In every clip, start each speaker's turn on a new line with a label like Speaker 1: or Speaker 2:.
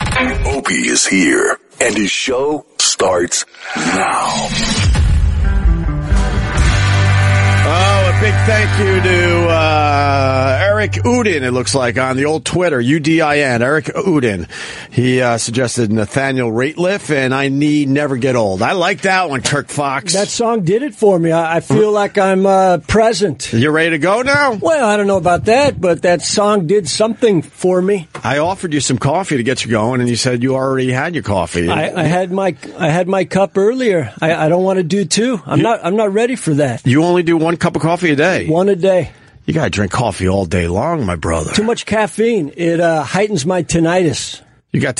Speaker 1: Opie. Opie is here, and his show starts now.
Speaker 2: Oh, a big thank you to uh, Eric Udin, it looks like, on the old Twitter, U-D-I-N, Eric Udin. He uh, suggested Nathaniel Rateliff and I Need Never Get Old. I like that one, Kirk Fox.
Speaker 3: That song did it for me. I, I feel like I'm uh, present.
Speaker 2: You ready to go now?
Speaker 3: Well, I don't know about that, but that song did something for me.
Speaker 2: I offered you some coffee to get you going, and you said you already had your coffee.
Speaker 3: I, I had my I had my cup earlier. I, I don't want to do two. I'm not I'm not ready for that.
Speaker 2: you only do one cup of coffee a day.
Speaker 3: One a day.
Speaker 2: You got to drink coffee all day long, my brother.
Speaker 3: Too much caffeine. It uh, heightens my tinnitus.
Speaker 2: You got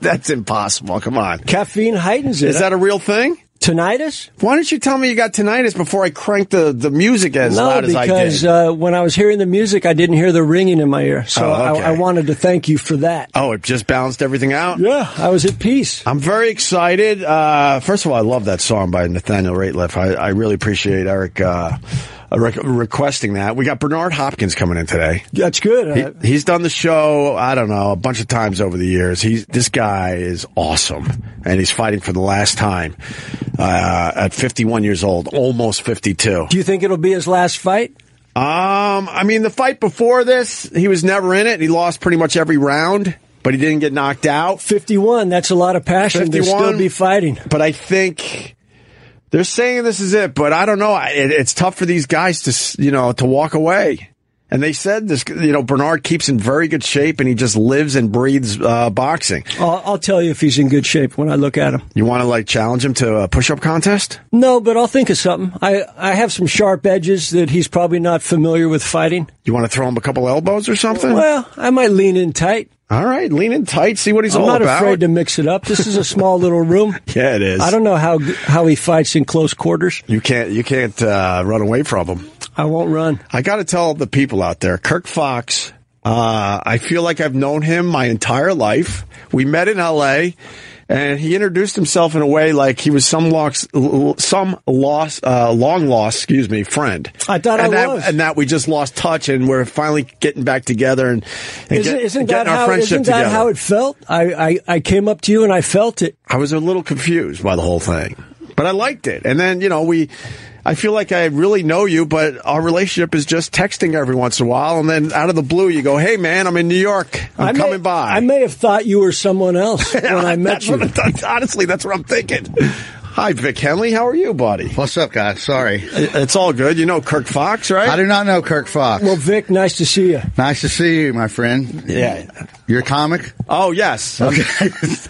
Speaker 2: that's impossible. Come on.
Speaker 3: Caffeine heightens it.
Speaker 2: Is that a real thing?
Speaker 3: tinnitus?
Speaker 2: Why didn't you tell me you got tinnitus before I cranked the, the music as
Speaker 3: No,
Speaker 2: loud as I did?
Speaker 3: because uh, when I was hearing the music, I didn't hear the ringing in my ear. So
Speaker 2: Oh, okay.
Speaker 3: I, I wanted to thank you for that.
Speaker 2: oh, it just balanced everything out?
Speaker 3: Yeah, I was at peace.
Speaker 2: I'm very excited. Uh, first of all, I love that song by Nathaniel Rateliff. I, I really appreciate Eric uh, rec- requesting that. We got Bernard Hopkins coming in today.
Speaker 3: That's good.
Speaker 2: He,
Speaker 3: Uh,
Speaker 2: he's done the show, I don't know, a bunch of times over the years. He's this guy is awesome, and he's fighting for the last time uh, at 51 years old, almost 52.
Speaker 3: do you think it'll be his last fight?
Speaker 2: Um, I mean, the fight before this, he was never in it. He lost pretty much every round, but he didn't get knocked out.
Speaker 3: 51. That's a lot of passion to
Speaker 2: 51.
Speaker 3: still be fighting.
Speaker 2: But I think they're saying this is it. But I don't know. I- It, it's tough for these guys to s- you know to walk away. And they said this, you know, Bernard keeps in very good shape, and he just lives and breathes uh, boxing.
Speaker 3: I'll, I'll tell you if he's in good shape when I look at him.
Speaker 2: You want to like challenge him to a push-up contest?
Speaker 3: No, but I'll think of something. I, I have some sharp edges that he's probably not familiar with fighting.
Speaker 2: You want to throw him a couple elbows or something?
Speaker 3: Well, I might lean in tight.
Speaker 2: All right, lean in tight, see what he's
Speaker 3: I'm
Speaker 2: all
Speaker 3: not
Speaker 2: about.
Speaker 3: afraid to mix it up. This is a small little room.
Speaker 2: yeah, it is.
Speaker 3: I don't know how how he fights in close quarters.
Speaker 2: You can't. You can't uh, run away from him.
Speaker 3: I won't run.
Speaker 2: I got to tell the people out there, Kirk Fox. Uh, I feel like I've known him my entire life. We met in L.A. and he introduced himself in a way like he was some lost, some lost, uh, long lost, excuse me, friend.
Speaker 3: I thought
Speaker 2: and
Speaker 3: I
Speaker 2: that,
Speaker 3: was.
Speaker 2: and that we just lost touch, and we're finally getting back together and, and
Speaker 3: Isn't,
Speaker 2: get-
Speaker 3: isn't that,
Speaker 2: getting our
Speaker 3: how,
Speaker 2: friendship
Speaker 3: isn't that
Speaker 2: together.
Speaker 3: how it felt? I, I, I came up to you and I felt it.
Speaker 2: I was a little confused by the whole thing, but I liked it. And then, you know, we, I feel like I really know you, but our relationship is just texting every once in a while. And then out of the blue, you go, Hey man, I'm in New York. I'm
Speaker 3: I may-
Speaker 2: coming by.
Speaker 3: I may have thought you were someone else when I met
Speaker 2: That's
Speaker 3: you.
Speaker 2: what I thought. honestly, that's what I'm thinking. Hi, Vic Henley. How are you, buddy?
Speaker 4: What's up, guys? Sorry.
Speaker 2: It's all good. You know Kirk Fox, right?
Speaker 4: I do not know Kirk Fox.
Speaker 3: Well, Vic, nice to see you.
Speaker 4: nice to see you, my friend.
Speaker 2: Yeah.
Speaker 4: You're a comic?
Speaker 2: Oh, yes.
Speaker 4: Okay.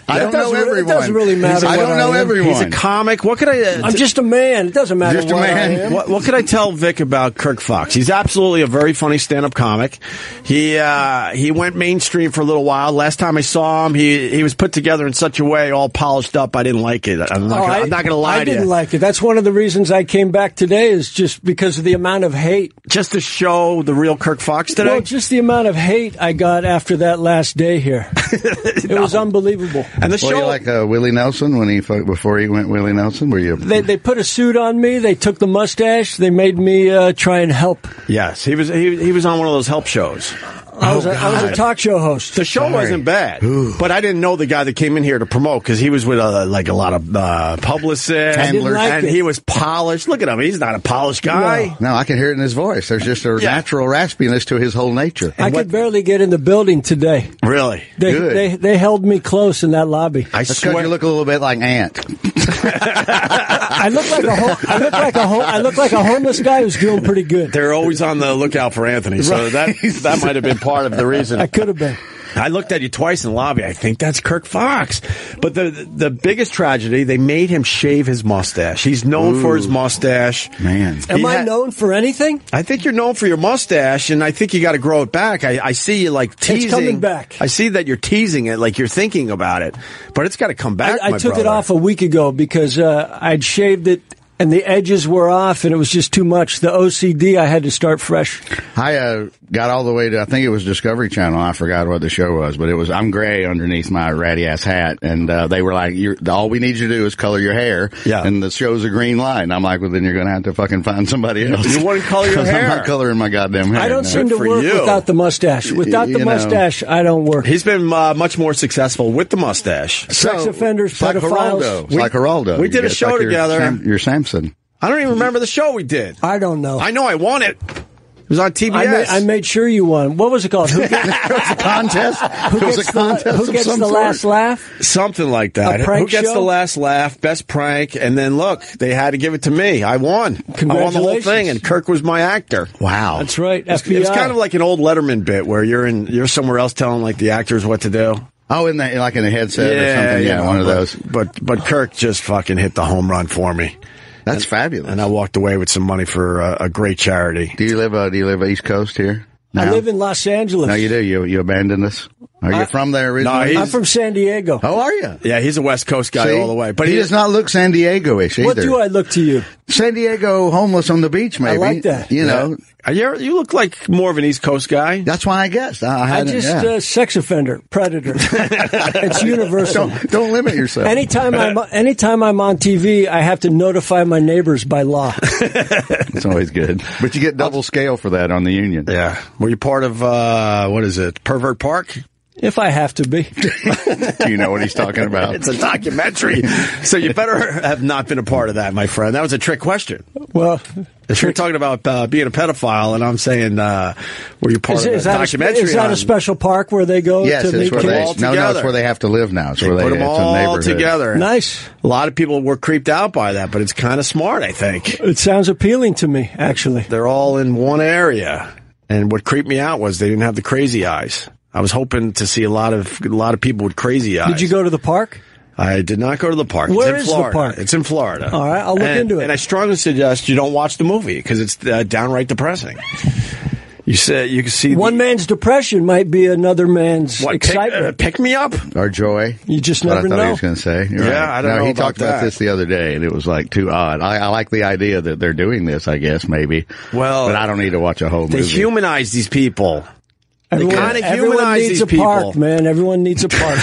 Speaker 4: I
Speaker 3: It
Speaker 4: don't know
Speaker 3: doesn't- it
Speaker 4: everyone.
Speaker 3: doesn't really matter
Speaker 4: I
Speaker 3: what
Speaker 4: don't
Speaker 3: I
Speaker 4: know
Speaker 3: am.
Speaker 4: everyone.
Speaker 2: He's a comic. What could I? uh,
Speaker 3: I'm just a man. It doesn't matter
Speaker 4: Just a
Speaker 3: what I
Speaker 4: man.
Speaker 3: am.
Speaker 2: What, what could I tell Vic about Kirk Fox? He's absolutely a very funny stand-up comic. He uh, he went mainstream for a little while. Last time I saw him, he he was put together in such a way, all polished up. I didn't like it. I'm not,
Speaker 3: Oh,
Speaker 2: gonna,
Speaker 3: I-
Speaker 2: I, am not gonna lie
Speaker 3: I
Speaker 2: to
Speaker 3: didn't
Speaker 2: you.
Speaker 3: like it. That's one of the reasons I came back today is just because of the amount of hate.
Speaker 2: Just to show the real Kirk Fox today.
Speaker 3: Well, just the amount of hate I got after that last day here. It was unbelievable.
Speaker 2: and the
Speaker 4: Were you
Speaker 2: show,
Speaker 4: like uh, Willie Nelson when he fu- before he went Willie Nelson? Were you?
Speaker 3: They, they put a suit on me. They took the mustache. They made me uh, try and help.
Speaker 2: yes, he was he, he was on one of those help shows. Oh,
Speaker 3: I was, a, I was a talk show host.
Speaker 2: The show wasn't bad, but I didn't know the guy that came in here to promote because he was with uh, like a lot of uh, publicists,
Speaker 3: I didn't like
Speaker 2: and
Speaker 3: it.
Speaker 2: he was polished. Look at him; he's not a polished guy.
Speaker 3: No.
Speaker 4: no, I can hear it in his voice. There's just a
Speaker 2: Yeah.
Speaker 4: natural raspiness to his whole nature.
Speaker 3: I could barely get in the building today.
Speaker 2: Really,
Speaker 3: They,
Speaker 4: Good.
Speaker 3: they they held me close in that lobby.
Speaker 2: I
Speaker 4: That's
Speaker 2: swear.
Speaker 4: because you look a little bit like Ant.
Speaker 3: I look like a ho- I look like a ho- I look like a homeless guy who's doing pretty good.
Speaker 2: They're always on the lookout for Anthony, so that that might have been part of the
Speaker 3: I
Speaker 2: reason.
Speaker 3: could have been.
Speaker 2: I looked at you twice in the lobby. I think that's Kirk Fox. But the the biggest tragedy, they made him shave his mustache. He's known for his mustache.
Speaker 4: Man.
Speaker 3: Am
Speaker 2: He
Speaker 3: I
Speaker 2: ha-
Speaker 3: known for anything?
Speaker 2: I think you're known for your mustache, and I think you got to grow it back. I, I see you like teasing.
Speaker 3: coming back.
Speaker 2: I see that you're teasing it, like you're thinking about it, but it's got to come back.
Speaker 3: I, I
Speaker 2: my
Speaker 3: took it
Speaker 2: brother.
Speaker 3: off a week ago because uh, I'd shaved it and the edges were off, and it was just too much. The OCD, I had to start fresh.
Speaker 4: I uh, got all the way to I think it was Discovery Channel. I forgot what the show was, but it was I'm gray underneath my ratty ass hat, and uh, they were like, you're, "All we need you to do is color your hair."
Speaker 2: Yeah.
Speaker 4: And the show's a green light. And I'm like, "Well, then you're going to have to fucking find somebody else."
Speaker 2: You wouldn't color your
Speaker 4: 'Cause
Speaker 2: hair.
Speaker 4: I'm not coloring my goddamn hair.
Speaker 3: I don't
Speaker 4: no.
Speaker 3: seem to
Speaker 2: for
Speaker 3: work
Speaker 2: you.
Speaker 3: without the mustache. Without
Speaker 4: you
Speaker 3: the
Speaker 4: know.
Speaker 3: mustache, I don't work.
Speaker 2: He's been uh, much more successful with the mustache.
Speaker 3: sex offenders,
Speaker 4: it's like
Speaker 3: pedophiles.
Speaker 4: Geraldo. It's
Speaker 2: We-
Speaker 4: like Geraldo.
Speaker 2: we
Speaker 4: You
Speaker 2: did a
Speaker 4: get- it's
Speaker 2: show
Speaker 4: your
Speaker 2: together.
Speaker 4: Sam- Your Samson.
Speaker 2: I don't even remember the show we did.
Speaker 3: I don't know.
Speaker 2: I know I won it. It was on TBS.
Speaker 3: I, made, I made sure you won. What was it called? Who gets,
Speaker 4: Contest.
Speaker 3: who
Speaker 4: it was
Speaker 3: gets
Speaker 4: a
Speaker 3: the,
Speaker 4: contest
Speaker 3: who
Speaker 4: of
Speaker 3: gets
Speaker 4: some
Speaker 3: the
Speaker 4: sort.
Speaker 3: last laugh?
Speaker 2: Something like that.
Speaker 3: A prank
Speaker 2: Who gets
Speaker 3: show?
Speaker 2: the last laugh? Best prank. And then look, they had to give it to me. I won. I won the whole
Speaker 3: Congratulations.
Speaker 2: thing, and Kirk was my actor.
Speaker 4: Wow.
Speaker 3: That's right. FBI.
Speaker 2: It was kind of like an old Letterman bit where you're in, you're somewhere else telling like the actors what to do.
Speaker 4: Oh, in the like in the headset or something.
Speaker 2: you
Speaker 4: Yeah,
Speaker 2: know,
Speaker 4: one of
Speaker 2: but-
Speaker 4: those.
Speaker 2: But but Kirk just fucking hit the home run for me,
Speaker 4: That's fabulous.
Speaker 2: and I walked away with some money for uh, a great charity.
Speaker 4: do you live? Uh, do you live East Coast here? No?
Speaker 3: I live in Los Angeles.
Speaker 4: No, you do. You you abandoned us. Are you from there
Speaker 2: No,
Speaker 4: originally?
Speaker 2: he's-
Speaker 3: I'm from San Diego.
Speaker 4: oh, are you?
Speaker 2: Yeah, he's a West Coast guy
Speaker 4: See?
Speaker 2: all the way, but
Speaker 4: he, does not look San Diego-ish either.
Speaker 3: what do I look to you?
Speaker 4: San Diego homeless on the beach, maybe.
Speaker 3: like that.
Speaker 4: You know,
Speaker 2: Are you you look like more of an East Coast guy.
Speaker 4: that's why I guessed. I, I
Speaker 3: I
Speaker 4: hadn't-
Speaker 3: just
Speaker 4: yeah.
Speaker 3: uh, sex offender, predator. it's universal.
Speaker 4: don't don't limit yourself.
Speaker 3: Anytime I'm anytime I'm on TV, I have to notify my neighbors by law.
Speaker 4: it's always good, but you get double scale for that on the union.
Speaker 2: Yeah, were you part of uh, what is it, Pervert Park?
Speaker 3: if I have to be,
Speaker 4: Do you know what he's talking about?
Speaker 2: It's a documentary, so you better have not been a part of that, my friend. That was a trick question.
Speaker 3: well,
Speaker 2: If you're talking about uh, being a pedophile, and I'm saying, uh, were you
Speaker 4: Oh,
Speaker 2: part
Speaker 3: is,
Speaker 2: of
Speaker 3: is
Speaker 2: that
Speaker 3: that a, spe-
Speaker 2: documentary?
Speaker 3: is that
Speaker 2: on-
Speaker 3: a special park where they
Speaker 2: Oh,
Speaker 3: go
Speaker 4: yes,
Speaker 3: to
Speaker 4: it's
Speaker 3: meet
Speaker 4: where they.
Speaker 3: kids?
Speaker 4: No, no,
Speaker 2: all
Speaker 4: it's
Speaker 2: together.
Speaker 4: where they have to live now. It's where they.
Speaker 2: Put
Speaker 4: it's
Speaker 2: them
Speaker 4: a
Speaker 2: all
Speaker 4: neighborhood.
Speaker 2: together.
Speaker 3: Nice.
Speaker 2: A lot of people were creeped out by that, but it's kind of smart, I think.
Speaker 3: It sounds appealing to me, actually.
Speaker 2: They're all in one area, and what creeped me out was they didn't have the crazy eyes. I was hoping to see a lot of a lot of people with crazy eyes.
Speaker 3: Did you go to the park?
Speaker 2: I did not go to the park.
Speaker 3: Where
Speaker 2: it's in
Speaker 3: is the
Speaker 2: Florida.
Speaker 3: park?
Speaker 2: It's in Florida.
Speaker 3: All right, I'll look
Speaker 2: And-
Speaker 3: into it.
Speaker 2: And I strongly suggest you don't watch the movie because it's uh, downright depressing. You said you can see
Speaker 3: One
Speaker 2: the,
Speaker 3: man's depression might be another man's
Speaker 2: what, pick, uh,
Speaker 3: excitement.
Speaker 2: pick me up.
Speaker 4: Or joy.
Speaker 3: You just
Speaker 4: That's
Speaker 3: never
Speaker 4: what I thought he
Speaker 3: know.
Speaker 4: was going to say. You're
Speaker 2: Yeah,
Speaker 4: right.
Speaker 2: I don't
Speaker 4: no,
Speaker 2: know
Speaker 4: He
Speaker 2: about
Speaker 4: talked
Speaker 2: that.
Speaker 4: about this the other day, and it was like too odd. I, I like the idea that they're doing this. I guess maybe.
Speaker 2: Well,
Speaker 4: but I don't need to watch a whole
Speaker 2: They
Speaker 4: movie.
Speaker 2: humanize these people.
Speaker 3: everyone,
Speaker 2: kinda
Speaker 3: everyone
Speaker 2: humanize
Speaker 3: needs
Speaker 2: these
Speaker 3: a park,
Speaker 2: people.
Speaker 3: man. Everyone needs a park.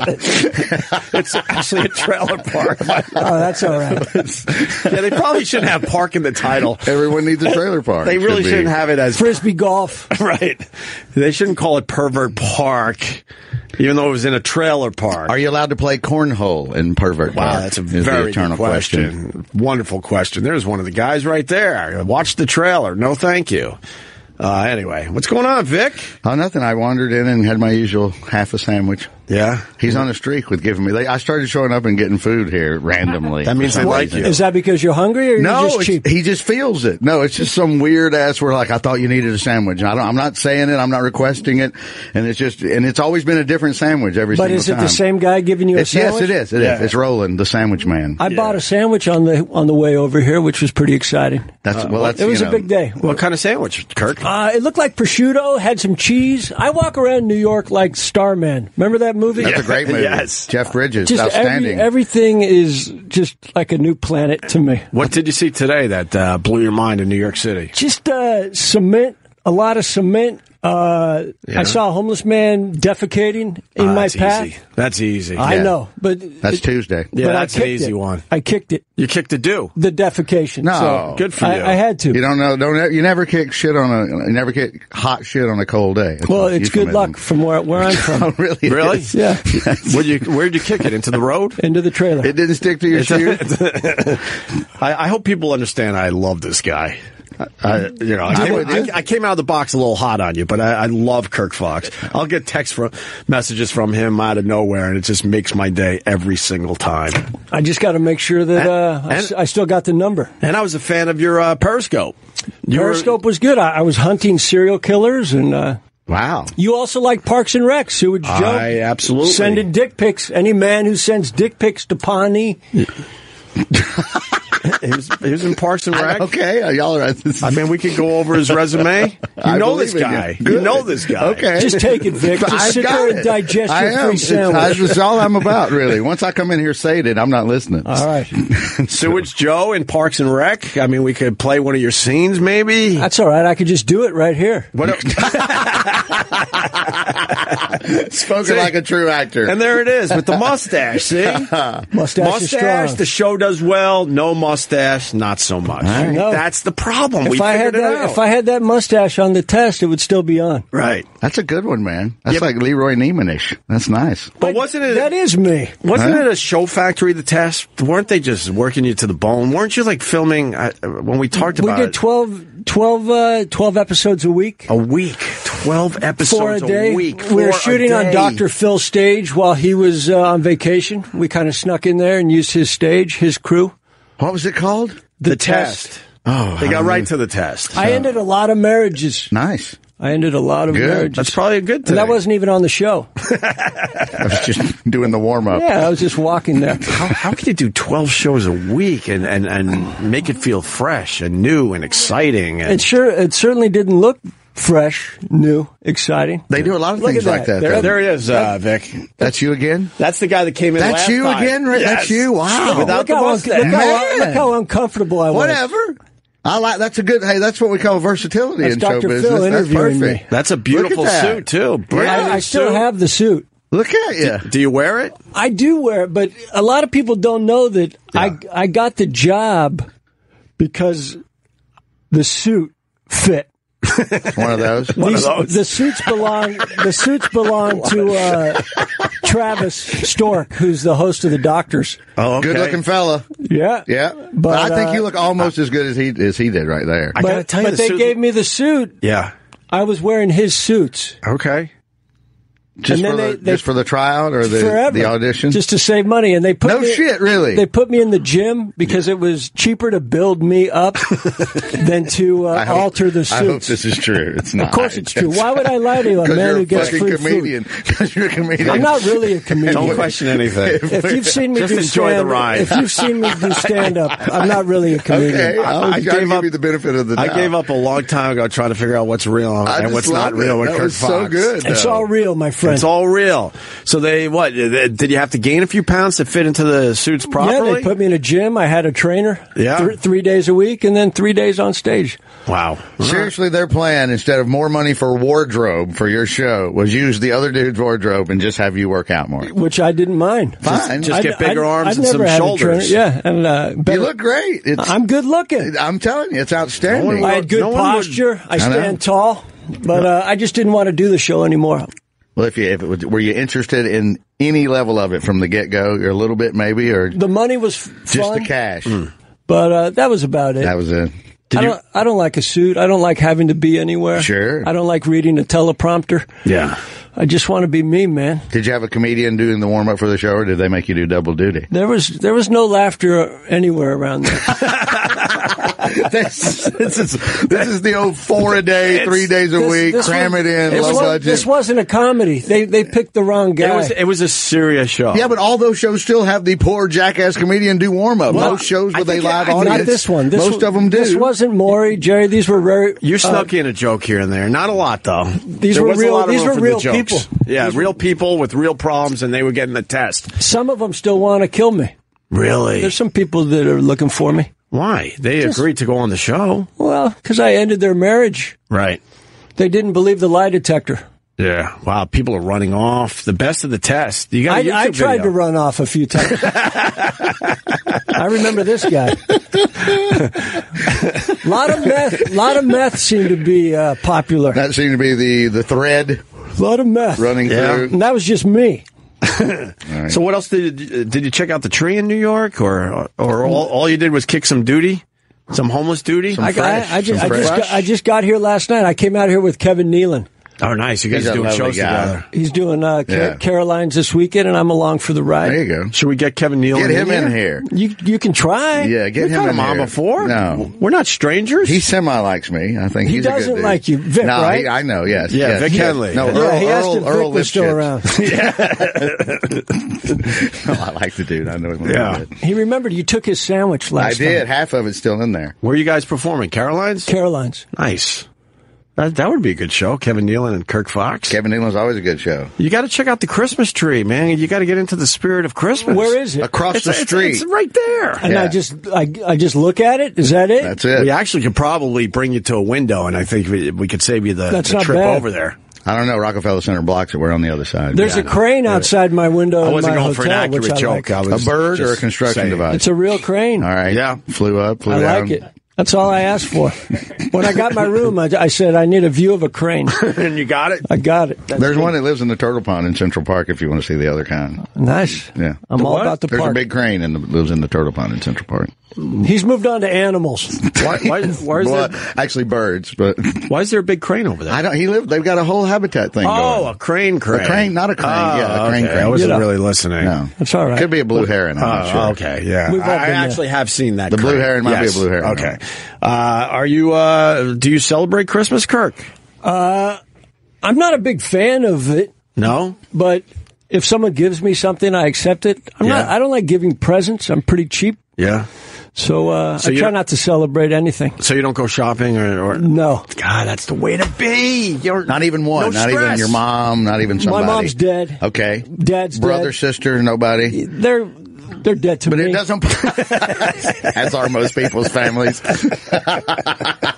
Speaker 2: It's actually a trailer park.
Speaker 3: oh, that's all right.
Speaker 2: yeah, they probably shouldn't have park in the title.
Speaker 4: Everyone needs a trailer park.
Speaker 2: They really
Speaker 4: Should be.
Speaker 2: shouldn't have it as
Speaker 3: Frisbee golf.
Speaker 2: right. They shouldn't call it pervert park, even though it was in a trailer park.
Speaker 4: Are you allowed to play cornhole in pervert?
Speaker 2: Wow,
Speaker 4: Park?
Speaker 2: that's a
Speaker 4: Is the
Speaker 2: very
Speaker 4: eternal
Speaker 2: good question. Wonderful question. There's one of the guys right there. Watch the trailer. No, thank you. Uh, anyway, what's going on, Vic?
Speaker 4: Oh, nothing. I wandered in and had my usual half a sandwich.
Speaker 2: Yeah,
Speaker 4: He's on a streak with giving me. They, I started showing up and getting food here randomly.
Speaker 2: That means
Speaker 4: for
Speaker 2: they
Speaker 4: some
Speaker 2: like
Speaker 4: reason.
Speaker 2: you.
Speaker 3: Is that because you're hungry or you're
Speaker 4: No,
Speaker 3: just
Speaker 4: it's-
Speaker 3: cheap?
Speaker 4: he just feels it. No, it's just some weird ass. We're like, I thought you needed a sandwich. And I don't. I'm not saying it. I'm not requesting it. And it's just. And it's always been a different sandwich every
Speaker 3: But
Speaker 4: single
Speaker 3: is it
Speaker 4: time.
Speaker 3: the same guy giving you
Speaker 4: It's,
Speaker 3: a sandwich?
Speaker 4: yes, it is. It is.
Speaker 2: Yeah.
Speaker 4: It's Roland, the sandwich man.
Speaker 3: I bought a sandwich on the on the way over here, which was pretty exciting.
Speaker 4: that's well. That's
Speaker 3: It was
Speaker 4: you
Speaker 3: a
Speaker 4: know,
Speaker 3: big day.
Speaker 2: Uh, what kind of sandwich, Kirk?
Speaker 3: Uh, it looked like prosciutto, had some cheese. I walk around New York like Starman. Remember that movie?
Speaker 4: That's a great movie.
Speaker 2: Yes.
Speaker 4: Jeff Bridges,
Speaker 3: just every,
Speaker 4: outstanding.
Speaker 3: everything is just like a new planet to me.
Speaker 2: What did you see today that uh, blew your mind in New York City?
Speaker 3: Just uh, cement, a lot of cement. Uh, I saw a homeless man defecating in
Speaker 2: Ah,
Speaker 3: my
Speaker 2: that's
Speaker 3: path.
Speaker 2: easy. That's easy.
Speaker 3: I
Speaker 4: Yeah.
Speaker 3: know, but
Speaker 4: that's Tuesday.
Speaker 2: yeah,
Speaker 3: but I
Speaker 2: that's an
Speaker 3: kicked
Speaker 2: easy
Speaker 3: it.
Speaker 2: one.
Speaker 3: I kicked it.
Speaker 2: You kicked a do.
Speaker 3: The defecation.
Speaker 4: No.
Speaker 3: so
Speaker 2: Good for
Speaker 3: I,
Speaker 2: you.
Speaker 3: I had to.
Speaker 4: You don't know. Don't ever- you never kick shit on a you never kick hot shit on a cold day. It's
Speaker 3: well,
Speaker 4: a
Speaker 3: it's good
Speaker 4: euphemism.
Speaker 3: luck from where where I'm from.
Speaker 4: Oh, really? it
Speaker 2: Really?
Speaker 4: is.
Speaker 3: yeah,
Speaker 2: Where'd you, where'd you kick it? Into the road?
Speaker 3: into the trailer.
Speaker 4: It didn't stick to your shoe.
Speaker 2: I, I hope people understand. I love this guy. I, you know, I came,
Speaker 4: would,
Speaker 2: I, I came out of the box a little hot on you, but I, I love Kirk Fox. I'll get text from messages from him out of nowhere, and it just makes my day every single time.
Speaker 3: I just got to make sure that uh, I,
Speaker 2: and-
Speaker 3: s- I still got the number.
Speaker 2: And I was a fan of your uh, Periscope. You were-
Speaker 3: Periscope was good. I, I was hunting serial killers, and uh,
Speaker 4: wow.
Speaker 3: you also like Parks and Recs, who would joke.
Speaker 2: I absolutely
Speaker 3: Sending dick pics. Any man who sends dick pics to Pawnee,
Speaker 2: he was, he was in Parks and Rec. uh,
Speaker 4: Okay, y'all are.
Speaker 2: I mean, we could go over his resume. You
Speaker 4: I
Speaker 2: know
Speaker 4: believe
Speaker 2: this
Speaker 4: in you.
Speaker 2: guy. You.
Speaker 4: Good.
Speaker 2: know this guy.
Speaker 4: Okay.
Speaker 3: Just take it, Vic. Just
Speaker 4: I've
Speaker 3: sit
Speaker 4: got
Speaker 3: there and
Speaker 4: it.
Speaker 3: digest
Speaker 4: I
Speaker 3: your
Speaker 4: am.
Speaker 3: free
Speaker 4: It's- That's
Speaker 3: sandwich.
Speaker 4: just all I'm about, really. Once I come in here sated, I'm not listening.
Speaker 3: All right.
Speaker 2: Sewage Joe in Parks and Rec. I mean, we could play one of your scenes, maybe.
Speaker 3: That's all right. I could just do it right here.
Speaker 2: What el-
Speaker 4: Spoken like a true actor.
Speaker 2: and there it is with the mustache. See,
Speaker 3: Mustache, is strong.
Speaker 2: mustache. The show does well. No mustache, not so much.
Speaker 3: No.
Speaker 2: That's the problem. we
Speaker 3: if I had
Speaker 2: figured it
Speaker 3: that,
Speaker 2: out.
Speaker 3: if I had that mustache on the test, it would still be on.
Speaker 2: right.
Speaker 4: That's a good one, man. That's
Speaker 2: Yep.
Speaker 4: like Leroy Neiman-ish. That's nice.
Speaker 2: But wasn't it?
Speaker 3: That is me.
Speaker 2: Wasn't
Speaker 4: Huh?
Speaker 2: it a show factory? The test weren't they just working you to the bone? Weren't you like filming uh, when we talked
Speaker 3: We
Speaker 2: about
Speaker 3: did
Speaker 2: it,
Speaker 3: 12, 12, uh, 12 episodes a week.
Speaker 2: a week, twelve episodes
Speaker 3: for a day.
Speaker 2: week.
Speaker 3: we were
Speaker 2: for a
Speaker 3: shooting on
Speaker 2: day.
Speaker 3: Dr. Phil's stage while he was uh, on vacation. We kind of snuck in there and used his stage, his crew.
Speaker 4: What was it called?
Speaker 2: the,
Speaker 3: test.
Speaker 2: test.
Speaker 4: Oh,
Speaker 2: They
Speaker 4: I
Speaker 2: got
Speaker 4: don't
Speaker 2: right
Speaker 4: know.
Speaker 2: to the test.
Speaker 3: I ended a lot of marriages.
Speaker 4: Nice.
Speaker 3: I ended a lot of
Speaker 4: Good.
Speaker 3: marriages.
Speaker 2: That's probably a good thing.
Speaker 3: and that wasn't even on the show.
Speaker 4: I was just doing the warm up.
Speaker 3: Yeah, I was just walking there.
Speaker 2: How, how can you do 12 shows a week and, and, and make it feel fresh and new and exciting? And
Speaker 3: It sure, it certainly didn't look fresh, new, exciting.
Speaker 4: They do a lot of
Speaker 3: Look
Speaker 4: things
Speaker 3: at
Speaker 4: like
Speaker 3: that.
Speaker 4: that.
Speaker 2: there,
Speaker 4: though.
Speaker 2: there he is, uh, Vic.
Speaker 4: That's you again.
Speaker 2: That's the guy that came in
Speaker 4: That's
Speaker 2: last
Speaker 4: you
Speaker 2: time.
Speaker 4: again? Right? That's you? Wow.
Speaker 2: Without
Speaker 3: Look
Speaker 2: the
Speaker 3: how, un-
Speaker 2: mustache.
Speaker 3: look, how,
Speaker 4: Man.
Speaker 3: look how Oh, uncomfortable I was.
Speaker 4: Whatever. I like. That's a good. Hey, that's what we call versatility
Speaker 3: That's
Speaker 4: in
Speaker 3: Dr.
Speaker 4: show
Speaker 3: Phil
Speaker 4: business. That's
Speaker 3: interviewing me.
Speaker 4: perfect.
Speaker 2: That's a beautiful
Speaker 4: Look at that.
Speaker 2: suit, too. Brand
Speaker 3: I,
Speaker 2: new
Speaker 3: I still
Speaker 2: suit.
Speaker 3: have the suit.
Speaker 4: Look at you.
Speaker 2: Do you wear it?
Speaker 3: I do wear it, but a lot of people don't know that I I got the job because the suit fit.
Speaker 4: One of those.
Speaker 3: These- The suits belong. the suits belong to uh, Travis Stork, who's the host of the Doctors.
Speaker 2: Oh, okay.
Speaker 4: Good looking fella.
Speaker 3: Yeah,
Speaker 4: Yeah, but, I think
Speaker 3: uh,
Speaker 4: you look almost as good as he as he did right there.
Speaker 2: I gotta
Speaker 3: But,
Speaker 2: tell you,
Speaker 3: but
Speaker 2: the
Speaker 3: they
Speaker 2: suit-
Speaker 3: gave me the suit.
Speaker 2: Yeah.
Speaker 3: I was wearing his suits
Speaker 2: Okay.
Speaker 4: just
Speaker 3: and
Speaker 4: for
Speaker 3: then
Speaker 4: the
Speaker 3: they- they-
Speaker 4: just for the tryout or the
Speaker 3: forever,
Speaker 4: the audition.
Speaker 3: just to save money, and they put
Speaker 4: no
Speaker 3: me,
Speaker 4: shit, really.
Speaker 3: They put me in the gym because it was cheaper to build me up than to uh,
Speaker 4: I hope-
Speaker 3: alter the
Speaker 4: I hope
Speaker 3: suits.
Speaker 4: this is true. It's not.
Speaker 3: Of course, it's true. Why would I lie to a
Speaker 4: Because
Speaker 3: man
Speaker 4: you're
Speaker 3: who
Speaker 4: a
Speaker 3: gets
Speaker 4: fucking
Speaker 3: free
Speaker 4: comedian.
Speaker 3: food?
Speaker 4: Because you're a comedian.
Speaker 3: I'm not really a comedian.
Speaker 2: Don't question anything.
Speaker 3: If you've seen me
Speaker 2: Just
Speaker 3: do
Speaker 2: enjoy the
Speaker 3: stand,
Speaker 2: ride.
Speaker 3: If you've seen me do stand up, I'm not really a comedian.
Speaker 4: Okay, I'll
Speaker 2: I
Speaker 4: I
Speaker 2: gave
Speaker 4: give
Speaker 2: up-
Speaker 4: you the benefit of the doubt.
Speaker 2: I gave up a long time ago trying to figure out what's real
Speaker 4: I
Speaker 2: and
Speaker 4: just
Speaker 2: what's not
Speaker 4: loved it.
Speaker 2: real with
Speaker 4: that
Speaker 2: Kurt
Speaker 4: was so
Speaker 2: Fox.
Speaker 4: good.
Speaker 3: It's
Speaker 4: though.
Speaker 3: all real, my friend.
Speaker 2: It's all real. So they what? they- Did you have to gain a few pounds to fit into the suits
Speaker 3: yeah,
Speaker 2: properly?
Speaker 3: they put me in a gym. I had a trainer
Speaker 2: Yeah.
Speaker 3: thr- three days a week and then three days on stage.
Speaker 2: wow.
Speaker 4: Seriously, their plan instead of more money for wardrobe for your show was use the other dude's wardrobe and just have you work out more.
Speaker 3: which I didn't mind.
Speaker 4: Fine,
Speaker 2: just
Speaker 3: I-
Speaker 2: get bigger
Speaker 3: I-
Speaker 2: arms
Speaker 3: I've
Speaker 2: and
Speaker 3: never
Speaker 2: some
Speaker 3: had a
Speaker 2: shoulders.
Speaker 3: trainer. Yeah, and uh, better-
Speaker 4: you look great. It's,
Speaker 3: I'm good looking.
Speaker 4: I'm telling you, it's outstanding.
Speaker 2: No
Speaker 3: I
Speaker 2: one-
Speaker 3: had good
Speaker 2: no one would-
Speaker 3: posture. I
Speaker 4: know.
Speaker 3: stand tall, but uh, I just didn't want to do the show anymore.
Speaker 4: Well, if you if it was, were you interested in any level of it from the get go, or a little bit maybe, or
Speaker 3: The money was f-
Speaker 4: just
Speaker 3: fun,
Speaker 4: the cash?
Speaker 2: Hmm.
Speaker 3: but uh, that was about it.
Speaker 4: That was it.
Speaker 3: I don't. I don't like a suit. I don't like having to be anywhere.
Speaker 4: Sure.
Speaker 3: I don't like reading a teleprompter.
Speaker 2: Yeah.
Speaker 3: I just want to be me, man.
Speaker 4: Did you have a comedian doing the warm up for the show, or did they make you do double duty?
Speaker 3: There was there was no laughter anywhere around there.
Speaker 4: this, this is this is the old four a day, three days a
Speaker 3: This-
Speaker 4: week,
Speaker 3: this
Speaker 4: cram
Speaker 3: was-
Speaker 4: it in,
Speaker 3: this
Speaker 4: low
Speaker 3: was-
Speaker 4: budget.
Speaker 3: This wasn't a comedy. They they picked the wrong guy.
Speaker 2: It was it was a serious show.
Speaker 4: yeah, but all those shows still have the poor jackass comedian do warm up.
Speaker 2: Well,
Speaker 4: Most shows
Speaker 2: I
Speaker 4: with a
Speaker 2: think-
Speaker 4: live
Speaker 2: I-
Speaker 4: audience.
Speaker 3: Not this one. This
Speaker 4: most
Speaker 3: one-
Speaker 4: of them do.
Speaker 3: This wasn't Maury, Jerry. These were very.
Speaker 2: you snuck in a joke here and there. Not a lot though.
Speaker 3: Uh, These
Speaker 2: There
Speaker 3: were
Speaker 2: was a
Speaker 3: real-
Speaker 2: lot of
Speaker 3: these
Speaker 2: room
Speaker 3: were
Speaker 2: for the
Speaker 3: real
Speaker 2: jokes.
Speaker 3: people.
Speaker 2: Yeah, real people with real problems, and they were getting the test.
Speaker 3: Some of them still want to kill me.
Speaker 2: Really?
Speaker 3: There's some people that are looking for me.
Speaker 2: Why? They agreed to go on the show.
Speaker 3: Well, because I ended their marriage.
Speaker 2: Right.
Speaker 3: They didn't believe the lie detector.
Speaker 2: Yeah. Wow. People are running off. The best of the test. You got. a
Speaker 3: I, I
Speaker 2: YouTube
Speaker 3: tried
Speaker 2: video.
Speaker 3: to run off a few times. I remember this guy. lot of meth. Lot of meth seemed to be uh, popular.
Speaker 4: that seemed to be the the thread
Speaker 3: lot of meth.
Speaker 4: running
Speaker 2: Yeah.
Speaker 4: through.
Speaker 3: And that was just me.
Speaker 2: So what else did you, did you check out the tree in New York, or or all, all you did was kick some duty, some homeless duty?
Speaker 3: I,
Speaker 4: Fresh,
Speaker 3: I, I just,
Speaker 4: some
Speaker 3: I, just
Speaker 4: fresh.
Speaker 3: got, I just got here last night. I came out here with Kevin Nealon.
Speaker 2: Oh, nice. You guys
Speaker 4: He's
Speaker 2: are
Speaker 4: a
Speaker 2: doing
Speaker 4: lovely
Speaker 2: shows
Speaker 4: guy.
Speaker 2: together.
Speaker 3: He's doing uh, Car-
Speaker 4: Yeah.
Speaker 3: Caroline's this weekend, and I'm along for the ride.
Speaker 4: There you go.
Speaker 2: Should we get Kevin Neal
Speaker 4: Get
Speaker 2: in
Speaker 4: him in here.
Speaker 3: You you can try.
Speaker 4: Yeah, get
Speaker 2: We've
Speaker 4: him
Speaker 2: had
Speaker 4: in
Speaker 2: him on
Speaker 4: here.
Speaker 2: before.
Speaker 4: No.
Speaker 2: We're not strangers.
Speaker 4: He semi likes me. I think
Speaker 3: He
Speaker 4: he's a good
Speaker 3: doesn't
Speaker 4: dude.
Speaker 3: like you, Vic,
Speaker 4: No,
Speaker 3: right?
Speaker 4: he- I know. Yes.
Speaker 2: Yeah,
Speaker 4: yes,
Speaker 2: Vic
Speaker 4: yes.
Speaker 2: Henley.
Speaker 4: No,
Speaker 2: Yeah,
Speaker 4: Earl,
Speaker 3: yeah, he asked
Speaker 4: Earl,
Speaker 3: if Vic
Speaker 4: Earl
Speaker 3: was still
Speaker 4: Lipschitz.
Speaker 3: around.
Speaker 4: No, I like the dude. I know him.
Speaker 2: Yeah.
Speaker 4: good.
Speaker 3: He remembered you took his sandwich
Speaker 4: I
Speaker 3: last time.
Speaker 4: did. Half of it's still in there.
Speaker 2: Where are you guys performing? Caroline's?
Speaker 3: Caroline's.
Speaker 2: nice. That, that would be a good show. Kevin Nealon and Kirk Fox.
Speaker 4: Kevin Nealon's always a good show.
Speaker 2: You got to check out the Christmas tree, man. You got to get into the spirit of Christmas.
Speaker 3: Where is it?
Speaker 4: Across
Speaker 2: It's,
Speaker 4: the
Speaker 2: it's-
Speaker 4: street.
Speaker 2: It's, right there.
Speaker 3: And
Speaker 4: Yeah.
Speaker 3: I just I, I just look at it. Is that it?
Speaker 4: That's it.
Speaker 2: We actually could probably bring you to a window, and I think we, we could save you the,
Speaker 3: That's
Speaker 2: the
Speaker 3: not
Speaker 2: trip
Speaker 3: bad.
Speaker 2: over there.
Speaker 4: I don't know. Rockefeller Center blocks it. We're on the other side.
Speaker 3: There's a crane outside my window.
Speaker 2: I
Speaker 3: in
Speaker 2: wasn't
Speaker 3: my
Speaker 2: going
Speaker 3: hotel,
Speaker 2: for an
Speaker 3: which
Speaker 2: accurate
Speaker 3: I
Speaker 2: joke.
Speaker 3: Like.
Speaker 2: I
Speaker 4: A
Speaker 2: was
Speaker 4: bird or a
Speaker 2: just
Speaker 4: construction
Speaker 2: saying.
Speaker 4: device?
Speaker 3: It's a real crane.
Speaker 4: All right.
Speaker 2: Yeah.
Speaker 4: Flew up. Flew
Speaker 3: I
Speaker 4: down.
Speaker 3: like it. That's all I asked for. when I got my room, I, I said I need a view of a crane.
Speaker 2: and you got it.
Speaker 3: I got it. That's
Speaker 4: There's one that lives in the turtle pond in Central Park. If you want to see the other kind,
Speaker 3: nice.
Speaker 4: yeah.
Speaker 3: I'm all about the
Speaker 4: There's
Speaker 3: park.
Speaker 4: a big crane and lives in the turtle pond in Central Park.
Speaker 3: He's moved on to animals.
Speaker 2: Why, why, why, is
Speaker 4: Well,
Speaker 2: there,
Speaker 4: actually birds, but
Speaker 2: why is there a big crane over there?
Speaker 4: I don't. He lived. They've got a whole habitat thing.
Speaker 2: oh,
Speaker 4: going.
Speaker 2: a crane crane.
Speaker 4: A crane, not a crane,
Speaker 2: Oh,
Speaker 4: yeah, a crane
Speaker 2: okay.
Speaker 4: crane.
Speaker 2: I wasn't
Speaker 3: You know.
Speaker 2: really listening.
Speaker 4: no,
Speaker 3: That's all right.
Speaker 4: Could be a blue heron. I'm not
Speaker 2: Oh,
Speaker 4: sure.
Speaker 2: okay, yeah.
Speaker 3: We've all
Speaker 2: I
Speaker 3: been
Speaker 2: actually have seen that.
Speaker 4: The blue
Speaker 2: crane.
Speaker 4: heron might be
Speaker 2: Yes.
Speaker 4: a blue heron.
Speaker 2: Okay. Uh, are you? Uh, do you celebrate Christmas, Kirk?
Speaker 3: Uh, I'm not a big fan of it,
Speaker 2: No.
Speaker 3: but if someone gives me something, I accept it. I'm
Speaker 2: Yeah.
Speaker 3: not. I don't like giving presents. I'm pretty cheap,
Speaker 2: Yeah.
Speaker 3: so, uh, I
Speaker 2: you-
Speaker 3: try not to celebrate anything.
Speaker 2: So you don't go shopping or? or
Speaker 3: No,
Speaker 2: God, that's the way to be. You're
Speaker 4: Not even
Speaker 2: No
Speaker 4: one. not even
Speaker 2: stress.
Speaker 4: your mom. Not even somebody.
Speaker 3: my mom's dead.
Speaker 4: Okay.
Speaker 3: Dad's
Speaker 4: Brother,
Speaker 3: dead.
Speaker 4: sister, nobody.
Speaker 3: They're they're dead to
Speaker 4: But
Speaker 3: me.
Speaker 4: it doesn't. As are most people's families.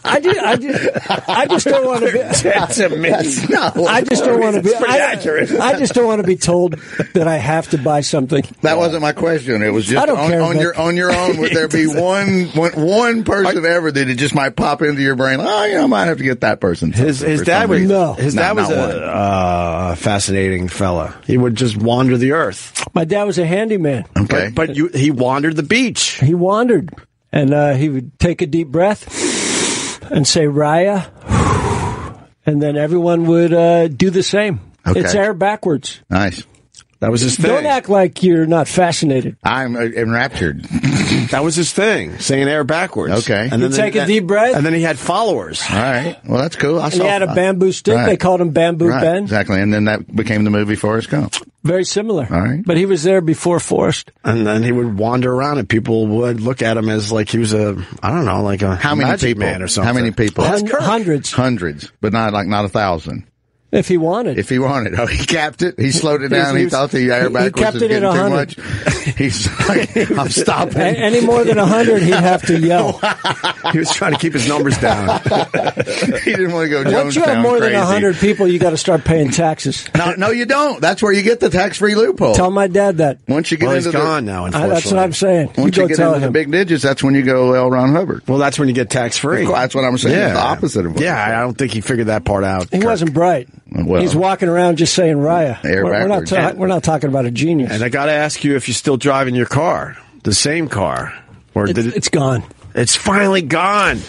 Speaker 3: I just, I just, I just don't want to be.
Speaker 2: That's amazing.
Speaker 4: no,
Speaker 3: I just don't want to be.
Speaker 2: It's pretty
Speaker 3: I,
Speaker 2: accurate.
Speaker 3: I just don't want to be told that I have to buy something.
Speaker 4: That wasn't my question. It was just
Speaker 3: I don't
Speaker 4: on,
Speaker 3: care,
Speaker 4: on
Speaker 3: Vic.
Speaker 4: your on your own. Would there be one one one person ever that it just might pop into your brain? Oh, yeah, I might have to get that person.
Speaker 2: His
Speaker 4: something
Speaker 2: his
Speaker 4: for
Speaker 2: dad
Speaker 4: some
Speaker 2: was
Speaker 4: reason."
Speaker 3: No.
Speaker 2: his
Speaker 4: No,
Speaker 2: dad was
Speaker 4: not
Speaker 2: a uh, fascinating fella. He would just wander the earth,
Speaker 3: My dad was a handyman.
Speaker 4: Okay,
Speaker 2: but, but you, he wandered the beach.
Speaker 3: He wandered, and uh, he would take a deep breath and say "Raya," and then everyone would uh, do the same.
Speaker 4: Okay.
Speaker 3: It's air backwards.
Speaker 4: nice.
Speaker 2: That was his thing.
Speaker 3: Don't act like you're not fascinated.
Speaker 4: I'm uh, enraptured.
Speaker 2: That was his thing, saying air backwards.
Speaker 4: Okay.
Speaker 2: and then
Speaker 3: He'd take a deep breath.
Speaker 2: and then he had followers.
Speaker 4: All right. Well, that's cool. I
Speaker 3: And
Speaker 4: saw
Speaker 3: he had a bamboo stick.
Speaker 4: Right.
Speaker 3: They called him Bamboo
Speaker 4: Right,
Speaker 3: Ben.
Speaker 4: exactly, and then that became the movie Forrest Gump.
Speaker 3: Very similar.
Speaker 4: All right.
Speaker 3: But he was there before Forrest.
Speaker 2: and then he would wander around, and people would look at him as like he was a I don't know, like a
Speaker 4: How many
Speaker 2: magic
Speaker 4: people?
Speaker 2: man or something.
Speaker 4: How many people?
Speaker 3: Hun- hundreds,
Speaker 4: Hundreds, but not like not a thousand.
Speaker 3: if he wanted.
Speaker 4: If he wanted, oh, he capped it. He slowed it
Speaker 3: He was-
Speaker 4: down.
Speaker 3: he
Speaker 4: He,
Speaker 3: was-
Speaker 4: thought
Speaker 3: he-
Speaker 4: the
Speaker 3: he
Speaker 4: air backwards
Speaker 3: capped
Speaker 4: was
Speaker 3: it at
Speaker 4: getting too
Speaker 3: 100.
Speaker 4: much. He's like, I'm stopping.
Speaker 3: A- any more than a hundred, he'd have to yell.
Speaker 2: He was trying to keep his numbers down.
Speaker 4: he didn't want to go Jonestown
Speaker 3: Once you have more
Speaker 4: crazy.
Speaker 3: than a hundred people, you got to start paying taxes.
Speaker 4: No, no, you don't. That's where you get the tax-free loophole.
Speaker 3: Tell my dad that.
Speaker 4: once you get
Speaker 2: well, he's
Speaker 4: into
Speaker 2: gone
Speaker 4: the,
Speaker 2: now,
Speaker 3: I,
Speaker 2: unfortunately.
Speaker 3: that's what I'm saying. You
Speaker 4: Once you,
Speaker 3: go
Speaker 4: get
Speaker 3: tell
Speaker 4: into the
Speaker 3: him.
Speaker 4: big digits, that's when you go L. Ron Hubbard.
Speaker 2: Well, that's when you get tax free.
Speaker 4: Of course, that's what I'm saying. It's the opposite of what
Speaker 2: yeah.
Speaker 4: I'm saying.
Speaker 2: I don't think he figured that part out.
Speaker 3: he
Speaker 2: Kirk.
Speaker 3: wasn't bright.
Speaker 4: Well.
Speaker 3: He's walking around just saying Raya.
Speaker 4: Air
Speaker 3: We're, we're
Speaker 4: backwards.
Speaker 3: not ta- we're not talking about a genius.
Speaker 2: And I got to ask you if you're still driving your car, the same car, or
Speaker 3: It's,
Speaker 2: did it,
Speaker 3: it's gone.
Speaker 2: it's finally gone.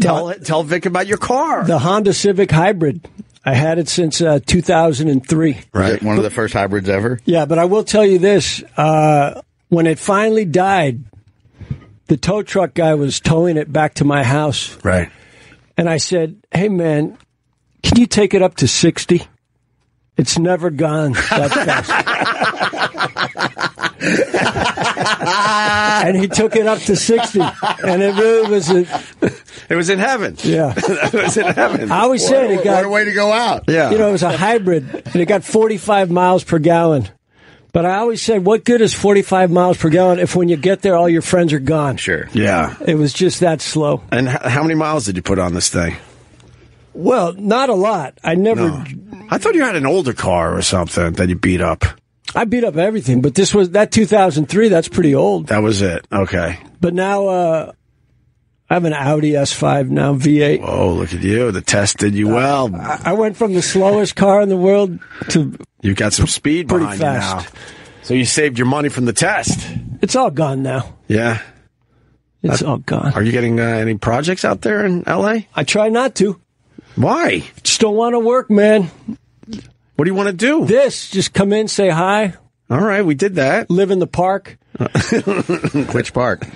Speaker 2: Tell tell Vic about your car.
Speaker 3: The Honda Civic Hybrid. I had it since uh, 2003.
Speaker 4: Is it one of the first hybrids ever.
Speaker 3: Yeah, but I will tell you this: uh, when it finally died, the tow truck guy was towing it back to my house,
Speaker 2: right.
Speaker 3: and I said, "Hey, man, can you take it up to 60? It's never gone that fast." and he took it up to 60 and it really was a
Speaker 2: It was in heaven.
Speaker 3: yeah
Speaker 2: it was in heaven.
Speaker 3: i always said it
Speaker 4: What, what
Speaker 3: got
Speaker 4: a way to go out.
Speaker 2: yeah.
Speaker 3: you know, it was a hybrid, and it got 45 miles per gallon. But I always said, what good is 45 miles per gallon if when you get there, all your friends are gone?
Speaker 4: Sure.
Speaker 2: yeah.
Speaker 3: It was just that slow.
Speaker 2: And h- how many miles did you put on this thing?
Speaker 3: Well, not a lot. I never,
Speaker 2: I thought you had an older car or something that you beat up.
Speaker 3: I beat up everything, but this was, that 2003, that's pretty old.
Speaker 2: That was it. Okay.
Speaker 3: But now, uh, I have an Audi S5 now, V8.
Speaker 2: Oh, look at you. The test did you well.
Speaker 3: I went from the slowest car in the world to,
Speaker 2: You got some speed
Speaker 3: pretty
Speaker 2: behind
Speaker 3: fast.
Speaker 2: you now. So you saved your money from the test.
Speaker 3: it's all gone now.
Speaker 2: Yeah.
Speaker 3: It's all gone.
Speaker 2: uh, Are you getting uh, any projects out there in LA?
Speaker 3: I try not to.
Speaker 2: Why?
Speaker 3: Just don't want to work, man.
Speaker 2: What do you want to do?
Speaker 3: This, just come in, say hi,
Speaker 2: All right, we did that.
Speaker 3: live in the park,
Speaker 4: Which park?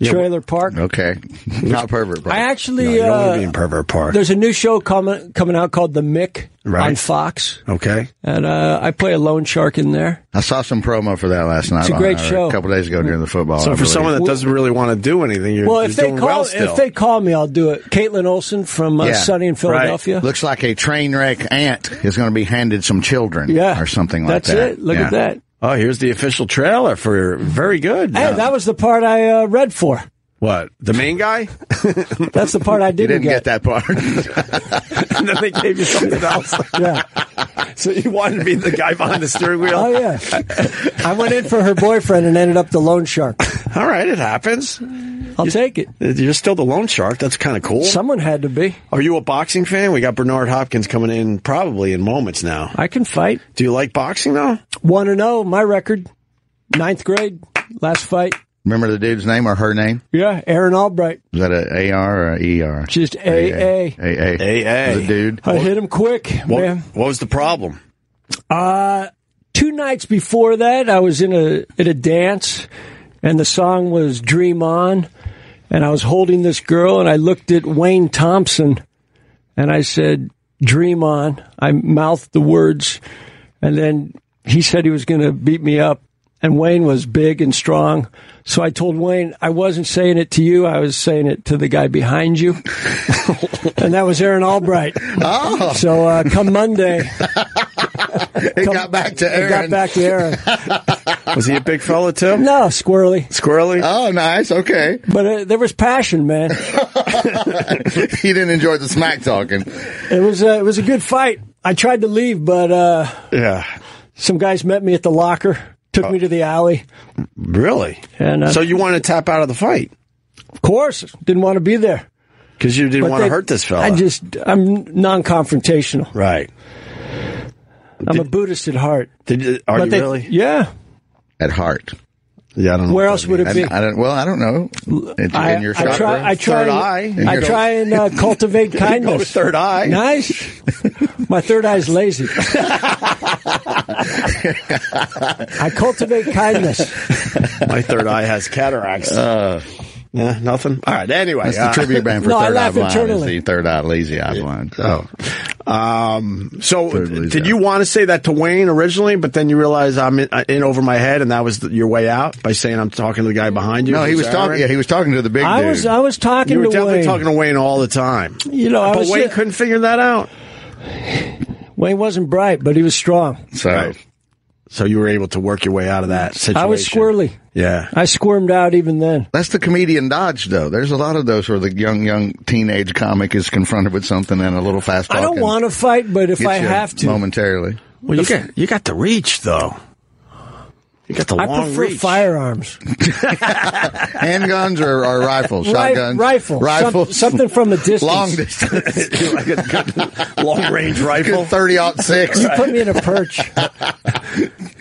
Speaker 3: trailer park.
Speaker 4: Okay. Not pervert park.
Speaker 3: I
Speaker 2: No,
Speaker 3: actually,
Speaker 2: you don't want to be
Speaker 3: uh,
Speaker 2: in Pervert Park.
Speaker 3: there's a new show coming coming out called The Mick
Speaker 2: Right.
Speaker 3: on Fox,
Speaker 2: Okay.
Speaker 3: and uh, I play a loan shark in there.
Speaker 4: I saw some promo for that last night.
Speaker 3: It's a
Speaker 4: on-
Speaker 3: great
Speaker 4: or
Speaker 3: show.
Speaker 4: A couple days ago during the football.
Speaker 2: So
Speaker 4: I
Speaker 2: for
Speaker 4: believe.
Speaker 2: someone that doesn't really want to do anything, you're,
Speaker 3: Well,
Speaker 2: you're
Speaker 3: if they
Speaker 2: doing
Speaker 3: call
Speaker 2: well still.
Speaker 3: if they call me, I'll do it. Caitlin Olson from uh,
Speaker 4: Yeah,
Speaker 3: Sunny in Philadelphia.
Speaker 4: looks like a train wreck aunt is going to be handed some children,
Speaker 3: yeah,
Speaker 4: or something like
Speaker 3: That's
Speaker 4: that.
Speaker 3: That's it. Look
Speaker 4: Yeah.
Speaker 3: at that.
Speaker 2: oh, here's the official trailer for very good.
Speaker 3: Hey, that was the part I uh, read for.
Speaker 2: what the main guy?
Speaker 3: That's the part I
Speaker 4: You
Speaker 3: didn't,
Speaker 4: didn't get that part.
Speaker 2: and then they gave you something else.
Speaker 3: Yeah.
Speaker 2: so you wanted to be the guy behind the steering wheel?
Speaker 3: Oh yeah. I went in for her boyfriend and ended up the loan shark.
Speaker 2: All right, it happens.
Speaker 3: I'll take it.
Speaker 2: You're still the loan shark. That's kind of cool.
Speaker 3: Someone had to be.
Speaker 2: Are you a boxing fan? We got Bernard Hopkins coming in probably in moments now.
Speaker 3: I can fight.
Speaker 2: Do you like boxing though?
Speaker 3: One and zero. My record. Ninth grade. Last fight.
Speaker 4: Remember the dude's name or her name?
Speaker 3: Yeah. Aaron Albright.
Speaker 4: Is that a AR or a ER?
Speaker 3: Just AA.
Speaker 4: AA. AA.
Speaker 2: AA.
Speaker 4: The dude.
Speaker 3: I hit him quick,
Speaker 2: What,
Speaker 3: man.
Speaker 2: what was the problem?
Speaker 3: Uh, two nights before that, I was in a at a dance, and the song was "Dream On," and I was holding this girl, and I looked at Wayne Thompson, and I said, "Dream On." I mouthed the words, and then he said he was going to beat me up, and Wayne was big and strong, so I told Wayne I wasn't saying it to you, I was saying it to the guy behind you, and that was Aaron Albright. Oh, so uh, come Monday,
Speaker 4: It got back to
Speaker 3: I
Speaker 4: Aaron.
Speaker 3: got back to Aaron.
Speaker 2: Was he a big fella too?
Speaker 3: No, squirrely.
Speaker 2: Squirrely?
Speaker 4: Oh, nice. Okay.
Speaker 3: But uh, there was passion, man.
Speaker 4: he didn't enjoy the smack talking.
Speaker 3: It was uh, it was a good fight. I tried to leave, but uh,
Speaker 2: yeah.
Speaker 3: some guys met me at the locker, took me to the alley,
Speaker 2: Really?
Speaker 3: and uh,
Speaker 2: So you want to tap out of the fight
Speaker 3: of course didn't want to be there.
Speaker 2: because you didn't
Speaker 3: But
Speaker 2: want to
Speaker 3: they-
Speaker 2: hurt this fella.
Speaker 3: I just I'm non-confrontational.
Speaker 2: right.
Speaker 3: I'm a Buddhist at heart.
Speaker 2: Did you, are
Speaker 3: But
Speaker 2: you
Speaker 3: they-
Speaker 2: really?
Speaker 3: Yeah.
Speaker 4: At heart.
Speaker 2: Yeah, I don't know.
Speaker 3: Where else would it
Speaker 4: I,
Speaker 3: be?
Speaker 4: I don't, well, I don't know. In,
Speaker 3: I,
Speaker 4: in your
Speaker 3: I
Speaker 4: chakra?
Speaker 3: try. I try.
Speaker 2: Third
Speaker 3: and-
Speaker 2: eye.
Speaker 4: In
Speaker 3: I
Speaker 4: your-
Speaker 3: try and uh, cultivate
Speaker 2: Go with
Speaker 3: kindness.
Speaker 2: third eye.
Speaker 3: Nice. My third eye's lazy. I cultivate kindness.
Speaker 2: My third eye has cataracts. yeah, nothing. All right. Anyway,
Speaker 4: Uh. That's
Speaker 2: uh,
Speaker 4: the tribute band for
Speaker 3: No, I
Speaker 4: Third Eye
Speaker 3: laugh
Speaker 4: Blind. Is
Speaker 3: internally.
Speaker 4: the Third Eye Lazy Eye Blind.
Speaker 2: Oh. Um, so
Speaker 4: Third laser.
Speaker 2: did you want to say that to Wayne originally, but then you realize I'm in, uh, in over my head and that was the, your way out by saying I'm talking to the guy behind you?
Speaker 4: No, he
Speaker 2: who's
Speaker 4: was talking.
Speaker 2: Aaron?
Speaker 4: Yeah, he was talking to the big
Speaker 3: I
Speaker 4: dude.
Speaker 3: was I was talking
Speaker 2: You were
Speaker 3: to
Speaker 2: definitely
Speaker 3: Wayne.
Speaker 2: talking to Wayne all the time.
Speaker 3: you know, I
Speaker 2: but
Speaker 3: was
Speaker 2: Wayne couldn't figure that out.
Speaker 3: Wayne wasn't bright, but he was strong.
Speaker 4: so
Speaker 2: So you were able to work your way out of that situation.
Speaker 3: I was squirrely.
Speaker 2: Yeah.
Speaker 3: I squirmed out even then.
Speaker 4: that's the comedian dodge, though. There's a lot of those where the young, young teenage comic is confronted with something and a little fast.
Speaker 3: I don't
Speaker 4: talking
Speaker 3: want to fight, but if
Speaker 4: gets
Speaker 3: I
Speaker 4: you
Speaker 3: have to,
Speaker 4: momentarily.
Speaker 2: Well, you got, you got the reach though. You got the
Speaker 3: I
Speaker 2: long
Speaker 3: prefer
Speaker 2: reach.
Speaker 3: firearms,
Speaker 4: Handguns or, or rifles,
Speaker 3: Ri-
Speaker 4: shotguns,
Speaker 3: rifle,
Speaker 4: rifles,
Speaker 3: Some- something from a distance.
Speaker 4: long distance,
Speaker 2: like a good long range rifle.
Speaker 4: good thirty out six.
Speaker 3: you put me in a perch.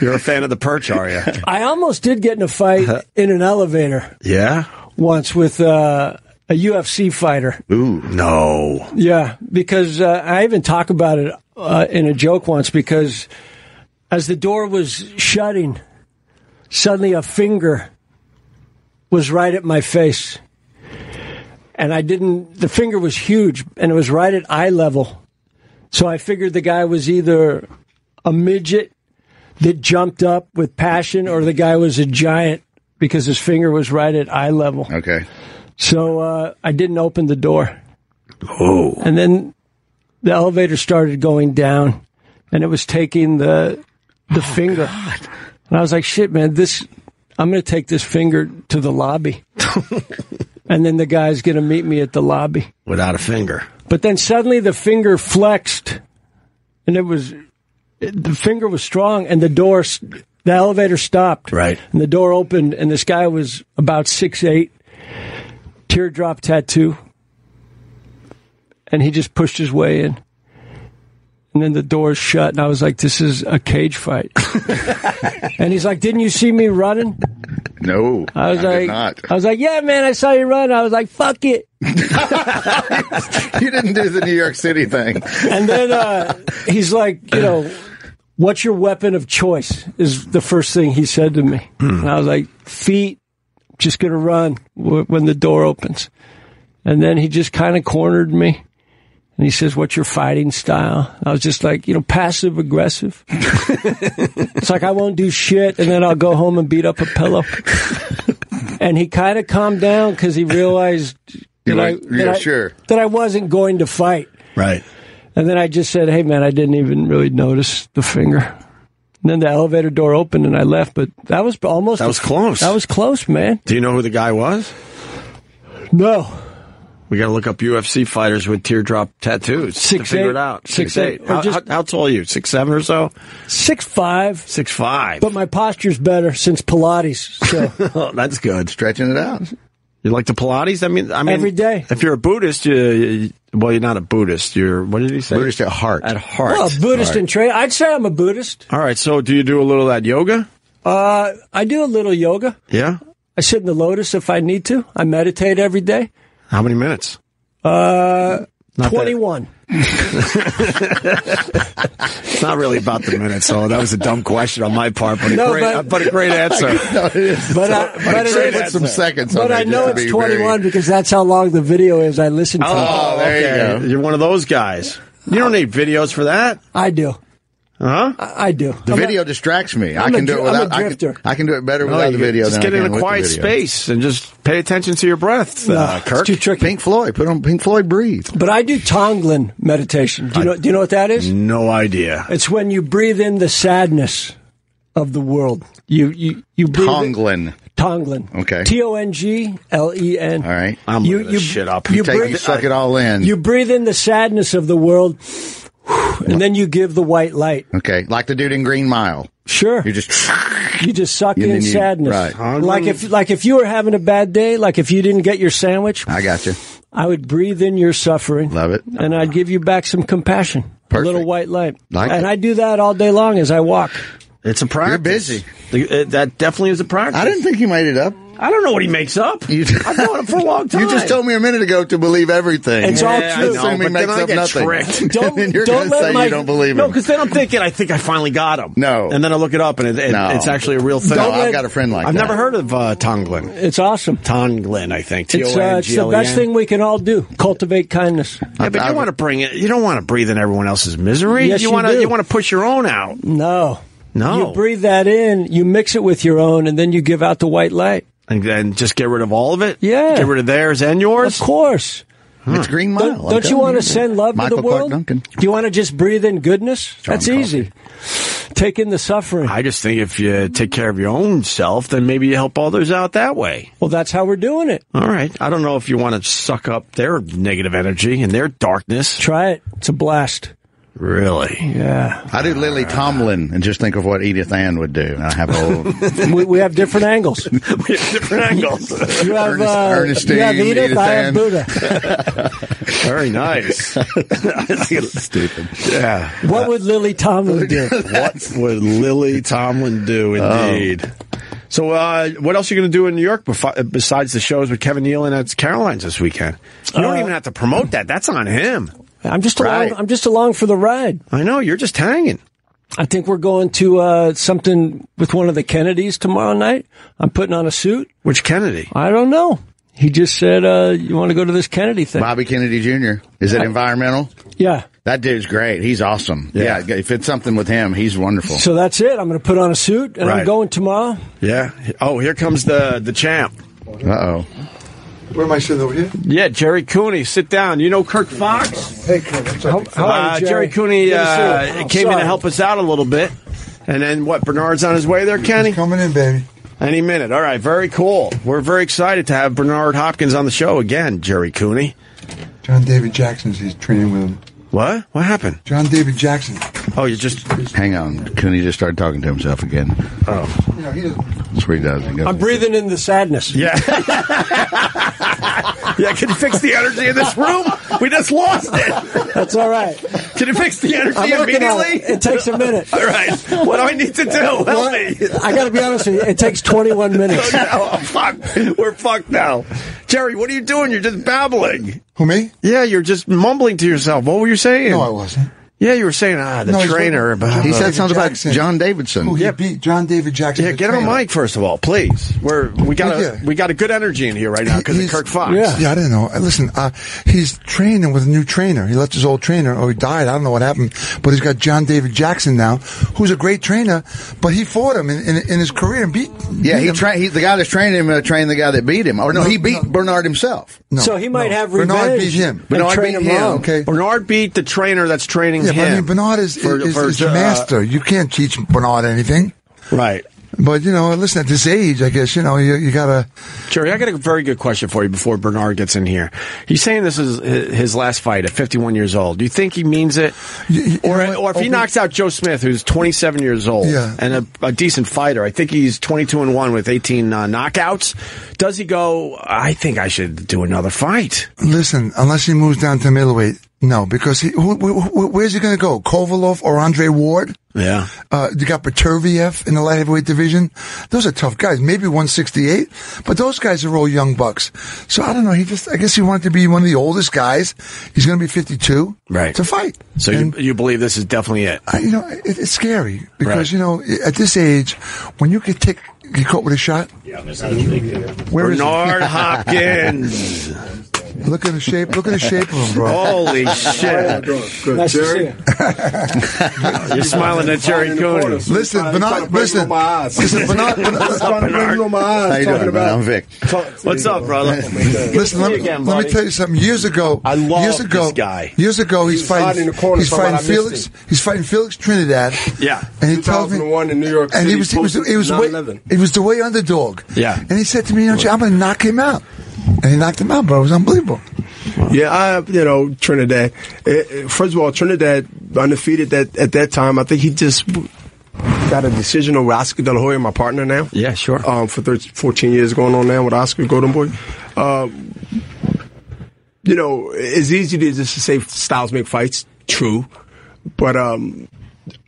Speaker 2: You're a fan of the perch, are you?
Speaker 3: I almost did get in a fight
Speaker 2: Uh-huh.
Speaker 3: in an elevator
Speaker 2: Yeah.
Speaker 3: once with uh, a UFC fighter.
Speaker 2: Ooh. No.
Speaker 3: Yeah, because uh, I even talk about it uh, in a joke once because as the door was shutting, suddenly a finger was right at my face. And I didn't, the finger was huge and it was right at eye level. So I figured the guy was either a midget that jumped up with passion or the guy was a giant because his finger was right at eye level.
Speaker 4: Okay,
Speaker 3: So uh, I didn't open the door.
Speaker 2: Oh.
Speaker 3: And then the elevator started going down and it was taking the the finger. And I was like, shit, man, this I'm gonna take this finger to the lobby. and then the guy's gonna meet me at the lobby.
Speaker 2: Without a finger.
Speaker 3: But then suddenly the finger flexed and it was it- the finger was strong and the door s- the elevator stopped.
Speaker 2: Right.
Speaker 3: And the door opened and this guy was about six eight, teardrop tattoo. And he just pushed his way in. and then the doors shut, and I was like, "This is a cage fight." and he's like, "Didn't you see me running?"
Speaker 4: No,
Speaker 3: I was
Speaker 4: did
Speaker 3: like,
Speaker 4: not.
Speaker 3: "I was like, yeah, man, I saw you run." I was like, "Fuck it."
Speaker 4: you didn't do the New York City thing.
Speaker 3: And then uh, he's like, you know, what's your weapon of choice? Is the first thing he said to me.
Speaker 4: Hmm.
Speaker 3: And I was like, feet, just going to run w- when the door opens. And then he just kind of cornered me. And he says, What's your fighting style? I was just like, you know, passive aggressive. it's like, I won't do shit. And then I'll go home and beat up a pillow. and he kind of calmed down because he realized
Speaker 4: You're
Speaker 3: that,
Speaker 4: like,
Speaker 3: I, that
Speaker 4: yeah,
Speaker 3: I-
Speaker 4: sure.
Speaker 3: that I wasn't going to fight.
Speaker 2: Right.
Speaker 3: And then I just said, hey, man, I didn't even really notice the finger. And then the elevator door opened and I left, but that was almost.
Speaker 2: That was close.
Speaker 3: That was close, man.
Speaker 2: Do you know who the guy was?
Speaker 3: No.
Speaker 2: We got to look up UFC fighters with teardrop tattoos
Speaker 3: Six,
Speaker 2: to figure
Speaker 3: eight.
Speaker 2: it out.
Speaker 3: Six, eight. Or
Speaker 2: How,
Speaker 3: just-
Speaker 2: how, how tall are you? Six seven or so?
Speaker 3: Six five,
Speaker 2: Six five.
Speaker 3: but my posture's better since Pilates. So
Speaker 2: Oh, that's good.
Speaker 4: Stretching it out.
Speaker 2: You like the Pilates? I mean, I mean,
Speaker 3: Every day.
Speaker 2: If you're a Buddhist, you, you- well, you're not a Buddhist. You're what did he say?
Speaker 4: Buddhist at heart.
Speaker 2: At heart.
Speaker 3: well, a Buddhist in trade. I'd say I'm a Buddhist.
Speaker 2: All right. So, do you do a little of that yoga?
Speaker 3: Uh, I do a little yoga.
Speaker 2: Yeah.
Speaker 3: I sit in the lotus if I need to. I meditate every day.
Speaker 2: How many minutes?
Speaker 3: Uh,
Speaker 2: that-
Speaker 3: 21.
Speaker 2: It's not really about the minutes. So that was a dumb question on my part, but a
Speaker 3: No,
Speaker 2: great,
Speaker 3: but-
Speaker 2: but a great answer.
Speaker 4: No, it is.
Speaker 3: But, I, but,
Speaker 4: Try to
Speaker 3: it
Speaker 4: put
Speaker 3: is,
Speaker 4: some seconds on
Speaker 3: but
Speaker 4: there
Speaker 3: I
Speaker 4: just
Speaker 3: know
Speaker 4: to
Speaker 3: it's
Speaker 4: be
Speaker 3: 21
Speaker 4: very-
Speaker 3: because that's how long the video is I listen to.
Speaker 4: Oh, there you go.
Speaker 2: are one of those guys. You don't need videos for that, Uh-huh.
Speaker 3: I do.
Speaker 2: huh?
Speaker 3: I do.
Speaker 4: The video distracts me. i
Speaker 3: I'm
Speaker 4: can
Speaker 3: a
Speaker 4: do
Speaker 3: dr-
Speaker 4: it
Speaker 3: I'm a
Speaker 4: without. I can,
Speaker 3: drifter.
Speaker 4: I can do it better
Speaker 2: No,
Speaker 4: without the
Speaker 2: you
Speaker 4: video. than
Speaker 2: Just get
Speaker 4: I
Speaker 2: in
Speaker 4: can
Speaker 2: a
Speaker 4: with the
Speaker 2: quiet
Speaker 4: video.
Speaker 2: space and just pay attention to your breath, uh,
Speaker 3: it's
Speaker 2: Kirk.
Speaker 3: too tricky.
Speaker 4: Pink Floyd. Put on Pink Floyd. Breathe.
Speaker 3: But I do Tonglin meditation. Do you know? do you know what that is?
Speaker 2: no idea.
Speaker 3: It's when you breathe in the sadness of the world. You you you breathe in-
Speaker 4: Conglin.
Speaker 3: Tonglin.
Speaker 4: Okay.
Speaker 3: T O N G L E N.
Speaker 4: All right.
Speaker 2: I'm
Speaker 3: You-
Speaker 2: looking this
Speaker 3: you-
Speaker 2: shit up.
Speaker 3: you
Speaker 4: Take
Speaker 3: breathe-
Speaker 4: you suck it all in.
Speaker 3: You breathe in the sadness of the world, and then you give the white light.
Speaker 4: okay. Like the dude in Green Mile.
Speaker 3: Sure.
Speaker 4: You just.
Speaker 3: You just suck
Speaker 4: And
Speaker 3: in
Speaker 4: then you-
Speaker 3: sadness.
Speaker 4: right.
Speaker 2: Tonglin-
Speaker 3: Like if like if you were having a bad day, like if you didn't get your sandwich,
Speaker 4: I got you.
Speaker 3: I would breathe in your suffering.
Speaker 4: Love it.
Speaker 3: And I'd give you back some compassion.
Speaker 4: Perfect.
Speaker 3: A little white light.
Speaker 4: Like
Speaker 3: and
Speaker 4: it.
Speaker 3: I do that all day long as I walk.
Speaker 2: It's a practice.
Speaker 4: busy.
Speaker 2: The- uh, that definitely is a practice.
Speaker 4: I didn't think you made it up.
Speaker 2: I don't know what he makes up.
Speaker 4: You-
Speaker 2: I've known him for a long time.
Speaker 4: You just told me a minute ago to believe everything.
Speaker 3: It's all
Speaker 2: Yeah, I
Speaker 3: true.
Speaker 2: know,
Speaker 4: Assuming
Speaker 2: but
Speaker 4: makes
Speaker 2: then I
Speaker 4: up
Speaker 2: get
Speaker 4: nothing.
Speaker 2: tricked.
Speaker 4: And
Speaker 3: Don't-
Speaker 4: then you're going
Speaker 3: don't
Speaker 4: to
Speaker 3: let
Speaker 4: say
Speaker 3: my-
Speaker 4: you don't believe him.
Speaker 2: No, because then I'm thinking I think I finally got him.
Speaker 4: No.
Speaker 2: and then I look it up and it, it-
Speaker 4: No.
Speaker 2: it's actually a real thing.
Speaker 4: No, I've got a friend like
Speaker 2: I've
Speaker 4: that.
Speaker 2: never heard of uh, Tonglin.
Speaker 3: It's awesome.
Speaker 2: Tonglin, I
Speaker 3: It's,
Speaker 2: think.
Speaker 3: uh, it's the best
Speaker 2: T O N G L E N.
Speaker 3: thing we can all do. Cultivate kindness.
Speaker 2: Yeah, but you
Speaker 4: I've-
Speaker 2: want to bring it. You don't want to breathe in everyone else's misery.
Speaker 3: Yes, you
Speaker 2: want to.
Speaker 3: do.
Speaker 2: You want to push your own out.
Speaker 3: No.
Speaker 2: No.
Speaker 3: You breathe that in, you mix it with your own, and then you give out the white light.
Speaker 2: and then just get rid of all of it.
Speaker 3: Yeah.
Speaker 2: get rid of theirs and yours.
Speaker 3: Of course.
Speaker 4: It's Green Mile.
Speaker 3: Don't,
Speaker 4: I'm
Speaker 3: don't you
Speaker 4: telling
Speaker 3: want to send love
Speaker 4: Michael
Speaker 3: to the
Speaker 4: Clark
Speaker 3: world?
Speaker 4: Duncan.
Speaker 3: Do you want to just breathe in goodness? That's
Speaker 4: Coffey.
Speaker 3: easy. Take in the suffering.
Speaker 2: I just think if you take care of your own self, then maybe you help others out that way.
Speaker 3: well, that's how we're doing it.
Speaker 2: All right. I don't know if you want to suck up their negative energy and their darkness.
Speaker 3: Try it. It's a blast.
Speaker 2: Really?
Speaker 3: Yeah.
Speaker 4: I do Lily Tomlin and just think of what Edith Ann would do. And I have a whole
Speaker 3: we, we have different angles.
Speaker 2: Different angles.
Speaker 3: You have
Speaker 4: Ernest-
Speaker 3: uh,
Speaker 4: Ernestine,
Speaker 3: you have Edith,
Speaker 4: Edith
Speaker 3: I
Speaker 4: Ann.
Speaker 3: have Buddha.
Speaker 2: Very nice.
Speaker 4: stupid.
Speaker 2: yeah.
Speaker 3: What would Lily Tomlin do?
Speaker 2: What would Lily Tomlin do
Speaker 3: Oh.
Speaker 2: indeed? So, uh, what else are you going to do in New York bef- besides the shows with Kevin Nealon at Caroline's this weekend? You don't
Speaker 3: Uh,
Speaker 2: even have to promote that. That's on him.
Speaker 3: I'm just along.
Speaker 4: Right.
Speaker 3: I'm just along for the ride.
Speaker 2: I know. You're just hanging.
Speaker 3: I think we're going to uh, something with one of the Kennedys tomorrow night. I'm putting on a suit.
Speaker 2: Which Kennedy?
Speaker 3: I don't know. He just said, uh, "You want to go to this Kennedy thing?"
Speaker 4: Bobby Kennedy Jr. Is it environmental?
Speaker 3: Yeah.
Speaker 4: That dude's great. He's awesome.
Speaker 2: Yeah.
Speaker 4: Yeah. If it's something with him, he's wonderful.
Speaker 3: So that's it. I'm going to put on a suit and
Speaker 2: Right.
Speaker 3: I'm going tomorrow.
Speaker 2: Yeah. Oh, here comes the the champ.
Speaker 4: Uh oh.
Speaker 5: Where am I sitting over here?
Speaker 2: Yeah, Jerry Cooney. Sit down. You know Kirk Fox?
Speaker 5: Hey, Ken, what's up?
Speaker 3: How are
Speaker 2: Uh,
Speaker 3: you,
Speaker 2: Jerry Cooney
Speaker 3: Good to see you.
Speaker 2: uh,
Speaker 3: Oh,
Speaker 2: came in
Speaker 3: sorry.
Speaker 2: to help us out a little bit. And then what? Bernard's on his way there, Kenny?
Speaker 5: Coming in, baby.
Speaker 2: Any minute. All right, very cool. We're very excited to have Bernard Hopkins on the show again, Jerry Cooney.
Speaker 5: John David Jackson's he's training with him.
Speaker 2: What? What happened?
Speaker 5: John David Jackson.
Speaker 2: Oh, you just.
Speaker 4: Hang on. Cooney just started talking to himself again.
Speaker 2: Oh.
Speaker 5: You know, he doesn't.
Speaker 4: That's what he does. He goes,
Speaker 3: I'm breathing in the sadness.
Speaker 2: Yeah. yeah, can you fix the energy in this room? We just lost it.
Speaker 3: That's all right.
Speaker 2: Did it fix the energy
Speaker 3: I'm working on
Speaker 2: immediately?
Speaker 3: it. It takes a minute.
Speaker 2: All right. What do I need to do? Help
Speaker 3: Well,
Speaker 2: me.
Speaker 3: I got to be honest with you. It takes 21 minutes.
Speaker 2: oh, fuck. We're fucked now. Jerry, what are you doing? You're just babbling.
Speaker 5: Who me?
Speaker 2: Yeah, you're just mumbling to yourself. What were you saying?
Speaker 5: No, I wasn't.
Speaker 2: yeah, you were saying, ah, the
Speaker 5: No, he's-
Speaker 2: trainer. About,
Speaker 4: He said
Speaker 5: David
Speaker 4: something about
Speaker 5: Jackson.
Speaker 4: John
Speaker 5: Who
Speaker 4: Davidson.
Speaker 5: he beat John David Jackson.
Speaker 2: yeah,
Speaker 5: the
Speaker 2: get on
Speaker 5: trainer.
Speaker 2: mic first of all, please. We're we got
Speaker 5: Yeah.
Speaker 2: a we got a good energy in here right now because of
Speaker 5: He's-
Speaker 2: Kirk Fox.
Speaker 3: Yeah.
Speaker 5: Yeah, I didn't know. Uh, Listen, uh, he's training with a new trainer. He left his old trainer, or he died. I don't know what happened, but he's got John David Jackson now, who's a great trainer, but he fought him in, in, in his career and beat.
Speaker 4: Yeah,
Speaker 5: beat
Speaker 4: he
Speaker 5: him.
Speaker 4: tra- he, the guy that's training him uh, trained the guy that beat him. Or no,
Speaker 5: No,
Speaker 4: he beat
Speaker 5: no.
Speaker 4: Bernard himself.
Speaker 5: No,
Speaker 3: so he might
Speaker 5: no.
Speaker 3: have revenge.
Speaker 5: Bernard beat him.
Speaker 3: and
Speaker 4: Bernard
Speaker 3: train
Speaker 4: beat
Speaker 3: him
Speaker 4: him.
Speaker 3: wrong.
Speaker 5: Oh, Okay.
Speaker 2: Bernard beat the trainer that's training
Speaker 5: Yeah,
Speaker 2: him.
Speaker 5: but I mean, Bernard is,
Speaker 2: for-
Speaker 5: is,
Speaker 2: for,
Speaker 5: is a
Speaker 2: uh,
Speaker 5: master. You can't teach Bernard anything.
Speaker 2: right.
Speaker 5: But, you know, listen, at this age, I guess, you know, you, you gotta,
Speaker 2: Jerry, I got a very good question for you before Bernard gets in here. He's saying this is hi- his last fight at 51 years old. Do you think he means it?
Speaker 5: You- you
Speaker 2: or,
Speaker 5: know what,
Speaker 2: or if he
Speaker 5: Opie-
Speaker 2: knocks out Joe Smith, who's 27 years old
Speaker 5: Yeah.
Speaker 2: and a, a decent fighter, I think he's 22 and 1 with 18 uh, knockouts. Does he go, I think I should do another fight?
Speaker 5: listen, unless he moves down to middleweight, no, because he, who, who, who- where's he gonna go? Kovalov or Andre Ward?
Speaker 2: Yeah.
Speaker 5: Uh, you got Paterviev in the light heavyweight division. Those are tough guys. Maybe 168, but those guys are all young bucks. So I don't know. He just, I guess he wanted to be one of the oldest guys. He's going to be 52.
Speaker 2: Right.
Speaker 5: To fight.
Speaker 2: So
Speaker 5: And-
Speaker 2: you, you believe this is definitely it?
Speaker 5: I, you know, it, it's scary because
Speaker 2: Right.
Speaker 5: you know at this age, when you get tick, get caught with a shot. Where is he?
Speaker 2: Bernard Hopkins.
Speaker 5: Look at the shape. Look at the shape of him, bro.
Speaker 2: Holy shit.
Speaker 3: Nice to see you.
Speaker 2: You're smiling at Jerry Cooney.
Speaker 5: Listen,
Speaker 6: Listen,
Speaker 5: Bernard.
Speaker 6: Bernard,
Speaker 5: Listen, listen, Bernard. Bernard-
Speaker 6: trying to bring you on my eyes.
Speaker 4: How you
Speaker 6: talking
Speaker 4: doing, man?
Speaker 6: about
Speaker 4: I'm Vic.
Speaker 2: What's up, brother?
Speaker 5: Listen, let me,
Speaker 2: again,
Speaker 5: let
Speaker 2: buddy.
Speaker 5: me tell you something. Years ago,
Speaker 2: I love
Speaker 5: years ago,
Speaker 2: this guy.
Speaker 5: Years ago, he's
Speaker 6: He's
Speaker 5: fighting.
Speaker 6: hiding in the corner
Speaker 5: he's fighting
Speaker 6: somewhere. I missed
Speaker 5: Felix.
Speaker 6: him.
Speaker 5: He's fighting Felix Trinidad.
Speaker 2: Yeah.
Speaker 5: and he tells me
Speaker 6: 2001 in New York
Speaker 5: And he
Speaker 6: City,
Speaker 5: was he was he was
Speaker 6: post
Speaker 5: way,
Speaker 6: 9/11.
Speaker 5: he was the way underdog.
Speaker 2: Yeah.
Speaker 5: and he said to me, you know, "I'm going to knock him out," and he knocked him out, bro. It was unbelievable.
Speaker 6: Yeah, I you know Trinidad. eh, eh, First of all, Trinidad undefeated that at that time. I think he just got a decision over Oscar De La Hoya, my partner now.
Speaker 2: Yeah, sure.
Speaker 6: Um, for 13, 14 years going on now with Oscar Golden Boy. Uh, you know, it's easy to just say styles make fights. True, but um,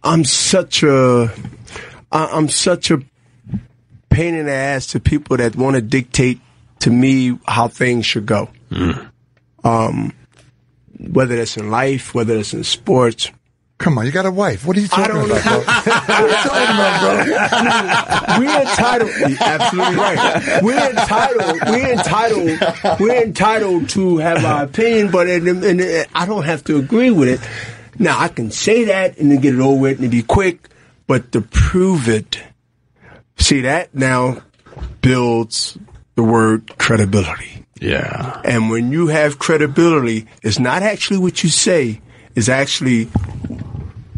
Speaker 6: I'm such a I, I'm such a pain in the ass to people that want to dictate to me how things should go.
Speaker 2: Mm.
Speaker 6: Um, whether that's in life, whether that's in sports.
Speaker 5: Come on, you got a wife. What are you
Speaker 6: I
Speaker 5: talking
Speaker 6: don't
Speaker 5: about, bro? what are you talking about, bro?
Speaker 6: We're entitled. You're absolutely right. We're entitled. We're entitled. We're entitled to have our opinion, but in, in, in, I don't have to agree with it. Now I can say that and then get it over with and be quick, but to prove it, see that now builds the word credibility.
Speaker 2: Yeah.
Speaker 6: And when you have credibility, it's not actually what you say, it's actually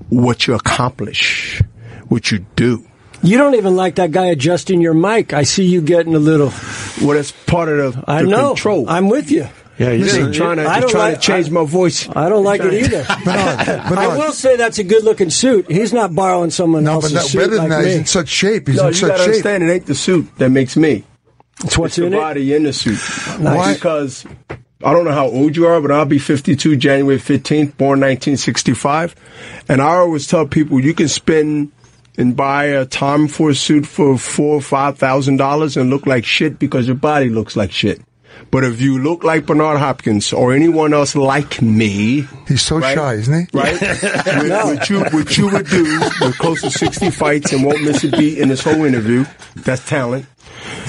Speaker 6: what you accomplish, what you do.
Speaker 3: You don't even like that guy adjusting your mic. I see you getting a little.
Speaker 6: Well, that's part of the,
Speaker 3: I
Speaker 6: the
Speaker 3: know.
Speaker 6: control.
Speaker 3: I'm with you.
Speaker 2: Yeah, you
Speaker 6: Listen,
Speaker 2: did.
Speaker 6: trying to,
Speaker 3: I
Speaker 6: just
Speaker 3: don't
Speaker 6: trying
Speaker 3: like-
Speaker 6: to change
Speaker 3: I-
Speaker 6: my voice.
Speaker 3: I don't like it either.
Speaker 5: Bernard, Bernard.
Speaker 3: I will say that's a good looking suit. He's not borrowing someone
Speaker 5: No,
Speaker 3: else's
Speaker 5: but no,
Speaker 3: suit
Speaker 5: better than
Speaker 3: like
Speaker 5: that. He's
Speaker 3: me.
Speaker 5: in such shape. He's
Speaker 6: No,
Speaker 5: in
Speaker 6: you gotta
Speaker 5: such shape.
Speaker 6: understand, it ain't the suit that makes me.
Speaker 3: it's what's
Speaker 6: it's
Speaker 3: in
Speaker 6: the
Speaker 3: it.
Speaker 6: body in the suit.
Speaker 5: Why-
Speaker 6: Because I don't know how old you are, but I'll be 52 January 15th, born 1965. And I always tell people you can spend and buy a Tom Ford suit for four or five thousand dollars and look like shit because your body looks like shit. But if you look like Bernard Hopkins or anyone else like me,
Speaker 5: He's so
Speaker 6: Right?
Speaker 5: shy, isn't he?
Speaker 6: right? What- what, you, what you would do with close to 60 fights and won't miss a beat in this whole interview. That's talent.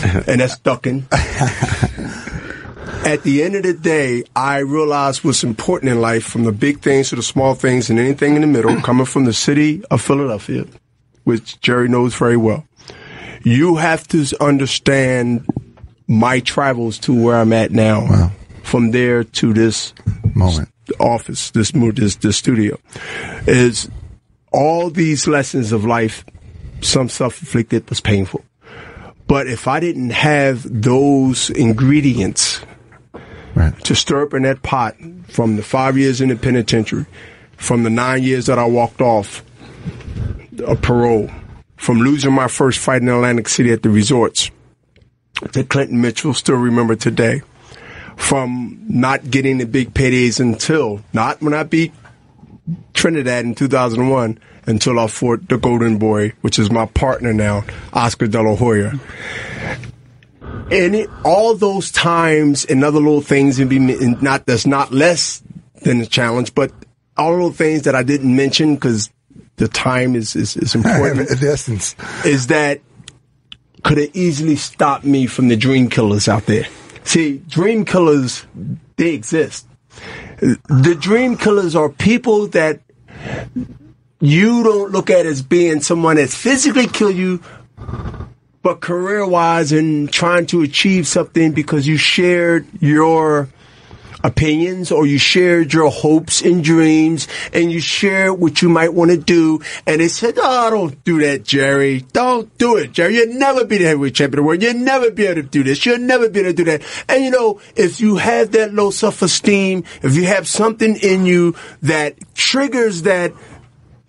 Speaker 6: And that's ducking. At the end of the day, I realized what's important in life from the big things to the small things and anything in the middle, coming from the city of Philadelphia, which Jerry knows very well. You have to understand my travels to where I'm at now. From there to this
Speaker 5: Moment.
Speaker 6: office, this mo- this this studio, is all these lessons of life. Some self inflicted was painful, but if I didn't have those ingredients
Speaker 5: Right.
Speaker 6: to stir up in that pot from the five years in the penitentiary, from the nine years that I walked off a parole, from losing my first fight in Atlantic City at the resorts that Clinton Mitchell still remember today, from not getting the big paydays until not when I beat Trinidad in 2001 until I fought the Golden Boy, which is my partner now, Oscar De La Hoya. And it, all those times and other little things, and be and not that's not less than a challenge, but all the little things that I didn't mention because the time is is, is important
Speaker 5: In essence,
Speaker 6: is that could have easily stopped me from the dream killers out there. See, dream killers, they exist. The dream killers are people that you don't look at as being someone that's physically killed you, but career wise and trying to achieve something because you shared your opinions or you shared your hopes and dreams and you shared what you might want to do and they said, Oh, don't do that, Jerry. Don't do it, Jerry. You'll never be the heavyweight champion of the world. You'll never be able to do this. You'll never be able to do that. And you know, if you have that low self esteem, if you have something in you that triggers that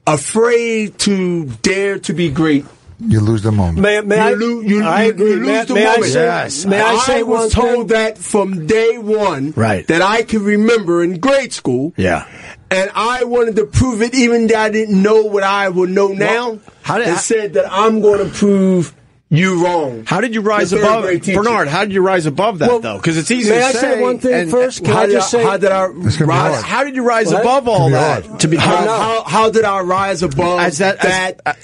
Speaker 6: afraid to dare to be great,
Speaker 5: you lose the moment.
Speaker 3: May, may I,
Speaker 6: you, lo- you,
Speaker 3: I
Speaker 6: you-
Speaker 3: agree.
Speaker 6: you lose
Speaker 3: may,
Speaker 6: the
Speaker 3: may I
Speaker 6: moment.
Speaker 3: say, may I say
Speaker 6: was
Speaker 3: one
Speaker 6: told
Speaker 3: thing?
Speaker 6: that from day one
Speaker 2: Right.
Speaker 6: that I can remember in grade school.
Speaker 2: Yeah.
Speaker 6: And I wanted to prove it even though I didn't know what I would know now.
Speaker 2: how did-
Speaker 6: it
Speaker 2: how-
Speaker 6: said that I'm going to prove you wrong.
Speaker 2: How did you rise
Speaker 6: The third
Speaker 2: above
Speaker 6: grade teacher.
Speaker 2: Bernard? How did you rise above that
Speaker 6: Well,
Speaker 2: though? Because it's easy
Speaker 3: may
Speaker 2: to
Speaker 3: I say one thing
Speaker 2: and-
Speaker 3: first? Can
Speaker 6: how
Speaker 3: I
Speaker 6: did
Speaker 3: just say-
Speaker 6: how did I
Speaker 5: It's gonna be
Speaker 6: rise?
Speaker 5: hard.
Speaker 2: How did you rise
Speaker 3: What?
Speaker 2: above all
Speaker 5: Be
Speaker 2: that
Speaker 5: hard.
Speaker 2: to become?
Speaker 6: how, how, how did I rise above
Speaker 2: As that-
Speaker 6: that
Speaker 2: as-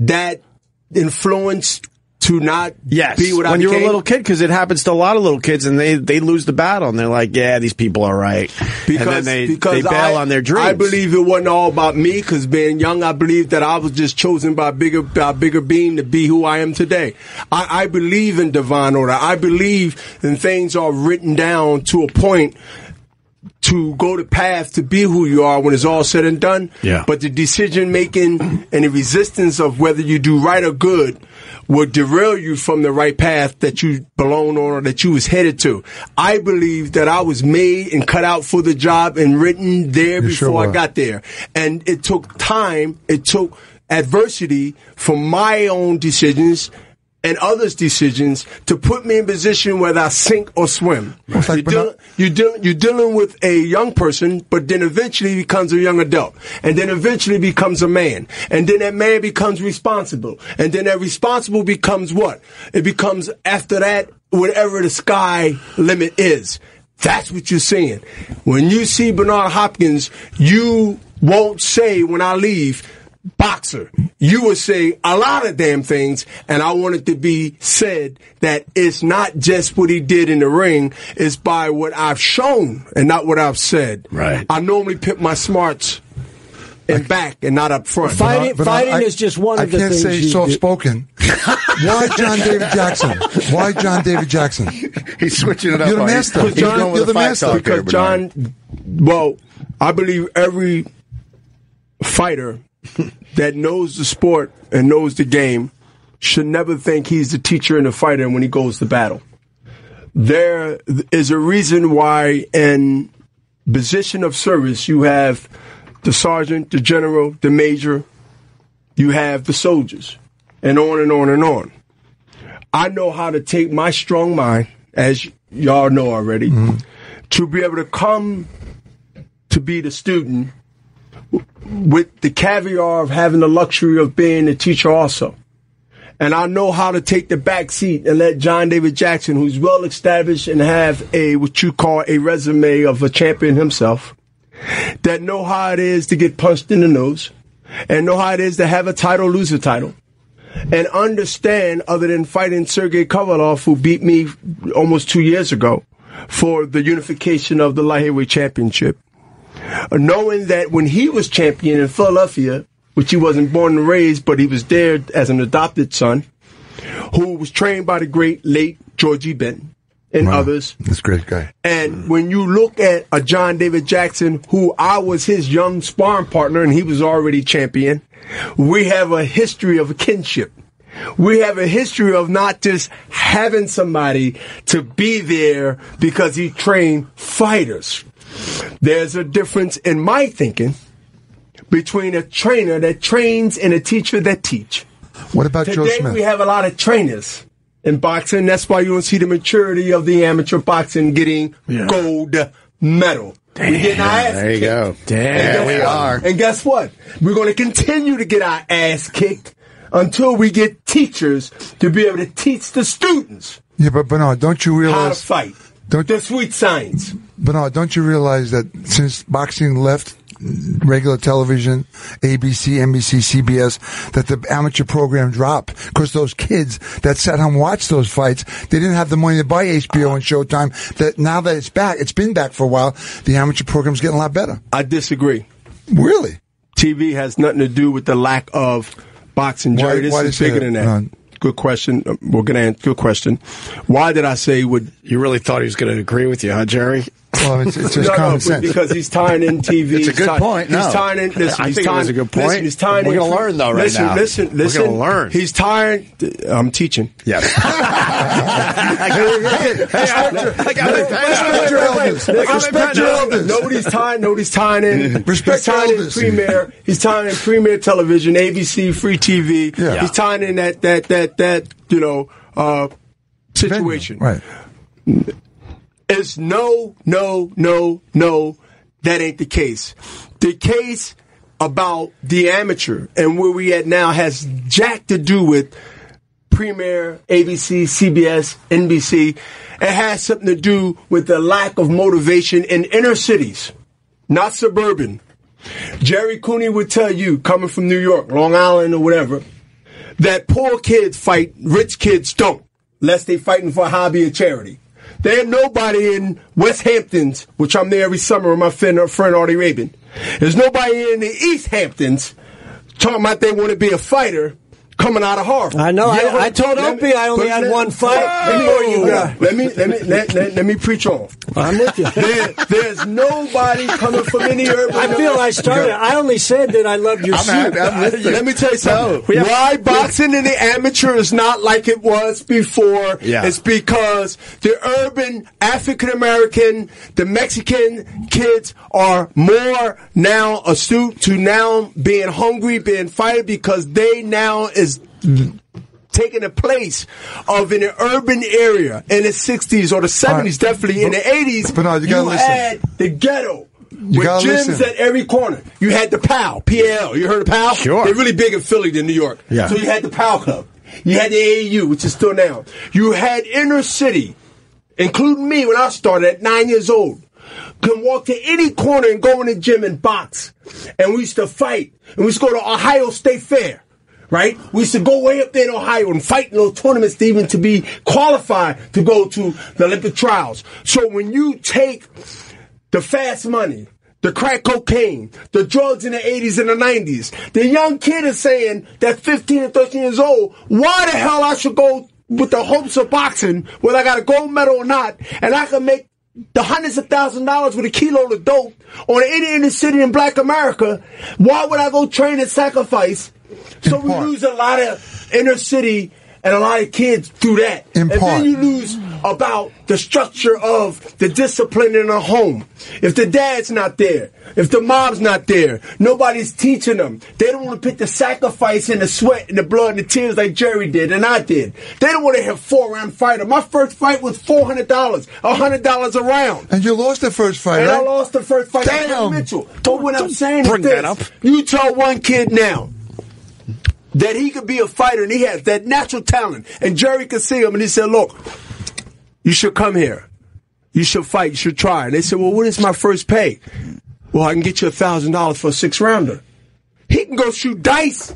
Speaker 6: that, influence to not
Speaker 2: Yes,
Speaker 6: be what
Speaker 2: when
Speaker 6: I
Speaker 2: you're a
Speaker 6: became?
Speaker 2: little kid, because it happens to a lot of little kids, and they, they lose the battle, and they're like, "Yeah, these people are right,"
Speaker 6: because,
Speaker 2: and then they they
Speaker 6: because
Speaker 2: bail
Speaker 6: I,
Speaker 2: on their dreams.
Speaker 6: I believe it wasn't all about me because being young, I believe that I was just chosen by bigger by bigger being to be who I am today. I, I believe in divine order. I believe in things are written down to a point to go the path to be who you are when it's all said and done.
Speaker 2: Yeah.
Speaker 6: But the decision making and the resistance of whether you do right or good will derail you from the right path that you belong on or that you was headed to. I believe that I was made and cut out for the job and written there
Speaker 5: You sure
Speaker 6: before I
Speaker 5: were.
Speaker 6: got there. And it took time, it took adversity from my own decisions and others' decisions to put me in position whether I sink or swim.
Speaker 5: It's like Bernard-
Speaker 6: You're, dealing, you're, dealing, you're dealing with a young person, but then eventually becomes a young adult. And then eventually becomes a man. And then that man becomes responsible. And then that responsible becomes what? It becomes, after that, whatever the sky limit is. That's what you're seeing. When you see Bernard Hopkins, you won't say, when I leave, boxer, you would say a lot of damn things, and I want it to be said that it's not just what he did in the ring, it's by what I've shown and not what I've said.
Speaker 2: Right.
Speaker 6: I normally pick my smarts and back and not up front.
Speaker 5: But I-
Speaker 3: Fighting,
Speaker 5: but I-
Speaker 3: fighting
Speaker 5: I-
Speaker 3: is just one
Speaker 5: I
Speaker 3: of the
Speaker 5: can't
Speaker 3: things
Speaker 5: say
Speaker 3: you
Speaker 5: soft
Speaker 3: do.
Speaker 5: spoken. Why John David Jackson? Why John David Jackson?
Speaker 4: He's switching it up.
Speaker 5: You're the
Speaker 4: on you.
Speaker 5: master.
Speaker 4: He's
Speaker 5: John,
Speaker 4: going with
Speaker 5: you're the
Speaker 4: fight
Speaker 5: master.
Speaker 4: talk here,
Speaker 6: because
Speaker 4: Bernard.
Speaker 6: John, well, I believe every fighter that knows the sport and knows the game should never think he's the teacher and the fighter when he goes to battle. There is a reason why in position of service you have the sergeant, the general, the major, you have the soldiers, and on and on and on. I know how to take my strong mind, as y'all know already, to be able to come to be the student with the caviar of having the luxury of being the teacher also. And I know how to take the back seat and let John David Jackson, who's well established and have a what you call a resume of a champion himself, that know how it is to get punched in the nose, and know how it is to have a title, lose a title and understand other than fighting Sergey Kovalov, who beat me almost two years ago for the unification of the light heavyweight championship. Uh, Knowing that when he was champion in Philadelphia, which he wasn't born and raised, but he was there as an adopted son, who was trained by the great late Georgie Benton and others.
Speaker 5: This great guy.
Speaker 6: And when you look at a John David Jackson, who I was his young sparring partner and he was already champion, we have a history of kinship. We have a history of not just having somebody to be there because he trained fighters. There's a difference in my thinking between a trainer that trains and a teacher that teach.
Speaker 5: What about Joe
Speaker 6: Today
Speaker 5: Smith?
Speaker 6: we have a lot of trainers in boxing. That's why you don't see the maturity of the amateur boxing getting gold medal. We're getting our ass
Speaker 4: There you
Speaker 6: kicked.
Speaker 4: go.
Speaker 2: Damn.
Speaker 6: And
Speaker 4: Yeah,
Speaker 6: guess
Speaker 4: we
Speaker 6: what?
Speaker 4: are.
Speaker 6: And guess what? We're going to continue to get our ass kicked until we get teachers to be able to teach the students
Speaker 5: Yeah, but Bernard, don't you
Speaker 6: how to
Speaker 5: realize?
Speaker 6: fight.
Speaker 5: Don't-
Speaker 6: the sweet science.
Speaker 5: Bernard, don't you realize that since boxing left regular television, ABC, NBC, CBS, that the amateur program dropped because those kids that sat home and watched those fights, they didn't have the money to buy HBO and Showtime. That now that it's back, it's been back for a while. The amateur program's getting a lot better.
Speaker 6: I disagree.
Speaker 5: Really?
Speaker 6: TV has nothing to do with the lack of boxing. Jerry,
Speaker 5: Why-
Speaker 6: this
Speaker 5: why
Speaker 6: is
Speaker 5: do you Uh-huh. say
Speaker 6: bigger than
Speaker 5: that,
Speaker 6: that.
Speaker 5: Ron?
Speaker 6: Good question. Uh, We're gonna answer, good question. Why did I say would
Speaker 2: You really thought he was going to agree with you, huh, Jerry?
Speaker 5: Well, it's, it's just
Speaker 6: no,
Speaker 5: common
Speaker 6: no,
Speaker 5: sense.
Speaker 6: because he's tying in TV.
Speaker 4: It's a
Speaker 6: he's
Speaker 4: good
Speaker 6: tying-
Speaker 4: point, no.
Speaker 6: He's tying in. Listen,
Speaker 2: I
Speaker 6: he's
Speaker 2: think it
Speaker 6: tying,
Speaker 2: was a good
Speaker 6: Listen,
Speaker 2: point.
Speaker 6: he's tying
Speaker 2: We're
Speaker 6: in-
Speaker 2: gonna learn, though, right
Speaker 6: listen,
Speaker 2: now. We're
Speaker 6: Listen,
Speaker 2: gonna
Speaker 6: listen,
Speaker 2: learn.
Speaker 6: He's tying. I'm teaching.
Speaker 2: Yes.
Speaker 5: Respect your elders. Respect your elders.
Speaker 6: Nobody's tying. Nobody's tying in.
Speaker 5: Respect
Speaker 6: he's tying in
Speaker 5: elders.
Speaker 6: premier. He's tying in premier television, ABC, free TV.
Speaker 5: Yeah.
Speaker 6: He's tying in that that that that you know uh, situation.
Speaker 5: Right.
Speaker 6: It's no, no, no, no. That ain't the case. The case about the amateur and where we at now has jack to do with Premier, ABC, CBS, NBC. It has something to do with the lack of motivation in inner cities, not suburban. Jerry Cooney would tell you, coming from New York, Long Island, or whatever, that poor kids fight, rich kids don't, lest they fighting for a hobby or charity. There ain't nobody in West Hamptons, which I'm there every summer with my friend, friend Artie Rabin. There's nobody in the East Hamptons talking about they want to be a fighter coming out of Harvard.
Speaker 3: I know. I-
Speaker 6: You ever-
Speaker 3: I told
Speaker 6: let me-
Speaker 3: Opie I only
Speaker 6: but
Speaker 3: had
Speaker 6: let-
Speaker 3: one fight.
Speaker 6: Let me,
Speaker 3: Whoa.
Speaker 6: hold on. let me, let me, let, let- let me preach on.
Speaker 3: I'm with you.
Speaker 6: There, there's nobody coming from any urban.
Speaker 3: I feel I started. I only said that I loved your
Speaker 4: I'm
Speaker 3: suit.
Speaker 4: happy. I'm with you.
Speaker 6: Let me tell you something.
Speaker 2: we have-
Speaker 6: Why boxing in the amateur is not like it was before
Speaker 2: Yeah.
Speaker 6: is because the urban African American, the Mexican kids are more now astute to now being hungry, being fighting because they now is taking the place of in an urban area in the 60s or the 70s,
Speaker 5: All right.
Speaker 6: definitely in the 80s.
Speaker 5: but no, you gotta listen.
Speaker 6: had the ghetto. with gyms
Speaker 5: gotta listen.
Speaker 6: at every corner. You had the PAL, PL. You heard of PAL?
Speaker 2: Sure.
Speaker 6: They're really big in Philly than New York.
Speaker 2: Yeah.
Speaker 6: So you had the PAL Club. You had the AAU, which is still now. You had inner city, including me when I started at nine years old. Can walk to any corner and go in the gym and box. And we used to fight. And we used to go to Ohio State Fair. Right? We used to go way up there in Ohio and fight in those tournaments to even to be qualified to go to the Olympic trials. So when you take the fast money, the crack cocaine, the drugs in the 80s and the 90s. The young kid is saying that 15 and 13 years old, why the hell I should go with the hopes of boxing, whether I got a gold medal or not, and I can make the hundreds of thousand dollars with a kilo of dope on any inner city in black America. Why would I go train and sacrifice? So we
Speaker 5: part.
Speaker 6: lose a lot of inner city and a lot of kids through that.
Speaker 5: In
Speaker 6: and then
Speaker 5: part.
Speaker 6: you lose about the structure of the discipline in a home. If the dad's not there, if the mom's not there, nobody's teaching them. They don't want to put the sacrifice and the sweat and the blood and the tears like Jerry did and I did. They don't want to have four round fighter. My first fight was four hundred dollars, hundred dollars a round.
Speaker 5: And you lost the first fight,
Speaker 6: And I
Speaker 5: right?
Speaker 6: lost the first fight to Frank
Speaker 5: Damn.
Speaker 6: Mitchell. But what I'm
Speaker 2: don't
Speaker 6: saying
Speaker 2: bring
Speaker 6: is this.
Speaker 2: that up.
Speaker 6: You tell one kid now that he could be a fighter and he has that natural talent. And Jerry could see him and he said, Look, you should come here. You should fight. You should try. And they said, Well, what is my first pay? Well, I can get you a thousand dollars for a six rounder. He can go shoot dice.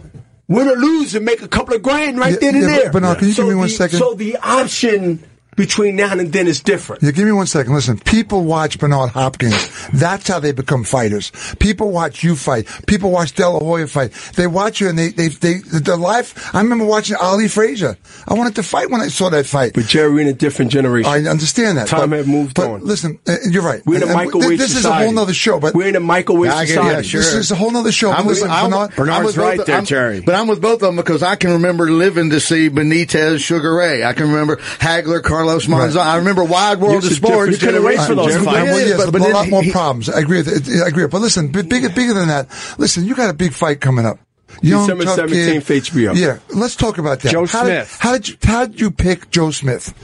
Speaker 6: Win or lose and make a couple of grand right
Speaker 5: Yeah,
Speaker 6: then and
Speaker 5: yeah, but-
Speaker 6: there.
Speaker 5: but now, can you
Speaker 6: so
Speaker 5: give me one
Speaker 6: the-
Speaker 5: second?
Speaker 6: So the option between now and then is different.
Speaker 5: Yeah, give me one second. Listen, people watch Bernard Hopkins. That's how they become fighters. People watch you fight. People watch De La Hoya fight. They watch you and they, they, they, the life. I remember watching Ali Frazier. I wanted to fight when I saw that fight.
Speaker 6: But Jerry in a different generation.
Speaker 5: I understand that.
Speaker 6: Time
Speaker 5: but-
Speaker 6: had moved
Speaker 5: but
Speaker 6: on.
Speaker 5: Listen, uh, you're right.
Speaker 6: We're in a
Speaker 5: And- and
Speaker 6: microwave
Speaker 5: This is a
Speaker 6: society.
Speaker 5: whole nother show, but
Speaker 6: we're in a microwave
Speaker 4: I get-
Speaker 6: society.
Speaker 4: yeah, sure.
Speaker 5: this is a whole nother show. But listen, Bernard,
Speaker 2: Bernard's
Speaker 4: with both
Speaker 2: right
Speaker 4: of-
Speaker 2: there,
Speaker 4: I'm-
Speaker 2: Jerry.
Speaker 4: But I'm with both of them because I can remember living to see Benitez, Sugar Ray. I can remember Hagler, Carlos Monzon. I remember Wide World
Speaker 2: It's
Speaker 4: of
Speaker 2: a
Speaker 4: Sports.
Speaker 2: different- you couldn't race for those
Speaker 4: Jerry.
Speaker 2: fights.
Speaker 4: Yeah,
Speaker 5: Well, yes,
Speaker 4: but- but
Speaker 5: a
Speaker 4: then
Speaker 5: lot more
Speaker 4: he-
Speaker 5: problems. I agree. With it. I agree. But listen, bi- bigger, bigger than that. Listen, you got a big fight coming up. Young,
Speaker 6: December
Speaker 5: tough
Speaker 6: 17th,
Speaker 5: kid.
Speaker 6: HBO.
Speaker 5: Yeah, let's talk about that.
Speaker 2: Joe
Speaker 5: how
Speaker 2: Smith.
Speaker 5: Did, how did you? How did you pick Joe Smith?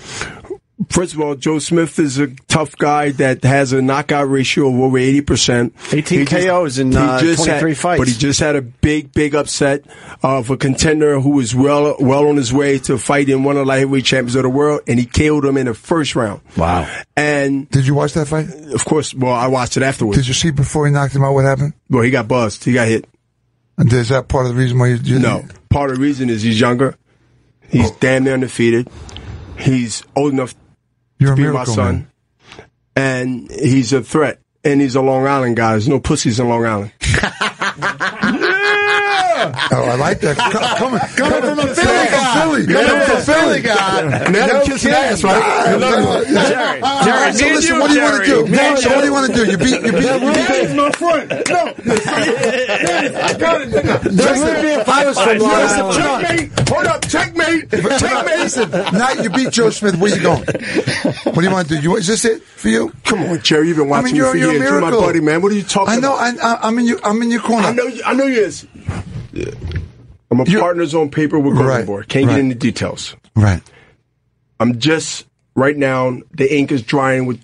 Speaker 6: First of all, Joe Smith is a tough guy that has a knockout ratio of over eighty percent.
Speaker 2: 18 KOs in, uh, 23 fights.
Speaker 6: but he just had a big, big upset of a contender who was well, well on his way to fighting one of the light heavyweight champions of the world, and he killed him in the first round.
Speaker 2: Wow.
Speaker 6: And
Speaker 5: Did you watch that fight?
Speaker 6: of course, well, I watched it afterwards.
Speaker 5: Did you see before he knocked him out what happened?
Speaker 6: well, he got buzzed. He got hit.
Speaker 5: And is that part of the reason why you, Oh. you
Speaker 6: No. Part of the reason is he's younger. He's damn near undefeated. He's old enough
Speaker 5: You're a
Speaker 6: be
Speaker 5: miracle
Speaker 6: my son.
Speaker 5: man.
Speaker 6: And he's a threat. And he's a Long Island guy. There's no pussies in Long Island.
Speaker 5: Oh, I like that. Coming, coming from a
Speaker 4: Philly guy.
Speaker 5: Philly.
Speaker 4: Coming
Speaker 5: Coming
Speaker 4: from
Speaker 5: from Philly
Speaker 4: guy.
Speaker 5: No
Speaker 6: Now
Speaker 5: kidding.
Speaker 6: kissing ass, right? You love it.
Speaker 5: Jerry, Jerry, so listen, what do you want to do? so what do you want to do? You beat, you beat, you beat.
Speaker 6: my friend. No, I got it.
Speaker 5: There would be a fight from Long Island.
Speaker 6: Checkmate. Hold up. Checkmate.
Speaker 5: Listen, now you beat Joe Smith. Where you going? What do you want to do? You, is this it for you?
Speaker 6: Come on, Jerry. You've been
Speaker 5: I
Speaker 6: watching
Speaker 5: mean, you're,
Speaker 6: me for
Speaker 5: you're a
Speaker 6: years. You're
Speaker 5: miracle.
Speaker 6: my buddy, man. What are you talking
Speaker 5: I know.
Speaker 6: about?
Speaker 5: I, I, I'm in your. I'm in your corner.
Speaker 6: I know. you- I know you is. I'm a
Speaker 5: You're-
Speaker 6: partner's on paper with Golden
Speaker 5: Right,
Speaker 6: Board. Can't
Speaker 5: right.
Speaker 6: get into details.
Speaker 5: Right.
Speaker 6: I'm just right now. The ink is drying with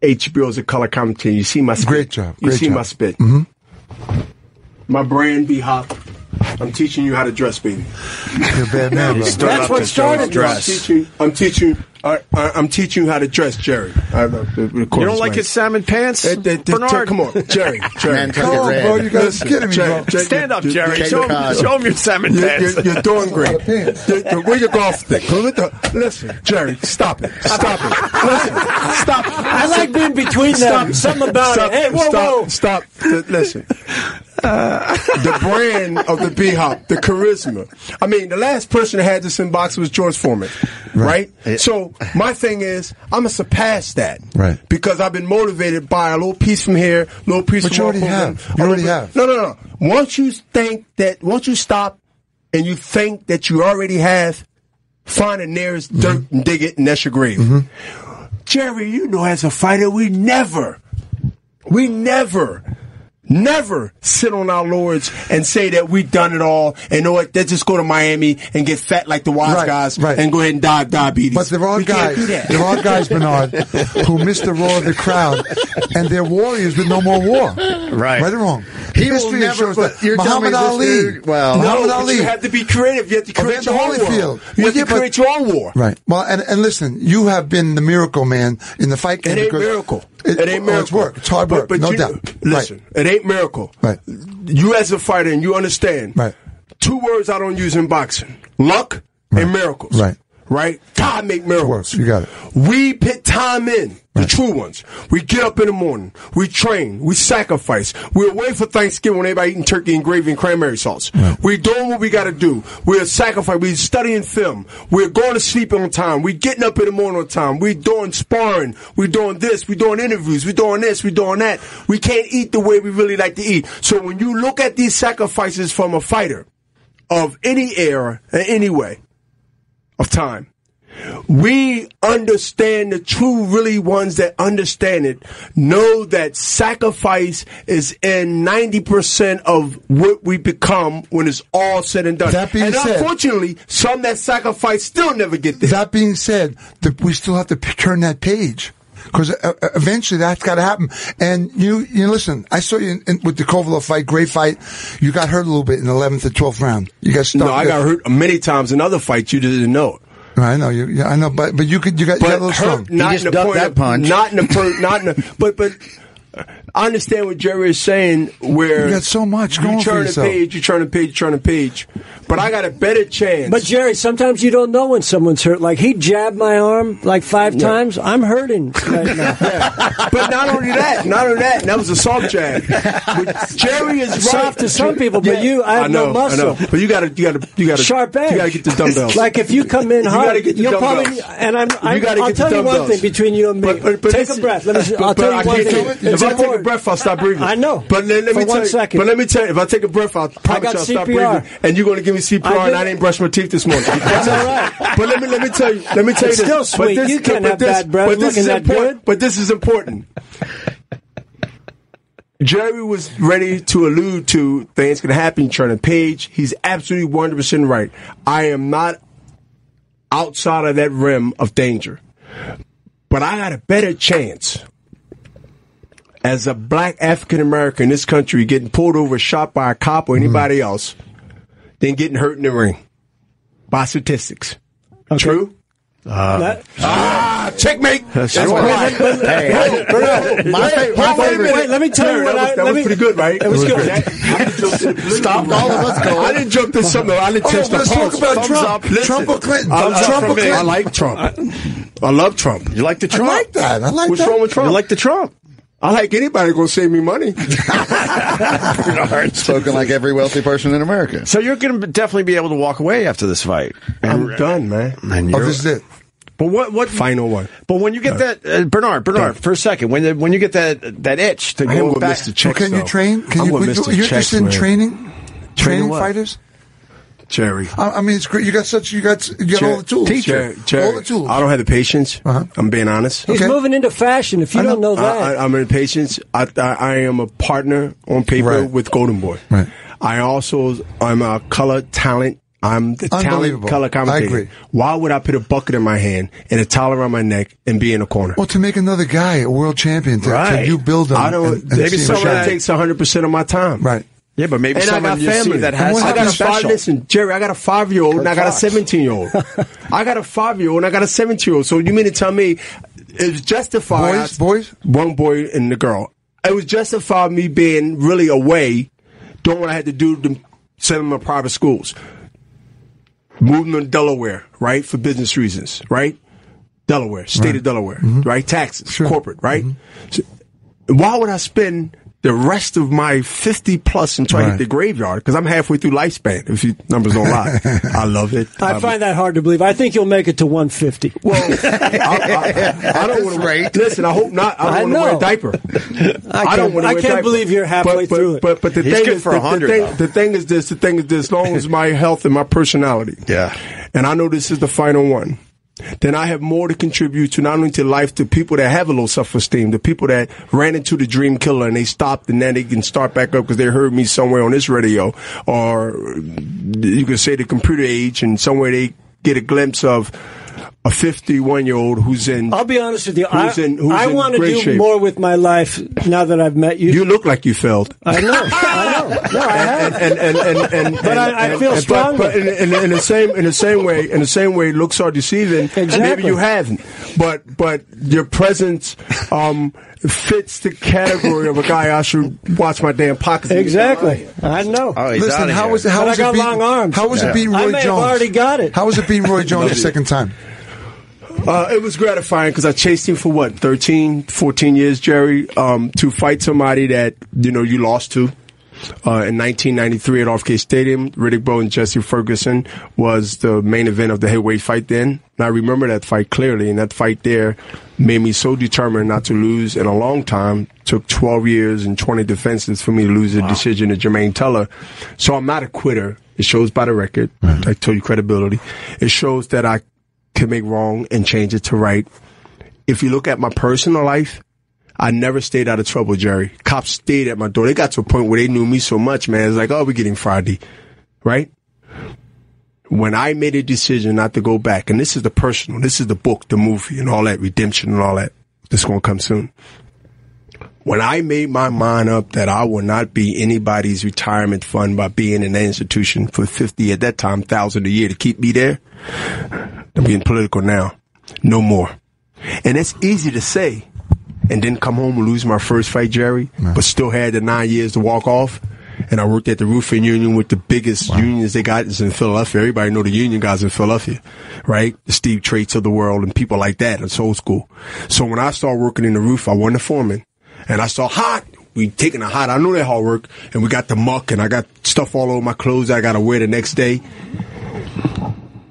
Speaker 6: HBO as a color commentator. You see my spit.
Speaker 5: Great job,
Speaker 6: You
Speaker 5: great
Speaker 6: see
Speaker 5: job.
Speaker 6: my spit. Mm-hmm. My brand be hot. I'm teaching you how to dress, baby.
Speaker 5: You're a bad man, bro.
Speaker 3: That's what started
Speaker 6: I'm teaching. I'm teaching. I, I, I'm teaching you how to dress, Jerry. I, don't know, the- the
Speaker 2: You
Speaker 6: chorus,
Speaker 2: don't like
Speaker 6: man.
Speaker 2: his salmon pants?
Speaker 6: That- that- that-
Speaker 2: Bernard,
Speaker 6: Come on, Jerry. Jerry.
Speaker 4: Man,
Speaker 5: Come
Speaker 4: Look at
Speaker 5: on,
Speaker 4: Red.
Speaker 5: bro. You guys
Speaker 6: Listen,
Speaker 5: are kidding me, bro.
Speaker 6: Jack-
Speaker 2: Stand up,
Speaker 6: Jack-
Speaker 2: Jerry.
Speaker 6: Jack-
Speaker 2: Show him,
Speaker 4: Jack-
Speaker 2: show him your salmon
Speaker 6: You're,
Speaker 2: pants.
Speaker 6: you're, you're doing great.
Speaker 5: pants.
Speaker 6: You're- you're- Where your golf stick? Look at the- Listen, Jerry, stop it. Stop it. Listen, stop it.
Speaker 3: I like being between them. Something about
Speaker 6: stop,
Speaker 3: it. Hey, whoa,
Speaker 6: stop,
Speaker 3: whoa.
Speaker 6: Stop. Th- Listen. the brand of the B Hop, the charisma. I mean, the last person that had this in boxing was George Foreman, right? So my thing is, I'm gonna surpass that,
Speaker 5: Right.
Speaker 6: Because I've been motivated by a little piece from here, a little piece
Speaker 5: But
Speaker 6: from
Speaker 5: you already
Speaker 6: Mark Hogan,
Speaker 5: have. You
Speaker 6: a
Speaker 5: already
Speaker 6: little
Speaker 5: have.
Speaker 6: bit- No, no, no. Once you think that, once you stop and you think that you already have, find the
Speaker 5: Mm-hmm.
Speaker 6: nearest dirt and dig it, and that's your grave. Jerry, you know, as a fighter, we never, we never, never sit on our lords and say that we done it all. And you know what? Let's just go to Miami and get fat like the wise
Speaker 5: Right,
Speaker 6: guys
Speaker 5: right.
Speaker 6: and go ahead and die of diabetes.
Speaker 5: But there are
Speaker 6: we
Speaker 5: guys,
Speaker 6: Can't do that.
Speaker 5: there are guys, Bernard, who miss the roar of the crowd, and they're warriors with no more war.
Speaker 4: Right.
Speaker 5: right or wrong.
Speaker 4: He will
Speaker 5: History
Speaker 4: never
Speaker 5: shows
Speaker 4: put-
Speaker 5: that.
Speaker 4: you're telling me
Speaker 5: Muhammad Ali.
Speaker 4: this dude- well-
Speaker 6: No,
Speaker 5: Muhammad
Speaker 6: but
Speaker 5: Ali.
Speaker 6: you have to be creative. You have to create
Speaker 5: Evander
Speaker 6: your own
Speaker 5: Holyfield.
Speaker 6: world. You
Speaker 5: Well,
Speaker 6: have
Speaker 5: yeah,
Speaker 6: to
Speaker 5: but-
Speaker 6: create your own war.
Speaker 5: Right. Well, and, and listen, you have been the miracle man in the fight game.
Speaker 6: It ain't
Speaker 5: because-
Speaker 6: miracle. It, ain't miracle.
Speaker 5: oh, It's work. It's hard
Speaker 6: But-
Speaker 5: work.
Speaker 6: But,
Speaker 5: no
Speaker 6: you-
Speaker 5: doubt.
Speaker 6: Listen, it ain't miracle.
Speaker 5: Right.
Speaker 6: You as a fighter, and you understand.
Speaker 5: Right.
Speaker 6: Two words I don't use in boxing: luck and miracles.
Speaker 5: Right.
Speaker 6: Right. God make miracles.
Speaker 5: Works. You got it.
Speaker 6: We put time in, the true ones. We get up in the morning. We train. We sacrifice. We're away for Thanksgiving when everybody eating turkey and gravy and cranberry sauce. We're doing what we got to do. We're sacrificing. We're studying film. We're going to sleep on time. We're getting up in the morning on time. We're doing sparring. We're doing this. We're doing interviews. We're doing this. We're doing that. We can't eat the way we really like to eat. So when you look at these sacrifices from a fighter of any era, and any way of time, we understand the true, really ones that understand it know that sacrifice is in 90% of what we become when it's all said and done.
Speaker 5: That being
Speaker 6: and
Speaker 5: said-
Speaker 6: unfortunately, some that sacrifice still never get there.
Speaker 5: That being said, the, we still have to p- turn that page because uh, uh, eventually that's got to happen. And you, you listen. I saw you in, in, with the Kovalov fight. Great fight. You got hurt a little bit in the eleventh or twelfth round. You got stuck.
Speaker 6: no, I got hurt many times in other fights you didn't know. it.
Speaker 5: I know you. Yeah, I know. But but you could. You got, you got a little
Speaker 6: But
Speaker 5: strong.
Speaker 6: hurt, not
Speaker 4: just
Speaker 6: in the
Speaker 4: ducked
Speaker 6: point
Speaker 4: that
Speaker 6: of,
Speaker 4: punch.
Speaker 6: Not in the per, not in the, but but I understand what Jerry is saying. Where
Speaker 5: You got so much
Speaker 6: you
Speaker 5: going for
Speaker 6: turn a
Speaker 5: yourself.
Speaker 6: page, you turn a page, you turn a page. But I got a better chance.
Speaker 3: But Jerry, sometimes you don't know when someone's hurt. Like he jabbed my arm like five times. I'm hurting right now.
Speaker 6: But not only that, not only that, that was a soft jab. But Jerry is right.
Speaker 3: Soft to some people, but you- I have
Speaker 6: know,
Speaker 3: no muscle.
Speaker 6: I know. But you gotta, you gotta, you gotta,
Speaker 3: Sharp edge.
Speaker 6: You gotta get the dumbbells.
Speaker 3: Like if you come in
Speaker 6: You
Speaker 3: hard,
Speaker 6: gotta get the
Speaker 3: will
Speaker 6: dumbbells.
Speaker 3: probably. And I'm. I'm
Speaker 6: you gotta
Speaker 3: I'll
Speaker 6: get
Speaker 3: tell
Speaker 6: the
Speaker 3: you one
Speaker 6: dumbbells.
Speaker 3: thing between you and me.
Speaker 6: But, but, but
Speaker 3: take a
Speaker 6: listen-
Speaker 3: breath. Let me.
Speaker 6: but-
Speaker 3: I'll
Speaker 6: but
Speaker 3: tell
Speaker 6: I
Speaker 3: you one
Speaker 6: can't
Speaker 3: thing.
Speaker 6: do it.
Speaker 3: It's
Speaker 6: If I take a
Speaker 3: important.
Speaker 6: breath, I'll stop breathing.
Speaker 3: I know.
Speaker 6: But let, let me
Speaker 3: For one
Speaker 6: tell you,
Speaker 3: second.
Speaker 6: But let me tell you, if I take a breath, I'll promise
Speaker 3: got
Speaker 6: you I'll stop
Speaker 3: CPR.
Speaker 6: breathing. And you're gonna give me CPR,
Speaker 3: I
Speaker 6: and
Speaker 3: did-
Speaker 6: I didn't brush my teeth this morning. That's
Speaker 3: all right.
Speaker 6: But let me let me tell you, let me tell
Speaker 3: It's
Speaker 6: you
Speaker 3: still
Speaker 6: this. But
Speaker 3: sweet.
Speaker 6: this-
Speaker 3: You can't
Speaker 6: but
Speaker 3: have
Speaker 6: this-
Speaker 3: bad breath
Speaker 6: But this
Speaker 3: looking
Speaker 6: is
Speaker 3: that
Speaker 6: important.
Speaker 3: good.
Speaker 6: But this is important. Jerry was ready to allude to things can happen. Turn a page. He's absolutely one hundred percent right. I am not outside of that rim of danger. But I got a better chance as a black African American in this country getting pulled over, shot by a cop or anybody
Speaker 3: Mm-hmm.
Speaker 6: else than getting hurt in the ring by statistics. True? Uh,
Speaker 3: That-
Speaker 6: Ah, checkmate. That's,
Speaker 4: right. Hey, I- my favorite- my
Speaker 6: wait,
Speaker 4: favorite-
Speaker 6: wait, wait, let me tell you
Speaker 3: No,
Speaker 6: what
Speaker 3: that was-
Speaker 6: I.
Speaker 3: that
Speaker 6: let
Speaker 3: was
Speaker 6: me,
Speaker 3: pretty good,
Speaker 6: right? It was, good.
Speaker 4: Stopped all of us going.
Speaker 6: I didn't jump to something. I didn't
Speaker 5: Oh,
Speaker 6: test the
Speaker 5: let's talk
Speaker 6: pulse.
Speaker 5: about
Speaker 6: Thumbs
Speaker 5: Trump.
Speaker 6: up. Listen.
Speaker 5: Trump or Clinton?
Speaker 6: I- I-
Speaker 5: Trump or Clinton?
Speaker 6: I like Trump. I love Trump.
Speaker 2: You like the Trump?
Speaker 5: I like that. I like
Speaker 6: What's
Speaker 5: that.
Speaker 6: wrong with Trump?
Speaker 2: You like the Trump?
Speaker 6: I like anybody gonna save me money.
Speaker 4: Spoken like every wealthy person in America.
Speaker 2: So you're going to definitely be able to walk away after this fight.
Speaker 6: I'm done, man.
Speaker 2: And
Speaker 5: Oh,
Speaker 2: you're-
Speaker 5: this is it.
Speaker 2: but what? What?
Speaker 6: Final one.
Speaker 2: But when you get that, uh, Bernard, Bernard, for a second, when the, when you get that that itch to
Speaker 6: I am
Speaker 2: go
Speaker 6: with
Speaker 2: back,
Speaker 6: Mr. Checks.
Speaker 5: Can you
Speaker 6: though.
Speaker 5: train? Can
Speaker 6: I'm
Speaker 5: you?
Speaker 6: with
Speaker 5: you-
Speaker 6: Mr.
Speaker 5: You're
Speaker 6: Checks,
Speaker 5: interested in
Speaker 6: man.
Speaker 5: training? Training
Speaker 6: what?
Speaker 5: fighters?
Speaker 6: Jerry.
Speaker 5: I, I mean, it's great. You got such. You got. You got all the tools.
Speaker 6: Jerry, Jerry,
Speaker 5: All the tools.
Speaker 6: I don't have the patience.
Speaker 5: Uh-huh.
Speaker 6: I'm being honest.
Speaker 3: He's
Speaker 5: Okay.
Speaker 3: moving into fashion. If you
Speaker 5: I know-
Speaker 3: don't know that,
Speaker 6: I, Uh, I, I'm in patience. I, I, I am a partner on paper
Speaker 5: Right.
Speaker 6: with Golden Boy.
Speaker 5: Right.
Speaker 6: I also I'm a color talent. I'm the talent
Speaker 5: Unbelievable.
Speaker 6: color commentator.
Speaker 5: I agree.
Speaker 6: Why would I put a bucket in my hand and a towel around my neck and be in a corner?
Speaker 5: Well, to make another guy a world champion, to, to
Speaker 2: Right.
Speaker 5: you build him.
Speaker 6: I don't.
Speaker 5: and- and
Speaker 6: maybe
Speaker 5: see him
Speaker 6: someone
Speaker 5: shine.
Speaker 6: that takes 100 percent of my time.
Speaker 5: Right.
Speaker 2: yeah, but maybe
Speaker 6: And I got
Speaker 2: someone you
Speaker 6: family
Speaker 2: see that has
Speaker 5: What
Speaker 6: I got
Speaker 2: something
Speaker 6: a five.
Speaker 2: special.
Speaker 6: Listen, Jerry, I got a five year old and I got a
Speaker 2: Fox.
Speaker 6: seventeen year old. I got a five year old and I got a seventeen year old. So you mean to tell me it's justified?
Speaker 5: Boys, boys?
Speaker 6: one boy and the girl. It was justified me being really away, doing what I had to do to send them to private schools. Moved them to Delaware, right, for business reasons, right? Delaware, state of Delaware, right? Taxes, corporate, right? So why would I spend the rest of my 50 plus until I hit
Speaker 5: Right.
Speaker 6: the graveyard? Because I'm halfway through lifespan, if you numbers don't lie. I love it.
Speaker 3: I
Speaker 6: Um,
Speaker 3: find that hard to believe. I think you'll make it to 150.
Speaker 6: well, I, I, I don't want to
Speaker 4: rate.
Speaker 6: Listen, I hope not. I
Speaker 3: I
Speaker 6: don't want to
Speaker 3: know.
Speaker 6: wear a diaper. I,
Speaker 3: can't-
Speaker 6: don't want
Speaker 3: I
Speaker 6: to wear a
Speaker 3: can't
Speaker 6: diaper.
Speaker 3: believe you're halfway
Speaker 6: but, but,
Speaker 3: through it.
Speaker 6: But, but the
Speaker 2: He's
Speaker 6: thing
Speaker 2: good
Speaker 6: is,
Speaker 2: for
Speaker 6: the,
Speaker 2: 100
Speaker 6: the,
Speaker 2: though.
Speaker 6: thing, the thing is this. The thing is this. As long as my health and my personality.
Speaker 2: Yeah.
Speaker 6: And I know this is the final one. Then I have more to contribute to not only to life, to people that have a low self esteem, the people that ran into the dream killer and they stopped and then they can start back up because they heard me somewhere on this radio or you can say the computer age and somewhere they get a glimpse of a 51 year old who's in.
Speaker 3: I'll be honest with you.
Speaker 6: Who's
Speaker 3: I,
Speaker 6: in- who's
Speaker 3: I
Speaker 6: in
Speaker 3: want to
Speaker 6: great
Speaker 3: do
Speaker 6: shape?
Speaker 3: more with my life now that I've met you.
Speaker 6: you look like you failed.
Speaker 3: I know. I know. No, I have.
Speaker 6: and and and and,
Speaker 3: But I- I
Speaker 6: and-
Speaker 3: feel
Speaker 6: and- but- But,
Speaker 3: strongly.
Speaker 6: in, in, in the same in the same way in the same way, looks are deceiving.
Speaker 3: Exactly.
Speaker 6: Maybe you haven't, but but your presence um, fits the category of a guy I should watch my damn pockets.
Speaker 3: Exactly. I know.
Speaker 4: Oh, he's
Speaker 5: Listen,
Speaker 4: outta
Speaker 5: how
Speaker 4: here.
Speaker 5: was it? How
Speaker 3: But I
Speaker 5: was it
Speaker 3: got
Speaker 5: beating?
Speaker 3: long arms.
Speaker 5: How was
Speaker 4: Yeah.
Speaker 5: it beating Roy
Speaker 3: I
Speaker 5: Jones?
Speaker 3: may have already got it.
Speaker 5: How was it beating Roy Jones the second time?
Speaker 6: Uh, it was gratifying because I chased him for what 13, 14 years, Jerry, um, to fight somebody that you know you lost to. Uh, in 1993 at RFK Stadium, Riddick Bowe and Jesse Ferguson was the main event of the heavyweight fight then. And I remember that fight clearly, and that fight there made me so determined not to lose in a long time. Took 12 years and 20 defenses for me to lose a decision to Jermaine Teller. So I'm not a quitter. It shows by the record. I told you credibility. It shows that I can make wrong and change it to right. If you look at my personal life, I never stayed out of trouble, Jerry. Cops stayed at my door. They got to a point where they knew me so much, man. It's like, oh, we're getting Friday, right? When I made a decision not to go back, and this is the personal, this is the book, the movie, and all that redemption and all that. This is gonna come soon. When I made my mind up that I will not be anybody's retirement fund by being in that institution for fifty at that time thousand a year to keep me there, I'm getting political now. No more. And it's easy to say. And then come home and lose my first fight, Jerry, but still had the nine years to walk off. And I worked at the roofing union with the biggest unions they got is in Philadelphia. Everybody know the union guys in Philadelphia, right? The Steve Traits of the world and people like that. It's old school. So when I started working in the roof, I wasn't a foreman. And I saw hot. We taking a hot. I know that hard work. And we got the muck and I got stuff all over my clothes I got to wear the next day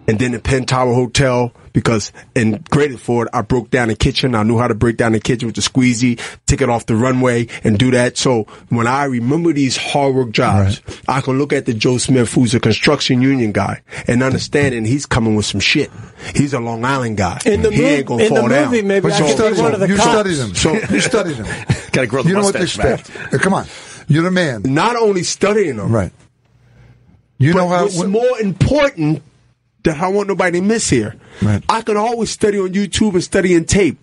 Speaker 6: and then the Penn Tower Hotel because and graded for it. I broke down the kitchen. I knew how to break down the kitchen with the squeezy, take it off the runway, and do that. So when I remember these hard work jobs, I can look at the Joe Smith, who's a construction union guy, and understanding he's coming with some shit. He's a Long Island guy.
Speaker 3: In the
Speaker 6: he ain't
Speaker 3: mov-
Speaker 6: gonna
Speaker 3: in the
Speaker 6: fall down.
Speaker 3: movie, maybe
Speaker 5: But
Speaker 3: I
Speaker 5: you
Speaker 3: could
Speaker 5: studied
Speaker 3: be one of the
Speaker 5: him. You
Speaker 3: cops.
Speaker 5: studied him.
Speaker 6: So-
Speaker 5: you studied him.
Speaker 2: Gotta grow the
Speaker 5: You know what to
Speaker 2: mustache back.
Speaker 5: expect. Uh, Come on, you're the man.
Speaker 6: Not only studying them,
Speaker 5: Right. You know
Speaker 6: but
Speaker 5: how.
Speaker 6: what's more important that I don't want nobody to miss here.
Speaker 5: Right.
Speaker 6: I can always study on YouTube and study in tape.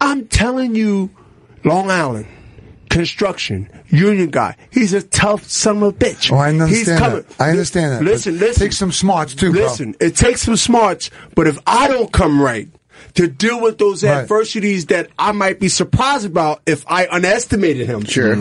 Speaker 6: I'm telling you, Long Island. Construction union guy. He's a tough son of a bitch.
Speaker 5: Oh, I understand
Speaker 6: He's
Speaker 5: that.
Speaker 6: coming.
Speaker 5: I understand that.
Speaker 6: Listen,
Speaker 5: But
Speaker 6: listen.
Speaker 5: take some smarts too, bro.
Speaker 6: Listen, it takes some smarts, but if I don't come right to deal with those
Speaker 5: Right.
Speaker 6: adversities that I might be surprised about if I underestimated him,
Speaker 4: Sure.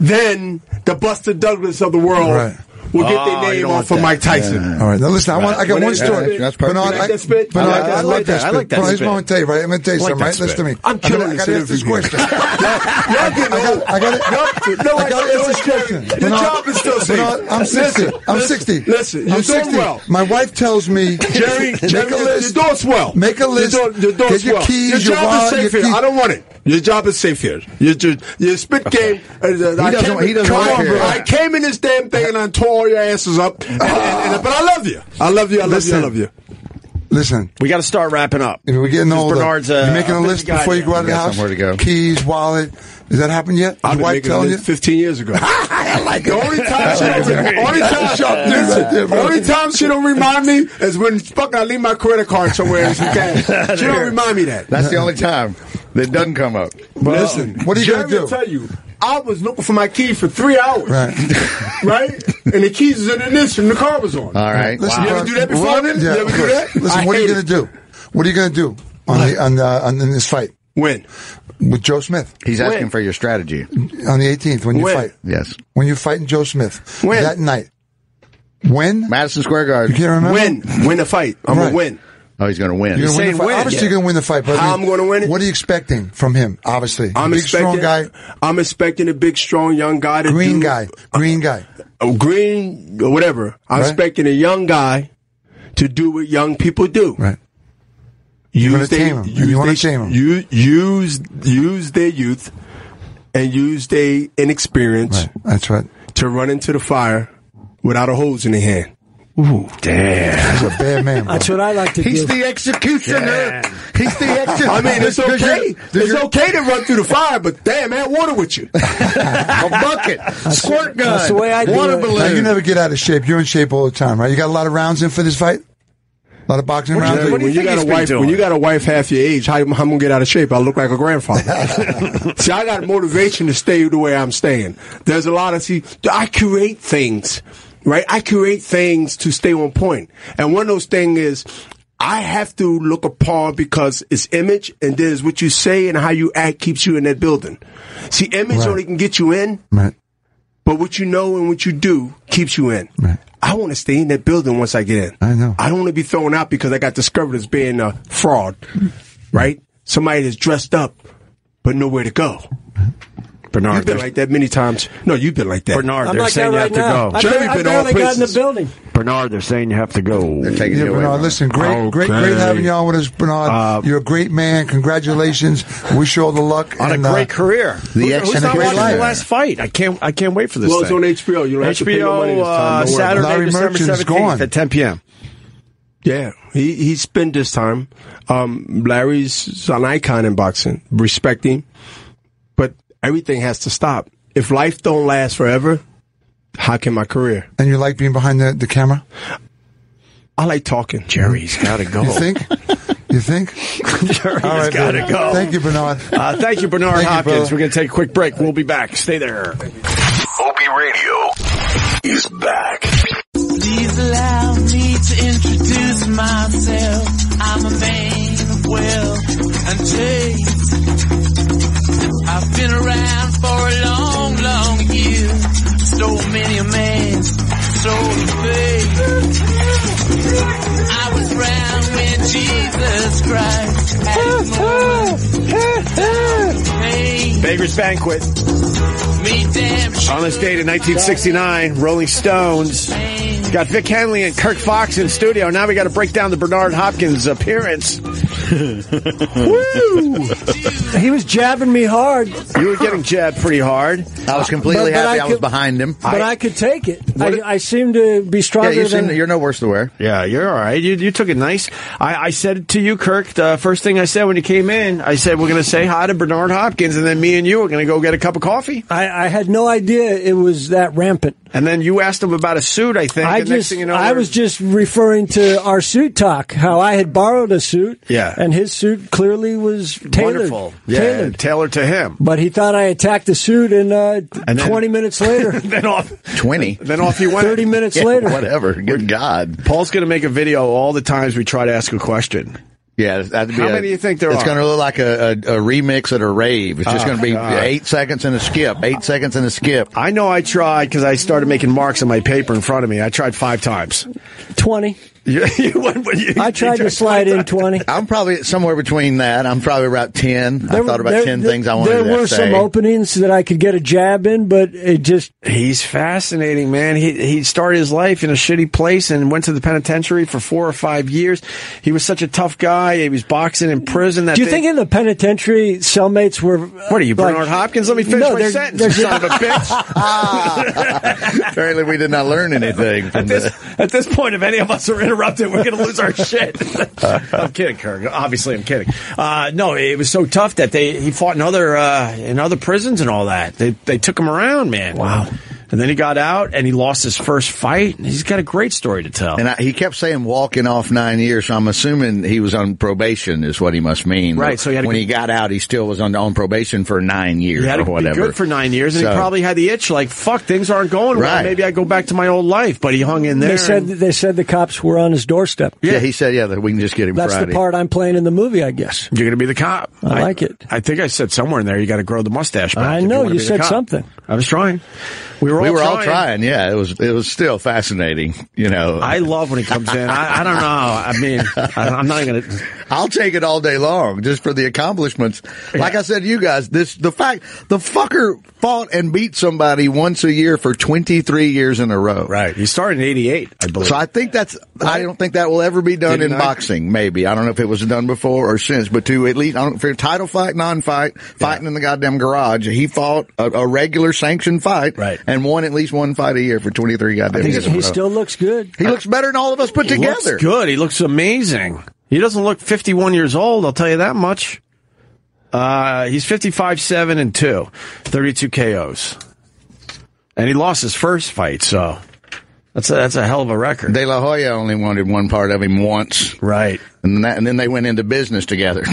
Speaker 6: then the Buster Douglas of the world
Speaker 5: Mm-hmm. Right.
Speaker 6: will get
Speaker 4: Oh,
Speaker 5: Ah,
Speaker 6: their
Speaker 4: you
Speaker 6: name
Speaker 4: don't
Speaker 6: off
Speaker 4: want
Speaker 6: for
Speaker 4: that.
Speaker 6: Mike Tyson.
Speaker 5: All right, now listen. I, want, I got
Speaker 6: What
Speaker 5: one
Speaker 6: is that?
Speaker 5: story.
Speaker 4: That's perfect.
Speaker 5: Bernard,
Speaker 4: You
Speaker 6: like that spit?
Speaker 5: Bernard,
Speaker 2: I like that.
Speaker 5: I like that
Speaker 2: I
Speaker 5: spit.
Speaker 2: like that
Speaker 5: Bernard, I just
Speaker 2: spit.
Speaker 5: want to tell you, right? I'm going to tell you
Speaker 2: I like that
Speaker 5: something, right? Listen to me.
Speaker 2: spit.
Speaker 6: I'm killing
Speaker 5: I
Speaker 6: this
Speaker 5: got to ask this
Speaker 6: interview.
Speaker 5: question. I
Speaker 6: Y'all getting
Speaker 5: got
Speaker 6: old.
Speaker 5: it. I got it.
Speaker 6: No,
Speaker 5: I got
Speaker 6: it's
Speaker 5: it. It's
Speaker 6: a question. Your
Speaker 5: Bernard,
Speaker 6: job is still safe.
Speaker 5: Bernard, I'm 60.
Speaker 6: Listen,
Speaker 5: I'm
Speaker 6: listen,
Speaker 5: 60.
Speaker 6: listen, you're
Speaker 5: I'm
Speaker 6: doing well.
Speaker 5: My wife tells me,
Speaker 6: Jerry, Jerry,
Speaker 5: make a list.
Speaker 6: Your door's well.
Speaker 5: Make a list.
Speaker 6: Your, door, your door's
Speaker 5: Get your
Speaker 6: well.
Speaker 5: keys,
Speaker 6: Your
Speaker 5: your
Speaker 6: job
Speaker 5: wallet,
Speaker 6: is safe
Speaker 5: your
Speaker 6: here.
Speaker 5: keys.
Speaker 6: I don't want it. Your job is safe here. Your, your, your spit game. Uh, he
Speaker 4: doesn't- he doesn't
Speaker 6: come
Speaker 4: like
Speaker 6: on,
Speaker 4: it.
Speaker 6: bro. I came in this damn thing and I tore all your asses up. And, and, and, but I love you. I love you. I love you. I
Speaker 5: Listen.
Speaker 6: love you.
Speaker 5: listen.
Speaker 2: We got to start wrapping up.
Speaker 5: If we're getting
Speaker 2: Because
Speaker 5: older,
Speaker 2: Bernard's a,
Speaker 6: uh,
Speaker 5: you making a
Speaker 2: busy
Speaker 5: list
Speaker 2: guy
Speaker 5: before you
Speaker 2: now.
Speaker 5: go out of the
Speaker 4: got
Speaker 5: house.
Speaker 4: somewhere to go.
Speaker 5: Keys, wallet. Has that happened yet? Your
Speaker 6: I've been
Speaker 5: wife
Speaker 6: making a
Speaker 5: telling you?
Speaker 6: list 15 years ago. I like the only time she
Speaker 5: like
Speaker 6: don't,
Speaker 5: it.
Speaker 6: only
Speaker 5: That's a sharp
Speaker 6: time,
Speaker 5: dude
Speaker 6: listen,
Speaker 5: right there, bro.
Speaker 6: only time she don't remind me is when fuck I leave my credit card somewhere in some cash. She don't remind me that.
Speaker 4: That's the only time that doesn't come up.
Speaker 5: But listen, what are you
Speaker 6: Jerry
Speaker 5: going to
Speaker 6: will
Speaker 5: do?
Speaker 6: tell you, I was looking for my keys for three hours,
Speaker 5: Right.
Speaker 6: right? and the keys was in the niche and the car was on.
Speaker 4: All right.
Speaker 5: Listen,
Speaker 6: You ever
Speaker 5: Bernard,
Speaker 6: do that before,
Speaker 5: what-
Speaker 6: then?
Speaker 5: Yeah,
Speaker 6: You ever
Speaker 5: of
Speaker 6: do
Speaker 5: course.
Speaker 6: that?
Speaker 5: Listen,
Speaker 6: I
Speaker 5: what are you
Speaker 6: hate
Speaker 5: going to do? What are you going to do on the on the on in this fight
Speaker 6: When?
Speaker 5: with Joe Smith
Speaker 4: He's asking
Speaker 6: Wait.
Speaker 4: for your strategy.
Speaker 5: on the 18th when you
Speaker 6: When?
Speaker 5: fight?
Speaker 4: Yes.
Speaker 5: When you're fighting Joe Smith
Speaker 6: When?
Speaker 5: that night? When?
Speaker 4: Madison Square
Speaker 5: You can't
Speaker 4: Garden.
Speaker 5: remember.
Speaker 6: Win. Win the fight. I'm
Speaker 5: Right.
Speaker 6: gonna win.
Speaker 4: Oh, he's going to win.
Speaker 5: You're gonna win the
Speaker 2: saying
Speaker 5: fight.
Speaker 2: when,
Speaker 5: Obviously,
Speaker 2: yeah.
Speaker 5: you're going to win the fight. But I
Speaker 6: How
Speaker 5: mean,
Speaker 6: I'm gonna win it?
Speaker 5: What are you expecting from him? Obviously,
Speaker 6: I'm
Speaker 5: big,
Speaker 6: expecting.
Speaker 5: strong guy,
Speaker 6: I'm expecting a big, strong, young guy to
Speaker 5: green
Speaker 6: do-
Speaker 5: guy, green guy.
Speaker 6: a green, whatever. I'm
Speaker 5: Right.
Speaker 6: expecting a young guy to do what young people do.
Speaker 5: Right.
Speaker 6: Use
Speaker 5: wanna
Speaker 6: their-
Speaker 5: tame 'em. You
Speaker 6: use
Speaker 5: wanna
Speaker 6: their-
Speaker 5: tame 'em.
Speaker 6: u- Use use their youth and use their inexperience
Speaker 5: Right. That's right.
Speaker 6: to run into the fire without a hose in their hand.
Speaker 5: He's a bad man. Bro.
Speaker 3: That's what I like to
Speaker 4: He's
Speaker 3: do.
Speaker 4: the executioner. He's the executioner.
Speaker 6: I mean, it's
Speaker 4: Does your-
Speaker 6: okay.
Speaker 4: does
Speaker 6: It's
Speaker 4: your-
Speaker 6: okay to run through the fire, but damn, add water with you.
Speaker 4: A bucket, squirt gun,
Speaker 3: that's the way I do
Speaker 4: water
Speaker 3: it.
Speaker 4: balloon.
Speaker 5: Now, you never get out of shape. You're in shape all the time, right? You got a lot of rounds in for this fight. A lot of boxing rounds.
Speaker 2: Jerry,
Speaker 5: Like,
Speaker 2: what do you
Speaker 6: when you
Speaker 2: think
Speaker 6: got
Speaker 2: he's
Speaker 6: a
Speaker 2: been
Speaker 6: wife, when
Speaker 2: doing?
Speaker 6: you got a wife half your age, how, how I'm gonna get out of shape? I look like a grandfather. see, I got motivation to stay the way I'm staying. There's a lot of see, I create things, right? I create things to stay on point, and one of those things is. I have to look upon because it's image and there's what you say and how you act keeps you in that building. See, image
Speaker 5: Right.
Speaker 6: only can get you in,
Speaker 5: Right.
Speaker 6: but what you know and what you do keeps you in.
Speaker 5: Right.
Speaker 6: I want to stay in that building once I get in.
Speaker 5: I know.
Speaker 6: I don't want to be thrown out because I got discovered as being a fraud, right? Somebody that's dressed up, but nowhere to go. You've
Speaker 2: Bernard,
Speaker 6: been
Speaker 2: they're-
Speaker 6: like that many times. No, you've been like that.
Speaker 2: Bernard,
Speaker 3: I'm
Speaker 2: they're
Speaker 3: like
Speaker 2: saying
Speaker 3: that
Speaker 2: you
Speaker 3: right now.
Speaker 2: have to go.
Speaker 3: I,
Speaker 6: Jerry
Speaker 3: bar- I
Speaker 6: been on
Speaker 3: barely got in the
Speaker 6: places.
Speaker 3: building.
Speaker 2: Bernard, they're saying you have to go.
Speaker 4: They're taking
Speaker 5: Yeah,
Speaker 4: it away.
Speaker 5: Bernard,
Speaker 4: Ron.
Speaker 5: listen, great, great, great
Speaker 2: Okay. Uh,
Speaker 5: having you on with us, Bernard. You're a great man. Congratulations. Wish you all the luck.
Speaker 2: On a
Speaker 5: and,
Speaker 2: great
Speaker 5: uh,
Speaker 2: career.
Speaker 4: The
Speaker 2: Who-
Speaker 4: ex-
Speaker 2: who's
Speaker 5: and a
Speaker 2: not
Speaker 5: great
Speaker 2: watching
Speaker 5: life.
Speaker 2: the last fight? I can't. I can't wait for this.
Speaker 6: Well, it's
Speaker 2: thing.
Speaker 6: on HBO. You don't have to pay no
Speaker 2: HBO
Speaker 6: money this
Speaker 2: uh,
Speaker 6: time. Don't worry about it.
Speaker 2: Saturday,
Speaker 5: Larry
Speaker 2: December
Speaker 5: Merchant is
Speaker 2: 17th
Speaker 5: gone.
Speaker 2: at 10 p.m.
Speaker 6: Yeah, he he spent this time. Um, Larry's an icon in boxing. Respect him, but everything has to stop. If life don't last forever, how can my career?
Speaker 5: And you like being behind the, the camera?
Speaker 6: I like talking.
Speaker 2: Jerry's got to go.
Speaker 5: You think? you think?
Speaker 2: Jerry's got to
Speaker 5: baby.
Speaker 2: go.
Speaker 5: Thank you, Bernard.
Speaker 2: Uh, thank you, Bernard
Speaker 5: Thank you,
Speaker 2: Hopkins.
Speaker 5: brother.
Speaker 2: We're going to take a quick break. We'll be back. Stay there.
Speaker 1: OB Radio is back.
Speaker 7: Please allow me to introduce myself. I'm a man of wealth and taste. I've been around for a long, long year. Stole many a man, stole his faith. I was round when Jesus Christ had his moment. Made
Speaker 2: Beggar's Banquet.
Speaker 7: me damn sure.
Speaker 2: On this date in 1969, Rolling Stones.
Speaker 7: man.
Speaker 2: Got Vic Henley and Kirk Fox in studio. Now we got to break down the Bernard Hopkins appearance. Woo!
Speaker 3: He was jabbing me hard,
Speaker 2: You were getting jabbed pretty hard.
Speaker 4: I was completely
Speaker 3: But- but
Speaker 4: happy. I,
Speaker 3: I
Speaker 4: was
Speaker 3: could-
Speaker 4: behind him.
Speaker 3: but I, could take it.
Speaker 4: What it-
Speaker 3: I, I seem to be
Speaker 4: yeah,
Speaker 3: stronger
Speaker 4: you
Speaker 3: than.
Speaker 4: seem, you're no worse to wear.
Speaker 2: Yeah, you're all right. You, you took it nice. I, I said to you, Kirk, the first thing I said when you came in, I said, we're going to say hi to Bernard Hopkins, and then me and you are going to go get a cup of coffee.
Speaker 3: I, I had no idea it was that rampant.
Speaker 2: And then you asked him about a suit, I think.
Speaker 3: I
Speaker 2: next
Speaker 3: just,
Speaker 2: thing you know,
Speaker 3: I
Speaker 2: we're-
Speaker 3: was just referring to our suit talk. How I had borrowed a suit,
Speaker 2: Yeah.
Speaker 3: and his suit clearly was tailored,
Speaker 2: wonderful. Yeah,
Speaker 3: tailored.
Speaker 2: tailored to him.
Speaker 3: But he thought I attacked the suit, and, uh,
Speaker 2: And then-
Speaker 3: 20 minutes later,
Speaker 2: Then off,
Speaker 4: 20.
Speaker 2: then off he went.
Speaker 3: 30 minutes
Speaker 4: Yeah,
Speaker 3: later,
Speaker 4: Whatever. Good God.
Speaker 2: Paul's going to make a video all the times we try to ask a question.
Speaker 4: Yeah. That'd be
Speaker 2: How
Speaker 4: a-
Speaker 2: many you think there
Speaker 4: It's
Speaker 2: are?
Speaker 4: going to look like a, a, a remix at a rave. It's just
Speaker 2: Oh,
Speaker 4: going to be
Speaker 2: God.
Speaker 4: eight seconds and a skip. Eight seconds and a skip.
Speaker 2: I know I tried because I started making marks on my paper in front of me. I tried five times.
Speaker 3: 20.
Speaker 2: You- you went- you-
Speaker 3: I
Speaker 2: you
Speaker 3: tried to slide in 20.
Speaker 4: I'm probably somewhere between that. I'm probably about 10. I thought about
Speaker 3: there-
Speaker 4: 10 things I wanted
Speaker 3: There
Speaker 4: to
Speaker 3: were
Speaker 4: say.
Speaker 3: some openings that I could get a jab in, but it just
Speaker 2: He's fascinating, man. He he started his life in a shitty place and went to the penitentiary for four or five years. He was such a tough guy. He was boxing in prison. That
Speaker 3: Do you
Speaker 2: thing-
Speaker 3: think in the penitentiary cellmates were?
Speaker 2: What are you, Bernard Hopkins? Let me finish my sentence, you son of a bitch.
Speaker 4: Apparently, we did not learn anything. From
Speaker 2: At this,
Speaker 4: the-
Speaker 2: at this point, if any of us are interrupted, we're going to lose our shit. I'm kidding, Kirk. Obviously, I'm kidding. Uh, no, it was so tough that they he fought in other uh, in other prisons and all that. They they took him around, man. Wow. And then he got out and he lost his first fight. He's got a great story to tell.
Speaker 4: And I, he kept saying walking off nine years, so I'm assuming he was on probation is what he must mean.
Speaker 2: Right, so he had to
Speaker 4: when
Speaker 2: go-
Speaker 4: he got out, he still was on, on probation for nine years
Speaker 2: He had
Speaker 4: or
Speaker 2: to
Speaker 4: whatever.
Speaker 2: be good for nine years, and
Speaker 4: So-
Speaker 2: he probably had the itch like, fuck, things aren't going well.
Speaker 4: Right.
Speaker 2: Maybe I go back to my old life. But he hung in there.
Speaker 3: They said
Speaker 2: and-
Speaker 3: they said the cops were on his doorstep.
Speaker 4: Yeah. he said, yeah, that we can just get him
Speaker 3: That's
Speaker 4: Friday.
Speaker 3: the part I'm playing in the movie, I guess.
Speaker 2: You're going to be the cop.
Speaker 3: I like it.
Speaker 2: I think I said somewhere in there you got to grow the mustache. Back
Speaker 3: I
Speaker 2: if
Speaker 3: know,
Speaker 2: wanna
Speaker 3: you
Speaker 2: be the
Speaker 3: said
Speaker 2: cop.
Speaker 3: something.
Speaker 2: I was trying. We were all
Speaker 4: we were
Speaker 2: trying.
Speaker 4: all trying. Yeah, it was it was still fascinating. You know,
Speaker 2: I love when he comes in. I, I don't know. Oh, I mean, I, I'm not going to.
Speaker 4: I'll take it all day long just for the accomplishments. Like I said, to you guys, this the fact the fucker fought and beat somebody once a year for 23 years in a row.
Speaker 2: Right. He started in '88, I believe.
Speaker 4: So I think that's. I don't think that will ever be done
Speaker 2: Didn't
Speaker 4: in
Speaker 2: I?
Speaker 4: boxing. Maybe I don't know if it was done before or since, but to at least I don't, for a title fight, non-fight, fighting in the goddamn garage, he fought a, a regular sanctioned fight,
Speaker 2: Right.
Speaker 4: and won at least one fight a year for twenty three goddamn
Speaker 2: think
Speaker 4: years.
Speaker 2: he
Speaker 4: in a
Speaker 3: He
Speaker 4: row.
Speaker 3: still looks good.
Speaker 4: he looks better than all of us put
Speaker 2: he
Speaker 4: together.
Speaker 2: looks good. He looks amazing. He doesn't look 51 years old. I'll tell you that much. Uh, he's 55, seven and two, 32 KOs, and he lost his first fight. So that's a, that's a hell of a record.
Speaker 4: De La Hoya only wanted one part of him once,
Speaker 2: right.
Speaker 4: and, that, and then they went into business together.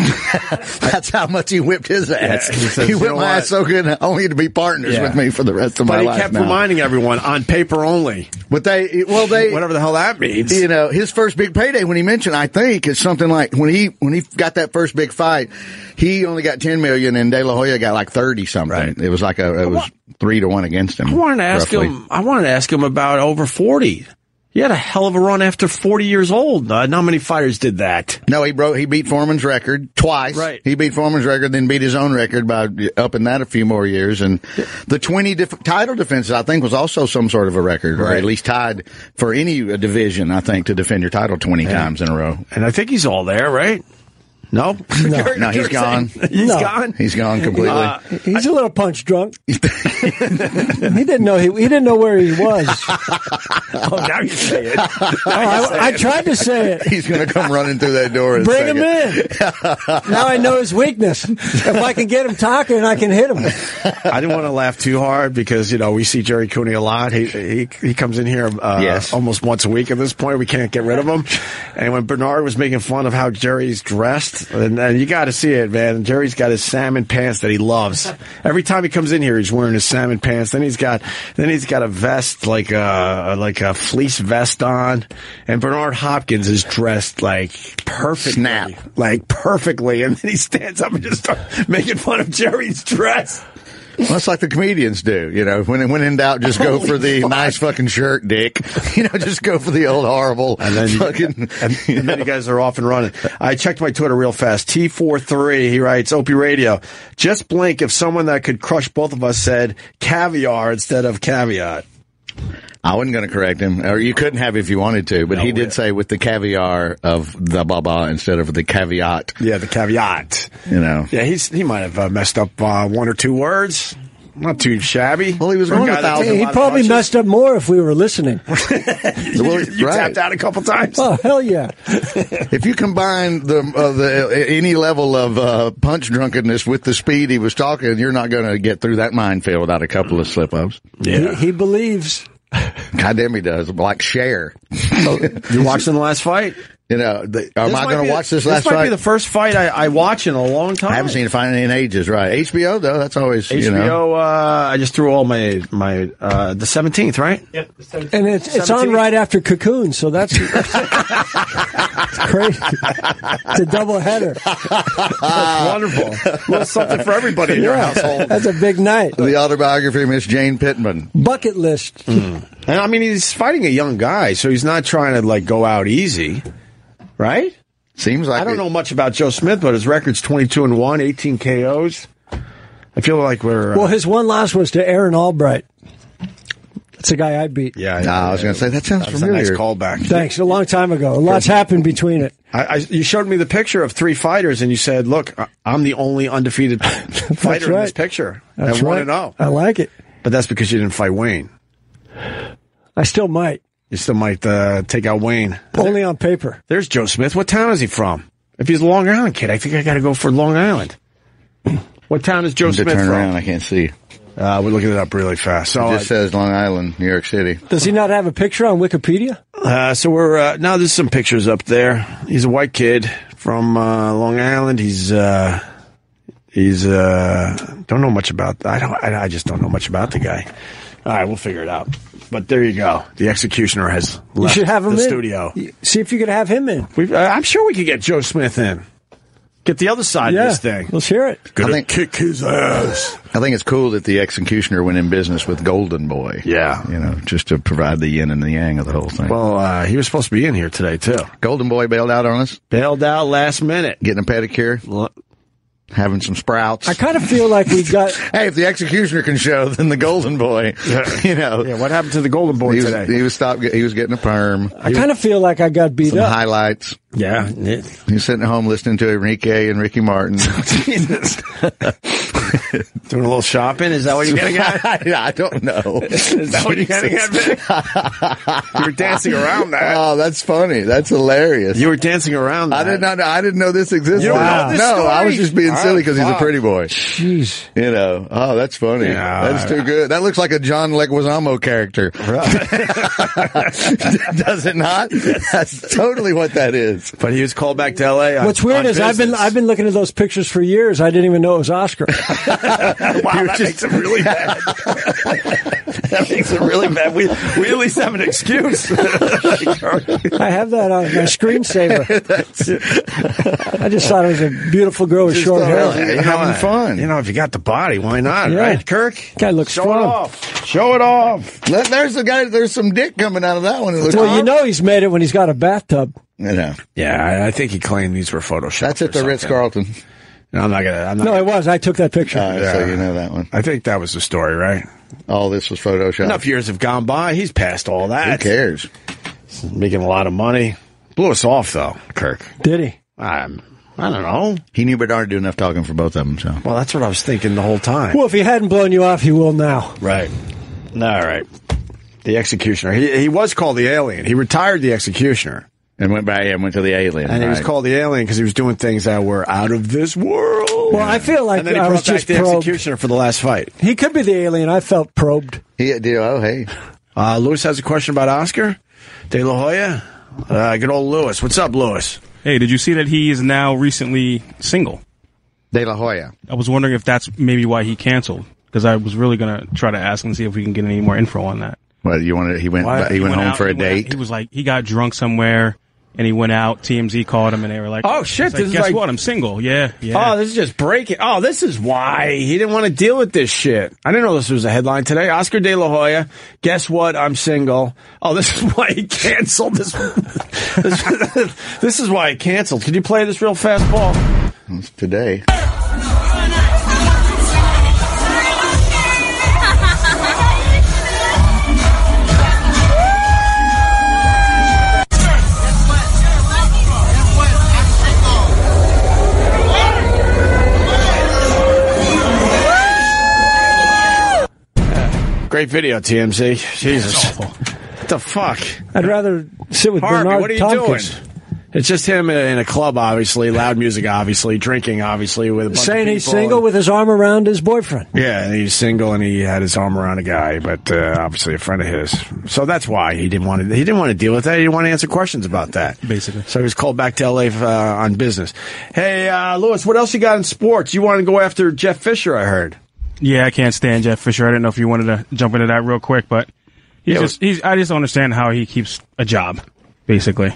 Speaker 4: That's how much he whipped his ass.
Speaker 2: Yeah, he says,
Speaker 4: he
Speaker 2: "You
Speaker 4: whipped
Speaker 2: know
Speaker 4: my
Speaker 2: what?"
Speaker 4: ass so good, only to be partners
Speaker 2: Yeah.
Speaker 4: with me for the rest of
Speaker 2: But
Speaker 4: my
Speaker 2: he
Speaker 4: life.
Speaker 2: kept
Speaker 4: now.
Speaker 2: reminding everyone on paper only,
Speaker 4: but they, well, they,
Speaker 2: whatever the hell that means.
Speaker 4: you know, his first big payday when he mentioned, I think, is something like when he when he got that first big fight, he only got ten million, and De La Hoya got like thirty something.
Speaker 2: Right.
Speaker 4: It was like a it was three to one against him.
Speaker 2: I wanted to ask
Speaker 4: roughly.
Speaker 2: him. I wanted to ask him about over forty. He had a hell of a run after forty years old. Uh, not many fighters did that.
Speaker 4: No, he broke. He beat Foreman's record twice.
Speaker 2: Right.
Speaker 4: He beat Foreman's record, then beat his own record by upping that a few more years. And the twenty def- title defenses, I think, was also some sort of a record, or
Speaker 2: Right.
Speaker 4: at least tied for any uh, division. I think to defend your title twenty times in a row.
Speaker 2: And I think he's all there, right? No, no,
Speaker 4: No, he's gone.
Speaker 2: He's
Speaker 3: No.
Speaker 2: gone.
Speaker 4: He's gone completely.
Speaker 2: Uh,
Speaker 3: He's a little punch drunk. he didn't know he, he didn't know where he was.
Speaker 2: oh, now you say it.
Speaker 3: Oh, I, I tried to say it.
Speaker 4: He's going to come running through that door. In a
Speaker 3: Bring
Speaker 4: second.
Speaker 3: him in. Now I know his weakness. If I can get him talking, I can hit him.
Speaker 2: I didn't want to laugh too hard because you know we see Jerry Cooney a lot. He he, he comes in here uh,
Speaker 4: Yes.
Speaker 2: almost once a week. At this point, we can't get rid of him. And when Bernard was making fun of how Jerry's dressed, and, and you got to see it, man. Jerry's got his salmon pants that he loves. Every time he comes in here, he's wearing his salmon pants. Then he's got then he's got a vest like a like a fleece vest on. And Bernard Hopkins is dressed like perfectly,
Speaker 4: Snap.
Speaker 2: like perfectly. And then he stands up and just starts making fun of Jerry's dress.
Speaker 4: Well, that's like the comedians do, you know. When when in doubt, just go for the nice fucking shirt, dick. You know, just go for the old horrible
Speaker 2: And then,
Speaker 4: fucking.
Speaker 2: and, and then you guys are off and running. I checked my Twitter real fast. T43, he writes, Opie Radio, just blink if someone that could crush both of us said caviar instead of caveat.
Speaker 4: I wasn't going to correct him, or you couldn't have if you wanted to, but he did say with the caviar of the baba instead of the caveat.
Speaker 2: Yeah, the caveat.
Speaker 4: You know.
Speaker 2: Yeah, he's he might have uh, messed up uh, one or two words. Not too shabby.
Speaker 4: Well, he was
Speaker 2: For a
Speaker 4: going
Speaker 2: guy
Speaker 4: with
Speaker 2: that
Speaker 4: that.
Speaker 2: took a
Speaker 3: He
Speaker 2: lot of
Speaker 3: probably
Speaker 2: punches.
Speaker 3: messed up more if we were listening.
Speaker 4: Well,
Speaker 2: You, you
Speaker 4: right.
Speaker 2: tapped out a couple times.
Speaker 3: Oh hell yeah!
Speaker 4: If you combine the uh, the any level of uh, punch drunkenness with the speed he was talking, you're not going to get through that minefield without a couple of slip ups.
Speaker 2: yeah.
Speaker 3: He, he believes.
Speaker 4: Goddamn, he does. Like share.
Speaker 2: Oh, You watching the last fight?
Speaker 4: You know, the, am I
Speaker 2: might
Speaker 4: going
Speaker 2: be
Speaker 4: to
Speaker 2: the-
Speaker 4: watch this last
Speaker 2: This might
Speaker 4: fight?
Speaker 2: be the first fight I, I watch in a long time.
Speaker 4: I haven't seen a fight in ages, right? HBO though, that's always
Speaker 2: HBO.
Speaker 4: you know.
Speaker 2: uh, I just threw all my my uh, the seventeenth, right?
Speaker 3: And it's, it's on
Speaker 2: 17.
Speaker 3: right after Cocoon, so that's it's crazy. It's a double header.
Speaker 2: That's wonderful. A little something for everybody in your household.
Speaker 3: That's a big night.
Speaker 4: The autobiography of Miss Jane Pittman.
Speaker 3: Bucket list.
Speaker 2: Hmm. And I mean, he's fighting a young guy, so he's not trying to like go out easy, right?
Speaker 4: Seems like
Speaker 2: I don't
Speaker 4: it-
Speaker 2: know much about Joe Smith, but his record's 22 and 1, 18 KOs. I feel like we're. uh,
Speaker 3: Well, his one loss was to Aaron Albright. That's the guy I beat.
Speaker 2: yeah,
Speaker 4: No, I was going to say that sounds
Speaker 2: That was a
Speaker 4: familiar.
Speaker 2: nice callback.
Speaker 3: Thanks. A long time ago. A lot's happened between it.
Speaker 2: I, I, you showed me the picture of three fighters, and you said, "Look, I- I'm the only undefeated fighter in this
Speaker 3: right.
Speaker 2: picture
Speaker 3: That's
Speaker 2: at one
Speaker 3: right.
Speaker 2: and zero."
Speaker 3: I like it.
Speaker 2: But that's because you didn't fight Wayne.
Speaker 3: I still might.
Speaker 2: You still might uh, take out Wayne.
Speaker 3: Only on paper.
Speaker 2: There's Joe Smith. What town is he from? If he's a Long Island kid, I think I got to go for Long Island. What town is Joe
Speaker 4: to
Speaker 2: Smith
Speaker 4: turn around,
Speaker 2: from?
Speaker 4: I can't see. It
Speaker 2: Uh, we're looking it up really fast. So, uh,
Speaker 4: just says Long Island, New York City.
Speaker 3: Does he not have a picture on Wikipedia?
Speaker 2: uh, so we're uh, now. There's some pictures up there. He's a white kid from uh, Long Island. He's uh, he's uh, don't know much about. I don't. I, I just don't know much about the guy. All right, we'll figure it out. But there you go. The executioner has left
Speaker 3: You should have him
Speaker 2: the
Speaker 3: in.
Speaker 2: studio.
Speaker 3: Y- See if you could have him in.
Speaker 2: We've, uh, I'm sure we could get Joe Smith in. Get the other side
Speaker 3: yeah.
Speaker 2: of this thing.
Speaker 3: Let's hear it.
Speaker 2: Gonna
Speaker 4: I think-
Speaker 2: kick his ass.
Speaker 4: I think it's cool that the executioner went in business with Golden Boy.
Speaker 2: Yeah.
Speaker 4: you know, just to provide the yin and the yang of the whole thing.
Speaker 2: Well, uh, he was supposed to be in here today too.
Speaker 4: Golden Boy bailed out on us,
Speaker 2: Bailed out last minute.
Speaker 4: getting a pedicure,
Speaker 2: L-
Speaker 4: having some sprouts.
Speaker 3: I kind of feel like we got.
Speaker 4: hey, if the executioner can show, then the Golden Boy, you know,
Speaker 2: Yeah, what happened to the Golden Boy
Speaker 4: he was
Speaker 2: today?
Speaker 4: he was stopped. He was getting a perm,
Speaker 3: I kind of feel like I got beat
Speaker 4: some
Speaker 3: up.
Speaker 4: highlights.
Speaker 2: yeah.
Speaker 4: He's sitting at home listening to Enrique and Ricky Martin.
Speaker 2: Jesus. Doing a little shopping? Is that what you're getting at?
Speaker 4: I don't know. Is
Speaker 2: that what you're getting at, Vic? You were dancing around that.
Speaker 4: Oh, that's funny. That's hilarious.
Speaker 2: You were dancing around that.
Speaker 4: I did not know. I didn't know this existed.
Speaker 2: You don't know this
Speaker 4: no, I was
Speaker 2: story?
Speaker 4: just being silly because he's
Speaker 2: Oh,
Speaker 4: a
Speaker 2: fuck.
Speaker 4: pretty boy.
Speaker 3: Jeez.
Speaker 4: You know. Oh, that's funny.
Speaker 2: Yeah.
Speaker 4: that's too good. That looks like a John Leguizamo character. Does it not? That's totally what that is.
Speaker 2: But he was called back to L.A. on-
Speaker 3: What's weird
Speaker 2: on
Speaker 3: is I've been
Speaker 2: business.
Speaker 3: I've been looking at those pictures for years. I didn't even know it was Oscar.
Speaker 2: Wow, that makes it really bad. that makes it really bad. We, we at least have an excuse.
Speaker 3: I have that on my screensaver. I just thought it was a beautiful girl with Oh, short
Speaker 4: thought it was
Speaker 3: hair.
Speaker 4: a- You're having fun.
Speaker 2: You know, if you got the body, why not,
Speaker 3: Yeah.
Speaker 2: right, Kirk?
Speaker 3: Guy looks
Speaker 2: Show
Speaker 3: strong.
Speaker 2: it off. Show it off.
Speaker 4: Let- There's the guy. There's some dick coming out of that one. It looks
Speaker 3: Well, you
Speaker 4: like-
Speaker 3: know he's made it when he's got a bathtub.
Speaker 4: You know.
Speaker 2: Yeah, I, I think he claimed these were photoshopped.
Speaker 4: That's at the
Speaker 2: or something.
Speaker 4: Ritz Carlton. Uh,
Speaker 2: No, I'm not gonna. I'm not.
Speaker 3: No,
Speaker 2: gonna-
Speaker 3: it was. I took that picture.
Speaker 4: So you know that one.
Speaker 2: I think that was the story, right?
Speaker 4: All this was Photoshop.
Speaker 2: Enough years have gone by. He's past all
Speaker 4: Who
Speaker 2: that.
Speaker 4: cares?
Speaker 2: Making a lot of money. Blew us off though, Kirk.
Speaker 3: Did he?
Speaker 2: I'm, I don't know.
Speaker 4: He knew Bernard do enough talking for both of them. So
Speaker 2: Well, that's what I was thinking the whole time.
Speaker 3: Well, if he hadn't blown you off, he will now.
Speaker 2: Right. All right. The executioner. He, he was called the alien. He retired the executioner.
Speaker 4: and went by and went to the alien.
Speaker 2: And he was
Speaker 4: right.
Speaker 2: called the alien because he was doing things that were out of this world.
Speaker 3: Well, I feel like
Speaker 2: and then he
Speaker 3: I
Speaker 2: brought
Speaker 3: was
Speaker 2: back
Speaker 3: just
Speaker 2: the
Speaker 3: probed.
Speaker 2: executioner for the last fight.
Speaker 3: He could be the alien. I felt probed.
Speaker 4: He, oh, hey.
Speaker 2: Uh, Lewis has a question about Oscar De La Hoya. Uh, good old Lewis. What's up, Lewis?
Speaker 8: Hey, did you see that he is now recently single?
Speaker 4: De La Hoya.
Speaker 8: I was wondering if that's maybe why he canceled because I was really gonna try to ask and see if we can get any more info on that.
Speaker 4: Well, you wanted, he went, he, went, home
Speaker 8: out-
Speaker 4: for a
Speaker 8: he went out-
Speaker 4: date.
Speaker 8: he was like he got drunk somewhere and he went out. TMZ called him and they were like,
Speaker 2: Oh, shit,
Speaker 8: He's
Speaker 2: this is
Speaker 8: guess
Speaker 2: like-
Speaker 8: what? I'm single. Yeah, yeah.
Speaker 2: Oh, this is just breaking. Oh, this is why he didn't want to deal with this shit. I didn't know this was a headline today. Oscar De La Hoya. Guess what? I'm single. Oh, this is why he canceled this. this, this is why he canceled. Could you play this real fast, Paul?
Speaker 4: It's today.
Speaker 2: Great video, TMZ. Jesus, what the fuck,
Speaker 3: I'd rather sit with
Speaker 2: Harvey?
Speaker 3: Bernard
Speaker 2: What are you
Speaker 3: Tompkins.
Speaker 2: doing? It's just him in a club, obviously, loud music, obviously, drinking, obviously, with a bunch
Speaker 3: Saying
Speaker 2: of
Speaker 3: he's
Speaker 2: people.
Speaker 3: single with his arm around his boyfriend.
Speaker 2: Yeah, and he's single and he had his arm around a guy, but uh, obviously a friend of his. So that's why he didn't want to. He didn't want to deal with that. He didn't want to answer questions about that.
Speaker 8: Basically.
Speaker 2: so he was called back to L.A. f- Uh, on business. Hey, uh, Lewis, what else you got in sports? You want to go after Jeff Fisher? I heard.
Speaker 8: Yeah, I can't stand Jeff Fisher. I didn't know if you wanted to jump into that real quick, but he
Speaker 2: Yeah,
Speaker 8: just he's I just don't understand how he keeps a job, basically.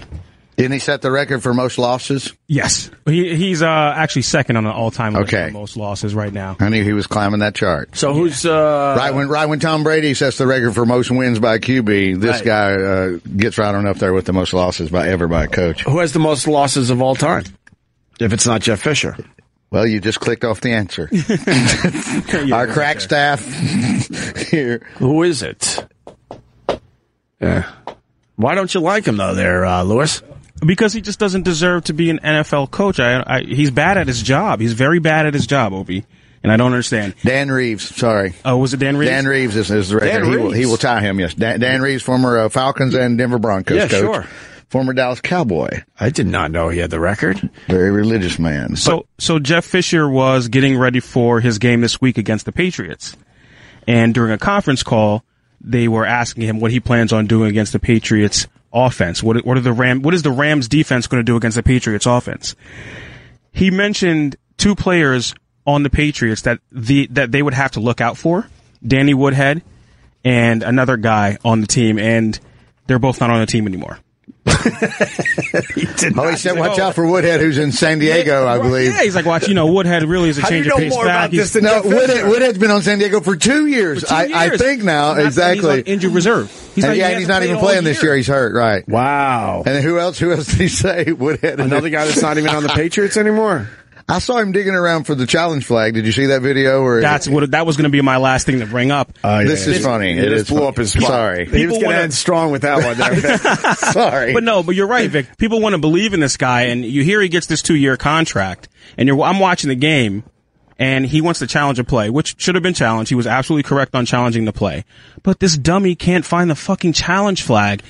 Speaker 4: Didn't he set the record for most losses?
Speaker 8: Yes. He he's uh actually second on the all time list
Speaker 4: Okay.
Speaker 8: of most losses right now.
Speaker 4: I knew he was climbing that chart.
Speaker 2: So who's uh,
Speaker 4: Right when, right when Tom Brady sets the record for most wins by a QB, this
Speaker 2: Right.
Speaker 4: guy uh, gets right on up there with the most losses by ever by a coach.
Speaker 2: who has the most losses of all time? If it's not Jeff Fisher, Hmm.
Speaker 4: Well, you just clicked off the answer. Our crack staff here.
Speaker 2: who is it? Yeah. Why don't you like him though, there, uh, Lewis?
Speaker 8: Because he just doesn't deserve to be an NFL coach. I, I he's bad at his job. He's very bad at his job, Opie. And I don't understand.
Speaker 4: Dan Reeves, sorry.
Speaker 8: Oh, was it Dan Reeves?
Speaker 4: Dan Reeves is, is the record.
Speaker 2: Dan
Speaker 4: he, will, he
Speaker 2: Reeves.
Speaker 4: will tie him, yes. Dan, Dan Reeves, former uh, Falcons and Denver Broncos
Speaker 2: Yeah,
Speaker 4: coach.
Speaker 2: sure.
Speaker 4: Former Dallas Cowboy.
Speaker 2: I did not know he had the record.
Speaker 4: Very religious man.
Speaker 8: So, so Jeff Fisher was getting ready for his game this week against the Patriots, and during a conference call, they were asking him what he plans on doing against the Patriots offense. What, what are the Ram? What is the Rams defense going to do against the Patriots offense? He mentioned two players on the Patriots that the that they would have to look out for: Danny Woodhead and another guy on the team, and they're both not on the team anymore.
Speaker 4: oh, he said, watch out for Woodhead, who's in San Diego, I believe.
Speaker 8: Yeah, he's like, watch, you know, Woodhead really is a
Speaker 2: How do
Speaker 8: change
Speaker 2: you know
Speaker 8: of pace
Speaker 2: more
Speaker 8: back.
Speaker 2: about
Speaker 8: He's-
Speaker 2: this than
Speaker 4: No,
Speaker 2: Jeff Fisher?
Speaker 4: Woodhead, Woodhead's been on San Diego for two years.
Speaker 8: for two
Speaker 4: I, I
Speaker 8: years.
Speaker 4: think now,
Speaker 8: He's not-
Speaker 4: exactly.
Speaker 8: He's on injured reserve. He's
Speaker 4: and
Speaker 8: not,
Speaker 4: yeah,
Speaker 8: he
Speaker 4: and he's
Speaker 8: hasn't
Speaker 4: not even
Speaker 8: played all
Speaker 4: playing this year. He's hurt, right?
Speaker 2: Wow.
Speaker 4: And then who else? Who else did he say? Woodhead.
Speaker 2: Another guy that's not even on the Patriots anymore.
Speaker 4: I saw him digging around for the challenge flag. Did you see that video? Or
Speaker 8: That's what that was going to be my last thing to bring up.
Speaker 4: this is funny.
Speaker 2: Oh, It just blew
Speaker 4: funny.
Speaker 2: up his spot.
Speaker 4: Sorry,
Speaker 2: he was going to
Speaker 8: wanna-
Speaker 2: end strong with that one. There.
Speaker 4: sorry.
Speaker 8: but no, but you're right, Vic. People want to believe in this guy, and you hear he gets this two year contract, and you're I'm watching the game, and he wants to challenge a play, which should have been challenged. He was absolutely correct on challenging the play, but this dummy can't find the fucking challenge flag.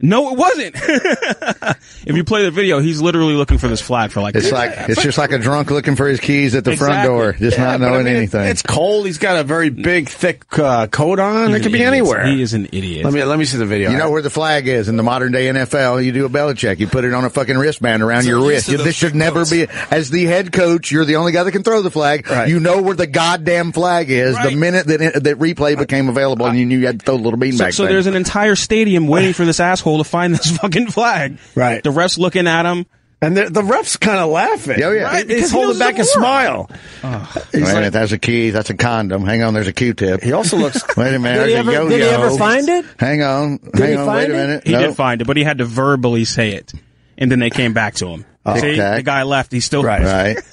Speaker 8: No, it wasn't. if you play the video, he's literally looking for this flag for like
Speaker 4: It's like it's just like a drunk looking for his keys at the front
Speaker 8: Exactly.
Speaker 4: door, just not
Speaker 2: But I
Speaker 4: knowing
Speaker 2: mean, it-
Speaker 4: anything.
Speaker 2: It's cold. He's got a very big, thick uh, coat on.
Speaker 8: He's
Speaker 2: it could
Speaker 8: an
Speaker 2: be
Speaker 8: idiot.
Speaker 2: anywhere.
Speaker 8: He is an idiot.
Speaker 2: Let me let me see the video.
Speaker 4: you know where the flag is in the modern day NFL. You do a Belichick. You put it on a fucking wristband around
Speaker 7: So
Speaker 4: your
Speaker 7: these
Speaker 4: wrist.
Speaker 7: are
Speaker 4: You-
Speaker 7: the
Speaker 4: This should
Speaker 7: three
Speaker 4: never be. As the head coach, you're the only guy that can throw the flag.
Speaker 2: Right.
Speaker 4: You know where the goddamn flag is the
Speaker 8: Right.
Speaker 4: minute that it, that replay became available, and you knew you had to throw the little beanbag.
Speaker 8: So, so
Speaker 4: thing.
Speaker 8: there's an entire stadium waiting for this asshole to find this fucking flag.
Speaker 2: Right.
Speaker 8: The refs looking at him.
Speaker 2: and the, the ref's kind of laughing.
Speaker 4: Oh, yeah.
Speaker 2: right?
Speaker 8: Because
Speaker 2: he's
Speaker 8: he
Speaker 2: holding
Speaker 8: knows
Speaker 2: back a
Speaker 8: it's a war.
Speaker 2: smile. Uh.
Speaker 4: Wait a minute, that's a key. That's a condom. Hang on, there's a Q-tip.
Speaker 2: He also looks.
Speaker 4: Wait a minute.
Speaker 3: Did he
Speaker 4: there's a
Speaker 3: ever- did he
Speaker 4: yo-yo.
Speaker 3: ever find it?
Speaker 4: Hang on.
Speaker 3: he
Speaker 4: hang on. Wait
Speaker 3: find
Speaker 4: a
Speaker 3: it?
Speaker 4: minute.
Speaker 8: He
Speaker 4: No.
Speaker 8: did find it, but he had to verbally say it, and then they came back to him.
Speaker 2: Oh,
Speaker 8: See,
Speaker 4: Okay.
Speaker 8: the guy left. He's still
Speaker 2: Right.
Speaker 4: Right.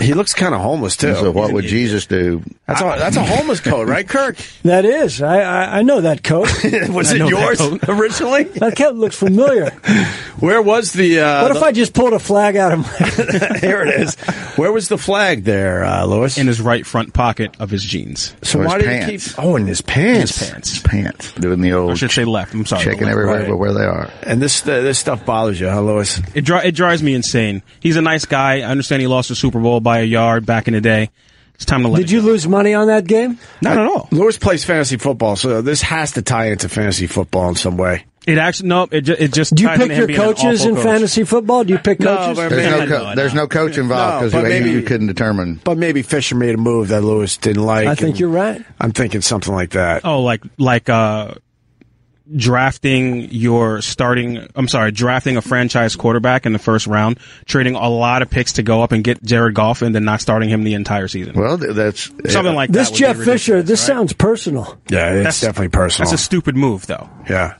Speaker 2: he looks kind of homeless too.
Speaker 4: So what would Jesus do?
Speaker 2: that's a that's a homeless coat, right, Kirk?
Speaker 3: That is. I, I, I know that coat.
Speaker 2: Was
Speaker 8: I
Speaker 2: it
Speaker 8: know that
Speaker 2: yours
Speaker 8: coat.
Speaker 2: originally?
Speaker 3: that coat looks familiar.
Speaker 2: Where was the? Uh,
Speaker 3: What if
Speaker 2: the-
Speaker 3: I just pulled a flag out of my...
Speaker 2: Here it is. Where was the flag there, uh, Lewis?
Speaker 8: in his right front pocket of his jeans.
Speaker 2: so
Speaker 4: Or his
Speaker 2: why did
Speaker 4: pants.
Speaker 2: he keep? Oh, in his pants.
Speaker 8: Pants.
Speaker 4: Pants. Doing the
Speaker 8: I
Speaker 4: old
Speaker 8: should say left. I'm sorry.
Speaker 4: checking
Speaker 8: Left.
Speaker 4: everywhere
Speaker 2: Right.
Speaker 4: but where they are.
Speaker 2: And this uh, this stuff bothers you, huh, Lewis?
Speaker 8: It, dri- it drives me insane. He's a nice guy. I understand he lost the Super Bowl by a yard back in the day. It's time to let.
Speaker 3: Did
Speaker 8: it
Speaker 3: you
Speaker 8: go.
Speaker 3: lose money on that game?
Speaker 8: Not at all.
Speaker 2: Lewis plays fantasy football, so this has to tie into fantasy football in some way.
Speaker 8: It actually no. It, ju- it just.
Speaker 3: Do you
Speaker 8: tied
Speaker 3: pick
Speaker 8: into him
Speaker 3: your
Speaker 8: being an
Speaker 3: coaches
Speaker 8: awful
Speaker 3: in
Speaker 8: coach.
Speaker 3: fantasy football? Do you pick
Speaker 2: No,
Speaker 3: coaches?
Speaker 2: but-
Speaker 4: There's no,
Speaker 8: Yeah,
Speaker 4: co-
Speaker 8: no,
Speaker 4: there's
Speaker 8: no.
Speaker 4: no coach involved
Speaker 2: No,
Speaker 4: because
Speaker 2: but
Speaker 4: you,
Speaker 2: maybe-
Speaker 4: you couldn't determine.
Speaker 2: But maybe Fisher made a move that Lewis didn't like.
Speaker 3: I think
Speaker 2: and
Speaker 3: you're right.
Speaker 2: I'm thinking something like that.
Speaker 8: Oh, like like uh drafting your starting I'm sorry, drafting a franchise quarterback in the first round, trading a lot of picks to go up and get Jared Goff and then not starting him the entire season.
Speaker 4: Well, th- that's
Speaker 8: Something like
Speaker 3: This
Speaker 8: that. would be
Speaker 3: Jeff Fisher,
Speaker 8: ridiculous,
Speaker 3: this
Speaker 8: right?
Speaker 3: sounds personal.
Speaker 2: yeah, it's
Speaker 8: That's-
Speaker 2: definitely personal.
Speaker 8: That's a stupid move though.
Speaker 2: yeah.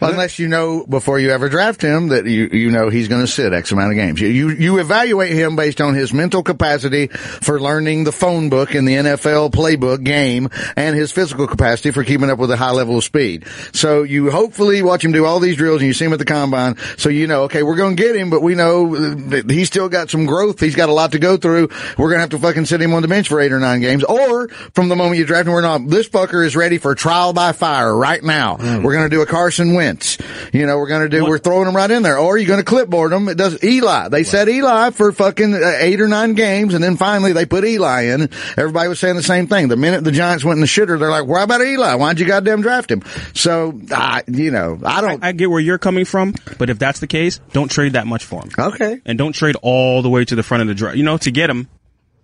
Speaker 4: Well, unless you know before you ever draft him that you you know he's going to sit X amount of games. You, you you evaluate him based on his mental capacity for learning the phone book in the NFL playbook game and his physical capacity for keeping up with a high level of speed. So you hopefully watch him do all these drills and you see him at the combine. So you know, okay, we're going to get him, but we know uh, that he's still got some growth. He's got a lot to go through. We're going to have to fucking sit him on the bench for eight or nine games. Or
Speaker 8: Hmm.
Speaker 4: from the moment you draft him, we're not. This fucker is ready for trial by fire right now. We're going to do a Carson Wentz. offense. You know, we're going to do, we're throwing them right in there. Or you're going to clipboard them. It does Eli. They said Eli for fucking uh, eight or nine games. And then finally they put Eli in. Everybody was saying the same thing. The minute the Giants went in the shitter, they're like, why about Eli? Why'd you goddamn draft him? So, I, you know, I don't.
Speaker 8: I get where you're coming from, but if that's the case, don't trade that much for him.
Speaker 4: okay.
Speaker 8: And don't trade all the way to the front of the draft, you know, to get him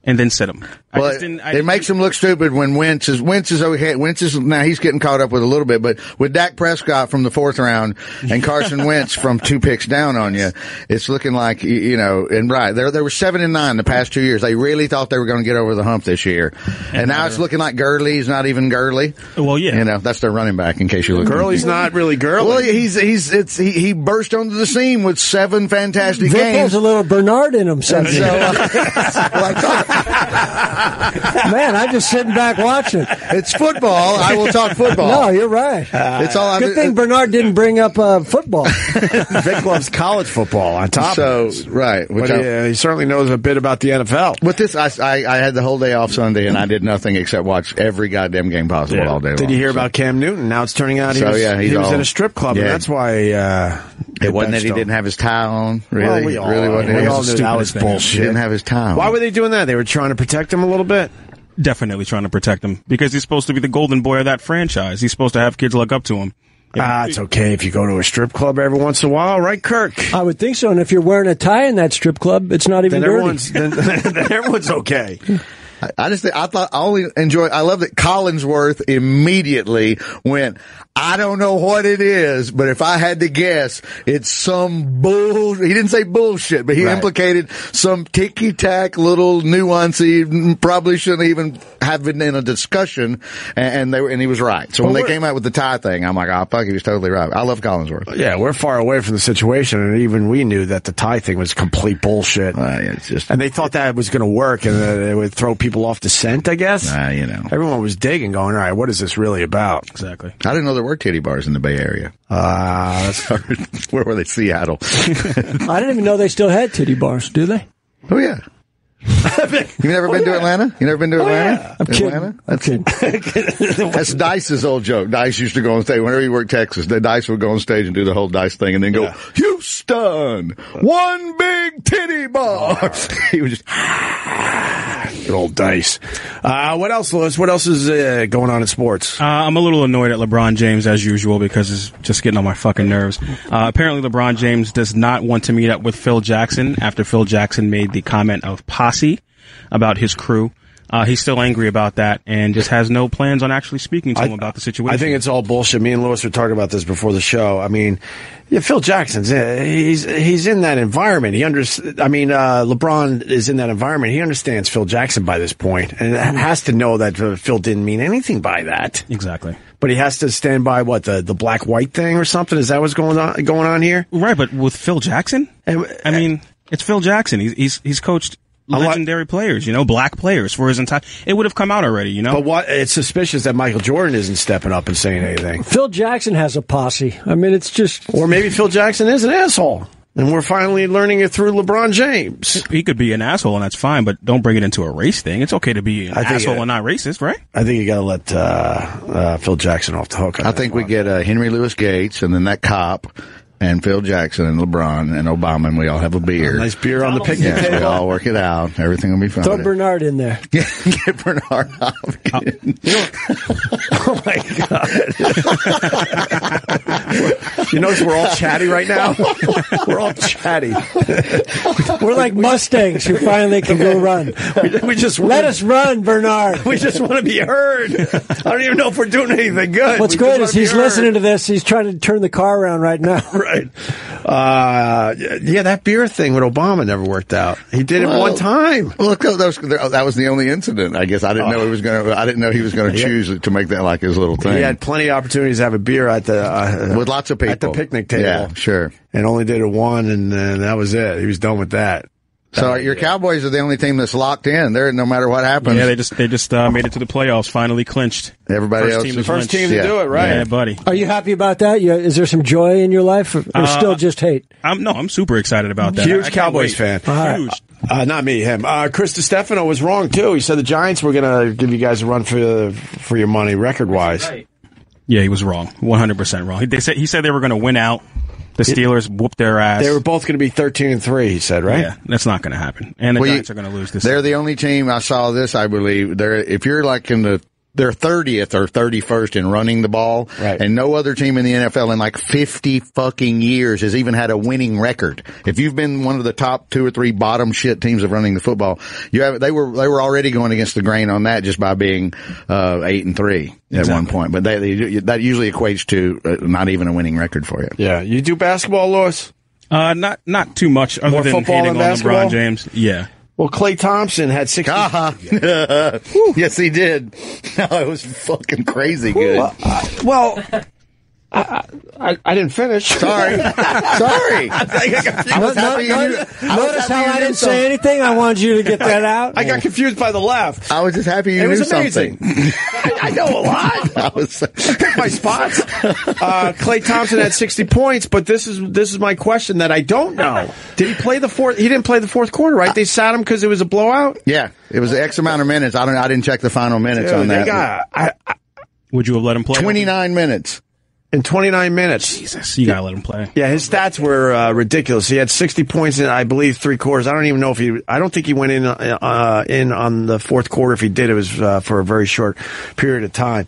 Speaker 8: and then sit him. I
Speaker 4: Well,
Speaker 8: just didn't, I
Speaker 4: it
Speaker 8: didn't-
Speaker 4: makes them look stupid when Wentz is Wentz is okay. Wentz is now he's getting caught up with a little bit, but with Dak Prescott from the fourth round and Carson Wentz from two picks down on you, it's looking like y- you know. And right there, there were seven and nine the past two years. They really thought they were going to get over the hump this year, and, now it's looking like Gurley's not even Gurley.
Speaker 8: Well, yeah.
Speaker 4: you know that's their running back. In case you look,
Speaker 2: Gurley's not really girly.
Speaker 4: Well, he's he's it's he, he burst onto the scene with seven fantastic
Speaker 3: Vic
Speaker 4: games.
Speaker 3: has a little Bernard in him sometimes. Man, I'm just sitting back watching.
Speaker 4: It's football. I will talk football.
Speaker 3: No, you're right.
Speaker 2: Uh,
Speaker 4: it's all.
Speaker 3: Good
Speaker 4: I've-
Speaker 3: thing Bernard didn't bring up uh, football.
Speaker 2: Vic loves college football on top
Speaker 4: So
Speaker 2: of it.
Speaker 4: right, which
Speaker 2: But
Speaker 4: I-
Speaker 2: he, he certainly knows a bit about the NFL.
Speaker 4: With this, I, I, I had the whole day off Sunday and I did nothing except watch every goddamn game possible all day.
Speaker 2: Did
Speaker 4: long.
Speaker 2: you hear
Speaker 4: So-
Speaker 2: about Cam Newton? Now it's turning out he
Speaker 4: So,
Speaker 2: was,
Speaker 4: yeah, he's
Speaker 2: he was
Speaker 4: all-
Speaker 2: in a strip club,
Speaker 4: Yeah.
Speaker 2: and that's why uh, they
Speaker 4: It wasn't that
Speaker 2: benched
Speaker 4: he
Speaker 2: him.
Speaker 4: didn't have his tie on. Really,
Speaker 2: Well, we all,
Speaker 4: really
Speaker 2: I mean,
Speaker 4: wasn't.
Speaker 2: we
Speaker 4: It
Speaker 2: all
Speaker 4: was
Speaker 2: knew
Speaker 4: the
Speaker 2: that was
Speaker 4: stupidest thing.
Speaker 2: bullshit.
Speaker 4: He didn't have his tie on.
Speaker 2: Why were they doing that? They were trying to protect him a little bit.
Speaker 8: definitely trying to protect him because he's supposed to be the golden boy of that franchise. He's supposed to have kids look up to him.
Speaker 2: Ah, it's okay if you go to a strip club every once in a while, right, Kirk?
Speaker 3: I would think so. And if you're wearing a tie in that strip club, it's not even
Speaker 2: Then
Speaker 3: dirty.
Speaker 2: everyone's then, then everyone's okay.
Speaker 4: I, I just think, I thought I only enjoy. I love that Collinsworth immediately went. I don't know what it is, but if I had to guess, it's some bull. He didn't say bullshit, but he
Speaker 2: Right.
Speaker 4: implicated some ticky tack little nuance he probably shouldn't even have been in a discussion. And, and they were, and he was right. So when they
Speaker 2: we're-
Speaker 4: came out with the tie thing, I'm like, oh fuck, he was totally right. I love Collinsworth.
Speaker 2: Yeah, we're far away from the situation, and even we knew that the tie thing was complete bullshit.
Speaker 4: Uh, it's just,
Speaker 2: And they thought that was going to work, and that it would throw people off the scent. I guess
Speaker 4: uh, you know,
Speaker 2: everyone was digging, going, "All right, what is this really about?"
Speaker 8: Exactly.
Speaker 4: I didn't know there were titty bars in the Bay Area.
Speaker 2: Uh, that's-
Speaker 4: Where were they? Seattle.
Speaker 3: I didn't even know they still had titty bars, do they? Oh,
Speaker 4: Oh yeah. you never been to Atlanta? You never been to
Speaker 2: Oh,
Speaker 4: Atlanta?
Speaker 3: I'm kidding.
Speaker 4: Atlanta?
Speaker 3: I'm kidding.
Speaker 4: That's Dice's old joke. Dice used to go on stage whenever he worked Texas. The Dice would go on stage and do the whole Dice thing, and then go Houston, one big titty bar. he would just
Speaker 2: Good old dice. Uh, what else, Lewis? What else is uh, going on in sports?
Speaker 8: Uh, I'm a little annoyed at LeBron James as usual because it's just getting on my fucking nerves. Uh, apparently, LeBron James does not want to meet up with Phil Jackson after Phil Jackson made the comment of posse about his crew. Uh, he's still angry about that and just has no plans on actually speaking to him about the situation.
Speaker 2: I think it's all bullshit. Me and Lewis were talking about this before the show. I mean, yeah, Phil Jackson's in, he's he's in that environment. He under, I mean, uh, LeBron is in that environment. He understands Phil Jackson by this point, and
Speaker 8: Mm-hmm.
Speaker 2: has to know that uh, Phil didn't mean anything by that.
Speaker 8: exactly
Speaker 2: But he has to stand by what the the black white thing or something. Is that what's going on going on here?
Speaker 8: right, but with Phil Jackson,
Speaker 2: And-
Speaker 8: I mean, it's Phil Jackson. He's he's he's coached
Speaker 2: eh, lot-
Speaker 8: legendary players, you know, black players for his entire. It would have come out already, you know.
Speaker 2: But what? It's suspicious that Michael Jordan isn't stepping up and saying anything.
Speaker 3: Phil Jackson has a posse. I mean, it's just
Speaker 2: Or maybe Phil Jackson is an asshole. And we're finally learning it through LeBron James.
Speaker 8: he could be an asshole and that's fine, but don't bring it into a race thing. It's okay to be an
Speaker 2: I think,
Speaker 8: asshole
Speaker 2: uh,
Speaker 8: and not racist, right?
Speaker 2: I think you got to let uh, uh, Phil Jackson off the hook. on
Speaker 4: I
Speaker 2: that
Speaker 4: think we
Speaker 2: one.
Speaker 4: get uh, Henry Louis Gates and then that cop and Phil Jackson and LeBron and Obama and we all have a beer.
Speaker 2: nice beer on the picnic
Speaker 4: Yeah, we
Speaker 2: table.
Speaker 4: all work it out. Everything will be fine.
Speaker 3: throw Bernard in there.
Speaker 4: Get Bernard Hopkins.
Speaker 2: Oh my god! you notice we're all chatty right now. we're all chatty.
Speaker 3: We're like Mustangs who finally can go run.
Speaker 2: We just
Speaker 3: Let us run, Bernard.
Speaker 2: We just want to be heard. I don't even know if we're doing anything good.
Speaker 3: What's
Speaker 2: We just
Speaker 3: great
Speaker 2: wanna
Speaker 3: is
Speaker 2: be
Speaker 3: he's
Speaker 2: heard.
Speaker 3: listening to this. He's trying to turn the car around right now.
Speaker 2: Right. Uh, yeah, that beer thing with Obama never worked out. He did it one time. Oh.
Speaker 4: Look, that was, that was the only incident. I guess I didn't know he was going to. I didn't know he was going to choose to make that like his little thing.
Speaker 2: He had plenty of opportunities to have a beer at the uh,
Speaker 4: with lots of people
Speaker 2: at the picnic table.
Speaker 4: Yeah, sure.
Speaker 2: and only did it one, and uh, that was it. He was done with that.
Speaker 4: So your Cowboys are the only team that's locked in. They're no matter what happens.
Speaker 8: Yeah, they just they just uh, made it to the playoffs, finally clinched.
Speaker 4: everybody
Speaker 8: First
Speaker 4: else.
Speaker 8: team
Speaker 4: is-
Speaker 8: to First clinch.
Speaker 2: team to
Speaker 4: Yeah.
Speaker 2: do it, right.
Speaker 8: Yeah, buddy.
Speaker 3: Are you happy about that? You, is there some joy in your life, or, or
Speaker 2: Uh,
Speaker 3: still just hate?
Speaker 8: Uh, I'm no, I'm super excited about that. I- I
Speaker 2: Huge
Speaker 8: can't
Speaker 2: Cowboys
Speaker 8: wait.
Speaker 2: fan.
Speaker 8: Huge.
Speaker 2: Uh, not me, him. Uh, Chris Stefano was wrong too. He said the Giants were going to give you guys a run for for your money record wise.
Speaker 8: Yeah, he was wrong. 100% wrong. He- They said, he said they were going to win out. The Steelers whooped their ass.
Speaker 2: They were both going to be 13 and 3, he said, right?
Speaker 8: Yeah, that's not going to happen. And the
Speaker 4: Well, you-
Speaker 8: Giants are going to lose this.
Speaker 4: They're the only team I saw this. I believe they're if you're like in the they're thirtieth or thirty first in running the ball,
Speaker 2: Right.
Speaker 4: and no other team in the NFL in like fifty fucking years has even had a winning record. If you've been one of the top two or three bottom shit teams of running the football, you have they were they were already going against the grain on that just by being uh, eight and three at one point. But they, they, that usually equates to uh, not even a winning record for you.
Speaker 2: Yeah. You do basketball, Lewis?
Speaker 8: Uh, not not too much other
Speaker 2: More
Speaker 8: than
Speaker 2: football
Speaker 8: hating
Speaker 2: and
Speaker 8: on
Speaker 2: basketball?
Speaker 8: LeBron James. Yeah.
Speaker 2: Well, Clay Thompson had 60.
Speaker 4: yes, he did. No, it was fucking crazy good.
Speaker 2: Well, I, well I, I, I didn't finish.
Speaker 4: Sorry. Sorry. I was happy you knew- I was
Speaker 3: Notice
Speaker 4: happy
Speaker 3: how
Speaker 4: you
Speaker 3: I
Speaker 4: knew
Speaker 3: didn't
Speaker 4: some-
Speaker 3: say anything. I wanted you to get that out.
Speaker 2: I got confused by the laugh.
Speaker 4: I was just happy you
Speaker 2: It
Speaker 4: knew
Speaker 2: was amazing.
Speaker 4: something.
Speaker 2: I, I know a lot.
Speaker 4: I was
Speaker 2: Pick my spots. Uh, Clay Thompson had 60 points, but this is this is my question that I don't know. Did he play the fourth? He didn't play the fourth quarter, right? They sat him because it was a blowout.
Speaker 4: Yeah, it was X amount of minutes. I don't I didn't check the final minutes on
Speaker 2: Dude, they
Speaker 4: that.
Speaker 2: got I, I-
Speaker 8: Would you have let him play?
Speaker 4: 29 minutes.
Speaker 2: in 29 minutes.
Speaker 8: Jesus, you got to let him play.
Speaker 2: Yeah, his stats were uh, ridiculous. He had 60 points in, I believe, three quarters. I don't even know if he. I don't think he went in uh, in on the fourth quarter. If he did, it was uh, for a very short period of time.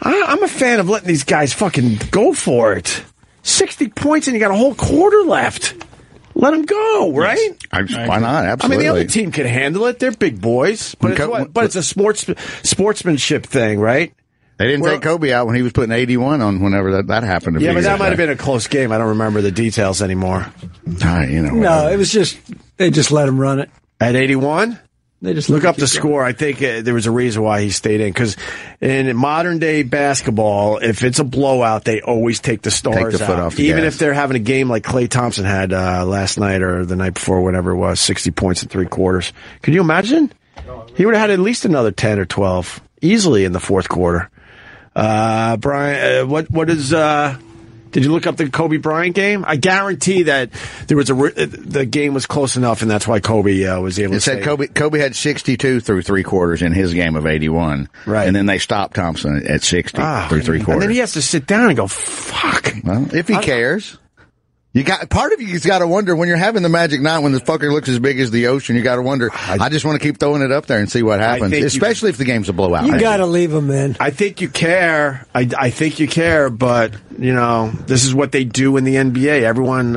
Speaker 2: I, I'm a fan of letting these guys fucking go for it. 60 points and you got a whole quarter left. Let them go, right?
Speaker 4: I, why not?
Speaker 2: I mean,
Speaker 4: Absolutely.
Speaker 2: the other team can handle it. They're big boys, but
Speaker 4: When
Speaker 2: it's,
Speaker 4: co-
Speaker 2: what, but it's a sports sportsmanship thing, right?
Speaker 4: they didn't take Kobe out when he was putting 81 on whenever that, that happened. a
Speaker 2: Yeah,
Speaker 4: few
Speaker 2: but that
Speaker 4: years
Speaker 2: might have
Speaker 4: back.
Speaker 2: been a close game. I don't remember the details anymore.
Speaker 4: Ah, you know.
Speaker 3: no,
Speaker 4: whatever.
Speaker 3: it was just they just let him run it.
Speaker 2: At 81.
Speaker 3: They just
Speaker 2: Look
Speaker 3: let him
Speaker 2: up the
Speaker 3: keep going.
Speaker 2: score. I think uh, there was a reason why he stayed in because in modern day basketball, if it's a blowout, they always take the stars
Speaker 4: Take the foot
Speaker 2: out.
Speaker 4: off the
Speaker 2: Even
Speaker 4: gas.
Speaker 2: if they're having a game like Clay Thompson had uh, last night or the night before, whatever it was, sixty points in three quarters. Can you imagine? He would have had at least another ten or twelve easily in the fourth quarter. Uh, Brian, uh, what what is? Uh, did you look up the Kobe Bryant game? I guarantee that there was a re- uh, the game was close enough, and that's why Kobe uh, was able to
Speaker 4: It said
Speaker 2: stay.
Speaker 4: Kobe Kobe had 62 through three quarters in his game of 81.
Speaker 2: Right.
Speaker 4: And then they stopped Thompson at 60
Speaker 2: Ah.
Speaker 4: through three
Speaker 2: And
Speaker 4: quarters.
Speaker 2: then he has to sit down and go, fuck.
Speaker 4: Well, if he cares. You got part of you's got to wonder when you're having the magic night when the fucker looks as big as the ocean. You got to wonder. I, just want to keep throwing it up there and see what happens,
Speaker 2: think you-
Speaker 4: especially if the game's a blowout.
Speaker 3: You got to leave him in.
Speaker 2: I think you care. I, I think you care, but, you know, this is what they do in the NBA. Everyone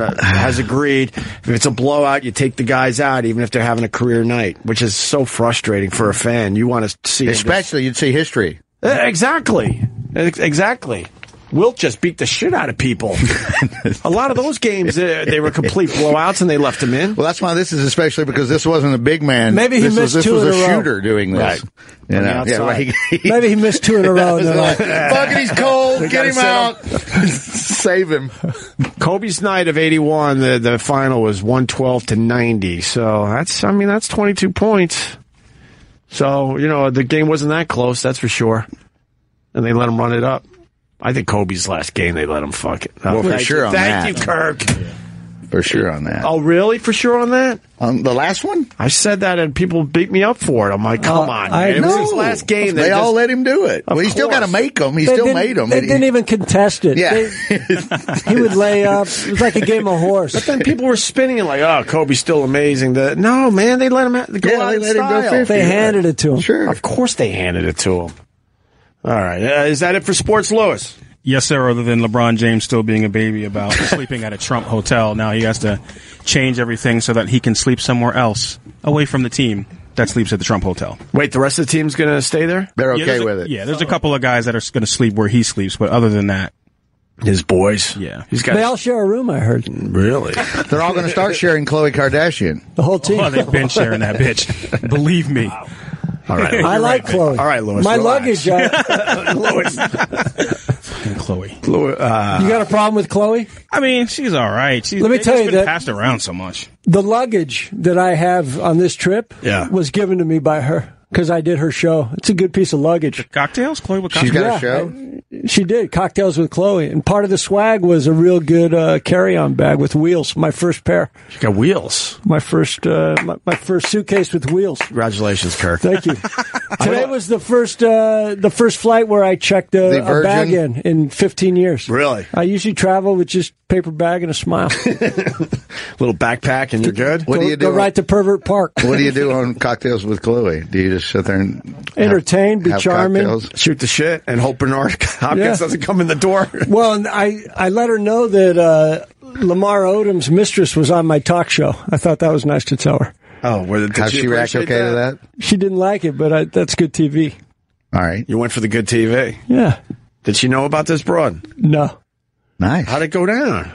Speaker 2: uh, has agreed. If it's a blowout, you take the guys out, even if they're having a career night, which is so frustrating for a fan. You want to see. them just-
Speaker 4: especially you'd see history.
Speaker 2: Eh, exactly. Ex- Exactly. Wilt just beat the shit out of people. a lot of those games, they, they were complete blowouts and they left him in.
Speaker 4: Well, that's why this is especially because this wasn't a big man.
Speaker 3: Maybe he
Speaker 4: this
Speaker 3: missed
Speaker 4: was, this
Speaker 3: two
Speaker 4: was
Speaker 3: in
Speaker 4: a
Speaker 3: a row.
Speaker 4: shooter doing this.
Speaker 2: Right.
Speaker 4: You
Speaker 2: On the
Speaker 4: know, yeah,
Speaker 2: outside.
Speaker 4: well, he, he-
Speaker 3: Maybe he missed two in a row.
Speaker 4: was
Speaker 3: And they're
Speaker 4: like,
Speaker 3: like,
Speaker 4: Fuck it, he's cold. Get
Speaker 2: gotta
Speaker 4: him
Speaker 2: set him.
Speaker 4: out. Save him.
Speaker 2: Kobe's night of 81, the, the final was 112 to 90. So that's, I mean, that's 22 points. So, you know, the game wasn't that close, that's for sure. And they let him run it up. I think Kobe's last game, they let him fuck it. up.
Speaker 4: Well, for
Speaker 2: Thank
Speaker 4: sure
Speaker 2: you.
Speaker 4: on
Speaker 2: Thank
Speaker 4: that.
Speaker 2: you, Kirk.
Speaker 4: For sure on that.
Speaker 2: Oh, really? For sure on that?
Speaker 4: On the last one,
Speaker 2: I said that and people beat me up for it. I'm like, come
Speaker 3: Uh,
Speaker 2: on.
Speaker 3: I
Speaker 2: man. It was
Speaker 3: know.
Speaker 2: his last game.
Speaker 4: they all
Speaker 2: just-
Speaker 4: let him do it.
Speaker 2: Of
Speaker 4: Well, he still
Speaker 2: course.
Speaker 4: got to make him. He
Speaker 3: They
Speaker 4: still
Speaker 3: didn't-
Speaker 4: made him.
Speaker 3: They didn't even contest it.
Speaker 4: Yeah.
Speaker 3: They- he would lay up. It was like a game of horse.
Speaker 2: Then people were spinning it like, oh, Kobe's still amazing. The, no, man, they let him ha- go
Speaker 4: Yeah,
Speaker 2: out
Speaker 4: they
Speaker 2: in
Speaker 4: let him go
Speaker 2: style.
Speaker 4: 50.
Speaker 3: They handed it to him.
Speaker 4: Sure.
Speaker 2: Of course they handed it to him. All right. Uh, is that it for Sports Lewis?
Speaker 8: Yes, sir. Other than LeBron James still being a baby about sleeping at a Trump hotel, now he has to change everything so that he can sleep somewhere else away from the team that sleeps at the Trump hotel.
Speaker 2: Wait, the rest of the team's going to stay there?
Speaker 4: They're
Speaker 8: yeah, there's
Speaker 4: okay
Speaker 8: a-
Speaker 4: with it.
Speaker 8: Yeah, there's a couple of guys that are going to sleep where he sleeps, but other than that,
Speaker 2: His boys.
Speaker 8: Yeah.
Speaker 2: He's got
Speaker 3: They all share a room. I heard
Speaker 2: really.
Speaker 4: They're all going to start sharing Khloe Kardashian.
Speaker 3: the whole team.
Speaker 8: well, Oh, they've been sharing that bitch. Believe me.
Speaker 2: all right.
Speaker 3: I like Chloe.
Speaker 2: All right, Louis,
Speaker 3: My
Speaker 2: relax.
Speaker 3: luggage. uh, I,
Speaker 2: Lewis.
Speaker 8: And Chloe.
Speaker 2: Lewis, uh,
Speaker 3: you got a problem with Chloe?
Speaker 8: I mean, she's all right. She's,
Speaker 3: Let me
Speaker 8: they've
Speaker 3: tell
Speaker 8: just
Speaker 3: you
Speaker 8: been
Speaker 3: that-
Speaker 8: passed around so much.
Speaker 3: The luggage that I have on this trip
Speaker 2: Yeah.
Speaker 3: was given to me by her because I did her show. It's a good piece of luggage.
Speaker 8: Cocktails, Chloe. What
Speaker 4: She's
Speaker 8: cocktails?
Speaker 4: got
Speaker 3: Yeah.
Speaker 4: a show.
Speaker 3: She did cocktails with Chloe, and part of the swag was a real good uh, carry-on bag with wheels. My first pair,
Speaker 2: you got wheels.
Speaker 3: my first, uh, my, my first suitcase with wheels.
Speaker 2: Congratulations, Kirk.
Speaker 3: Thank you. Today was the first uh, the first flight where I checked a,
Speaker 4: The
Speaker 3: a bag in
Speaker 4: Virgin?
Speaker 3: in 15 years.
Speaker 2: Really?
Speaker 3: I usually travel with just paper bag and a smile.
Speaker 2: Little backpack and you're good.
Speaker 4: What
Speaker 3: go,
Speaker 4: do you
Speaker 3: Go
Speaker 4: do?
Speaker 3: right to Pervert Park.
Speaker 4: What do you do on cocktails with Chloe? Do you just sit there and
Speaker 3: Entertain, be charming.
Speaker 2: Shoot the shit and hope Bernard Hopkins
Speaker 3: Yeah.
Speaker 2: doesn't come in the door.
Speaker 3: Well, and I, I let her know that uh, Lamar Odom's mistress was on my talk show. I thought that was nice to tell her.
Speaker 2: Oh, where did
Speaker 4: How she react okay to that?
Speaker 3: She didn't like it, but I, that's good TV.
Speaker 4: All right,
Speaker 2: You went for the good TV.
Speaker 3: Yeah.
Speaker 2: Did she know about this broad?
Speaker 3: No.
Speaker 4: nice.
Speaker 2: How'd it go down?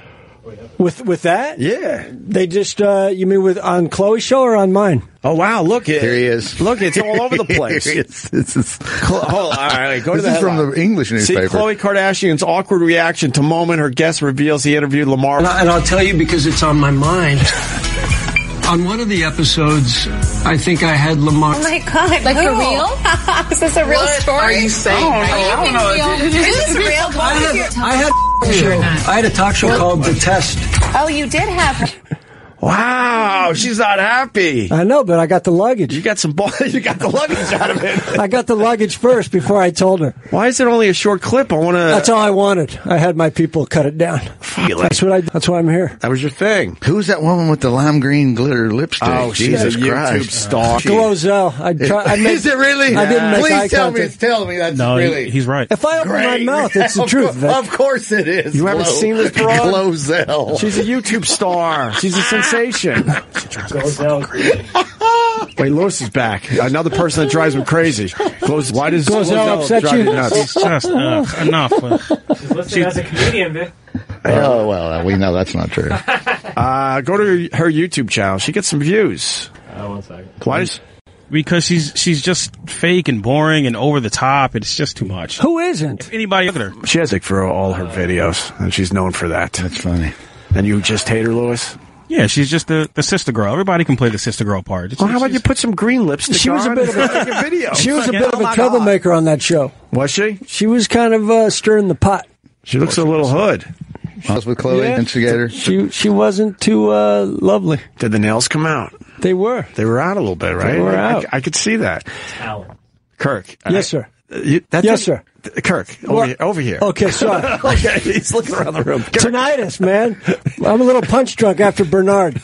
Speaker 3: With with that,
Speaker 2: Yeah.
Speaker 3: they just uh, you mean with on Chloe's show or on mine?
Speaker 2: Oh wow! Look it.
Speaker 4: Here he is.
Speaker 2: Look, it's all over the place.
Speaker 4: Here he is. This is,
Speaker 2: Cl- hold on, all right, go to
Speaker 4: this
Speaker 2: the
Speaker 4: is from
Speaker 2: headline.
Speaker 4: the English newspaper.
Speaker 2: See Khloe Kardashian's awkward reaction to moment her guest reveals he interviewed Lamar.
Speaker 9: And, I, and I'll tell you because it's on my mind. on one of the episodes, I think I had Lamar.
Speaker 10: Oh my god! Like for real? is this a real story? Are you saying? Are you being real? Is this real?
Speaker 9: I had, I had, I had a talk show called The Test.
Speaker 10: Oh, you did have.
Speaker 2: wow, she's not happy.
Speaker 3: I know, but I got the luggage.
Speaker 2: You got some ball. You got the luggage out of it.
Speaker 3: I got the luggage first before I told her.
Speaker 2: Why is it only a short clip? I want
Speaker 3: That's
Speaker 2: to
Speaker 3: all I wanted. I had my people cut it down.
Speaker 2: feel it.
Speaker 3: That's what I. That's why I'm here.
Speaker 2: That was your thing.
Speaker 4: Who's that woman with the lime green glitter lipstick?
Speaker 2: Oh, she's
Speaker 4: Jesus
Speaker 2: a YouTube
Speaker 4: Christ.
Speaker 2: star.
Speaker 4: She-
Speaker 3: Glozell. I try. I made,
Speaker 4: is it really?
Speaker 3: I didn't make
Speaker 4: Please
Speaker 3: eye
Speaker 4: tell me.
Speaker 3: contact.
Speaker 4: Tell me that's
Speaker 8: No, he-
Speaker 4: really.
Speaker 8: he's right.
Speaker 3: if I open
Speaker 4: great.
Speaker 3: my mouth, it's the
Speaker 4: Of
Speaker 3: truth.
Speaker 4: cour- of
Speaker 3: Vic.
Speaker 4: course it is.
Speaker 2: You haven't
Speaker 4: Glo-
Speaker 2: seen this broad?
Speaker 4: Glozell.
Speaker 2: She's a YouTube star. She's a sensation. Wait, Lewis is back. Another person that drives me crazy. Gloz- why does
Speaker 3: Glozell
Speaker 2: Glozell
Speaker 3: upset
Speaker 2: drive
Speaker 3: you?
Speaker 2: nuts?
Speaker 8: Just uh, enough.
Speaker 4: oh well, we know that's not true.
Speaker 2: Uh, go to her, her YouTube channel. She gets some views. Why does
Speaker 8: because she's she's just fake and boring and over the top. It's just too much.
Speaker 3: Who isn't?
Speaker 8: Anybody look at her?
Speaker 2: she has it for all her videos, and she's known for that.
Speaker 4: That's funny.
Speaker 2: And you just hate her, Lewis?
Speaker 8: Yeah, she's just the, the sister girl. Everybody can play the sister girl part. It's-
Speaker 2: Well, how about
Speaker 8: she's-
Speaker 2: you put some green lipstick
Speaker 3: She was a
Speaker 2: on
Speaker 3: bit of a-
Speaker 2: and make video?
Speaker 3: She was a bit of
Speaker 2: Oh
Speaker 3: a
Speaker 2: my
Speaker 3: troublemaker on that show.
Speaker 2: God. Was she?
Speaker 3: She was kind of uh, stirring the pot.
Speaker 2: Oh, She looks a little hood.
Speaker 4: I was with Chloe
Speaker 3: Yeah.
Speaker 4: Instigator.
Speaker 3: She she wasn't too uh, lovely.
Speaker 2: Did the nails come out?
Speaker 3: They were.
Speaker 2: They were out a little bit, right?
Speaker 3: They were
Speaker 2: I-
Speaker 3: out.
Speaker 2: I, I could see that. Kirk. I-
Speaker 3: Yes, sir.
Speaker 2: Uh, you- that
Speaker 3: Yes,
Speaker 2: doesn't- th- Kirk, over
Speaker 3: What?
Speaker 2: here, over here.
Speaker 3: Okay, sorry.
Speaker 2: okay, he's looking around the room. Kirk,
Speaker 3: Tinnitus, man. I'm a little punch drunk after Bernard.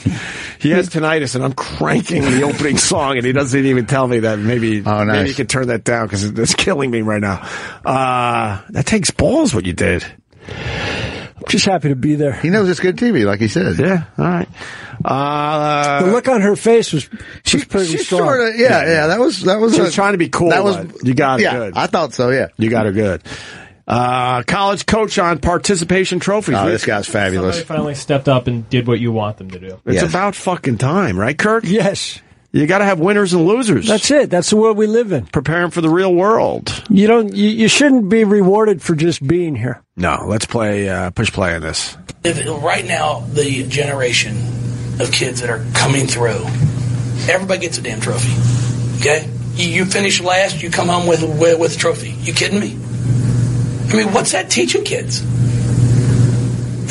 Speaker 2: he has tinnitus, and I'm cranking the opening song, and he doesn't even tell me that maybe,
Speaker 4: Oh, nice.
Speaker 2: maybe you could turn that down because it's killing me right now. Uh, that takes balls, what you did.
Speaker 3: Just happy to be there.
Speaker 4: He knows it's good TV, like he said.
Speaker 2: Yeah, all right. Uh,
Speaker 3: The look on her face was she's pretty
Speaker 4: She's
Speaker 3: strong.
Speaker 4: sort of, yeah, yeah. That was that was.
Speaker 2: She
Speaker 4: a-
Speaker 2: was trying to be cool,
Speaker 4: That was
Speaker 2: but you got it
Speaker 4: yeah,
Speaker 2: good.
Speaker 4: I thought so. Yeah.
Speaker 2: you got her good. Uh, college coach on participation trophies.
Speaker 4: Oh, this guy's fabulous.
Speaker 11: finally stepped up and did what you want them to do.
Speaker 2: It's
Speaker 4: Yes.
Speaker 2: about fucking time, right, Kirk?
Speaker 3: yes,
Speaker 2: You got to have winners and losers.
Speaker 3: that's it. That's the world we live in.
Speaker 2: preparing for the real world.
Speaker 3: You don't. You, you shouldn't be rewarded for just being here.
Speaker 2: No, let's play uh, push play on this.
Speaker 7: Right now, the generation of kids that are coming through, everybody gets a damn trophy. Okay, you, you finish last, you come home with, with with a trophy. You kidding me? I mean, what's that teaching kids?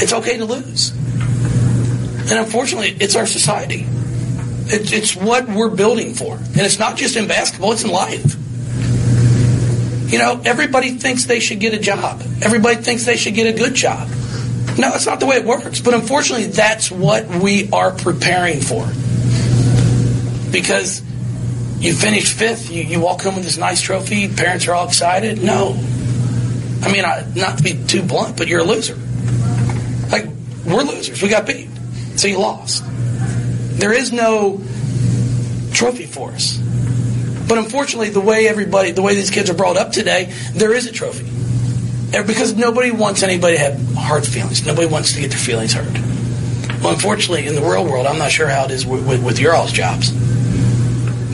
Speaker 7: It's okay to lose, and unfortunately, it's our society. It, it's what we're building for, and it's not just in basketball; it's in life. You know, everybody thinks they should get a job. Everybody thinks they should get a good job. No, that's not the way it works. But unfortunately, that's what we are preparing for. Because you finish fifth, you, you walk home with this nice trophy, parents are all excited. No. I mean, I, not to be too blunt, but you're a loser. Like, we're losers. We got beat. So you lost. There is no trophy for us. But unfortunately, the way everybody, the way these kids are brought up today, there is a trophy. And Because nobody wants anybody to have hard feelings. Nobody wants to get their feelings hurt. Well, unfortunately, in the real world, I'm not sure how it is with, with, with your all's jobs.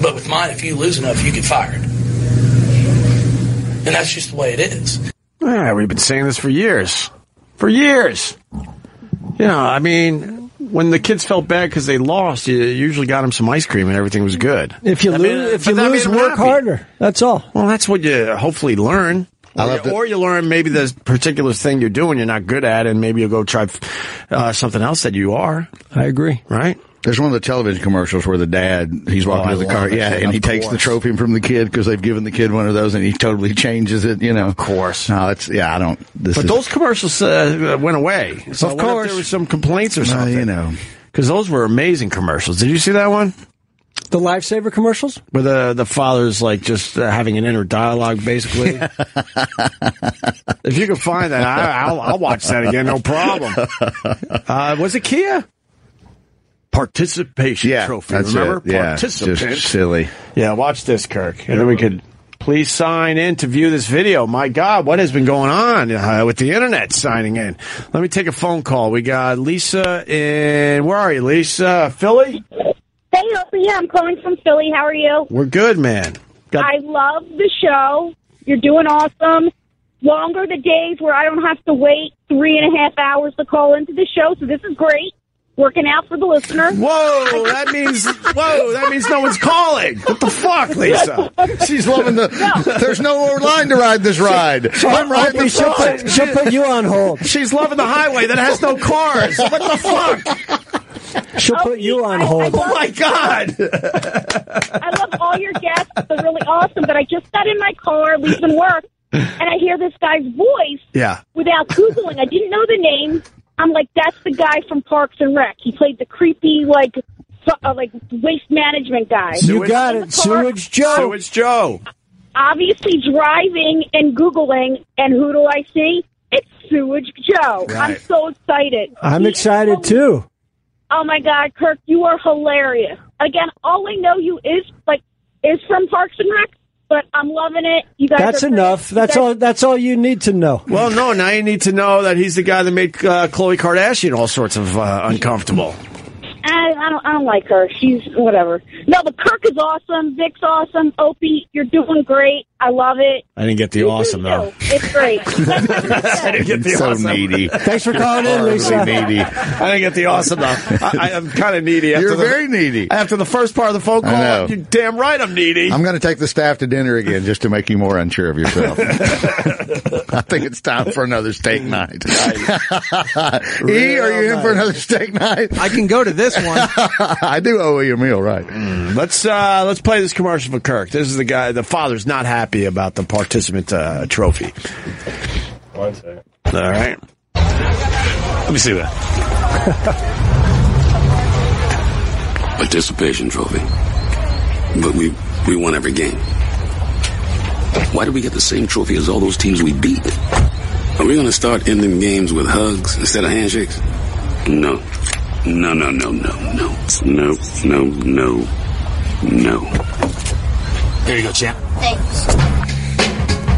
Speaker 7: But with mine, if you lose enough, you get fired. And that's just the way it is.
Speaker 2: Yeah, Ah, we've been saying this for years, for years. You know, I mean, when the kids felt bad because they lost, you usually got them some ice cream and everything was good.
Speaker 3: If you
Speaker 2: That
Speaker 3: lose,
Speaker 2: made-
Speaker 3: if
Speaker 2: but
Speaker 3: you
Speaker 2: that
Speaker 3: lose,
Speaker 2: made them
Speaker 3: work
Speaker 2: happy.
Speaker 3: harder. That's all.
Speaker 2: Well, that's what you hopefully learn.
Speaker 4: I
Speaker 2: or,
Speaker 4: love
Speaker 2: you,
Speaker 4: that-
Speaker 2: or you learn maybe the particular thing you're doing you're not good at, and maybe you'll go try uh, something else that you are.
Speaker 3: I agree.
Speaker 2: Right?
Speaker 4: There's one of the television commercials where the dad he's walking
Speaker 2: Oh,
Speaker 4: to
Speaker 2: I
Speaker 4: the
Speaker 2: love
Speaker 4: car,
Speaker 2: it.
Speaker 4: yeah, and he
Speaker 2: Of
Speaker 4: takes the
Speaker 2: course.
Speaker 4: trophy from the kid because they've given the kid one of those, and he totally changes it. You know, of course. No, it's yeah, I don't. This
Speaker 2: But
Speaker 4: is,
Speaker 2: those commercials uh, went away. So
Speaker 4: Of
Speaker 2: what if
Speaker 4: course.
Speaker 2: there was some complaints or
Speaker 4: Well,
Speaker 2: something.
Speaker 4: you know.
Speaker 2: because those were amazing commercials. Did you see that one?
Speaker 3: The lifesaver commercials,
Speaker 2: where the the father's like just uh, having an inner dialogue, basically. if you can find that, I, I'll, I'll watch that again. No problem. Uh, was it Kia? Participation
Speaker 4: yeah,
Speaker 2: trophy.
Speaker 4: that's
Speaker 2: remember?
Speaker 4: it. Yeah, it's
Speaker 2: Participant.
Speaker 4: just silly.
Speaker 2: Yeah, watch this, Kirk, and then we could please sign in to view this video. My God, what has been going on uh, with the internet? Signing in. Let me take a phone call. We got Lisa in. Where are you, Lisa? Philly.
Speaker 12: Hey, Opie, I'm calling from Philly. How are you?
Speaker 2: We're good, man. Got
Speaker 12: I love the show. You're doing awesome. Longer the days where I don't have to wait three and a half hours to call into the show, so this is great. Working out for the listener.
Speaker 2: Whoa, that means whoa, that means no one's calling. What the fuck, Lisa?
Speaker 4: She's loving the. There's no more line to ride this ride. I'm riding the
Speaker 3: she'll,
Speaker 4: front.
Speaker 3: put, she'll put you on hold.
Speaker 2: She's loving the highway that has no cars. What the fuck?
Speaker 3: She'll put you on hold.
Speaker 2: Oh my god.
Speaker 12: I love all your guests. They're really awesome. But I just got in my car leaving work, and I hear this guy's voice
Speaker 2: Yeah.
Speaker 12: without Googling. I didn't know the name. I'm like, that's the guy from Parks and Rec. He played the creepy, like, fu- uh, like waste management guy.
Speaker 3: You got it. Sewage Joe.
Speaker 2: So it's Joe.
Speaker 12: obviously driving and Googling, and who do I see? It's Sewage Joe. I'm so excited.
Speaker 3: I'm
Speaker 12: He-
Speaker 3: excited too.
Speaker 12: Oh my God, Kirk, you are hilarious. Again, all I know you is like is from Parks and Rec, but I'm loving it. You guys
Speaker 3: That's
Speaker 12: are great.
Speaker 3: enough.
Speaker 12: You
Speaker 3: That's
Speaker 12: guys-
Speaker 3: all. That's all you need to know.
Speaker 2: Well, no, now you need to know that he's the guy that made uh, Khloe Kardashian all sorts of uh, uncomfortable.
Speaker 12: I, I don't I don't like her. She's whatever. No, but Kirk is awesome. Vic's awesome. Opie, you're doing great. I love it.
Speaker 2: I didn't get the awesome though.
Speaker 12: It's great.
Speaker 2: I didn't get the
Speaker 4: so
Speaker 2: awesome.
Speaker 4: needy.
Speaker 3: Thanks for calling in,
Speaker 4: Horribly
Speaker 3: Lisa.
Speaker 4: needy.
Speaker 2: I didn't get the awesome though. I, I'm kind of needy. After
Speaker 4: You're
Speaker 2: the,
Speaker 4: very needy.
Speaker 2: After the first part of the phone
Speaker 4: I know.
Speaker 2: call, you damn right I'm needy.
Speaker 4: I'm going to take the staff to dinner again just to make you more unsure of yourself. I think it's time for another steak night. e, are you in for another steak night?
Speaker 6: I can go to this one.
Speaker 4: I do owe you a meal, right?
Speaker 2: Let's uh, let's play this commercial for Kirk. This is the guy. The father's not happy about the participant uh, trophy.
Speaker 11: One second.
Speaker 2: All right. Let me see that.
Speaker 13: participation trophy. But we we won every game. Why do we get the same trophy as all those teams we beat? Are we going to start ending games with hugs instead of handshakes? No. No, no, no, no, no. No, no, no, no.
Speaker 7: There you go, champ.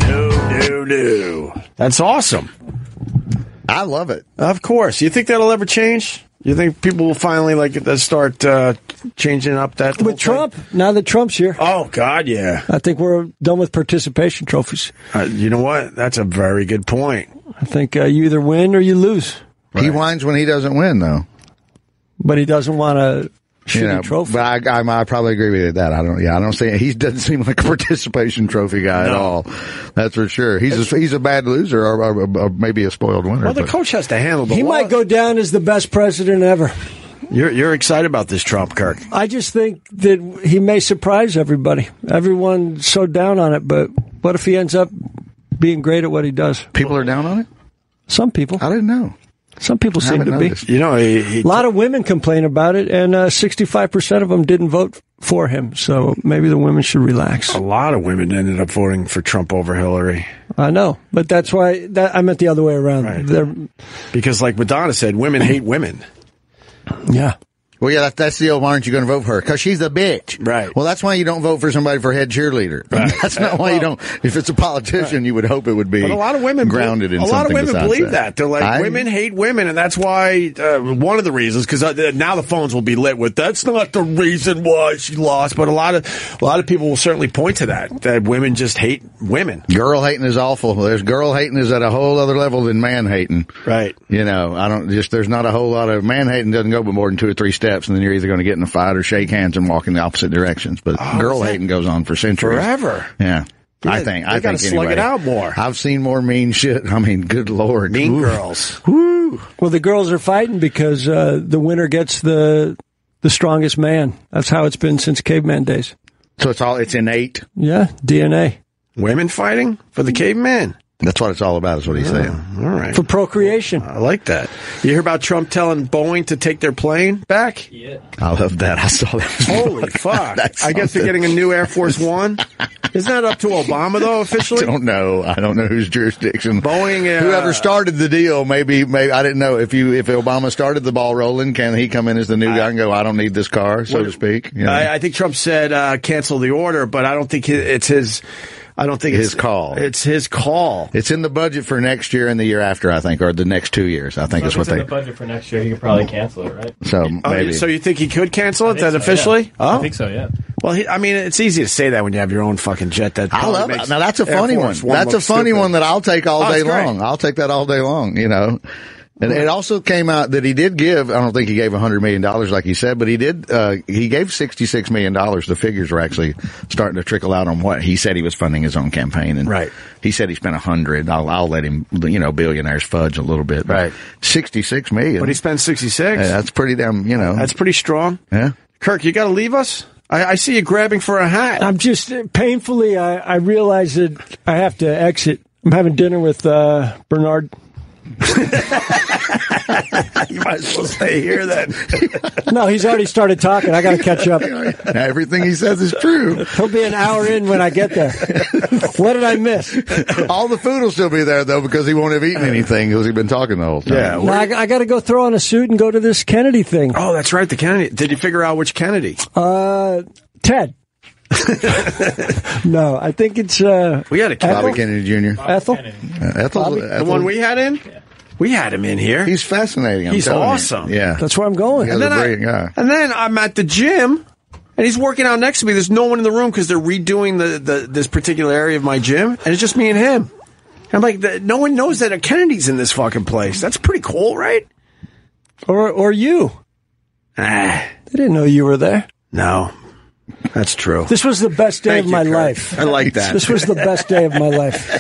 Speaker 2: No, no, no. That's awesome.
Speaker 4: I love it.
Speaker 2: Of course. You think that'll ever change? You think people will finally like uh, start uh, changing up that whole
Speaker 3: With
Speaker 2: thing?
Speaker 3: Trump, now that Trump's here,
Speaker 2: Oh God, yeah.
Speaker 3: I think we're done with participation trophies.
Speaker 2: Uh, you know what? That's a very good point.
Speaker 3: I think uh, you either win or you lose.
Speaker 4: He whines when he doesn't win, though.
Speaker 3: But he doesn't want a shitty
Speaker 4: You know,
Speaker 3: trophy.
Speaker 4: but I, I, I probably agree with you that I don't. Yeah, I don't see. He doesn't seem like a participation trophy guy at all. That's for sure. He's a, he's a bad loser, or, or, or maybe a spoiled winner.
Speaker 2: Well, the
Speaker 4: but-
Speaker 2: coach has to handle. The
Speaker 3: he might go down as the best president ever.
Speaker 2: You're you're excited about this Trump, Kirk.
Speaker 3: I just think that he may surprise everybody. Everyone's so down on it, but what if he ends up being great at what he does?
Speaker 4: people are down on it.
Speaker 3: Some people,
Speaker 4: I didn't know.
Speaker 3: some people seem
Speaker 4: haven't
Speaker 3: to be.
Speaker 4: noticed.
Speaker 2: You know, he, he
Speaker 3: A lot of women complain about it, and uh, 65% of them didn't vote for him. So maybe the women should relax.
Speaker 2: A lot of women ended up voting for Trump over Hillary
Speaker 3: I know, but that's why that, I meant the other way around.
Speaker 2: Right.
Speaker 3: They're,
Speaker 2: because, like Madonna said, women hate women.
Speaker 3: yeah.
Speaker 4: Well, yeah, that, that's the old. Why aren't you going to vote for her? Because she's a bitch.
Speaker 2: Right.
Speaker 4: Well, that's why you don't vote for somebody for head cheerleader. That's not why you don't. If it's a politician, you would hope it would be.
Speaker 2: But a lot of women
Speaker 4: grounded in
Speaker 2: a lot of
Speaker 4: something
Speaker 2: women
Speaker 4: besides
Speaker 2: believe that. They're like
Speaker 4: I-
Speaker 2: women hate women, and that's why uh, one of the reasons. Because uh, now the phones will be lit with that's not the reason why she lost. But a lot of a lot of people will certainly point to that that women just hate women.
Speaker 4: Girl hating is awful. There's girl hating is at a whole other level than man hating.
Speaker 2: Right.
Speaker 4: You know, I don't just, there's not a whole lot of man hating doesn't go but more than two or three steps and then you're either going to get in a fight or shake hands and walk in the opposite directions. But girl hating goes on for centuries.
Speaker 2: Oh, Forever.
Speaker 4: Yeah. I
Speaker 2: Yeah,
Speaker 4: think,
Speaker 2: they
Speaker 4: I
Speaker 2: gotta
Speaker 4: think
Speaker 2: slug
Speaker 4: anyway.
Speaker 2: it out more.
Speaker 4: I've seen more mean shit. I mean, good lord.
Speaker 2: Mean
Speaker 4: Ooh.
Speaker 2: girls.
Speaker 3: Well, the girls are fighting because uh, the winner gets the the the strongest man. That's how it's been since caveman days.
Speaker 4: So it's all it's innate.
Speaker 3: Yeah, DNA.
Speaker 2: Women fighting for the caveman.
Speaker 4: That's what it's all about, is what he's saying.
Speaker 2: All right.
Speaker 3: For procreation.
Speaker 2: I like that. You hear about Trump telling Boeing to take their plane back? Yeah.
Speaker 4: I love that. I saw that.
Speaker 2: Holy fuck.
Speaker 4: That's
Speaker 2: I guess they're
Speaker 4: something.
Speaker 2: getting a new Air Force One. Isn't that up to Obama, though, officially?
Speaker 4: I don't know. I don't know whose jurisdiction.
Speaker 2: Boeing, uh,
Speaker 4: Whoever started the deal, maybe, maybe I didn't know if you if Obama started the ball rolling, can he come in as the new guy and go, I don't need this car, so to speak. You know?
Speaker 2: I, I think Trump said uh, cancel the order, but I don't think hi- it's his. I don't think
Speaker 4: His
Speaker 2: it's,
Speaker 4: call.
Speaker 2: It's his call.
Speaker 4: it's in the budget for next year and the year after, I think, or the next two years. I think
Speaker 11: If
Speaker 4: is
Speaker 11: it's
Speaker 4: what
Speaker 11: in
Speaker 4: they.
Speaker 11: the budget for next year, you can probably cancel it, right?
Speaker 4: So
Speaker 2: Oh,
Speaker 4: maybe.
Speaker 2: so you think he could cancel it
Speaker 11: I think
Speaker 2: then
Speaker 11: so,
Speaker 2: officially?
Speaker 11: yeah.
Speaker 2: Oh,
Speaker 11: I think so, yeah.
Speaker 2: Well, he, I mean, it's easy to say that when you have your own fucking jet. That
Speaker 4: I
Speaker 2: probably
Speaker 4: love
Speaker 2: makes
Speaker 4: it. Now that's a
Speaker 2: Air
Speaker 4: funny one.
Speaker 2: Force
Speaker 4: That's a
Speaker 2: look
Speaker 4: funny
Speaker 2: stupid.
Speaker 4: one that I'll take all
Speaker 2: Oh,
Speaker 4: day
Speaker 2: it's great.
Speaker 4: long. I'll take that all day long. You know. And it also came out that he did give. I don't think he gave hundred million dollars like he said, but he did. Uh, he gave sixty-six million dollars. The figures were actually starting to trickle out on what he said he was funding his own campaign. And
Speaker 2: Right.
Speaker 4: he said he spent a hundred. I'll, I'll let him. You know, billionaires fudge a little bit.
Speaker 2: Right.
Speaker 4: Sixty-six million.
Speaker 2: But he spent sixty six.
Speaker 4: Yeah, that's pretty damn. You know.
Speaker 2: That's pretty strong.
Speaker 4: yeah.
Speaker 2: Kirk, you got to leave us. I, I see you grabbing for a hat.
Speaker 3: I'm just uh, painfully, I, I realize that I have to exit. I'm having dinner with uh, Bernard.
Speaker 2: you might as well stay here then.
Speaker 3: No, he's already started talking. I got to catch up.
Speaker 4: Now, everything he says is true.
Speaker 3: He'll be an hour in when I get there. What did I miss?
Speaker 4: All the food will still be there though because he won't have eaten anything because he's been talking the whole time.
Speaker 2: Yeah.
Speaker 3: No, I, got to go throw on a suit and go to this Kennedy thing.
Speaker 2: oh, that's right. The Kennedy. Did you figure out which Kennedy?
Speaker 3: Uh, Ted. no, I think it's uh,
Speaker 2: We had a
Speaker 4: Bobby
Speaker 2: Kennedy.
Speaker 4: Kennedy Jr.
Speaker 3: Ethel.
Speaker 4: Uh, Ethel's,
Speaker 2: The
Speaker 4: Ethel-
Speaker 2: one we had in. We had him in here.
Speaker 4: He's fascinating. I'm
Speaker 2: He's
Speaker 4: telling you.
Speaker 2: awesome.
Speaker 4: Yeah.
Speaker 3: That's where I'm going.
Speaker 4: Yeah.
Speaker 2: Oh, and then
Speaker 4: a
Speaker 2: I,
Speaker 4: brilliant guy.
Speaker 2: and then I'm at the gym, and he's working out next to me. There's no one in the room because they're redoing the, the this particular area of my gym, and it's just me and him. And I'm like, the, no one knows that a Kennedy's in this fucking place. That's pretty cool, right?
Speaker 3: Or or you?
Speaker 2: Ah,
Speaker 3: I didn't know you were there.
Speaker 2: no, that's true.
Speaker 3: This was the best day
Speaker 2: Thank
Speaker 3: of
Speaker 2: you,
Speaker 3: my
Speaker 2: Kurt.
Speaker 3: life.
Speaker 2: I like that.
Speaker 3: This was the best day of my life.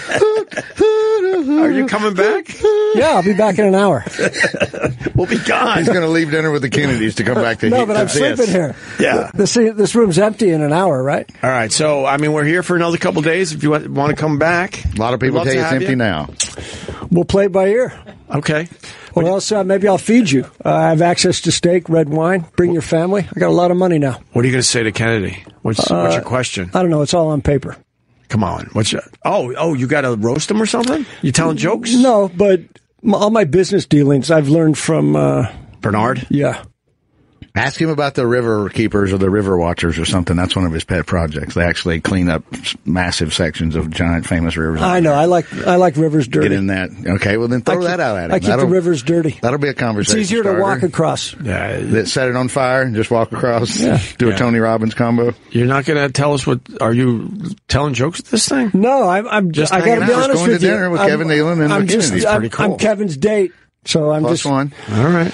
Speaker 2: Are you coming back?
Speaker 3: Yeah, I'll be back in an hour.
Speaker 2: We'll be gone.
Speaker 4: He's going to leave dinner with the Kennedys to come back to
Speaker 3: No,
Speaker 4: heat
Speaker 3: but I'm
Speaker 4: to this.
Speaker 3: sleeping here.
Speaker 2: Yeah.
Speaker 3: This this room's empty uh, in an hour, right?
Speaker 2: All right. So, I mean, we're here for another couple days. If you want, want to come back,
Speaker 4: A lot of people tell you it's empty now.
Speaker 3: We'll play by ear.
Speaker 2: Okay.
Speaker 3: Or else uh, maybe I'll feed you. Uh, I have access to steak, red wine. Bring your family. I got a lot of money now.
Speaker 2: What are you going to say to Kennedy? What's, what's
Speaker 3: Uh,
Speaker 2: your question?
Speaker 3: I don't know. It's all on paper.
Speaker 2: Come on. What's your, oh oh you got to roast him or something? You telling jokes?
Speaker 3: No, but m all my business dealings I've learned from. Uh,
Speaker 2: Bernard.
Speaker 3: yeah.
Speaker 4: Ask him about the river keepers or the river watchers or something. That's one of his pet projects. They actually clean up s- massive sections of giant famous rivers.
Speaker 3: I know. I like I like rivers Ah, dirty.
Speaker 4: Get in that. Okay, well then
Speaker 3: I
Speaker 4: throw
Speaker 3: keep-
Speaker 4: that out at him.
Speaker 3: I keep the
Speaker 4: That'll-
Speaker 3: rivers dirty.
Speaker 4: That'll be a
Speaker 3: It's
Speaker 4: conversation.
Speaker 3: easier to
Speaker 4: starter.
Speaker 3: walk across.
Speaker 2: Yeah,
Speaker 4: That set it on fire and just walk across. Do a Tony Robbins combo.
Speaker 2: You're not going to tell us what are you telling jokes at this thing?
Speaker 3: No, I'm. I'm
Speaker 2: Just
Speaker 3: I got
Speaker 2: hanging
Speaker 3: to be
Speaker 2: out.
Speaker 4: Just
Speaker 3: honest
Speaker 4: going to
Speaker 3: with you.
Speaker 4: dinner with
Speaker 3: I'm-
Speaker 4: Kevin Nealon and
Speaker 3: I'm
Speaker 4: with
Speaker 3: just.
Speaker 4: Kennedy's
Speaker 3: I'm,
Speaker 4: pretty cool.
Speaker 3: I'm Kevin's date, so I'm
Speaker 4: Plus
Speaker 3: just.
Speaker 4: one.
Speaker 2: All right.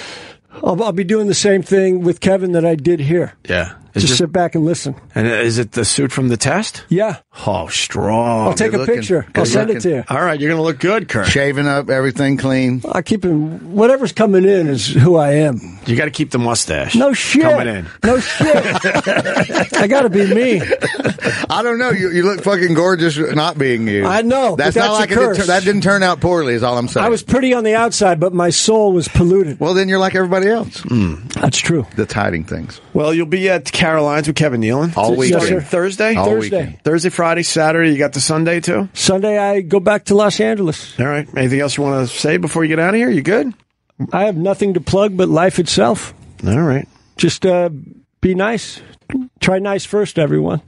Speaker 3: I'll, I'll be doing the same thing with Kevin that I did here.
Speaker 2: Yeah. Is
Speaker 3: Just
Speaker 2: just,
Speaker 3: sit back and listen.
Speaker 2: and is it the suit from the test?
Speaker 3: Yeah,
Speaker 2: Oh, strong.
Speaker 3: I'll take a
Speaker 4: good looking.
Speaker 3: picture. I'll
Speaker 4: Good
Speaker 3: send it to
Speaker 4: looking.
Speaker 3: you.
Speaker 2: All right, you're going to look good, Kurt.
Speaker 4: Shaving up, everything clean.
Speaker 3: I keep him. Whatever's coming in is who I am.
Speaker 2: You got to keep the mustache.
Speaker 3: No shit.
Speaker 2: Coming in.
Speaker 3: No shit. I got to be me.
Speaker 4: I don't know. You, you look fucking gorgeous not being you.
Speaker 3: I know,
Speaker 4: That's,
Speaker 3: but
Speaker 4: not like
Speaker 3: that's a
Speaker 4: it did
Speaker 3: curse.
Speaker 4: that didn't turn out poorly. Is all I'm saying.
Speaker 3: I was pretty on the outside, but my soul was polluted.
Speaker 4: Well, then you're like everybody else.
Speaker 2: Hmm.
Speaker 3: That's true.
Speaker 4: That's hiding things.
Speaker 2: Well, you'll be at Caroline's with Kevin Nealon
Speaker 4: All
Speaker 2: Starting
Speaker 4: weekend.
Speaker 2: Thursday.
Speaker 4: All
Speaker 3: Thursday.
Speaker 4: weekend.
Speaker 2: Thursday, Friday, Saturday. You got the Sunday too.
Speaker 3: Sunday, I go back to Los Angeles.
Speaker 2: All right. Anything else you want to say before you get out of here? You good?
Speaker 3: I have nothing to plug but life itself.
Speaker 2: All right.
Speaker 3: Just uh, be nice. Try nice first, everyone.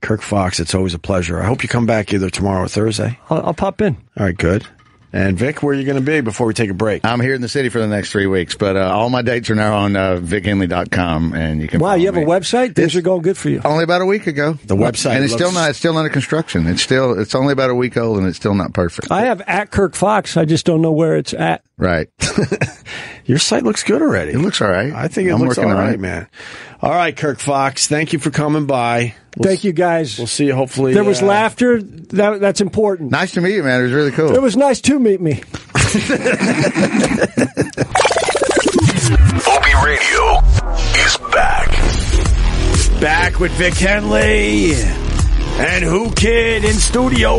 Speaker 2: Kirk Fox, it's always a pleasure. I hope you come back either tomorrow or Thursday.
Speaker 3: I'll, I'll pop in.
Speaker 2: All right, good. And Vic, where are you going to be before we take a break?
Speaker 4: I'm here in the city for the next three weeks, but uh, all my dates are now on uh, VicHenley.com, and you can.
Speaker 3: Wow,
Speaker 4: follow
Speaker 3: you have
Speaker 4: me.
Speaker 3: a website?
Speaker 4: It's-
Speaker 3: Things are going good for you.
Speaker 4: Only about a week ago.
Speaker 2: The website
Speaker 4: and it's still
Speaker 2: looks-
Speaker 4: not. It's still under construction. It's still. It's only about a week old, and it's still not perfect.
Speaker 3: I have at Kirk Fox. I just don't know where it's at.
Speaker 4: right.
Speaker 2: Your site looks good already.
Speaker 4: It looks all right.
Speaker 2: I think it
Speaker 4: I'm
Speaker 2: looks all
Speaker 4: working on
Speaker 2: right,
Speaker 4: it.
Speaker 2: man. All right, Kirk Fox, thank you for coming by. We'll,
Speaker 3: Thank you, guys.
Speaker 2: We'll see you hopefully.
Speaker 3: there was
Speaker 2: uh,
Speaker 3: laughter. That, that's important.
Speaker 4: Nice to meet you, man. It was really cool.
Speaker 3: it was nice to meet me.
Speaker 1: OB Radio is back.
Speaker 2: Back with Vic Henley and Who Kid in studio.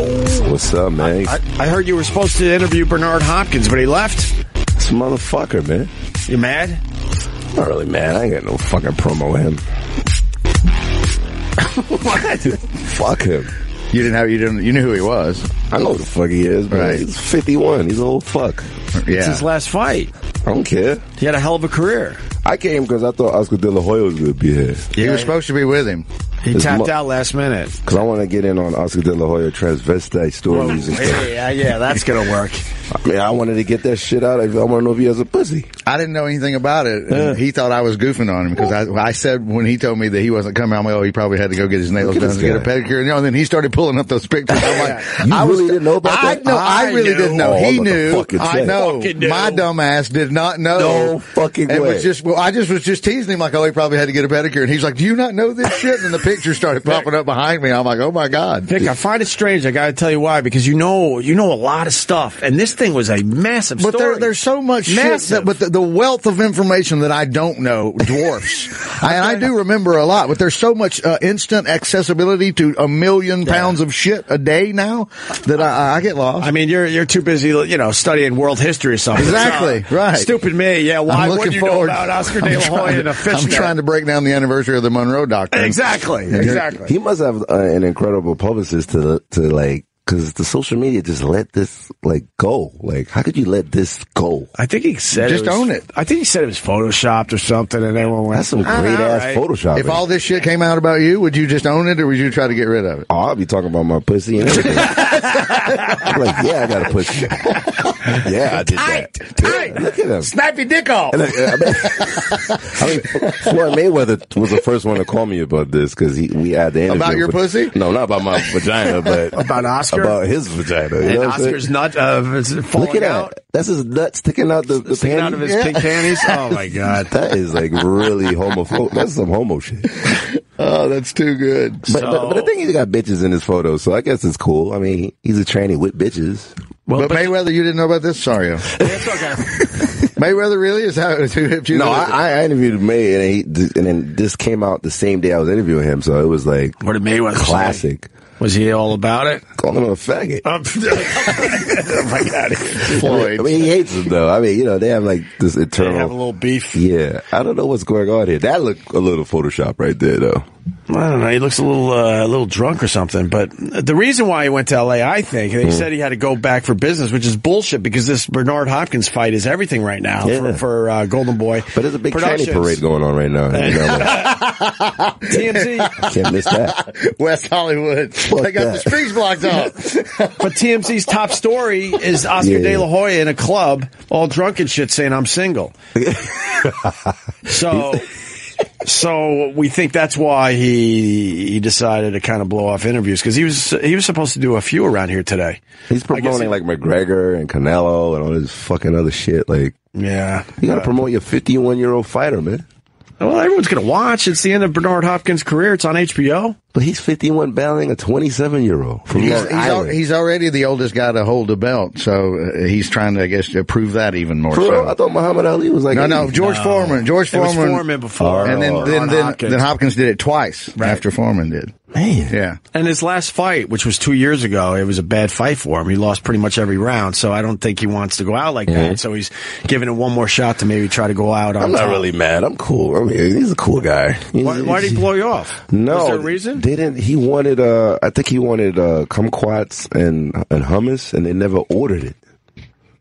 Speaker 14: What's up, man?
Speaker 2: I, I heard you were supposed to interview Bernard Hopkins, but he left.
Speaker 14: This motherfucker, man.
Speaker 2: You mad?
Speaker 14: I'm not really mad. I ain't got no fucking promo him. what? Fuck him.
Speaker 4: You didn't have you didn't you knew who he was.
Speaker 14: I know who the fuck he is, but
Speaker 4: Right.
Speaker 14: he's 51. He's an old fuck.
Speaker 4: Yeah.
Speaker 2: It's his last fight.
Speaker 14: I don't care.
Speaker 2: He had a hell of a career.
Speaker 14: I came because I thought Oscar De La Hoya was going to be here.
Speaker 4: You were supposed to be with him.
Speaker 2: He
Speaker 14: His
Speaker 2: tapped
Speaker 14: mo-
Speaker 2: out last minute.
Speaker 14: Because I want to get in on Oscar De La Hoya transvestite stories and stuff.
Speaker 2: yeah, yeah, that's gonna work.
Speaker 14: I mean, I wanted to get that shit out. I want to know if he has a pussy.
Speaker 4: I didn't know anything about it. and He thought I was goofing on him because I, I said when he told me that he wasn't coming, I'm like, oh, he probably had to go get his nails
Speaker 14: Look at
Speaker 4: done
Speaker 14: this
Speaker 4: to get a
Speaker 14: guy.
Speaker 4: pedicure. You know, and then he started pulling up those pictures. I'm like,
Speaker 14: You
Speaker 4: I
Speaker 14: really
Speaker 4: was,
Speaker 14: didn't know about
Speaker 4: I,
Speaker 14: that?
Speaker 4: No, I,
Speaker 14: I
Speaker 4: really
Speaker 14: knew.
Speaker 4: didn't know.
Speaker 14: Oh,
Speaker 4: he
Speaker 14: I'm about to
Speaker 4: knew.
Speaker 14: fucking
Speaker 4: I
Speaker 14: say.
Speaker 4: know.
Speaker 14: Fucking knew.
Speaker 4: My dumb ass did not know.
Speaker 14: No fucking
Speaker 4: and
Speaker 14: way.
Speaker 4: was just well, I just was just teasing him like, oh, he probably had to get a pedicure, and he's like, do you not know this shit? And then the pictures started popping up behind me. I'm like, oh my god.
Speaker 2: Vic, I find it strange. I gotta tell you why, because you know you know a lot of stuff, and this thing was a massive.
Speaker 4: But
Speaker 2: story.
Speaker 4: there, there's so much
Speaker 2: Massive.
Speaker 4: shit that, but the, the wealth of information that I don't know dwarfs. I, and I do remember a lot, but there's so much uh, instant accessibility to a million pounds of shit a day now that I, I get lost.
Speaker 2: I mean, you're you're too busy, you know, studying world history or something.
Speaker 4: Exactly,
Speaker 2: So,
Speaker 4: right.
Speaker 2: Stupid me. Yeah. Why
Speaker 4: I'm
Speaker 2: would
Speaker 4: looking
Speaker 2: you
Speaker 4: forward.
Speaker 2: know about Oscar
Speaker 4: I'm
Speaker 2: De La Hoya
Speaker 4: trying-
Speaker 2: and a fish?
Speaker 4: I'm trying to break down the anniversary of the Monroe Doctrine.
Speaker 2: Exactly.
Speaker 4: Yeah.
Speaker 2: Exactly.
Speaker 14: He must have uh, an incredible publicist to to like because the social media just let this like go. Like, how could you let this go?
Speaker 2: I think he said
Speaker 4: Just
Speaker 2: it was-
Speaker 4: own it.
Speaker 2: I think he said it was photoshopped or something, and everyone went.
Speaker 14: That's some great
Speaker 2: "Ah, alright."
Speaker 14: ass Photoshop.
Speaker 4: If all this shit came out about you, would you just own it or would you try to get rid of it?
Speaker 14: oh, I'll be talking about my pussy and everything. I'm like, yeah, I got a pussy. yeah, I did that. Yeah, Look at him.
Speaker 4: Snap your dick off.
Speaker 14: And I, I mean, I mean, Floyd Mayweather was the first one to call me about this because we had the interview
Speaker 4: About your
Speaker 14: with-
Speaker 4: pussy?
Speaker 14: No, not about my vagina, but
Speaker 2: About Oscar?
Speaker 14: about his vagina. You
Speaker 2: And
Speaker 14: know what I'm saying?
Speaker 2: Oscar's nut uh, is falling
Speaker 14: Look at
Speaker 2: out.
Speaker 14: that. That's his nut sticking out the, the
Speaker 2: Sticking out of
Speaker 14: panties?
Speaker 2: his pink panties. Oh my god.
Speaker 14: That is like really homophobic. That's some homo shit.
Speaker 4: Oh, that's too good.
Speaker 14: But, but, but the thing, he's got bitches in his photos, so I guess it's cool. I mean, he's a tranny with bitches.
Speaker 4: but, Mayweather, you didn't know about this? Sorry. Mayweather really is how it was.
Speaker 14: No, I, I interviewed May, and he, and then this came out the same day I was interviewing him, so it was like
Speaker 2: What did Mayweather say?
Speaker 14: classic.
Speaker 2: Was he all about it?
Speaker 14: Calling him a faggot.
Speaker 2: Um, oh my god.
Speaker 14: I mean, he hates him though. I mean, you know, they have like this
Speaker 2: They
Speaker 14: internal.
Speaker 2: have a little beef.
Speaker 14: yeah, I don't know what's going on here. That looked a little Photoshop right there, though.
Speaker 2: I don't know. He looks a little uh, a little drunk or something. But the reason why he went to L.A., I think, they said he had to go back for business, which is bullshit because this Bernard Hopkins fight is everything right now
Speaker 14: Yeah.
Speaker 2: for, for uh, Golden Boy.
Speaker 14: But there's a big tranny
Speaker 2: Productions.
Speaker 14: parade going on right now. You know, like,
Speaker 2: TMZ,
Speaker 14: can't miss that.
Speaker 4: West Hollywood. they got the
Speaker 14: that.
Speaker 4: streets blocked off.
Speaker 2: but TMZ's top story is Oscar
Speaker 14: Yeah.
Speaker 2: De La Hoya in a club, all drunk and shit, saying I'm single. so. So we think that's why he he decided to kind of blow off interviews because he was he was supposed to do a few around here today.
Speaker 14: He's
Speaker 2: I guess
Speaker 14: promoting
Speaker 2: he-
Speaker 14: like McGregor and Canelo and all this fucking other shit. Like,
Speaker 2: Yeah,
Speaker 14: you
Speaker 4: Uh,
Speaker 14: gotta promote your 51 year old fighter, man.
Speaker 2: Well, everyone's going to watch. It's the end of Bernard Hopkins' career. It's on HBO.
Speaker 14: But he's 51 battling a 27 year old from
Speaker 4: He's,
Speaker 14: Long
Speaker 4: he's, al-
Speaker 14: Island.
Speaker 4: he's already the oldest guy to hold a belt, so uh, he's trying to, I guess, to prove that even more.
Speaker 14: For
Speaker 4: so.
Speaker 14: real? I thought Muhammad Ali was like,
Speaker 4: no, no, George Foreman. George
Speaker 2: It was
Speaker 4: Foreman.
Speaker 2: Foreman before,
Speaker 4: And then,
Speaker 2: Ron
Speaker 4: then, then,
Speaker 2: Hopkins.
Speaker 4: then Hopkins did it twice after Foreman did.
Speaker 14: man.
Speaker 4: Yeah.
Speaker 2: and his last fight, which was two years ago, it was a bad fight for him. He lost pretty much every round, so I don't think he wants to go out like that. So he's giving it one more shot to maybe try to go out on.
Speaker 14: I'm not
Speaker 2: top.
Speaker 14: really mad. I'm cool. I mean, he's a cool guy.
Speaker 2: Why, why did he blow you off?
Speaker 14: No,
Speaker 2: was there a reason?
Speaker 14: They didn't. He wanted. Uh, I think he wanted uh, kumquats and and hummus, and they never ordered it.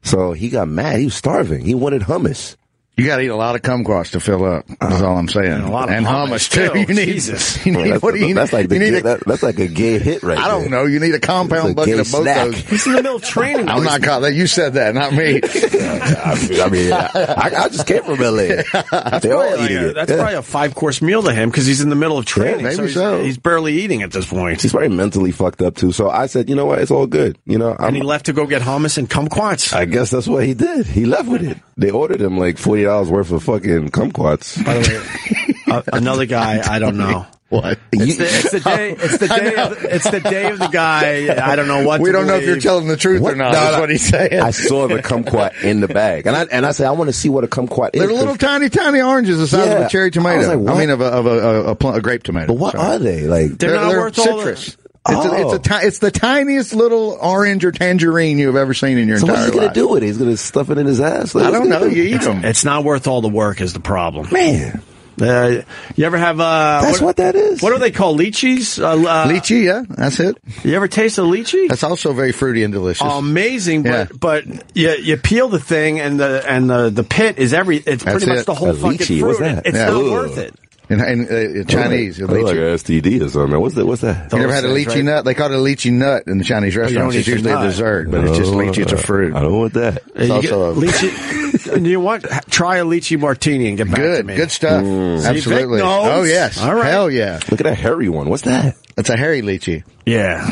Speaker 14: So he got mad. He was starving. He wanted hummus. Uh-huh.
Speaker 4: You got to eat a lot of kumquats to fill up. That's all I'm saying.
Speaker 2: a lot of
Speaker 4: and hummus
Speaker 2: hummus,
Speaker 4: too.
Speaker 2: too.
Speaker 4: You need,
Speaker 2: Oh, Jesus.
Speaker 4: You need,
Speaker 14: That's,
Speaker 4: what do you need?
Speaker 14: that's like the
Speaker 4: you need
Speaker 14: gay,
Speaker 4: a-
Speaker 14: that, that's like a gay hit right
Speaker 4: I don't
Speaker 14: there.
Speaker 4: know. You need a
Speaker 14: It's
Speaker 4: compound
Speaker 14: a
Speaker 4: bucket
Speaker 14: gay
Speaker 4: of both
Speaker 14: snack.
Speaker 4: those.
Speaker 2: He's in the middle of training.
Speaker 4: I'm not caught that. You said that, not me.
Speaker 14: I mean, I, mean, I, I just came from LA. They're all
Speaker 2: Probably like
Speaker 14: eating
Speaker 2: a-
Speaker 14: it.
Speaker 2: that's
Speaker 14: Yeah.
Speaker 2: probably a five course meal to him because he's in the middle of training.
Speaker 4: maybe
Speaker 2: he's,
Speaker 4: so.
Speaker 2: he's barely eating at this point.
Speaker 14: He's probably mentally fucked up too. So I said, you know what? It's all good. You know,
Speaker 2: and he
Speaker 14: I'm,
Speaker 2: left to go get hummus and kumquats.
Speaker 14: I guess that's what he did. He left with it. They ordered him like forty dollars worth of fucking kumquats.
Speaker 2: Uh, another guy I don't know.
Speaker 4: What?
Speaker 2: It's the, it's the day. It's the day. Of, the- it's the day of the guy. I don't know what.
Speaker 4: We
Speaker 2: to
Speaker 4: don't know if you're
Speaker 2: believe.
Speaker 4: telling the truth or not. That's what he's saying.
Speaker 14: I saw the kumquat in the bag, and I and I said I want to see what a kumquat is.
Speaker 4: They're little tiny, tiny oranges the size of
Speaker 14: Yeah.
Speaker 4: a cherry
Speaker 14: I was
Speaker 4: tomato. I,
Speaker 14: like, what?
Speaker 4: mean, of a of a, a, a, pl- a grape tomato. But
Speaker 14: what are they like?
Speaker 2: They're not worth all the-
Speaker 4: citrus. It's, a, it's, a
Speaker 14: Oh.
Speaker 4: ti- it's the tiniest little orange or tangerine you have ever seen in your
Speaker 14: So what's
Speaker 4: entire
Speaker 14: he gonna
Speaker 4: life.
Speaker 14: do with it? He's gonna stuff it in his ass. Like,
Speaker 4: I don't
Speaker 14: what's
Speaker 4: know.
Speaker 14: he gonna
Speaker 4: You
Speaker 14: do?
Speaker 4: eat them.
Speaker 2: It's not worth all the work. Is the problem,
Speaker 14: man?
Speaker 2: Uh, you ever have? Uh,
Speaker 14: That's what that is.
Speaker 2: What are they called? Lychees. Uh, uh,
Speaker 4: Lychee, yeah, that's it.
Speaker 2: You ever taste a lychee?
Speaker 4: That's also very fruity and delicious.
Speaker 2: Amazing, but
Speaker 4: Yeah.
Speaker 2: but you, you peel the thing and the and the, the pit is every.
Speaker 4: That's
Speaker 2: It's pretty much
Speaker 4: it.
Speaker 2: the whole
Speaker 4: A
Speaker 2: fucking
Speaker 14: lychee,
Speaker 2: fruit.
Speaker 14: what's that?
Speaker 2: It's
Speaker 4: Yeah.
Speaker 2: not
Speaker 4: Ugh.
Speaker 2: worth it.
Speaker 4: And, and uh, Chinese,
Speaker 14: Like, like
Speaker 4: lychee.
Speaker 14: a STD or something. What's that? What's that?
Speaker 4: You never had a
Speaker 2: Those things,
Speaker 4: lychee
Speaker 2: right?
Speaker 4: nut? They call it a lychee nut in the Chinese
Speaker 14: Oh,
Speaker 2: Oh, don't
Speaker 4: restaurants.
Speaker 2: eat
Speaker 4: It's
Speaker 2: your
Speaker 4: usually a
Speaker 2: nut.
Speaker 4: dessert, but it's just lychee. It's a fruit.
Speaker 14: I don't want that.
Speaker 4: It's
Speaker 2: You get
Speaker 4: also a-
Speaker 2: lychee. you know what? Try a lychee martini and get back to
Speaker 4: Good,
Speaker 2: me. Mm.
Speaker 4: good stuff.
Speaker 14: Mm.
Speaker 2: See, Vic
Speaker 4: Absolutely.
Speaker 2: knows.
Speaker 4: Oh yes.
Speaker 2: All right.
Speaker 4: Hell yeah.
Speaker 14: Look at that hairy one. What's that?
Speaker 4: It's a hairy lychee.
Speaker 2: Yeah.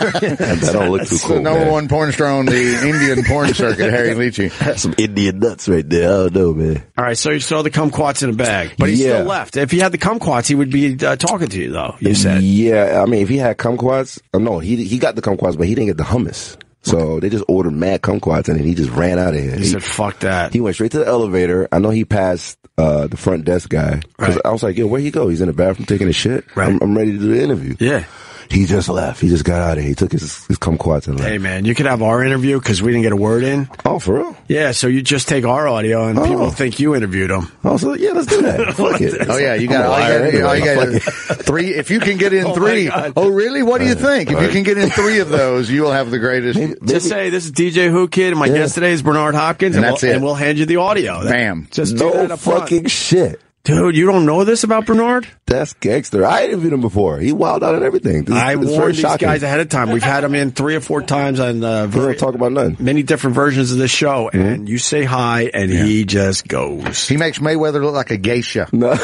Speaker 14: That don't look too
Speaker 4: It's the
Speaker 14: cool.
Speaker 4: number
Speaker 14: man.
Speaker 4: one porn star on the Indian porn circuit, Harry Lychee.
Speaker 14: Some Indian nuts right there. I don't know, man.
Speaker 2: All right, so you saw the kumquats in a bag, but he
Speaker 14: Yeah.
Speaker 2: still left. If he had the kumquats, he would be uh, talking to you, though. You said
Speaker 14: Yeah, I mean, if he had kumquats, uh, no, he he got the kumquats, but he didn't get the hummus. So they just ordered mad kumquats, and then he just ran out of here.
Speaker 2: he
Speaker 14: He-
Speaker 2: said, "Fuck that."
Speaker 14: He went straight to the elevator. I know he passed uh, the front desk guy. 'Cause I was like, yo, where he go? He's in the bathroom taking a shit. I'm, I'm ready to do the interview.
Speaker 2: Yeah.
Speaker 14: He just left. He just got out of here. He took his, his kumquats and left.
Speaker 2: Hey man, you could have our interview because we didn't get a word in.
Speaker 14: Oh, for real?
Speaker 2: Yeah, so you just take our audio and people think you interviewed him.
Speaker 14: Oh, so yeah, let's do that. Fuck it.
Speaker 4: Oh yeah, you got
Speaker 14: I'm a
Speaker 4: all you
Speaker 14: liar
Speaker 4: got.
Speaker 14: anyway.
Speaker 4: All you got
Speaker 14: Fuck it.
Speaker 4: three. If you can get in
Speaker 2: Oh, my
Speaker 4: three
Speaker 2: God.
Speaker 4: oh really? What do you think? If you can get in three of those, you will have the greatest.
Speaker 2: Just say this is DJ Who Kid, and my
Speaker 14: Yeah.
Speaker 2: guest today is Bernard Hopkins,
Speaker 4: And
Speaker 2: and,
Speaker 4: that's
Speaker 2: we'll,
Speaker 4: it.
Speaker 2: and we'll hand you the audio.
Speaker 4: Bam.
Speaker 2: Oh, Just do
Speaker 14: no
Speaker 2: that up front.
Speaker 14: fucking shit.
Speaker 2: dude. You don't know this about Bernard?
Speaker 14: That's gangster. I interviewed him before. He wilded out and everything. This,
Speaker 2: I
Speaker 14: this is very
Speaker 2: warned these
Speaker 14: shocking.
Speaker 2: guys ahead of time. We've had him in three or four times on uh,
Speaker 14: We
Speaker 2: ver-
Speaker 14: don't talk about nothing. Mm-hmm.
Speaker 2: many different versions of this show, and you say hi, and he just goes
Speaker 4: He makes Mayweather look like a geisha.
Speaker 14: No.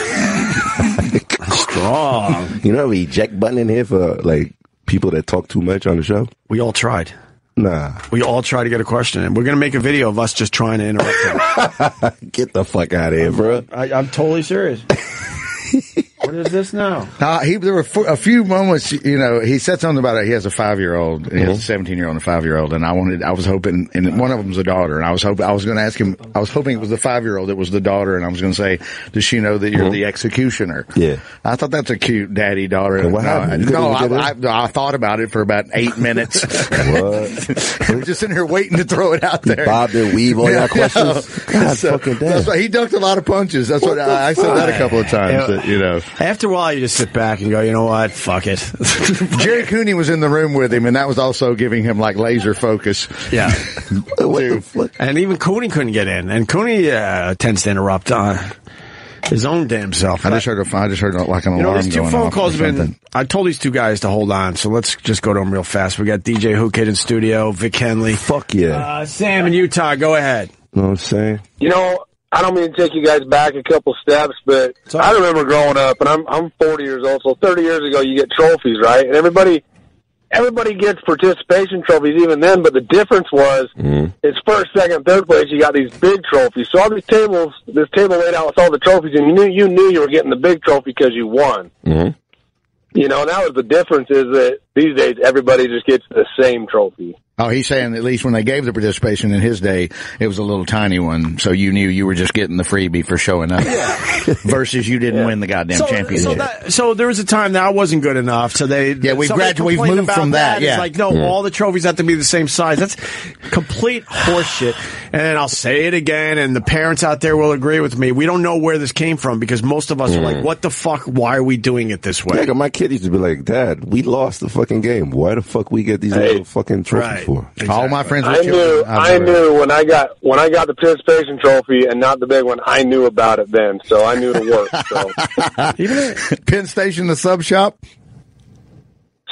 Speaker 2: strong.
Speaker 14: You know, we eject button in here for like people that talk too much on the show.
Speaker 2: we all tried.
Speaker 14: Nah,
Speaker 2: We all try to get a question in. We're going to make a video of us just trying to interrupt him.
Speaker 14: get the fuck out of here, bro.
Speaker 2: I, I'm totally serious. what is this now?
Speaker 4: Uh, he there were fo- a few moments. You know, he said something about it. He has a five year old, he
Speaker 14: Mm-hmm.
Speaker 4: has a seventeen year old, and a five year old. And I wanted, I was hoping, and one of them's a daughter. And I was hoping, I was going to ask him. I was hoping it was the five year old that was the daughter, and I was going to say, "Does she know that you're the executioner?"
Speaker 14: Mm-hmm. Yeah.
Speaker 4: I thought that's a cute daddy daughter.
Speaker 14: what
Speaker 4: no,
Speaker 14: happened?
Speaker 4: I-
Speaker 14: You couldn't
Speaker 4: no,
Speaker 14: even
Speaker 4: I, I, I thought about it for about eight minutes.
Speaker 14: What?
Speaker 4: I'm just in here waiting to throw it out there.
Speaker 14: Bob and weave all your questions. God
Speaker 4: So,
Speaker 14: fucking damn.
Speaker 4: that's why he ducked a lot of punches. That's what, Uh, I, I said that a couple of times.
Speaker 2: Yeah.
Speaker 4: That, you know.
Speaker 2: After a while, you just sit back and go, you know what? Fuck it.
Speaker 4: Jerry Cooney was in the room with him, and that was also giving him like laser focus.
Speaker 2: yeah.
Speaker 14: what the fuck?
Speaker 2: And even Cooney couldn't get in. And Cooney uh, tends to interrupt uh, his own damn self.
Speaker 4: I just heard a, I just heard like an
Speaker 2: you know,
Speaker 4: alarm
Speaker 2: these two
Speaker 4: going
Speaker 2: phone
Speaker 4: off
Speaker 2: calls
Speaker 4: or
Speaker 2: have been.
Speaker 4: something.
Speaker 2: I told these two guys to hold on, so let's just go to them real fast. We got DJ Who Kid in studio, Vic Henley.
Speaker 14: Fuck yeah.
Speaker 2: Uh, Sam in Utah, go ahead.
Speaker 14: You know what I'm saying?
Speaker 15: You know, I don't mean to take you guys back a couple steps, but I remember growing up, and I'm I'm 40 years old, so 30 years ago, you get trophies, right? And everybody everybody gets participation trophies even then, but the difference was it's first, second, third place. You got these big trophies. So all these tables, this table laid out with all the trophies, and you knew you knew you were getting the big trophy because you won.
Speaker 14: Mhm.
Speaker 15: You know, and that was the difference is that these days everybody just gets the same trophy.
Speaker 4: Oh, he's saying at least when they gave the participation in his day, it was a little tiny one, so you knew you were just getting the freebie for showing up. Versus you didn't win the goddamn
Speaker 2: so,
Speaker 4: championship.
Speaker 2: So, that, so there was a time that I wasn't good enough. So they
Speaker 4: Yeah, we've
Speaker 2: somebody
Speaker 4: gradu- we've
Speaker 2: complained
Speaker 4: moved
Speaker 2: about
Speaker 4: from that,
Speaker 2: It's
Speaker 4: yeah.
Speaker 2: like no, all the trophies have to be the same size. That's complete horseshit. And then I'll say it again, and the parents out there will agree with me. We don't know where this came from because most of us are
Speaker 4: Mm.
Speaker 2: like, "What the fuck? Why are we doing it this way?"
Speaker 14: Nigga, my kid used to be like, Dad, we lost the fucking game. Why the fuck we get these little fucking trophies
Speaker 2: Right.
Speaker 14: for?
Speaker 4: All my friends were
Speaker 15: I knew
Speaker 4: children.
Speaker 15: I knew when I got when I got the participation trophy and not the big one, I knew about it then, so I knew to work. So
Speaker 4: Penn Station, the sub shop.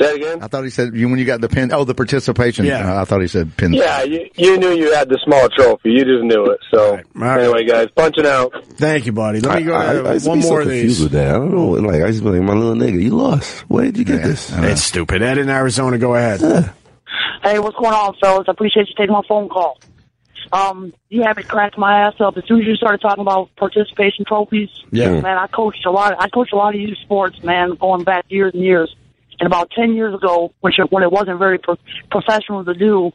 Speaker 15: say it again.
Speaker 4: I thought he said you when you got the pin. Oh, the participation.
Speaker 2: Yeah.
Speaker 4: Uh, I thought he said pin.
Speaker 15: Yeah, you, you knew you had the small trophy. You just knew it. So
Speaker 2: right.
Speaker 15: anyway, guys, punching out.
Speaker 2: Thank you, buddy. Let me go
Speaker 14: I,
Speaker 2: to
Speaker 14: I, I used to
Speaker 2: one
Speaker 14: be so
Speaker 2: more of
Speaker 14: confused
Speaker 2: these.
Speaker 14: with that. I don't know. Like, I used to be like, my little nigga, you lost. Where did you get this?
Speaker 2: It's stupid. Ed in Arizona, go ahead.
Speaker 16: Hey, what's going on, fellas? I appreciate you taking my phone call. Um, you haven't cracked my ass up. As soon as you started talking about participation trophies,
Speaker 17: Yeah.
Speaker 16: man, I coached a lot. I coached a lot of youth sports, man, going back years and years. And about ten years ago, which when it wasn't very pro- professional to do,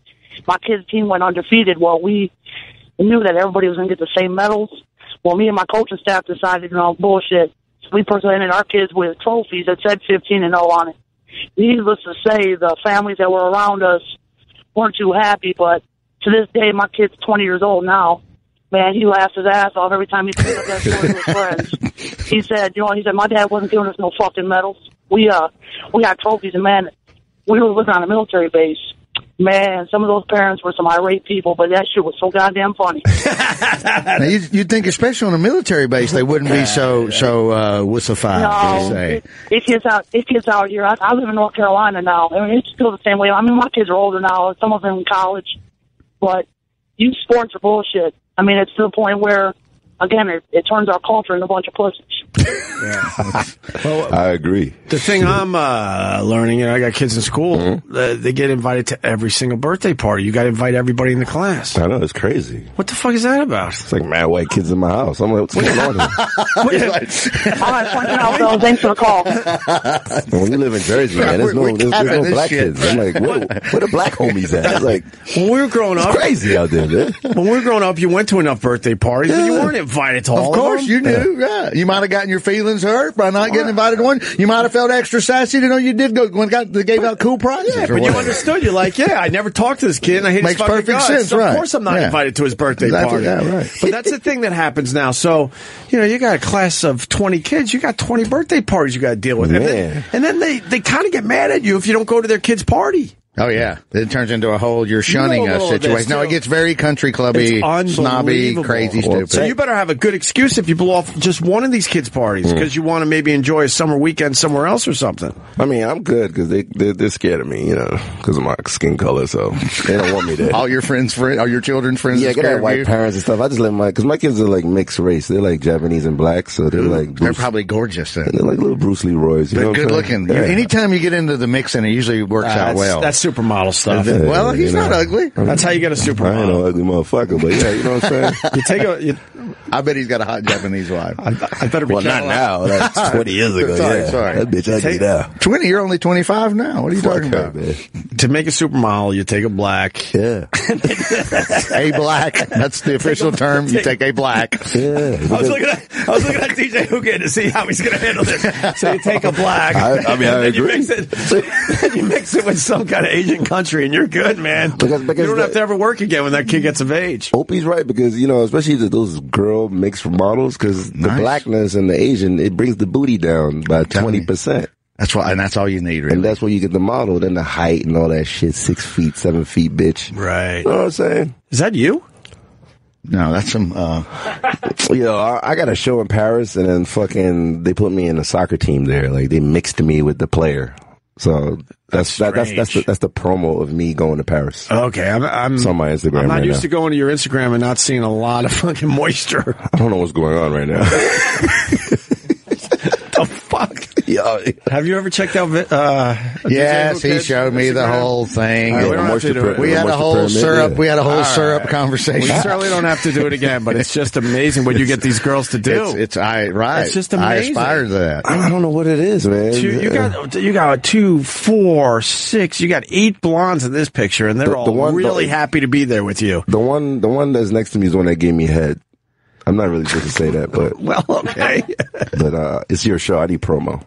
Speaker 16: my kids' team went undefeated. Well, we knew that everybody was going to get the same medals. Well, me and my coaching staff decided, you know, bullshit. We presented our kids with trophies that said 15 and 0 on it. Needless to say, the families that were around us weren't too happy, but to this day, my kid's 20 years old now. Man, he laughs his ass off every time he brings up that story with friends. He said, you know, he said, my dad wasn't giving us no fucking medals. We, uh, we got trophies and man, we were living on a military base. Man, some of those parents were some irate people, but that shit was so goddamn funny.
Speaker 4: Now, you'd, you'd think, especially on a military base, they wouldn't be so so uh, wussified. they
Speaker 16: No,
Speaker 4: say.
Speaker 16: it, it gets out. It gets out here. I, I live in North Carolina now, I mean, it's still the same way. I mean, my kids are older now. Some of them in college, but youth sports are bullshit. I mean, it's to the point where, again, it, it turns our culture into a bunch of pussies.
Speaker 14: I agree.
Speaker 2: The thing I'm uh, learning, and I got kids in school, uh, they get invited to every single birthday party. You got to invite everybody in the class.
Speaker 14: I know it's crazy.
Speaker 2: What the fuck is that about?
Speaker 14: It's like mad white kids in my house. I'm like, what's going on? here?
Speaker 16: All right, point it out, Bill. Thanks for the call.
Speaker 14: And when we live in Jersey, man, there's no,
Speaker 16: We're- we're
Speaker 14: there's, there's
Speaker 16: covering
Speaker 14: no
Speaker 16: this
Speaker 14: black
Speaker 16: shit.
Speaker 14: kids. I'm like, what, where the black homies at? It's like
Speaker 2: when we were growing
Speaker 14: it's
Speaker 2: up,
Speaker 14: crazy out there, man.
Speaker 2: when we were growing up, you went to enough birthday parties, but you weren't invited to
Speaker 4: Of
Speaker 2: all of
Speaker 4: course,
Speaker 2: them.
Speaker 4: you knew. Yeah. you might have gotten your feelings hurt by not getting invited to one. You might have felt extra sassy to know you did go. When got they gave out cool prizes.
Speaker 2: Yeah,
Speaker 4: or
Speaker 2: but you
Speaker 4: whatever.
Speaker 2: understood. You're like, yeah, I never talked to this kid, and I hate
Speaker 4: Makes
Speaker 2: his fucking
Speaker 4: perfect
Speaker 2: guts.
Speaker 4: sense,
Speaker 2: So
Speaker 4: right.
Speaker 2: Of course, I'm not
Speaker 4: Yeah.
Speaker 2: invited to his birthday
Speaker 4: Exactly,
Speaker 2: party.
Speaker 4: yeah, right.
Speaker 2: But that's the thing that happens now. So, you know, you got a class of 20 kids. You got 20 birthday parties you got to deal with, and
Speaker 4: Man.
Speaker 2: then, and then they they kind of get mad at you if you don't go to their kid's party.
Speaker 4: Oh yeah, it turns into a whole you're shunning
Speaker 2: You know a
Speaker 4: us
Speaker 2: little of
Speaker 4: situation.
Speaker 2: this,
Speaker 4: No,
Speaker 2: too.
Speaker 4: it gets very country clubby,
Speaker 2: It's
Speaker 4: snobby,
Speaker 2: unbelievable.
Speaker 4: crazy, stupid.
Speaker 2: So you better have a good excuse if you blow off just one of these kids' parties because you want to maybe enjoy a summer weekend somewhere else or something.
Speaker 14: I mean, I'm good because they, they're, they're scared of me, you know, because of my skin color. So they don't want me there.
Speaker 4: all your friends, friend, all your children's friends.
Speaker 14: yeah,
Speaker 4: are
Speaker 14: I got
Speaker 4: scared
Speaker 14: that
Speaker 4: of
Speaker 14: white
Speaker 4: you.
Speaker 14: parents and stuff. I just let my because my kids are like mixed race. They're like Japanese and black, so they're like
Speaker 4: They're probably gorgeous. Then.
Speaker 14: And they're like little Bruce Leroy's. You know
Speaker 4: But
Speaker 14: what
Speaker 4: good
Speaker 14: I'm
Speaker 4: looking.
Speaker 14: saying?
Speaker 4: You-
Speaker 14: Yeah.
Speaker 4: anytime you get into the mix, and it usually works
Speaker 2: Ah,
Speaker 4: out
Speaker 2: that's-
Speaker 4: well.
Speaker 2: that's supermodel stuff.
Speaker 4: Uh, well,
Speaker 14: Yeah,
Speaker 4: he's
Speaker 14: you
Speaker 4: not
Speaker 14: know.
Speaker 4: ugly.
Speaker 2: That's how you get a
Speaker 14: I ain't
Speaker 2: supermodel.
Speaker 14: no ugly motherfucker, but yeah, you know what I'm saying.
Speaker 2: you take a. You,
Speaker 4: I bet he's got a hot Japanese wife.
Speaker 2: I better be
Speaker 14: Well, not
Speaker 2: careful.
Speaker 14: now. Like 20 years ago.
Speaker 4: Sorry,
Speaker 14: yeah.
Speaker 4: sorry.
Speaker 14: That bitch ugly
Speaker 2: Take-
Speaker 14: now.
Speaker 4: Twenty, you're only twenty five now. What are you talking
Speaker 14: her,
Speaker 4: about?
Speaker 14: man.
Speaker 2: To make a supermodel, you take a black.
Speaker 14: Yeah.
Speaker 4: a black. That's the official term. You take a black.
Speaker 14: Yeah.
Speaker 2: I was looking at I was looking at DJ Hoogan to see how he's going to handle this. So you take a black.
Speaker 14: I- I mean, I
Speaker 2: and then you
Speaker 14: agree.
Speaker 2: mix it. then you mix it with some kind of Asian country, and you're good, man.
Speaker 14: Because- because
Speaker 2: you don't
Speaker 14: the-
Speaker 2: have to ever work again when that kid gets of age.
Speaker 14: Opie's right because you know, especially the, those girl mixed models, because
Speaker 4: Nice.
Speaker 14: the blackness and the Asian, it brings the booty down by
Speaker 4: telling you.
Speaker 14: twenty percent,
Speaker 4: That's why, and that's all you need, really.
Speaker 14: and that's where you get the model. Then the height and all that shit, six feet, seven feet, bitch.
Speaker 2: Right?
Speaker 14: You know what I'm saying?
Speaker 2: Is that you?
Speaker 4: No, that's some. Uh,
Speaker 14: Yo, I, I got a show in Paris, and then fucking they put me in a soccer team there. Like they mixed me with the player. So that's that, that's that's the, that's the promo of me going to Paris.
Speaker 2: Okay, I'm. I'm
Speaker 14: It's on my Instagram
Speaker 2: I'm not
Speaker 14: right
Speaker 2: used
Speaker 14: now.
Speaker 2: to going to your Instagram and not seeing a lot of fucking moisture.
Speaker 14: I don't know what's going on right now.
Speaker 2: the fuck?
Speaker 14: Yo,
Speaker 2: Have you ever checked out? vi- Uh,
Speaker 4: yes,
Speaker 2: DJ
Speaker 4: he
Speaker 2: Hoogan's
Speaker 4: showed me the
Speaker 2: Instagram?
Speaker 4: whole thing.
Speaker 2: All right,
Speaker 4: And
Speaker 2: we don't have to do it.
Speaker 4: we
Speaker 14: the
Speaker 4: had a
Speaker 14: moisture
Speaker 4: whole
Speaker 14: pyramid,
Speaker 4: syrup.
Speaker 14: yeah.
Speaker 4: We had a whole
Speaker 2: All
Speaker 4: syrup
Speaker 2: right. We
Speaker 4: conversation.
Speaker 2: certainly don't have to do it again, but it's just amazing what you get these girls to do.
Speaker 4: It's, it's I right.
Speaker 2: It's just
Speaker 4: I
Speaker 2: amazing.
Speaker 4: aspire to that.
Speaker 14: I don't know what it is, man.
Speaker 2: Two, you got you got two, four, six. You got eight blondes in this picture, and they're
Speaker 14: The-
Speaker 2: all
Speaker 14: the one-
Speaker 2: really
Speaker 14: the-
Speaker 2: happy to be there with you.
Speaker 14: The one, the one that's next to me is the one that gave me head. I'm not really supposed to say that, but
Speaker 2: Well, okay.
Speaker 14: but uh, it's your show. I need promo.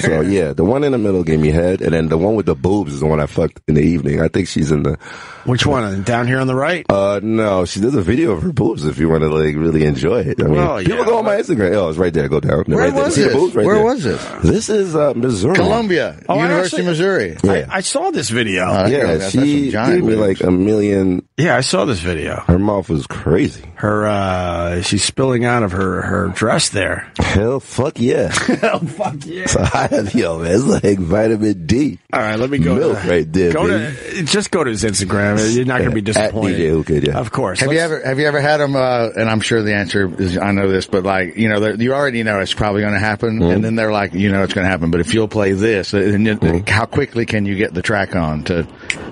Speaker 14: so yeah, the one in the middle gave me head, and then the one with the boobs is the one I fucked in the evening. I think she's in the.
Speaker 2: Which one? Down here on the right.
Speaker 14: Uh, no, she does a video of her boobs if you want to like really enjoy it. I mean,
Speaker 2: Well, yeah.
Speaker 14: people go on my Instagram. Oh, it's right there. Go down.
Speaker 4: Where
Speaker 14: right there.
Speaker 4: was
Speaker 14: See the
Speaker 4: this?
Speaker 14: boobs right
Speaker 4: Where
Speaker 14: there.
Speaker 4: was this?
Speaker 14: This is uh, Missouri.
Speaker 4: Columbia
Speaker 2: Oh, I
Speaker 4: University of
Speaker 2: actually-
Speaker 4: Missouri.
Speaker 14: Yeah.
Speaker 2: I, I saw this video.
Speaker 4: Uh,
Speaker 14: yeah,
Speaker 4: that's- that's
Speaker 14: she
Speaker 4: some giant
Speaker 14: gave me
Speaker 4: boobs.
Speaker 14: like a million.
Speaker 2: yeah, I saw this video.
Speaker 14: Her mouth was crazy.
Speaker 2: Her, uh, she's spilling out of her her dress there.
Speaker 14: Hell, fuck yeah.
Speaker 2: Hell, fuck yeah!
Speaker 14: so I have yo, man. It's like vitamin D.
Speaker 2: All right, let me go.
Speaker 14: Milk
Speaker 2: to,
Speaker 14: right there,
Speaker 2: Go to, just go to his Instagram. You're not going to be
Speaker 14: Yeah, at
Speaker 2: disappointed.
Speaker 14: DJ Hookah, yeah.
Speaker 2: Of course.
Speaker 4: Have you
Speaker 2: Let's-
Speaker 4: ever have you ever had them? Uh, and I'm sure the answer is I know this, but like you know, they're- you already know it's probably going to happen,
Speaker 2: Mm-hmm.
Speaker 4: and then they're
Speaker 2: Mm-hmm.
Speaker 4: like, you know, it's going to happen. But if you'll play this, and then how quickly can you get the track on to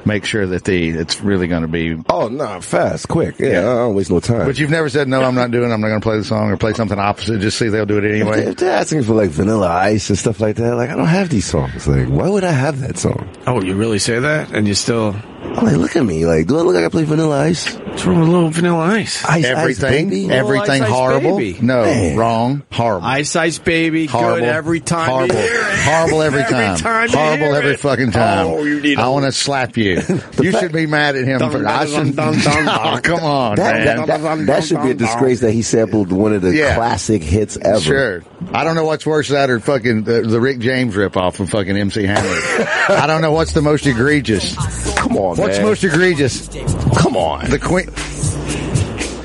Speaker 4: make sure that the it's really going to be.
Speaker 14: Oh no, fast, quick. Yeah, I don't waste no time.
Speaker 4: But you've never said no. I'm not doing. it, I'm not going to play the song or play something opposite. Just see they'll do it
Speaker 14: If they-
Speaker 4: anyway.
Speaker 14: if they're asking for like Vanilla Ice and stuff like that, like I don't have these songs. Like, why would I have that song?
Speaker 2: Oh, you really say that? And you still.
Speaker 14: I'm like, look at me. Like, do I look like I play Vanilla Ice? What's
Speaker 2: wrong with little Vanilla Ice?
Speaker 14: Ice
Speaker 4: everything,
Speaker 14: Ice Baby?
Speaker 4: everything
Speaker 2: Ice Ice
Speaker 4: horrible.
Speaker 2: Baby.
Speaker 4: No,
Speaker 2: Man.
Speaker 4: wrong, horrible.
Speaker 2: Ice Ice Baby,
Speaker 4: Horrible.
Speaker 2: good every time.
Speaker 4: Horrible.
Speaker 2: You hear it.
Speaker 4: Horrible every
Speaker 2: Every
Speaker 4: time.
Speaker 2: time you
Speaker 4: horrible
Speaker 2: hear
Speaker 4: every
Speaker 2: it.
Speaker 4: fucking time.
Speaker 2: Oh, you need
Speaker 4: I
Speaker 2: a-
Speaker 4: want to slap you. you should be mad at him.
Speaker 2: Dum,
Speaker 4: for,
Speaker 2: dum,
Speaker 4: I should.
Speaker 2: dum, dum,
Speaker 4: Oh,
Speaker 2: dum.
Speaker 4: come on,
Speaker 14: that,
Speaker 4: man.
Speaker 14: that, that, that should be a disgrace that he sampled one of the
Speaker 4: Yeah.
Speaker 14: classic hits ever.
Speaker 4: Sure. I don't know what's worse that or fucking the, the Rick James ripoff of fucking MC Hammer. I don't know what's the most egregious.
Speaker 14: Come on,
Speaker 4: What's
Speaker 14: man.
Speaker 4: most egregious?
Speaker 14: Come on.
Speaker 4: The Queen.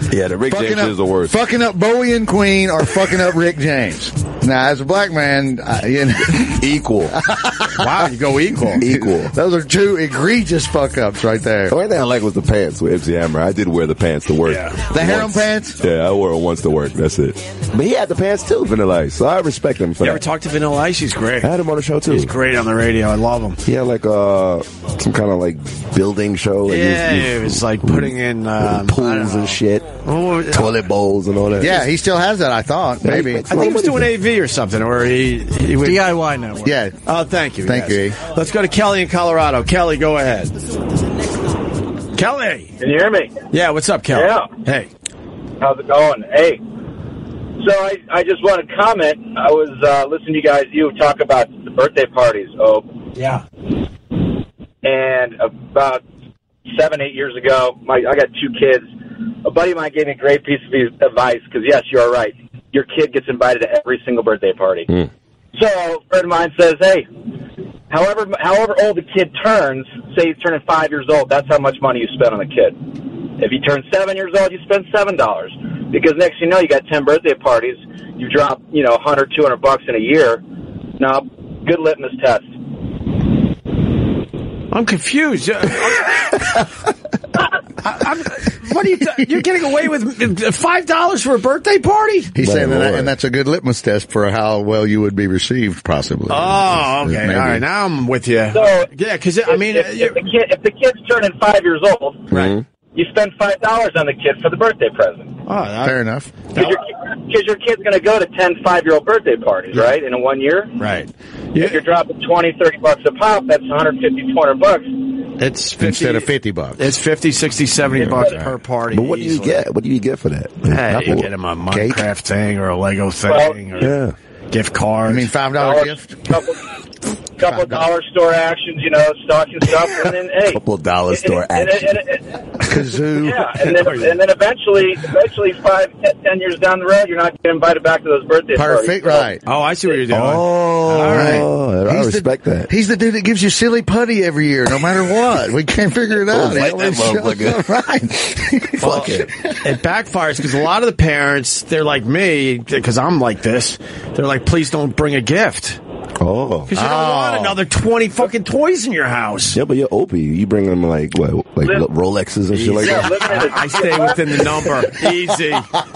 Speaker 14: Yeah, the Rick James
Speaker 4: up,
Speaker 14: is the worst.
Speaker 4: Fucking up Bowie and Queen or fucking up Rick James. Now, as a black man, I, you know.
Speaker 14: equal.
Speaker 4: wow, you go equal.
Speaker 14: Equal. Oh,
Speaker 4: Those are two egregious fuck ups right there.
Speaker 14: The only thing I like was the pants with MC Hammer. I did wear the pants to work.
Speaker 4: The harem pants?
Speaker 14: Yeah, I wore it once to work. That's it. But he had the pants too, Vanilla Ice. So I respect him for
Speaker 2: You
Speaker 14: that.
Speaker 2: ever talk to Vanilla Ice? He's great.
Speaker 14: I had him on the show too.
Speaker 2: He's great on the radio. I love him.
Speaker 14: He had like uh some kind of like building show. Like
Speaker 2: Yeah, it was like putting in, um, I don't
Speaker 14: pools
Speaker 2: know.
Speaker 14: and shit,
Speaker 2: Oh, yeah.
Speaker 14: toilet bowls and all that.
Speaker 4: Yeah, he still has that, I thought.
Speaker 14: Yeah,
Speaker 4: Maybe.
Speaker 14: he-
Speaker 2: I think he was doing AV or something, or he, he would, DIY network.
Speaker 4: Yeah.
Speaker 2: Oh, thank you.
Speaker 4: Thank
Speaker 2: yes.
Speaker 4: you,
Speaker 2: Let's go to Kelly in Colorado. Kelly, go ahead. Kelly,
Speaker 18: Can you hear me?
Speaker 2: yeah, what's up, Kelly?
Speaker 18: Yeah.
Speaker 2: Hey,
Speaker 18: How's it going? Hey. So I, I just want to comment. I was uh, listening to you guys. You talk about the birthday parties, oh,
Speaker 8: Yeah.
Speaker 18: and about seven, eight years ago, my I got two kids. A buddy of mine gave me a great piece of advice because yes, you are right. Your kid gets invited to every single birthday party. So a friend of mine says, "Hey, however however old the kid turns, say he's turning five years old, that's how much money you spend on the kid. If he turns seven years old, you spend seven dollars because next you know you got ten birthday parties. You drop you know hundred, two hundred bucks in a year. Now, good litmus test.
Speaker 2: I'm confused. Yeah, I'm, I'm, what are you? T- you're getting away with five dollars for a birthday party?
Speaker 4: He's saying that,
Speaker 14: Lord.
Speaker 4: and that's a good litmus test for how well you would be received, possibly.
Speaker 2: Oh, okay.
Speaker 4: Maybe.
Speaker 2: All right. Now I'm with you.
Speaker 18: So
Speaker 2: yeah, because I mean,
Speaker 18: if, if the kid if the kid's turning five years
Speaker 14: Mm-hmm.
Speaker 18: old,
Speaker 2: right?
Speaker 18: you spend five dollars on the kid for the birthday present
Speaker 2: Oh, that-
Speaker 4: Fair enough.
Speaker 18: because your, kid's going to go to ten five year old birthday parties, right? In a one year,
Speaker 2: right?
Speaker 18: If you're dropping twenty thirty bucks a pop, that's 150, 200 bucks.
Speaker 2: It's 50,
Speaker 4: Instead of 50 bucks.
Speaker 2: It's 50, 60, 70 bucks per party.
Speaker 14: But what do you
Speaker 2: easily.
Speaker 14: get? What do you get for that?
Speaker 2: Hey, you
Speaker 14: Apple
Speaker 2: get him a
Speaker 14: cake?
Speaker 2: Minecraft thing or a Lego
Speaker 18: Well-
Speaker 2: thing or
Speaker 14: Yeah.
Speaker 2: gift card.
Speaker 4: I mean, $5 gift?
Speaker 18: couple, couple dollar store actions, you know, stocking stuff, and then hey,
Speaker 14: Couple dollar
Speaker 18: and-
Speaker 14: store
Speaker 18: and- and-
Speaker 14: action.
Speaker 18: and- and-
Speaker 4: Kazoo.
Speaker 18: yeah, and then and then eventually, eventually, five, ten, ten years down the road, you're not getting invited back to those birthday parties.
Speaker 4: Perfect, right.
Speaker 2: oh, I see what you're doing.
Speaker 14: Oh,
Speaker 2: All right.
Speaker 14: I
Speaker 4: the-
Speaker 14: respect that.
Speaker 4: He's the dude that gives you silly putty every year, no matter what. We can't figure it out.
Speaker 14: Don't like Oh, that motherfucker.
Speaker 4: right.
Speaker 2: Well, it backfires because a lot of the parents, they're like me, because I'm like this. They're like, please don't bring a gift
Speaker 14: Oh.
Speaker 2: because you don't want another twenty fucking toys in your house.
Speaker 14: Yeah, but you're Opie. You bring them like what, like
Speaker 18: Listen.
Speaker 14: Rolexes and shit like
Speaker 18: Yeah,
Speaker 14: that.
Speaker 18: living in a-
Speaker 2: I stay within the number.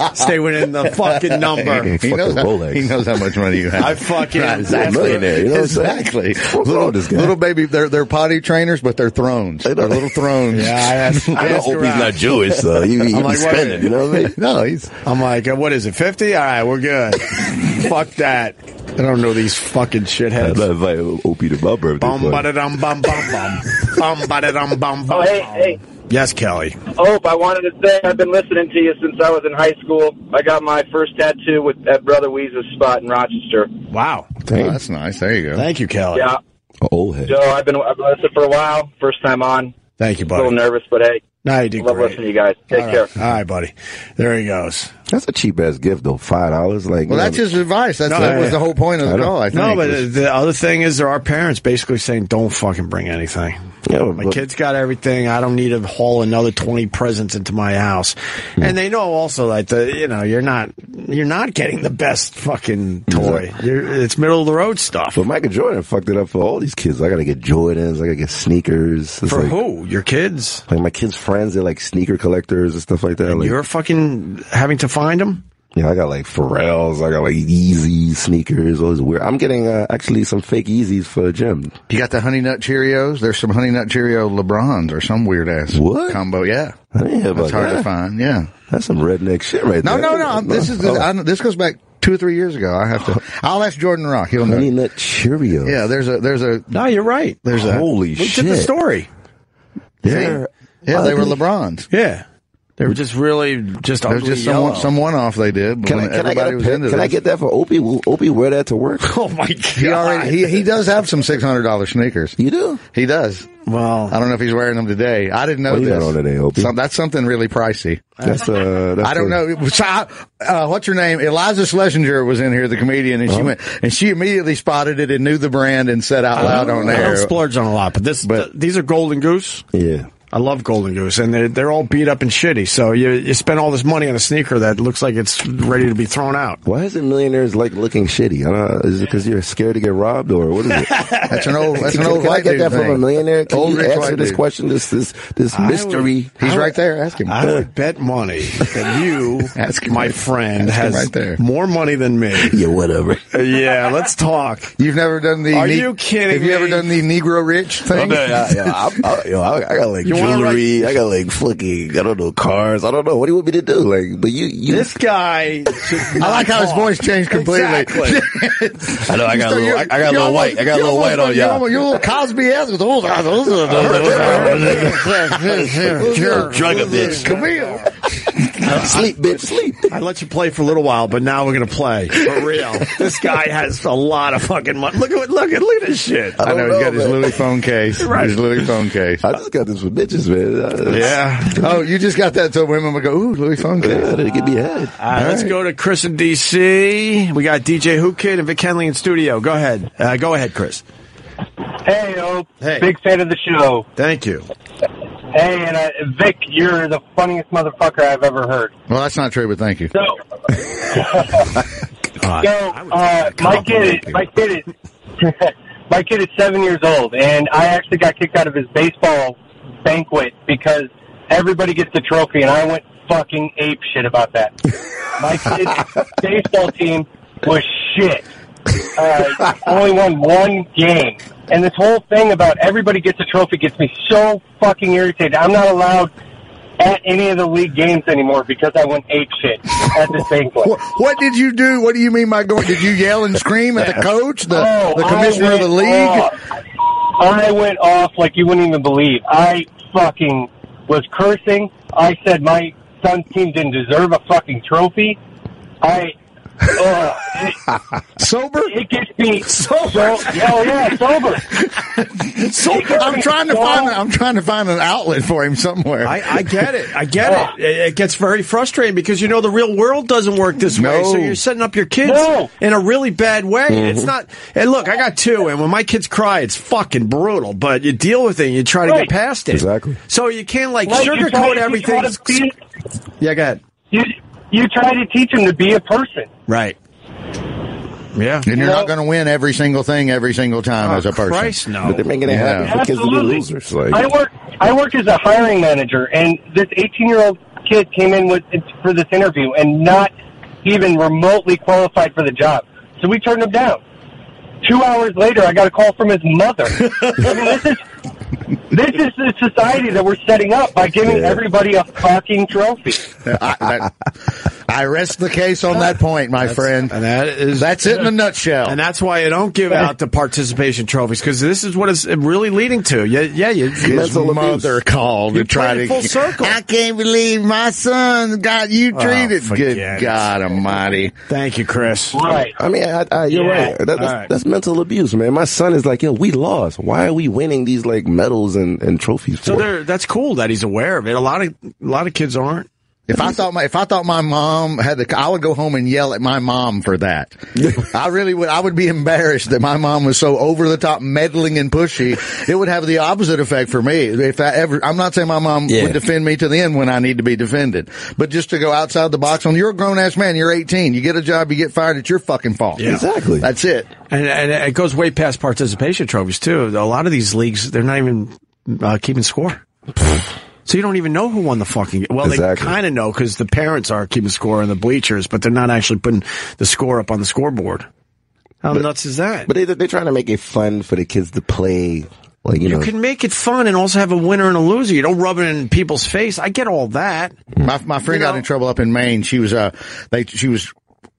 Speaker 2: Easy. Stay within the fucking number.
Speaker 4: He
Speaker 14: Fucking
Speaker 4: knows, how,
Speaker 14: Rolex.
Speaker 4: he knows how much money you have.
Speaker 2: I fucking-
Speaker 14: He's a millionaire. You know what I'm saying?
Speaker 4: Exactly.
Speaker 14: What's wrong
Speaker 4: Little,
Speaker 14: with this guy?
Speaker 4: little baby, they're, they're potty trainers, but they're thrones. They're little thrones.
Speaker 2: Yeah, I asked, I
Speaker 14: I know
Speaker 2: asked
Speaker 14: Opie's
Speaker 2: around.
Speaker 14: not Jewish, so you, you
Speaker 2: I'm
Speaker 14: be
Speaker 2: like, what-
Speaker 14: spending. You know what I mean?
Speaker 4: No, he's.
Speaker 2: I'm like, uh, what is it, 50? All right, we're good. Fuck that. I don't know these fucking
Speaker 14: I'm
Speaker 2: shitheads.
Speaker 14: not inviting Opie to my birthday.
Speaker 2: Bum
Speaker 14: party.
Speaker 2: bada dum bum bum bum. Bum bada dum bum
Speaker 18: Oh,
Speaker 2: bum.
Speaker 18: hey, hey.
Speaker 2: Yes, Kelly.
Speaker 18: Oh, I wanted to say I've been listening to you since I was in high school. I got my first tattoo with at Brother Weeze's spot in Rochester.
Speaker 2: Wow.
Speaker 4: Oh, that's nice. There you go.
Speaker 2: Thank you, Kelly.
Speaker 18: Yeah.
Speaker 14: An Old head.
Speaker 18: So I've been I've been listening for a while. First time on.
Speaker 2: Thank you,
Speaker 18: A little
Speaker 2: buddy.
Speaker 18: nervous, but hey,
Speaker 2: No, you did
Speaker 18: love
Speaker 2: great.
Speaker 18: listening to you guys. Take
Speaker 2: All
Speaker 18: care.
Speaker 2: right. All right, buddy. There he goes.
Speaker 14: That's a cheap ass gift though. Five dollars. Like,
Speaker 4: Well,
Speaker 14: you
Speaker 4: that's
Speaker 14: know,
Speaker 4: his advice. That's,
Speaker 2: No,
Speaker 4: that
Speaker 2: yeah.
Speaker 4: was the whole point of the
Speaker 14: I don't-
Speaker 4: call, I think.
Speaker 2: No, but
Speaker 4: was-
Speaker 2: uh, the other thing is there are parents basically saying, don't fucking bring anything.
Speaker 14: Yeah,
Speaker 2: my
Speaker 14: but-
Speaker 2: kid's got everything. I don't need to haul another 20 presents into my house.
Speaker 14: Hmm.
Speaker 2: And they know also that, the, you know, you're not, you're not getting the best fucking toy. You're, it's middle of the road stuff.
Speaker 14: But Michael Jordan fucked it up for all these kids. I gotta get Jordans. I gotta get sneakers. It's
Speaker 2: For
Speaker 14: like,
Speaker 2: who? Your kids?
Speaker 14: Like my kids' friends, they're like sneaker collectors and stuff like that. Like,
Speaker 2: You're fucking having to find them?
Speaker 14: Yeah, I got like Pharrell's, I got like Yeezy sneakers, all this weird. I'm getting uh, actually some fake Yeezys for the gym.
Speaker 4: You got the Honey Nut Cheerios? There's some Honey Nut Cheerio LeBrons or some weird ass
Speaker 14: What?
Speaker 4: combo. Yeah.
Speaker 14: I didn't hear about
Speaker 4: That's hard
Speaker 14: that.
Speaker 4: to find. Yeah.
Speaker 14: That's some redneck shit right
Speaker 4: No,
Speaker 14: there.
Speaker 4: no, no. This is
Speaker 14: Oh.
Speaker 4: I, this goes back two or three years ago. I have to. I'll ask Jordan Rock. He'll know.
Speaker 14: Honey Nut Cheerios.
Speaker 4: Yeah, there's a there's a
Speaker 2: No, you're right.
Speaker 4: there's a
Speaker 14: Holy
Speaker 2: Looked
Speaker 14: shit.
Speaker 2: at the story.
Speaker 14: They're
Speaker 4: Yeah, they were
Speaker 14: ugly.
Speaker 4: LeBrons.
Speaker 2: Yeah. They were just really just
Speaker 4: There's
Speaker 2: ugly
Speaker 4: just some
Speaker 2: yellow.
Speaker 4: one, some one off they did. But
Speaker 14: Can I,
Speaker 4: when
Speaker 14: can I get
Speaker 4: everybody
Speaker 14: a
Speaker 4: was
Speaker 14: pair-
Speaker 4: into
Speaker 14: Can I
Speaker 4: this-
Speaker 14: get that for Opie? Will Opie wear that to work?
Speaker 2: Oh my god!
Speaker 4: He already he, he does have some six hundred dollar sneakers.
Speaker 14: You do?
Speaker 4: He does.
Speaker 2: well,
Speaker 4: I don't know if he's wearing them today. I didn't know
Speaker 14: What do you
Speaker 4: this.
Speaker 14: got on today, Opie?
Speaker 4: Some- that's something really pricey.
Speaker 14: That's uh. That's
Speaker 4: I don't
Speaker 14: a-
Speaker 4: know. So I- uh, what's her name? Eliza Schlesinger was in here, the comedian, and she went and she immediately spotted it and knew the brand and said out loud on
Speaker 2: I don't
Speaker 4: air.
Speaker 2: splurge on a lot, but this th- these are Golden Goose.
Speaker 14: Yeah.
Speaker 2: I love Golden Goose, and they're they're all beat up and shitty. So you you spend all this money on a sneaker that looks like it's ready to be thrown out.
Speaker 14: Why is it millionaires like looking shitty? I don't know. Is it because you're scared to get robbed or what is it?
Speaker 4: That's an old. That's
Speaker 14: Can,
Speaker 4: an old
Speaker 14: can I
Speaker 4: white
Speaker 14: get
Speaker 4: dude
Speaker 14: that from a
Speaker 4: thing.
Speaker 14: millionaire? Can
Speaker 4: Old
Speaker 14: you
Speaker 4: rich
Speaker 14: answer
Speaker 4: white
Speaker 14: this
Speaker 4: dude.
Speaker 14: question? This this this
Speaker 2: I would-
Speaker 14: mystery.
Speaker 4: He's right there. Ask him.
Speaker 2: I would bet money that you,
Speaker 4: Ask him
Speaker 2: my
Speaker 4: right-
Speaker 2: friend,
Speaker 4: ask him
Speaker 2: has
Speaker 4: right there.
Speaker 2: more money than me.
Speaker 14: Yeah, whatever.
Speaker 2: Uh, yeah, let's talk.
Speaker 4: You've never done the.
Speaker 2: Are
Speaker 4: ne-
Speaker 2: you kidding
Speaker 4: Have you ever
Speaker 2: me?
Speaker 4: done the Negro rich thing?
Speaker 14: Yeah, yeah, I, I, yo, I, I got like
Speaker 2: You wanna
Speaker 14: jewelry. I got like fucking. I don't know cars. I don't know. What do you want me to do? Like, but you, you.
Speaker 2: This guy.
Speaker 4: I like how his voice changed completely.
Speaker 2: Exactly.
Speaker 14: I know. I got a little. I, I got a little white. I got a little white on
Speaker 4: you.
Speaker 14: y'all.
Speaker 4: almost- You're a little Cosby ass with those eyes. Those are
Speaker 14: Drug a bitch.
Speaker 4: Camille.
Speaker 14: Sleep, bitch. Sleep.
Speaker 2: I let you play for a little while, but now we're gonna play for real. this guy has a lot of fucking money. Look at look at look at this shit.
Speaker 4: I know
Speaker 14: don't
Speaker 4: he's
Speaker 14: know,
Speaker 4: got his
Speaker 14: man.
Speaker 4: Louis phone case.
Speaker 2: Right.
Speaker 4: His Louis phone case.
Speaker 14: I just got this for bitches, man.
Speaker 4: Yeah. Oh, you just got that so women would go, ooh, Louis phone
Speaker 14: Yeah,
Speaker 4: case.
Speaker 14: That'd get me head.
Speaker 2: All right, let's go to Chris in DC. We got DJ Who Kid and Vic Henley in studio. Go ahead, uh, go ahead, Chris.
Speaker 15: Hey, Ope.
Speaker 2: Hey.
Speaker 15: Big fan of the show.
Speaker 2: Thank you.
Speaker 15: Hey, and uh, Vic, you're the funniest motherfucker I've ever heard.
Speaker 4: Well, that's not true, but thank you.
Speaker 15: So, so uh, my kid,
Speaker 4: compliment
Speaker 15: my kid is, my kid is seven years old, and I actually got kicked out of his baseball banquet because everybody gets the trophy, and I went fucking ape shit about that. My kid's baseball team was shit. Uh, only won one game, and this whole thing about everybody gets a trophy gets me so fucking irritated. I'm not allowed. At any of the league games anymore because I went ape shit at this banquet.
Speaker 4: What, what did you do? What do you mean by going? Did you yell and scream at the coach, the,
Speaker 15: Oh,
Speaker 4: the
Speaker 15: I
Speaker 4: commissioner of the
Speaker 15: went
Speaker 4: league?
Speaker 15: off. I went off like you wouldn't even believe. I fucking was cursing. I said my son's team didn't deserve a fucking trophy. I. Uh, it,
Speaker 2: Sober,
Speaker 15: it gets me
Speaker 2: Sober.
Speaker 15: So, oh yeah, sober.
Speaker 4: So- I'm trying to find. I'm trying to find an outlet for him somewhere. Oh.
Speaker 2: I, I get it. I get it. it. It gets very frustrating because you know the real world doesn't work this way. So
Speaker 4: No. Mm-hmm.
Speaker 2: you're setting up your kids
Speaker 15: No.
Speaker 2: in a really bad way. It's not. And look, I got two, and when my kids cry, it's fucking brutal. But you deal with it. and You try to get
Speaker 15: Right.
Speaker 2: past it.
Speaker 14: Exactly.
Speaker 2: So you can't like,
Speaker 15: Like, you try-
Speaker 2: sugarcoat
Speaker 15: you try
Speaker 2: everything.
Speaker 15: to be-
Speaker 2: Yeah, go ahead.
Speaker 15: You, you try to teach him to be a person.
Speaker 2: Right. Yeah. Oh,
Speaker 4: and you're
Speaker 15: No.
Speaker 4: not going to win every single thing every single time as a person.
Speaker 2: Christ, no.
Speaker 14: But they're making it
Speaker 4: Yeah.
Speaker 14: happen for kids to be losers. Like,
Speaker 15: I work. I work as a hiring manager, and this 18 year old kid came in with for this interview and not even remotely qualified for the job. So we turned him down. Two hours later, I got a call from his mother. I mean, this is this is the society that we're setting up by giving
Speaker 14: Yeah.
Speaker 15: everybody a fucking trophy.
Speaker 4: I, that- I rest the case on that point, my friend.
Speaker 2: And that is
Speaker 4: That's it in a nutshell.
Speaker 2: And that's why I don't give out the participation trophies because this is what it's really leading to. Yeah, yeah. You,
Speaker 4: his mother called
Speaker 2: You're
Speaker 4: to try to
Speaker 2: playing full circle.
Speaker 4: I can't believe my son got you treated.
Speaker 2: Oh, forget
Speaker 4: Good
Speaker 2: it.
Speaker 4: God Almighty!
Speaker 2: Thank you, Chris.
Speaker 15: Right.
Speaker 14: I mean, I, I, you're
Speaker 15: Yeah.
Speaker 14: right. That, that's,
Speaker 2: right.
Speaker 14: that's mental abuse, man. My son is like, yo, we lost. Why are we winning these like medals and, and trophies?
Speaker 2: So
Speaker 14: for?
Speaker 2: there, that's cool that he's aware of it. A lot of a lot of kids aren't.
Speaker 4: If I thought my if I thought my mom had the, I would go home and yell at my mom for that. I really would. I would be embarrassed that my mom was so over the top meddling and pushy. It would have the opposite effect for me. If I ever, I'm not saying my mom
Speaker 14: Yeah.
Speaker 4: would defend me to the end when I need to be defended, but just to go outside the box on, you're a grown ass man. You're 18. You get a job. You get fired. It's your fucking fault.
Speaker 14: Exactly.
Speaker 4: That's it.
Speaker 2: And, and it goes way past participation trophies too. A lot of these leagues, they're not even uh, keeping score. So you don't even know who won the fucking game. Well,
Speaker 14: Exactly.
Speaker 2: they kind of know because the parents are keeping score in the bleachers, but they're not actually putting the score up on the scoreboard. How nuts is that?
Speaker 14: But they they're trying to make it fun for the kids to play. Like you,
Speaker 2: You
Speaker 14: know,
Speaker 2: can make it fun and also have a winner and a loser. You don't rub it in people's face. I get all that.
Speaker 4: My my friend got in trouble up in Maine. She was uh they she was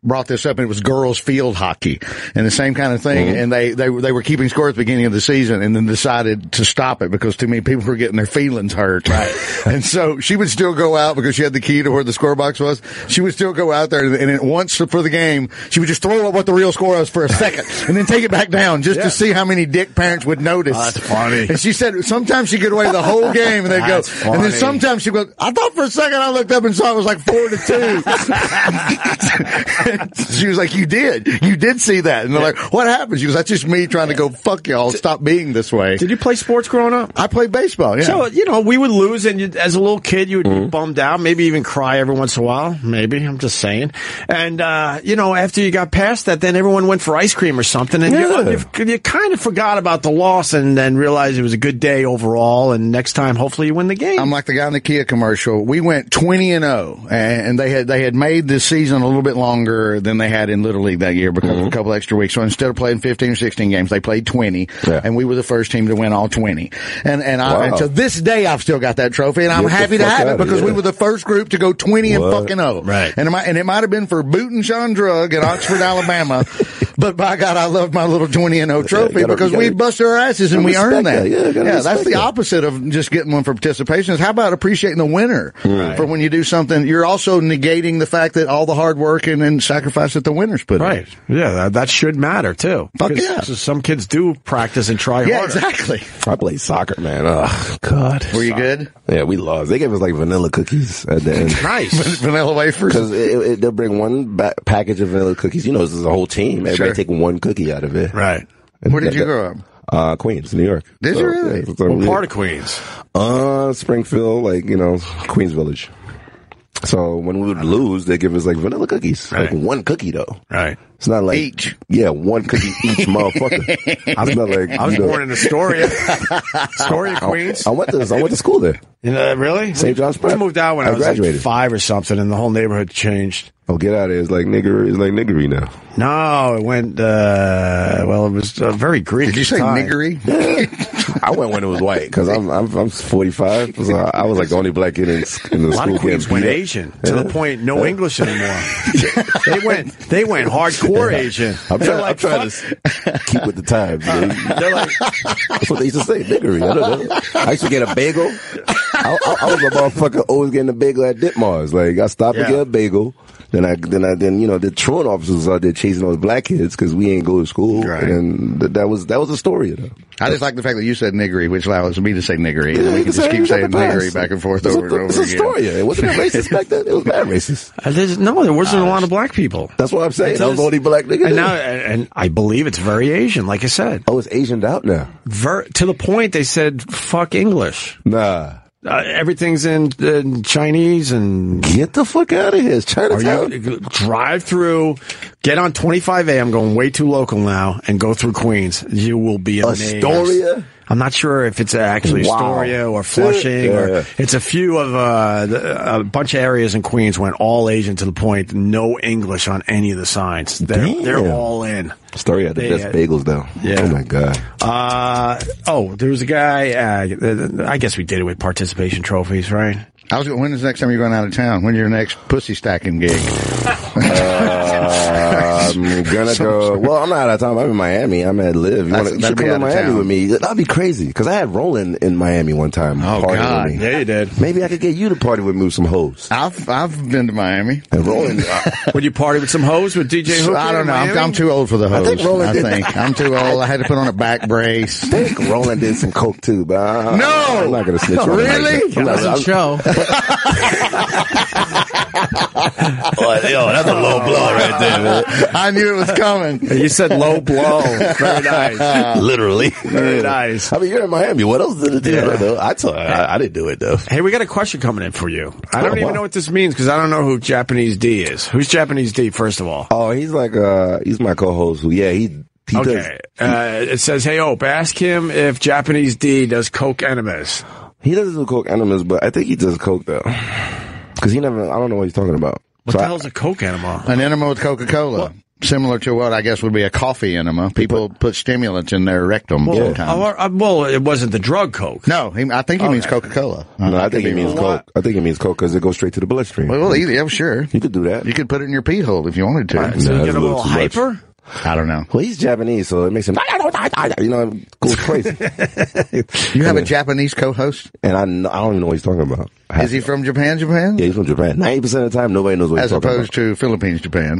Speaker 4: brought this up and it was girls field hockey and the same kind of thing
Speaker 2: Mm-hmm.
Speaker 4: and they they were- they were keeping score at the beginning of the season and then decided to stop it because too many people were getting their feelings hurt right and so she would still go out because she had the key to where the score box was she would still go out there and, and at once for the game she would just throw up what the real score was for a second and then take it back down just to see how many dick parents would notice
Speaker 2: Oh, that's funny.
Speaker 4: and she said sometimes she'd get away the whole game and they'd go
Speaker 2: That's
Speaker 4: and then
Speaker 2: funny.
Speaker 4: sometimes Sometimes she goes, I thought for a second I looked up and saw it was like four to two. she was like, You did. You did see that. And they're like, What happened? She was, That's just me trying to go, fuck y'all. Stop being this way. Did
Speaker 2: you play sports growing up?
Speaker 4: I played baseball, yeah.
Speaker 2: So you know, we would lose, and you, as a little kid, you would be bummed out, maybe even cry every once in a while. Maybe I'm just saying. And uh, you know, after you got past that, then everyone went for ice cream or something, and
Speaker 14: Yeah.
Speaker 2: you, you, you kind of forgot about the loss, and then realized it was a good day overall. And next time, hopefully, you win the game.
Speaker 4: I'm like the guy in the Kia commercial. We went 20 and 0 and they had, they had made the season a little bit longer than they had in Little League that year because
Speaker 14: Mm-hmm.
Speaker 4: of a couple extra weeks. So instead of playing 15 or 16 games, they played 20 and we were the first team to win all 20. And, and I, and
Speaker 14: Wow.
Speaker 4: to this day, I've still got that trophy and I'm
Speaker 14: Get the
Speaker 4: happy to
Speaker 14: fuck
Speaker 4: have it
Speaker 14: outta
Speaker 4: because
Speaker 14: here.
Speaker 4: we were the first group to go 20 and
Speaker 14: What?
Speaker 4: fucking oh. 0.
Speaker 14: Right.
Speaker 4: And it might, and it might have been for booting Sean Drug at Oxford, Alabama, but by God, I love my little 20 and 0 trophy
Speaker 14: gotta-
Speaker 4: because
Speaker 14: you
Speaker 4: we
Speaker 14: gotta-
Speaker 4: busted our asses and we
Speaker 14: Respect
Speaker 4: earned that.
Speaker 14: that. Yeah, gotta
Speaker 4: that's
Speaker 14: respect
Speaker 4: the
Speaker 14: that.
Speaker 4: opposite of just getting one for participation is how about appreciating the winner
Speaker 14: Right.
Speaker 4: for when you do something you're also negating the fact that all the hard work and, and sacrifice that the winners put
Speaker 2: Right. Yeah, that, that should matter too.
Speaker 4: Fuck
Speaker 2: 'Cause-
Speaker 4: yeah.
Speaker 2: 'cause Some kids do practice and try
Speaker 4: in yeah
Speaker 2: harder.
Speaker 4: exactly
Speaker 14: I played soccer, man. Oh God,
Speaker 4: were you good
Speaker 14: yeah, we lost. They gave us like vanilla cookies at the end.
Speaker 2: Nice.
Speaker 4: vanilla wafers
Speaker 14: Because they'll bring one ba- package of vanilla cookies. You know, this is a whole team. Everybody
Speaker 4: Sure.
Speaker 14: take one cookie out of it.
Speaker 2: Right.
Speaker 4: Where did you grow up?
Speaker 14: Uh, Queens, New York.
Speaker 4: Did you really?
Speaker 14: yeah, so
Speaker 2: What
Speaker 14: we-
Speaker 2: part of Queens?
Speaker 14: Uh, Springfield, like, you know, Queens Village. So when we would lose, they give us like vanilla cookies.
Speaker 2: Right.
Speaker 14: Like one cookie though.
Speaker 2: Right.
Speaker 14: It's not like.
Speaker 4: Each.
Speaker 14: Yeah, one cookie each motherfucker. It's not like.
Speaker 2: I was
Speaker 14: you know,
Speaker 2: born in Astoria. Astoria, Queens.
Speaker 14: I went to, I went to school there.
Speaker 2: Uh, really?
Speaker 14: St. John's
Speaker 2: I
Speaker 14: Prep.
Speaker 2: moved out when I,
Speaker 14: I
Speaker 2: was like,
Speaker 14: graduated.
Speaker 2: five or something, and the whole neighborhood changed.
Speaker 14: Oh, get out of here. It's like nigger, it's like niggery now.
Speaker 2: No, it went. Uh, well, it was uh, very Greek.
Speaker 4: did you say
Speaker 2: time.
Speaker 4: niggery
Speaker 14: I went when it was white because I'm, I'm, I'm 45. So I was like the only black kid in, in the
Speaker 2: A lot
Speaker 14: school
Speaker 2: of Queens
Speaker 14: getting
Speaker 2: went
Speaker 14: beat up.
Speaker 2: Asian to the point no English anymore. they went. They went hardcore Asian.
Speaker 14: I'm
Speaker 2: They're
Speaker 14: trying,
Speaker 2: like,
Speaker 14: I'm trying to s- keep with the times. You know?
Speaker 2: They're like,
Speaker 14: That's what they used to say, niggery. I don't know. I used to get a bagel. I, I, I was a motherfucker always getting a bagel at Ditmars. Like I stopped
Speaker 2: Yeah.
Speaker 14: to get a bagel. Then I, then I, then you know the truant officers out there chasing all the black kids because we ain't go to school.
Speaker 4: Right.
Speaker 14: And th- that was that was the story of them.
Speaker 4: I just like the fact that you said niggery which allows me to say niggery and
Speaker 14: Yeah,
Speaker 4: we
Speaker 14: you
Speaker 4: can
Speaker 14: can
Speaker 4: just
Speaker 14: say
Speaker 4: keep
Speaker 14: it
Speaker 4: saying
Speaker 14: in the past.
Speaker 4: niggery back and forth
Speaker 14: It's a-
Speaker 4: over and
Speaker 14: It's
Speaker 4: over
Speaker 14: a
Speaker 4: again
Speaker 14: story. It wasn't racist back then. It was bad racist.
Speaker 2: uh, there's- no, there wasn't a lot of black people.
Speaker 14: That's what I'm saying. I was the
Speaker 2: It's-
Speaker 14: only black nigga.
Speaker 2: And
Speaker 14: there.
Speaker 2: now, and, and I believe it's very Asian. Like I said,
Speaker 14: oh, it's Asianed out now.
Speaker 2: ver- to the point they said fuck English.
Speaker 14: Nah,
Speaker 2: Uh, everything's in, in Chinese and
Speaker 14: get the fuck out of here. It's
Speaker 2: Or
Speaker 14: Chinatown.
Speaker 2: you drive through, get on 25A. I'm going way too local now, and go through Queens. You will be amazed.
Speaker 14: Astoria?
Speaker 2: I'm not sure if it's actually
Speaker 14: Wow.
Speaker 2: Astoria or Flushing,
Speaker 14: Yeah.
Speaker 2: or it's a few of uh, the, a bunch of areas in Queens went all Asian to the point no English on any of the signs. They're,
Speaker 14: Damn.
Speaker 2: they're all in.
Speaker 14: Story had the
Speaker 2: They
Speaker 14: best
Speaker 2: had-
Speaker 14: bagels though.
Speaker 2: Yeah.
Speaker 14: Oh my god.
Speaker 2: Uh, oh, there was a guy. Uh, I guess we did it with participation trophies, right?
Speaker 4: I was going, when is the next time you're going out of town when's your next pussy stacking gig
Speaker 14: I'm Um, gonna go. Well, I'm not out of time. I'm in Miami. I'm at Live.
Speaker 4: That's-
Speaker 14: You, wanna, you
Speaker 4: that'd
Speaker 14: should
Speaker 4: be
Speaker 14: come
Speaker 4: out
Speaker 14: to
Speaker 4: of
Speaker 14: Miami
Speaker 4: town.
Speaker 14: with me. That'd be crazy because I had Roland in Miami one time.
Speaker 4: Oh,
Speaker 14: partying
Speaker 4: God.
Speaker 14: With me.
Speaker 2: you did.
Speaker 14: Maybe I could get you to party with me with some hoes.
Speaker 4: I've, I've been to Miami
Speaker 14: And Roland,
Speaker 2: Would you party with some hoes with DJ Hooker?
Speaker 4: I
Speaker 2: in
Speaker 4: don't know. I'm,
Speaker 2: Miami?
Speaker 4: I'm too old for the hose. I
Speaker 14: think
Speaker 4: think.
Speaker 14: Roland
Speaker 4: I
Speaker 14: did
Speaker 4: am too old. I had to put on a back brace.
Speaker 14: I think Roland did some coke too, but I,
Speaker 4: No!
Speaker 14: I'm not gonna snitch. on him like
Speaker 4: Really?
Speaker 14: that. I'm not- I'm-
Speaker 17: show.
Speaker 14: that's a low blow right there,
Speaker 4: I knew it was coming.
Speaker 2: You said low blow. Very nice.
Speaker 14: Literally.
Speaker 2: Very nice.
Speaker 14: I mean, you're in Miami. What else did it do? I don't know. I, told, I, I didn't do it though.
Speaker 2: Hey, we got a question coming in for you. I
Speaker 14: Oh,
Speaker 2: don't even
Speaker 14: wow.
Speaker 2: know what this means because I don't know who Japanese D is. Who's Japanese D, first of all?
Speaker 14: Oh, he's like uh, he's my co-host. Who, yeah, he he does
Speaker 2: Okay. Uh, it says, hey, Ope, ask him if Japanese D does Coke enemas.
Speaker 14: He doesn't do coke enemas, but I think he does coke though, because he never. I don't know what he's talking about.
Speaker 2: What
Speaker 14: So
Speaker 2: the
Speaker 14: I-
Speaker 2: hell's a coke enema?
Speaker 4: An enema with Coca Cola. Similar to what I guess would be a coffee enema. People put stimulants in their rectum
Speaker 2: Well,
Speaker 14: Um,
Speaker 4: sometimes.
Speaker 2: oh, uh, well, it wasn't the drug coke.
Speaker 4: No, he, I think he means Coca Cola.
Speaker 14: No, I think he means coke. I think he means coke because it goes straight to the bloodstream.
Speaker 4: Well, either, I'm sure.
Speaker 14: You could do that.
Speaker 4: You could put it in your pee hole if you wanted to.
Speaker 14: Right, so No, you that's get a a little little too much. hyper?
Speaker 4: I don't know.
Speaker 14: Well, he's Japanese, so it makes him, you know, goes crazy.
Speaker 4: You have a Japanese co-host?
Speaker 14: And I, kn- I don't even know what he's talking about.
Speaker 4: Is he from Japan, Japan?
Speaker 14: Yeah, he's from Japan. 90% of the time, nobody knows what
Speaker 4: As
Speaker 14: he's talking about.
Speaker 4: opposed to Philippines, Japan.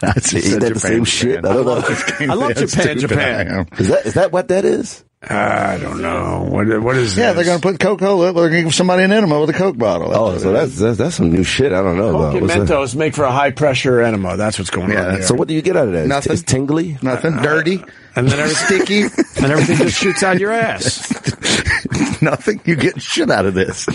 Speaker 4: That's
Speaker 14: Is that the same shit? I don't know.
Speaker 4: I love Japan, Japan.
Speaker 14: Is that, is that what that is?
Speaker 2: I don't know. What, what is
Speaker 4: Yeah, they're going to put Coca Cola. They're going to give somebody an enema with a Coke bottle.
Speaker 14: Oh, so that's, that's that's some new shit. I don't know about. What's that?
Speaker 2: Mentos make for a high pressure enema. That's what's going on.
Speaker 14: Yeah,
Speaker 2: Here. Uh,
Speaker 14: so what do you get out of that? It's-
Speaker 4: Nothing.
Speaker 14: It's tingly.
Speaker 4: Nothing. Dirty.
Speaker 2: and then everything,
Speaker 4: Sticky.
Speaker 2: and everything just shoots out your ass.
Speaker 4: Nothing. You get shit out of this.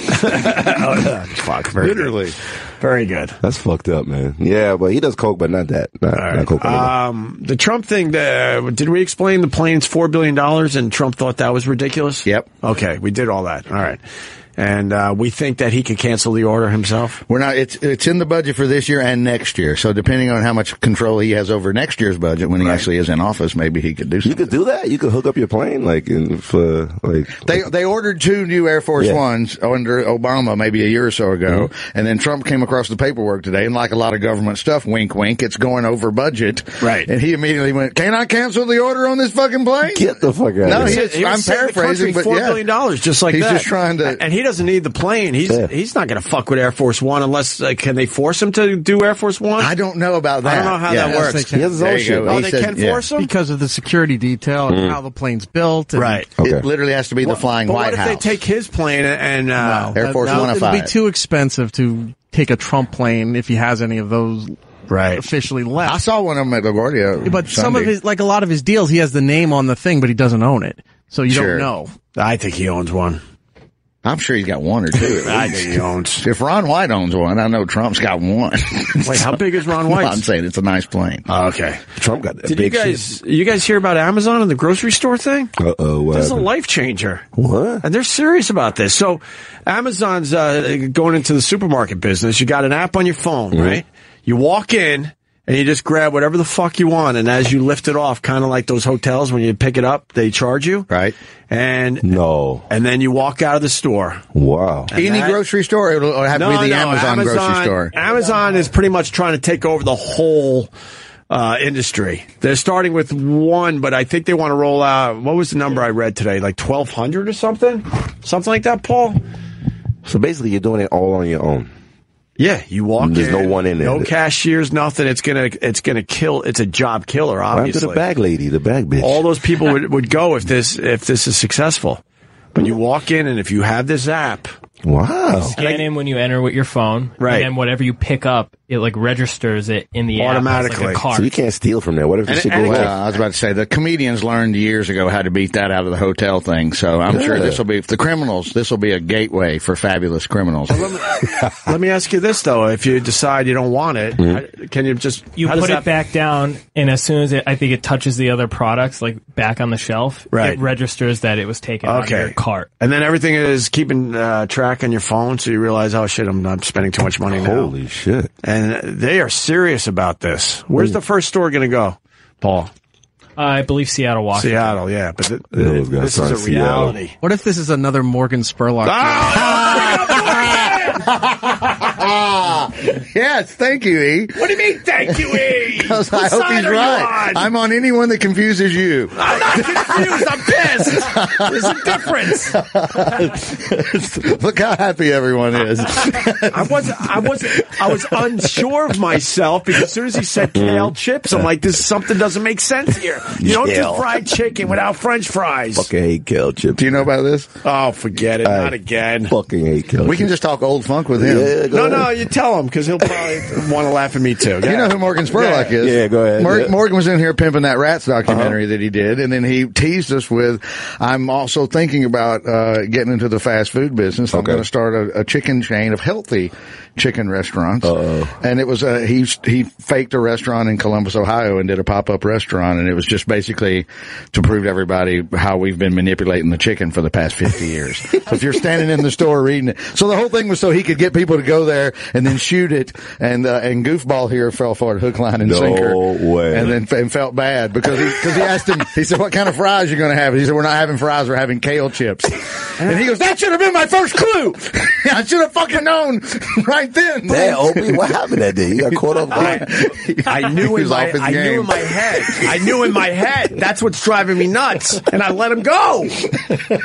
Speaker 2: Fuck, very
Speaker 4: Literally.
Speaker 2: good. very good.
Speaker 14: That's fucked up, man. Yeah, but he does coke, but not that. Not, not coke.
Speaker 2: Um, the Trump thing. The, did we explain the plane's four billion dollars and Trump thought that was ridiculous?
Speaker 4: Yep.
Speaker 2: Okay, we did all that. All right, and uh, we think that he could cancel the order himself.
Speaker 4: We're not. It's it's in the budget for this year and next year. So depending on how much control he has over next year's budget when he actually is in office, maybe he could do
Speaker 14: you
Speaker 4: something.
Speaker 14: could do that. You could hook up your plane, like in, for like.
Speaker 4: They they ordered two new Air Force
Speaker 14: Yeah. Mm-hmm.
Speaker 4: Ones under Obama maybe a year or so ago, and then Trump came across the paperwork today, and like a lot of government stuff, wink wink, it's going over budget,
Speaker 2: Right.
Speaker 4: And he immediately went, "Can I cancel the order on this fucking plane?"
Speaker 14: Get the fuck out!
Speaker 4: No,
Speaker 14: of
Speaker 4: he
Speaker 14: here.
Speaker 4: is, I'm paraphrasing, but
Speaker 2: four
Speaker 4: yeah.
Speaker 2: billion dollars, just like
Speaker 4: He's
Speaker 2: that.
Speaker 4: just trying to-
Speaker 2: and he doesn't need the plane. He's
Speaker 14: Yeah.
Speaker 2: he's not going to fuck with Air Force One unless uh, can they force him to do Air Force One?
Speaker 4: I don't know about that.
Speaker 2: I don't know how
Speaker 4: Yeah.
Speaker 2: that works.
Speaker 14: he has his
Speaker 4: There
Speaker 14: own
Speaker 4: you
Speaker 14: shit.
Speaker 4: go.
Speaker 2: Oh,
Speaker 4: He
Speaker 2: they
Speaker 4: said-
Speaker 2: can
Speaker 4: yeah.
Speaker 2: force him,
Speaker 17: because of the security detail and how the plane's built. And
Speaker 2: right?
Speaker 14: Okay.
Speaker 4: It literally has to be the flying
Speaker 2: but
Speaker 4: White
Speaker 2: what
Speaker 4: House.
Speaker 2: if they take his plane and uh,
Speaker 4: Air Force
Speaker 17: Now,
Speaker 4: One
Speaker 17: it'll be too expensive to take a Trump plane if he has any of those
Speaker 2: right?
Speaker 17: officially left.
Speaker 4: I saw one of them at LaGuardia.
Speaker 17: but some
Speaker 4: Sunday.
Speaker 17: of his, like a lot of his deals, he has the name on the thing, but he doesn't own it. So you
Speaker 4: Sure.
Speaker 17: don't know.
Speaker 2: I think he owns one.
Speaker 4: I'm sure he's got one or two. at
Speaker 2: I
Speaker 4: least.
Speaker 2: think he owns.
Speaker 4: If Ron White owns one, I know Trump's got one.
Speaker 2: Wait, how big is Ron
Speaker 4: No, I'm
Speaker 2: White's? Oh,
Speaker 4: saying it's a nice plane.
Speaker 2: Okay.
Speaker 14: Trump got that
Speaker 2: Did you
Speaker 14: big
Speaker 2: guys you guys hear about Amazon and the grocery store thing?
Speaker 14: shit. Uh oh, what?
Speaker 2: This is a
Speaker 14: happened?
Speaker 2: life changer.
Speaker 14: What?
Speaker 2: And they're serious about this. So Amazon's uh, going into the supermarket business. You got an app on your phone,
Speaker 14: Mm-hmm.
Speaker 2: right? You walk in and you just grab whatever the fuck you want. And as you lift it off, kind of like those hotels, when you pick it up, they charge you.
Speaker 4: Right.
Speaker 2: And
Speaker 14: No.
Speaker 2: and then you walk out of the store.
Speaker 14: Wow.
Speaker 4: Any
Speaker 2: that-
Speaker 4: grocery store, it'll it'll have to be the Amazon, grocery store.
Speaker 2: Amazon is pretty much trying to take over the whole uh, industry. They're starting with one, but I think they want to roll out. What was the number I read today? Like twelve hundred or something, something like that. Paul.
Speaker 14: So basically, you're doing it all on your own.
Speaker 2: Yeah, you walk.
Speaker 14: There's
Speaker 2: in,
Speaker 14: no one in there.
Speaker 2: No cashiers, nothing. It's gonna, it's gonna kill. It's a job killer.
Speaker 14: After
Speaker 2: Obviously,
Speaker 14: the bag lady, the bag bitch.
Speaker 2: all those people would, would go if this if this is successful. But you walk in, and if you have this app,
Speaker 14: wow.
Speaker 11: Scan in when you enter with your phone,
Speaker 2: Right.
Speaker 11: And then whatever you pick up, it like registers it in the app as,
Speaker 2: Automatically.
Speaker 11: like a card.
Speaker 14: So you can't steal from there. What if the
Speaker 2: And-
Speaker 14: shit
Speaker 2: and
Speaker 14: go
Speaker 2: it
Speaker 14: away?
Speaker 2: can-
Speaker 4: Well, I was about to say the comedians learned years ago how to beat that out of the hotel thing. So I'm sure
Speaker 14: Good.
Speaker 4: this will be if the criminals. This will be a gateway for fabulous criminals.
Speaker 2: let me ask you this though: if you decide you don't want it,
Speaker 14: Mm-hmm.
Speaker 2: how- can you just
Speaker 11: you
Speaker 2: how does
Speaker 11: put it
Speaker 2: that-
Speaker 11: back down, and as soon as it, I think it touches the other products, like back on the shelf,
Speaker 2: Right.
Speaker 11: it registers that it was taken out of
Speaker 2: Okay.
Speaker 11: your cart.
Speaker 2: And then everything is keeping uh, track on your phone, so you realize, oh shit, I'm, I'm spending too much money now.
Speaker 14: Holy shit.
Speaker 2: And they are serious about this. Where's the first store going to go, Paul?
Speaker 11: I believe Seattle, Washington.
Speaker 2: Seattle, yeah. But th-
Speaker 14: Yeah, I was gonna
Speaker 2: this is
Speaker 14: say
Speaker 2: a
Speaker 14: Seattle.
Speaker 2: reality.
Speaker 17: What if this is another Morgan Spurlock?
Speaker 4: yes, thank you, E.
Speaker 2: What do you mean, thank you, E?
Speaker 4: I was- I hope he's right. I'm on anyone that confuses you.
Speaker 2: I'm not confused. I'm pissed. There's a difference.
Speaker 4: Look how happy everyone is.
Speaker 2: I was I was I was unsure of myself because as soon as he said kale chips, I'm like, this something doesn't make sense here. You don't
Speaker 14: Kale.
Speaker 2: do fried chicken without French fries.
Speaker 14: Fucking hate kale chips.
Speaker 4: Do you know about this?
Speaker 2: Oh, forget it. Not again.
Speaker 14: Fucking hate kale
Speaker 4: We can
Speaker 14: chips.
Speaker 4: just talk old funk with him.
Speaker 14: Yeah, go
Speaker 2: No,
Speaker 14: ahead.
Speaker 2: no, you tell him because he'll probably want to laugh at me too.
Speaker 4: You know who Morgan Spurlock is?
Speaker 14: Yeah, go ahead.
Speaker 4: Mor-
Speaker 14: Yeah. Uh-huh.
Speaker 4: Morgan was in here pimping that Rats documentary that he did, and then he teased us with, "I'm also thinking about uh, getting into the fast food business. I'm going to start a, a chicken chain of healthy chicken restaurants." And it was uh, he he faked a restaurant in Columbus, Ohio, and did a pop up restaurant, and it was just basically to prove to everybody how we've been manipulating the chicken for the past fifty years. so if you're standing in the store reading it, so the whole thing was so he could get people to go there and then shoot it, and uh, and goofball here fell for it hook, line, and
Speaker 14: No
Speaker 4: sinker.
Speaker 14: way.
Speaker 4: And then and felt bad because he, cause he asked him, he said, what kind of fries you going to have? He said, we're not having fries, we're having kale chips. And he goes, that should have been my first clue. I should have fucking known right then.
Speaker 14: Damn, Opie, what happened that day? You got caught off guard.
Speaker 2: I
Speaker 4: He
Speaker 2: knew in
Speaker 4: was
Speaker 2: my,
Speaker 4: off his
Speaker 2: I knew
Speaker 4: game.
Speaker 2: in my head. I knew in my head. That's what's driving me nuts, and I let him go,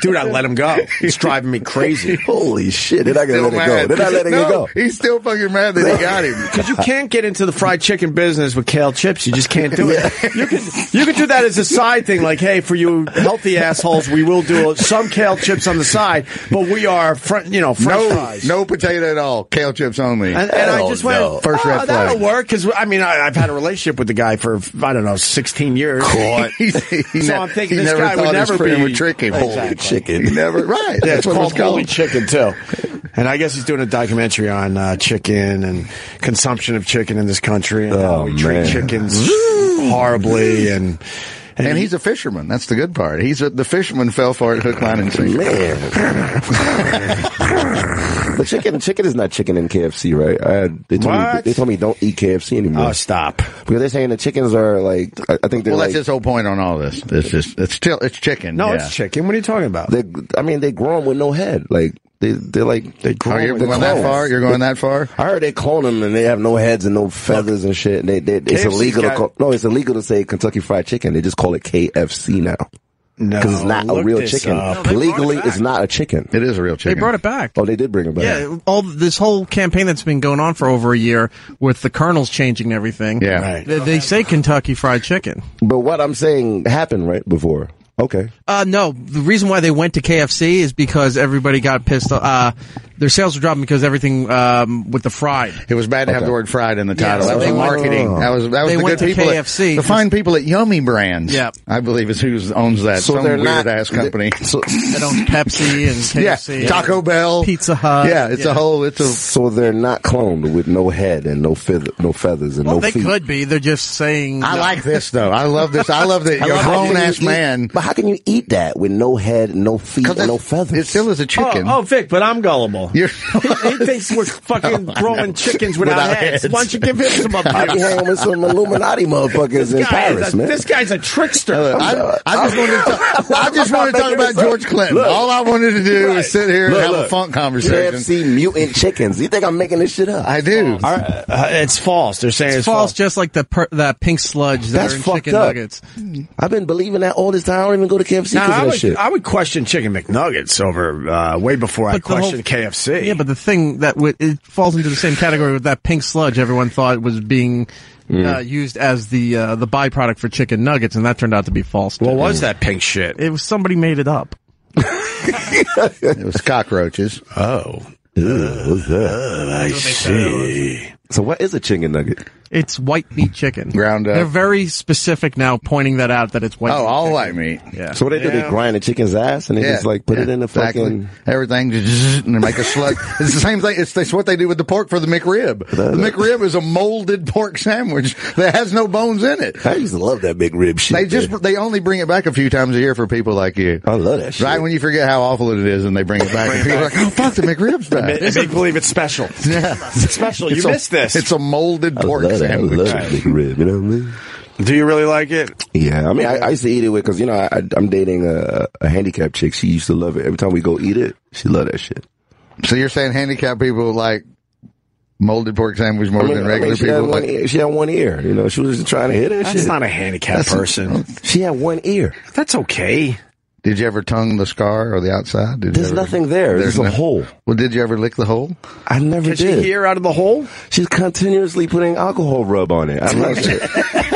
Speaker 2: dude. I let him go. It's driving me crazy.
Speaker 14: Holy shit! Did I
Speaker 2: gotta
Speaker 4: Still
Speaker 2: let it go.
Speaker 4: mad.
Speaker 2: They're not letting
Speaker 4: no,
Speaker 2: it go.
Speaker 4: He's still fucking mad that he got him.
Speaker 2: Because you can't get into the fried chicken business with kale chips. You just can't do it. You can you can do that as a side thing, like, hey, for you healthy assholes, we will do some kale chips on the side, but we are front, you know, french
Speaker 4: no,
Speaker 2: fries.
Speaker 4: no potato at all. Kale chips only.
Speaker 2: And, and I just went,
Speaker 4: first
Speaker 2: oh,
Speaker 4: red
Speaker 2: that'll
Speaker 4: flag.
Speaker 2: work. Because, I mean, I, I've had a relationship with the guy for, I don't know, 16 years.
Speaker 4: He, he
Speaker 2: so
Speaker 4: ne-
Speaker 2: I'm thinking
Speaker 4: he
Speaker 2: this
Speaker 4: never
Speaker 2: guy
Speaker 4: thought
Speaker 2: would
Speaker 4: his
Speaker 2: never
Speaker 4: friend
Speaker 2: be
Speaker 4: would trick him. Holy
Speaker 14: chicken.
Speaker 4: He never, right.
Speaker 2: Yeah,
Speaker 4: That's
Speaker 2: it's
Speaker 4: what
Speaker 2: called
Speaker 4: it's called.
Speaker 2: Holy Chicken too. And I guess he's doing a documentary on uh, chicken and consumption of chicken in this country and how
Speaker 14: Oh,
Speaker 2: we treat
Speaker 14: man.
Speaker 2: chickens horribly. And
Speaker 4: And, he's a fisherman. That's the good part. He's a, the fisherman fell for it, hook, line, and sinker.
Speaker 14: But chicken, chicken is not chicken in KFC, right? I had, they, told Me,
Speaker 4: What?
Speaker 14: they told me don't eat KFC anymore.
Speaker 4: Oh,
Speaker 2: stop!
Speaker 14: Because they're saying the chickens are like, I I think they're
Speaker 4: Well,
Speaker 14: like.
Speaker 4: that's his whole point on all this. It's just, it's still, it's chicken.
Speaker 14: No,
Speaker 4: yeah.
Speaker 14: it's
Speaker 2: chicken. What are you talking about?
Speaker 14: They, I mean, they grow 'em with no head. Like they, they're like they grow.
Speaker 4: Oh, you're going that far? You're going that far?
Speaker 14: I heard they clone them and they have no heads and no feathers and shit. And they, they, it's
Speaker 4: KFC
Speaker 14: illegal. To
Speaker 4: got-
Speaker 14: call, no, it's illegal to say Kentucky Fried Chicken. They just call it KFC now.
Speaker 2: No,
Speaker 14: because it's not a
Speaker 2: look
Speaker 14: real
Speaker 2: this
Speaker 14: chicken.
Speaker 2: up. No, they brought
Speaker 14: Legally, it's not a chicken.
Speaker 4: It is a real
Speaker 19: They brought it back.
Speaker 14: Oh, they did bring it back.
Speaker 19: Yeah, all this whole campaign that's been going on for over a year with the colonels changing everything.
Speaker 14: Yeah. Right.
Speaker 19: they, they say Kentucky Fried Chicken.
Speaker 14: But what I'm saying happened right before. Okay.
Speaker 19: Uh, no, the reason why they went to KFC is because everybody got pissed. o- Uh, their sales were dropping because everything um, with the fried.
Speaker 4: It was bad to have the word fried in the title. that was marketing. that was, that was
Speaker 19: they
Speaker 4: the
Speaker 19: went
Speaker 4: good
Speaker 19: to
Speaker 4: people. at-
Speaker 19: KFC.
Speaker 4: Oh. the fine people at Yummy Brands.
Speaker 19: Yeah.
Speaker 4: I believe is who owns that.
Speaker 19: So
Speaker 4: Some
Speaker 19: they're
Speaker 4: weird
Speaker 19: not-
Speaker 4: ass company.
Speaker 19: They own Pepsi and KFC.
Speaker 4: Yeah, Taco Bell,
Speaker 19: Pizza Hut.
Speaker 4: Yeah, it's a whole. It's a.
Speaker 14: So they're not cloned with no head and no feather, no feathers and
Speaker 19: Well,
Speaker 14: no
Speaker 19: they
Speaker 14: feet.
Speaker 19: could be. They're just saying.
Speaker 4: I like this though. I love this. I love that
Speaker 14: I
Speaker 4: you're a
Speaker 14: love how
Speaker 4: grown
Speaker 14: can
Speaker 4: ass
Speaker 14: you eat-
Speaker 4: man.
Speaker 14: But how can you eat that with no head, no feet, and no feathers? It
Speaker 4: still is a
Speaker 14: chicken.
Speaker 2: Oh, oh, Vic, but I'm gullible.
Speaker 4: You're
Speaker 2: he, he thinks we're fucking
Speaker 14: Oh, I know.
Speaker 2: throwing chickens without,
Speaker 14: Without
Speaker 2: heads.
Speaker 14: heads.
Speaker 2: Why don't you give him some abuse?
Speaker 14: I be hanging with some Illuminati motherfuckers in
Speaker 2: This guy is
Speaker 14: Paris,
Speaker 2: a-
Speaker 14: man.
Speaker 2: This guy's a trickster.
Speaker 4: I, I just wanted to talk, I just wanted to talk about George Clinton.
Speaker 14: Look.
Speaker 4: All I wanted to do
Speaker 14: Right.
Speaker 4: was sit here and
Speaker 14: Look,
Speaker 4: have a
Speaker 14: look.
Speaker 4: funk conversation.
Speaker 14: KFC mutant chickens. You think I'm making this shit up?
Speaker 4: I do.
Speaker 2: Uh, it's false. They're saying it's,
Speaker 19: It's false, just like the per- that pink sludge that
Speaker 14: That's
Speaker 19: are in
Speaker 14: fucked
Speaker 19: chicken
Speaker 14: up.
Speaker 19: nuggets.
Speaker 14: I've been believing that all this time. I don't even go to KFC
Speaker 2: Now,
Speaker 14: because
Speaker 2: I
Speaker 14: of that
Speaker 2: would,
Speaker 14: shit.
Speaker 2: I would question Chicken McNuggets over uh, way before I
Speaker 19: But the whole-
Speaker 2: questioned KFC.
Speaker 19: Yeah, but the thing that w- it falls into the same category with that pink sludge everyone thought was being uh, used as the uh, the byproduct for chicken nuggets, and that turned out to be false. What
Speaker 2: was that pink shit?
Speaker 19: It was somebody made it up.
Speaker 4: it was cockroaches.
Speaker 2: Oh.
Speaker 14: I
Speaker 2: see.
Speaker 14: So what is a chicken nugget?
Speaker 19: It's white meat chicken.
Speaker 4: Ground up.
Speaker 19: They're very specific now, pointing that out that it's white.
Speaker 4: Oh,
Speaker 19: meat
Speaker 4: all
Speaker 19: chicken.
Speaker 4: white meat.
Speaker 19: Yeah.
Speaker 14: So what they do? They grind the chicken's ass and they just like put it in the
Speaker 4: exactly.
Speaker 14: fucking.
Speaker 4: everything just- and they make a slug. it's the same thing. It's, it's what they do with the pork for the McRib. The McRib is a molded pork sandwich that has no bones in it.
Speaker 14: I used to love that big rib shit.
Speaker 4: They just they only bring it back a few times a year for people like you.
Speaker 14: I love that shit.
Speaker 4: Right when you forget how awful it is, and they bring it back, and people are like, "Oh fuck, the McRib's back."
Speaker 2: They they believe it's special.
Speaker 4: Yeah,
Speaker 2: It's special. You
Speaker 4: It's a-
Speaker 2: missed this.
Speaker 4: It's a molded
Speaker 14: I
Speaker 4: pork
Speaker 14: love that. I
Speaker 4: sandwich.
Speaker 14: love that big rib. You know what I mean?
Speaker 2: Do you really like it?
Speaker 14: Yeah, I mean, I, I used to eat it with because you know I, I- I'm dating a, a handicapped chick. She used to love it. Every time we go eat it, she loved that shit.
Speaker 4: So you're saying handicapped people like molded pork sandwich more
Speaker 14: I mean,
Speaker 4: than
Speaker 14: I
Speaker 4: regular
Speaker 14: mean, she
Speaker 4: people?
Speaker 14: Had one,
Speaker 4: like,
Speaker 14: ear- she had one ear. You know, she was just trying to hit it.
Speaker 2: That's
Speaker 14: shit.
Speaker 2: not a handicapped person.
Speaker 14: She had one ear.
Speaker 2: That's okay.
Speaker 4: Did you ever tongue the scar or the outside? Did you
Speaker 14: There's
Speaker 4: ever-
Speaker 14: nothing there. There's, a
Speaker 4: no-
Speaker 14: hole.
Speaker 4: Well, did you ever lick the hole?
Speaker 14: I never
Speaker 2: Can
Speaker 14: did.
Speaker 2: she hear out of the hole?
Speaker 14: She's continuously putting alcohol rub on it. I'm like, shit.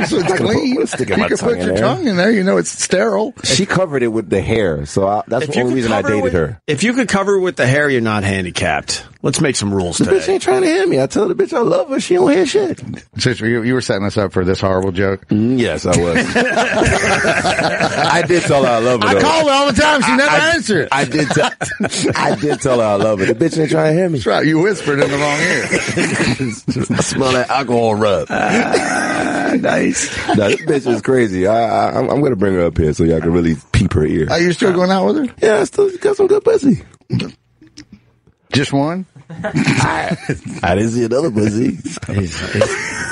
Speaker 4: So it's clean.
Speaker 14: I'm sticking
Speaker 4: you
Speaker 14: my
Speaker 4: can
Speaker 14: tongue
Speaker 4: put
Speaker 14: in
Speaker 4: your
Speaker 14: there.
Speaker 4: tongue in there. You know it's sterile.
Speaker 14: She covered it with the hair, so I, that's
Speaker 2: If
Speaker 14: the
Speaker 2: you
Speaker 14: only
Speaker 2: could
Speaker 14: reason I
Speaker 2: cover it
Speaker 14: dated
Speaker 2: with-
Speaker 14: her.
Speaker 2: If you could cover it with the hair, you're not handicapped. Let's make some rules
Speaker 14: The
Speaker 2: today.
Speaker 14: bitch ain't trying to hear me. I tell the bitch I love her. She don't hear shit.
Speaker 4: Sister, you, you were setting us up for this horrible joke.
Speaker 14: Mm, yes, I was. I did tell her I love her.
Speaker 4: I
Speaker 14: though.
Speaker 4: call her all the time. She
Speaker 14: I-
Speaker 4: never
Speaker 14: I-
Speaker 4: answers.
Speaker 14: I did. T- I did tell her I love her. The bitch ain't trying to hear me. That's
Speaker 4: right. You whispered in the wrong ear.
Speaker 14: I smell that alcohol rub.
Speaker 2: Ah,
Speaker 14: nice. No, this bitch is crazy. I, I, I'm, I'm gonna bring her up here so y'all can really peep her ear.
Speaker 4: Are you still going out with her?
Speaker 14: Yeah, I still got some good pussy.
Speaker 4: Just one?
Speaker 14: I, I didn't see another pussy.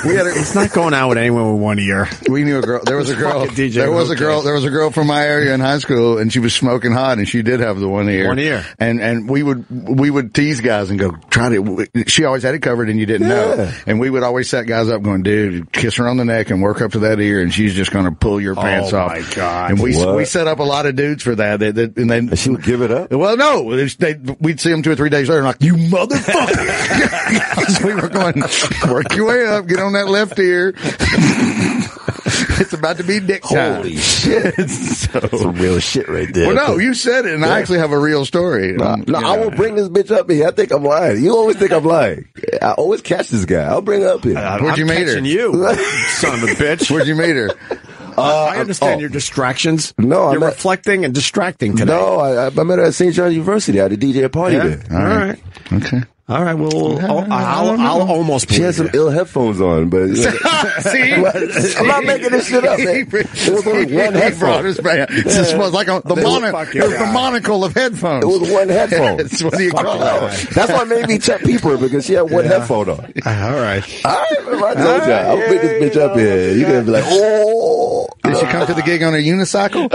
Speaker 2: we had a, it's not going out with anyone with one ear.
Speaker 4: We knew a girl. There was a girl.
Speaker 2: Fucking DJ
Speaker 4: there was a
Speaker 2: Hookers.
Speaker 4: girl. There was a girl from my area in high school, and she was smoking hot, and she did have the one ear.
Speaker 2: One ear.
Speaker 4: And and we would we would tease guys and go try to. She always had it covered, and you didn't know. And we would always set guys up, going, "Dude, kiss her on the neck and work up to that ear, and she's just going to pull your pants off."
Speaker 2: Oh my God.
Speaker 4: And we
Speaker 2: What?
Speaker 4: we set up a lot of dudes for that. That, that and then
Speaker 14: she would give it up.
Speaker 4: Well, no, It's- they, we'd see them two or three days later, and like you motherfucker. so we were going work your way up, get on that left ear. it's about to be dick time.
Speaker 14: Holy shit! That's some real shit right there.
Speaker 4: Well, no, you said it, and I actually have a real story.
Speaker 14: No,
Speaker 4: Um,
Speaker 14: no, I won't bring this bitch up here. I think I'm lying. You always think I'm lying. I always catch this guy. I'll bring her up here.
Speaker 4: Where'd you meet her?
Speaker 2: you, son of a bitch.
Speaker 4: Where'd you meet her?
Speaker 14: Uh,
Speaker 4: Uh,
Speaker 2: I understand your distractions.
Speaker 14: No, I'm
Speaker 2: you're
Speaker 14: not-
Speaker 2: reflecting and distracting today.
Speaker 14: No, I, I met her at St. John's University. I had a DJ party
Speaker 2: Yeah.
Speaker 4: oh,
Speaker 14: there.
Speaker 2: All right.
Speaker 4: Okay.
Speaker 2: All right. Well, I'll, I'll, I'll almost.
Speaker 14: She had some ill headphones on, but
Speaker 4: See?
Speaker 14: I'm not making this shit up. Man. There was only one
Speaker 4: He brought
Speaker 14: headphone.
Speaker 4: us back. This was like a, the,
Speaker 14: They
Speaker 4: mono,
Speaker 14: were fucking
Speaker 4: it was the
Speaker 14: guys.
Speaker 4: monocle of headphones.
Speaker 14: It was one headphone.
Speaker 4: That's what do you call it?
Speaker 14: That's why it made me check people because she had one
Speaker 4: Yeah.
Speaker 14: headphone on.
Speaker 2: All right.
Speaker 14: All right, remember I told you, I'll bring this bitch up here. You're gonna be like, oh,
Speaker 4: Did she come to the gig on a unicycle?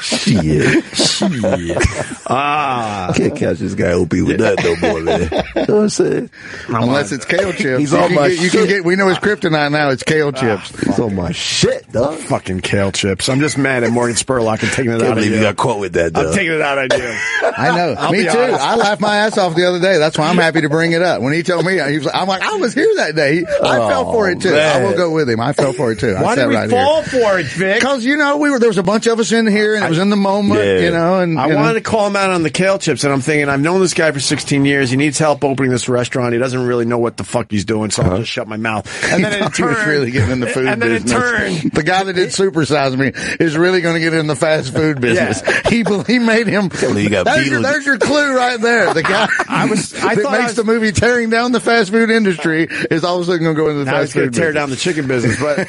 Speaker 14: shit, shit.
Speaker 2: Ah,
Speaker 14: I can't catch this guy OP with that no more, man. You know what I'm saying?
Speaker 4: Unless it's kale chips.
Speaker 14: He's
Speaker 4: you
Speaker 14: on
Speaker 4: can
Speaker 14: my
Speaker 4: get, You can
Speaker 14: shit. Ah,
Speaker 4: get, we know his kryptonite now. It's kale chips.
Speaker 14: He's on my shit, dog.
Speaker 2: Fucking kale chips. I'm just mad at Morgan Spurlock and taking it
Speaker 14: Can't
Speaker 2: out of
Speaker 14: believe
Speaker 2: you.
Speaker 14: you got caught with that,
Speaker 2: I'm
Speaker 14: dog.
Speaker 2: taking it out of you.
Speaker 4: I know.
Speaker 2: I'll
Speaker 4: me
Speaker 2: be
Speaker 4: too.
Speaker 2: honest.
Speaker 4: I laughed my ass off the other day. That's why I'm happy to bring it up. When he told me, he was, I'm like, I was here that day. He- I fell for it too.
Speaker 14: Oh, man.
Speaker 4: I will go with him. I fell for it too. I
Speaker 2: Why
Speaker 4: sat
Speaker 2: did we
Speaker 4: right
Speaker 2: fall for it, Vic?
Speaker 4: Because you know we were there was a bunch of us in here and it was in the moment,
Speaker 14: Yeah.
Speaker 4: you know. And
Speaker 2: I
Speaker 4: you know.
Speaker 2: wanted to call him out on the kale chips, and I'm thinking I've known this guy for 16 years. He needs help opening this restaurant. He doesn't really know what the fuck he's doing, so
Speaker 14: Uh-huh.
Speaker 2: I'll just shut my mouth. And then
Speaker 4: He
Speaker 2: in
Speaker 4: thought he was
Speaker 2: turn,
Speaker 4: really getting in the food
Speaker 2: and then in
Speaker 4: business.
Speaker 2: turn,
Speaker 4: the guy that did supersize me is really going to get in the fast food business. He he made him.
Speaker 14: believe you got
Speaker 4: there's, your,
Speaker 14: Beetlejuice.
Speaker 4: there's your clue right there. The guy
Speaker 2: I was- I
Speaker 4: that
Speaker 2: thought I
Speaker 4: makes
Speaker 2: was-
Speaker 4: the movie tearing down the fast food industry is also going to go into the
Speaker 2: now he's
Speaker 4: fast
Speaker 2: going
Speaker 4: food
Speaker 2: to tear
Speaker 4: business.
Speaker 2: down the chicken business. But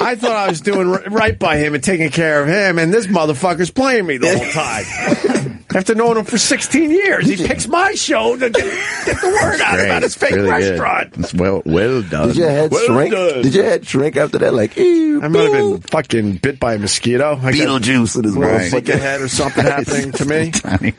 Speaker 2: I thought I was doing r- right by him and taking care of him, and this motherfucker's playing me the whole time. After knowing him for 16 years, he picks my show to get, get the word out about his fake
Speaker 4: Really good.
Speaker 2: restaurant.
Speaker 4: It's well well done.
Speaker 14: Did your head
Speaker 2: Well
Speaker 14: shrink?
Speaker 2: done.
Speaker 14: Did your head shrink after that? Like, ew,
Speaker 2: I might have been fucking bit by a mosquito. I got
Speaker 14: Beetlejuice in his
Speaker 4: Right.
Speaker 2: a
Speaker 14: motherfucking head.
Speaker 2: head or something happening to me.
Speaker 4: Tiny.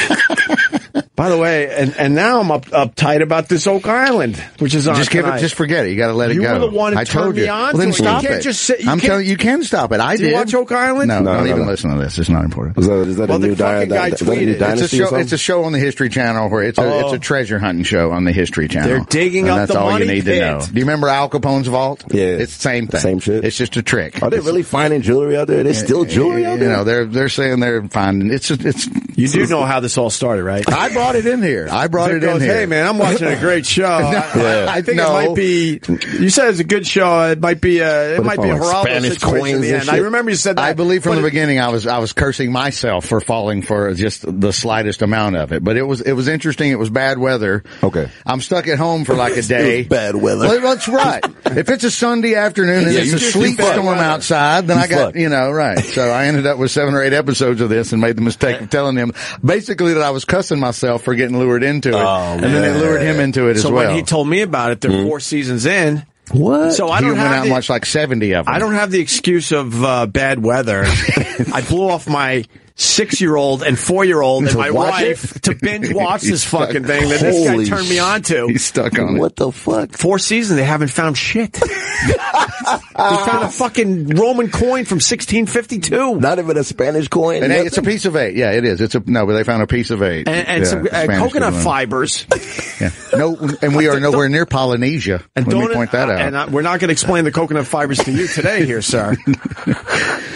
Speaker 2: By the way, and, and now I'm up, uptight about this Oak Island, which is on
Speaker 4: Just give it.
Speaker 2: tonight.
Speaker 4: Just forget it. You got to let it
Speaker 2: You
Speaker 4: go.
Speaker 2: were the one who
Speaker 4: I
Speaker 2: turned
Speaker 4: told
Speaker 2: me
Speaker 4: you.
Speaker 2: on
Speaker 4: Well, then
Speaker 2: to it. You
Speaker 4: stop
Speaker 2: can't
Speaker 4: it.
Speaker 2: just sit- you
Speaker 4: I'm
Speaker 2: can't-
Speaker 4: telling you, you can stop it. I
Speaker 2: Do you
Speaker 4: did.
Speaker 2: watch Oak Island?
Speaker 4: No,
Speaker 14: No,
Speaker 4: don't
Speaker 14: no,
Speaker 4: even
Speaker 14: no.
Speaker 4: listen to this. It's not important.
Speaker 14: Is that, is that
Speaker 2: Well,
Speaker 14: a
Speaker 2: the
Speaker 14: new, di-
Speaker 4: Uh,
Speaker 2: fucking guy
Speaker 14: di- is that a new
Speaker 2: tweeted. It's a
Speaker 14: dynasty
Speaker 4: It's a
Speaker 14: or
Speaker 4: show.
Speaker 14: something?
Speaker 4: It's a show on the History Channel where it's a it's a treasure hunting show on the History Channel.
Speaker 2: Oh. They're digging
Speaker 4: and
Speaker 2: up
Speaker 4: that's
Speaker 2: the
Speaker 4: all
Speaker 2: money
Speaker 4: you need
Speaker 2: pit.
Speaker 4: to know. Do you remember Al Capone's vault?
Speaker 14: Yeah.
Speaker 4: it's the same thing.
Speaker 14: Same shit.
Speaker 4: It's just a trick.
Speaker 14: Are they
Speaker 4: It's-
Speaker 14: really finding jewelry out there? They still jewelry out
Speaker 4: You
Speaker 14: there?
Speaker 4: know, they're they're saying they're finding. It's just, it's.
Speaker 2: you do know how this all started, right?
Speaker 4: I brought it in here. I brought
Speaker 2: Vic
Speaker 4: it in
Speaker 2: goes,
Speaker 4: here.
Speaker 2: Hey man, I'm watching a great show. I-
Speaker 4: Yeah.
Speaker 2: I, I think
Speaker 4: No.
Speaker 2: it might be. You said it's a good show. It might be a. It
Speaker 14: What
Speaker 2: might
Speaker 14: if
Speaker 2: be a
Speaker 14: I like
Speaker 2: Geraldo
Speaker 14: Spanish
Speaker 2: situation in
Speaker 14: coins
Speaker 2: the
Speaker 14: and
Speaker 2: end. I
Speaker 14: shit?
Speaker 2: remember you said that.
Speaker 4: I believe from
Speaker 2: but
Speaker 4: the beginning I was I was cursing myself for falling for just the slightest amount of it. But it was it was interesting. It was bad weather.
Speaker 14: Okay.
Speaker 4: I'm stuck at home for like a day.
Speaker 14: It was bad weather.
Speaker 4: Well, that's right. if it's a Sunday afternoon and
Speaker 14: Yeah,
Speaker 4: it's
Speaker 14: you
Speaker 4: a
Speaker 14: just-
Speaker 4: sleet
Speaker 14: you fucked.
Speaker 4: storm outside, then
Speaker 14: You
Speaker 4: I got
Speaker 14: fucked.
Speaker 4: you know right. So I ended up with seven or eight episodes of this and made the mistake of telling him basically that I was cussing myself for getting lured into it,
Speaker 14: Oh,
Speaker 4: and then it
Speaker 14: man.
Speaker 4: lured him into it
Speaker 2: so
Speaker 4: as well. Hmm.
Speaker 2: when he told me about it, they're four seasons in.
Speaker 14: What?
Speaker 2: So I
Speaker 4: He
Speaker 2: don't
Speaker 4: went out
Speaker 2: have
Speaker 4: and
Speaker 2: the,
Speaker 4: watched like seventy of them.
Speaker 2: I don't have the excuse of uh, bad weather. I blew off my six-year-old and four-year-old and
Speaker 4: To
Speaker 2: my
Speaker 4: watch it?
Speaker 2: wife to binge watch this
Speaker 4: He's stuck.
Speaker 2: fucking thing that this guy
Speaker 14: Holy
Speaker 2: turned me on to.
Speaker 4: He's stuck on it.
Speaker 14: what the fuck?
Speaker 2: Four seasons, they haven't found shit. they found a fucking Roman coin from 1652.
Speaker 14: Not even a Spanish coin.
Speaker 4: And it's a piece of eight. Yeah, it is. It's a no, but they found a piece of eight
Speaker 2: and, and
Speaker 4: Yeah,
Speaker 2: some uh,
Speaker 4: Spanish
Speaker 2: coconut
Speaker 4: people.
Speaker 2: fibers.
Speaker 4: Yeah. No, and we are nowhere near Polynesia.
Speaker 2: And
Speaker 4: Let
Speaker 2: don't-
Speaker 4: me point that out.
Speaker 2: And I, we're not going to explain the coconut fibers to you today, here, sir.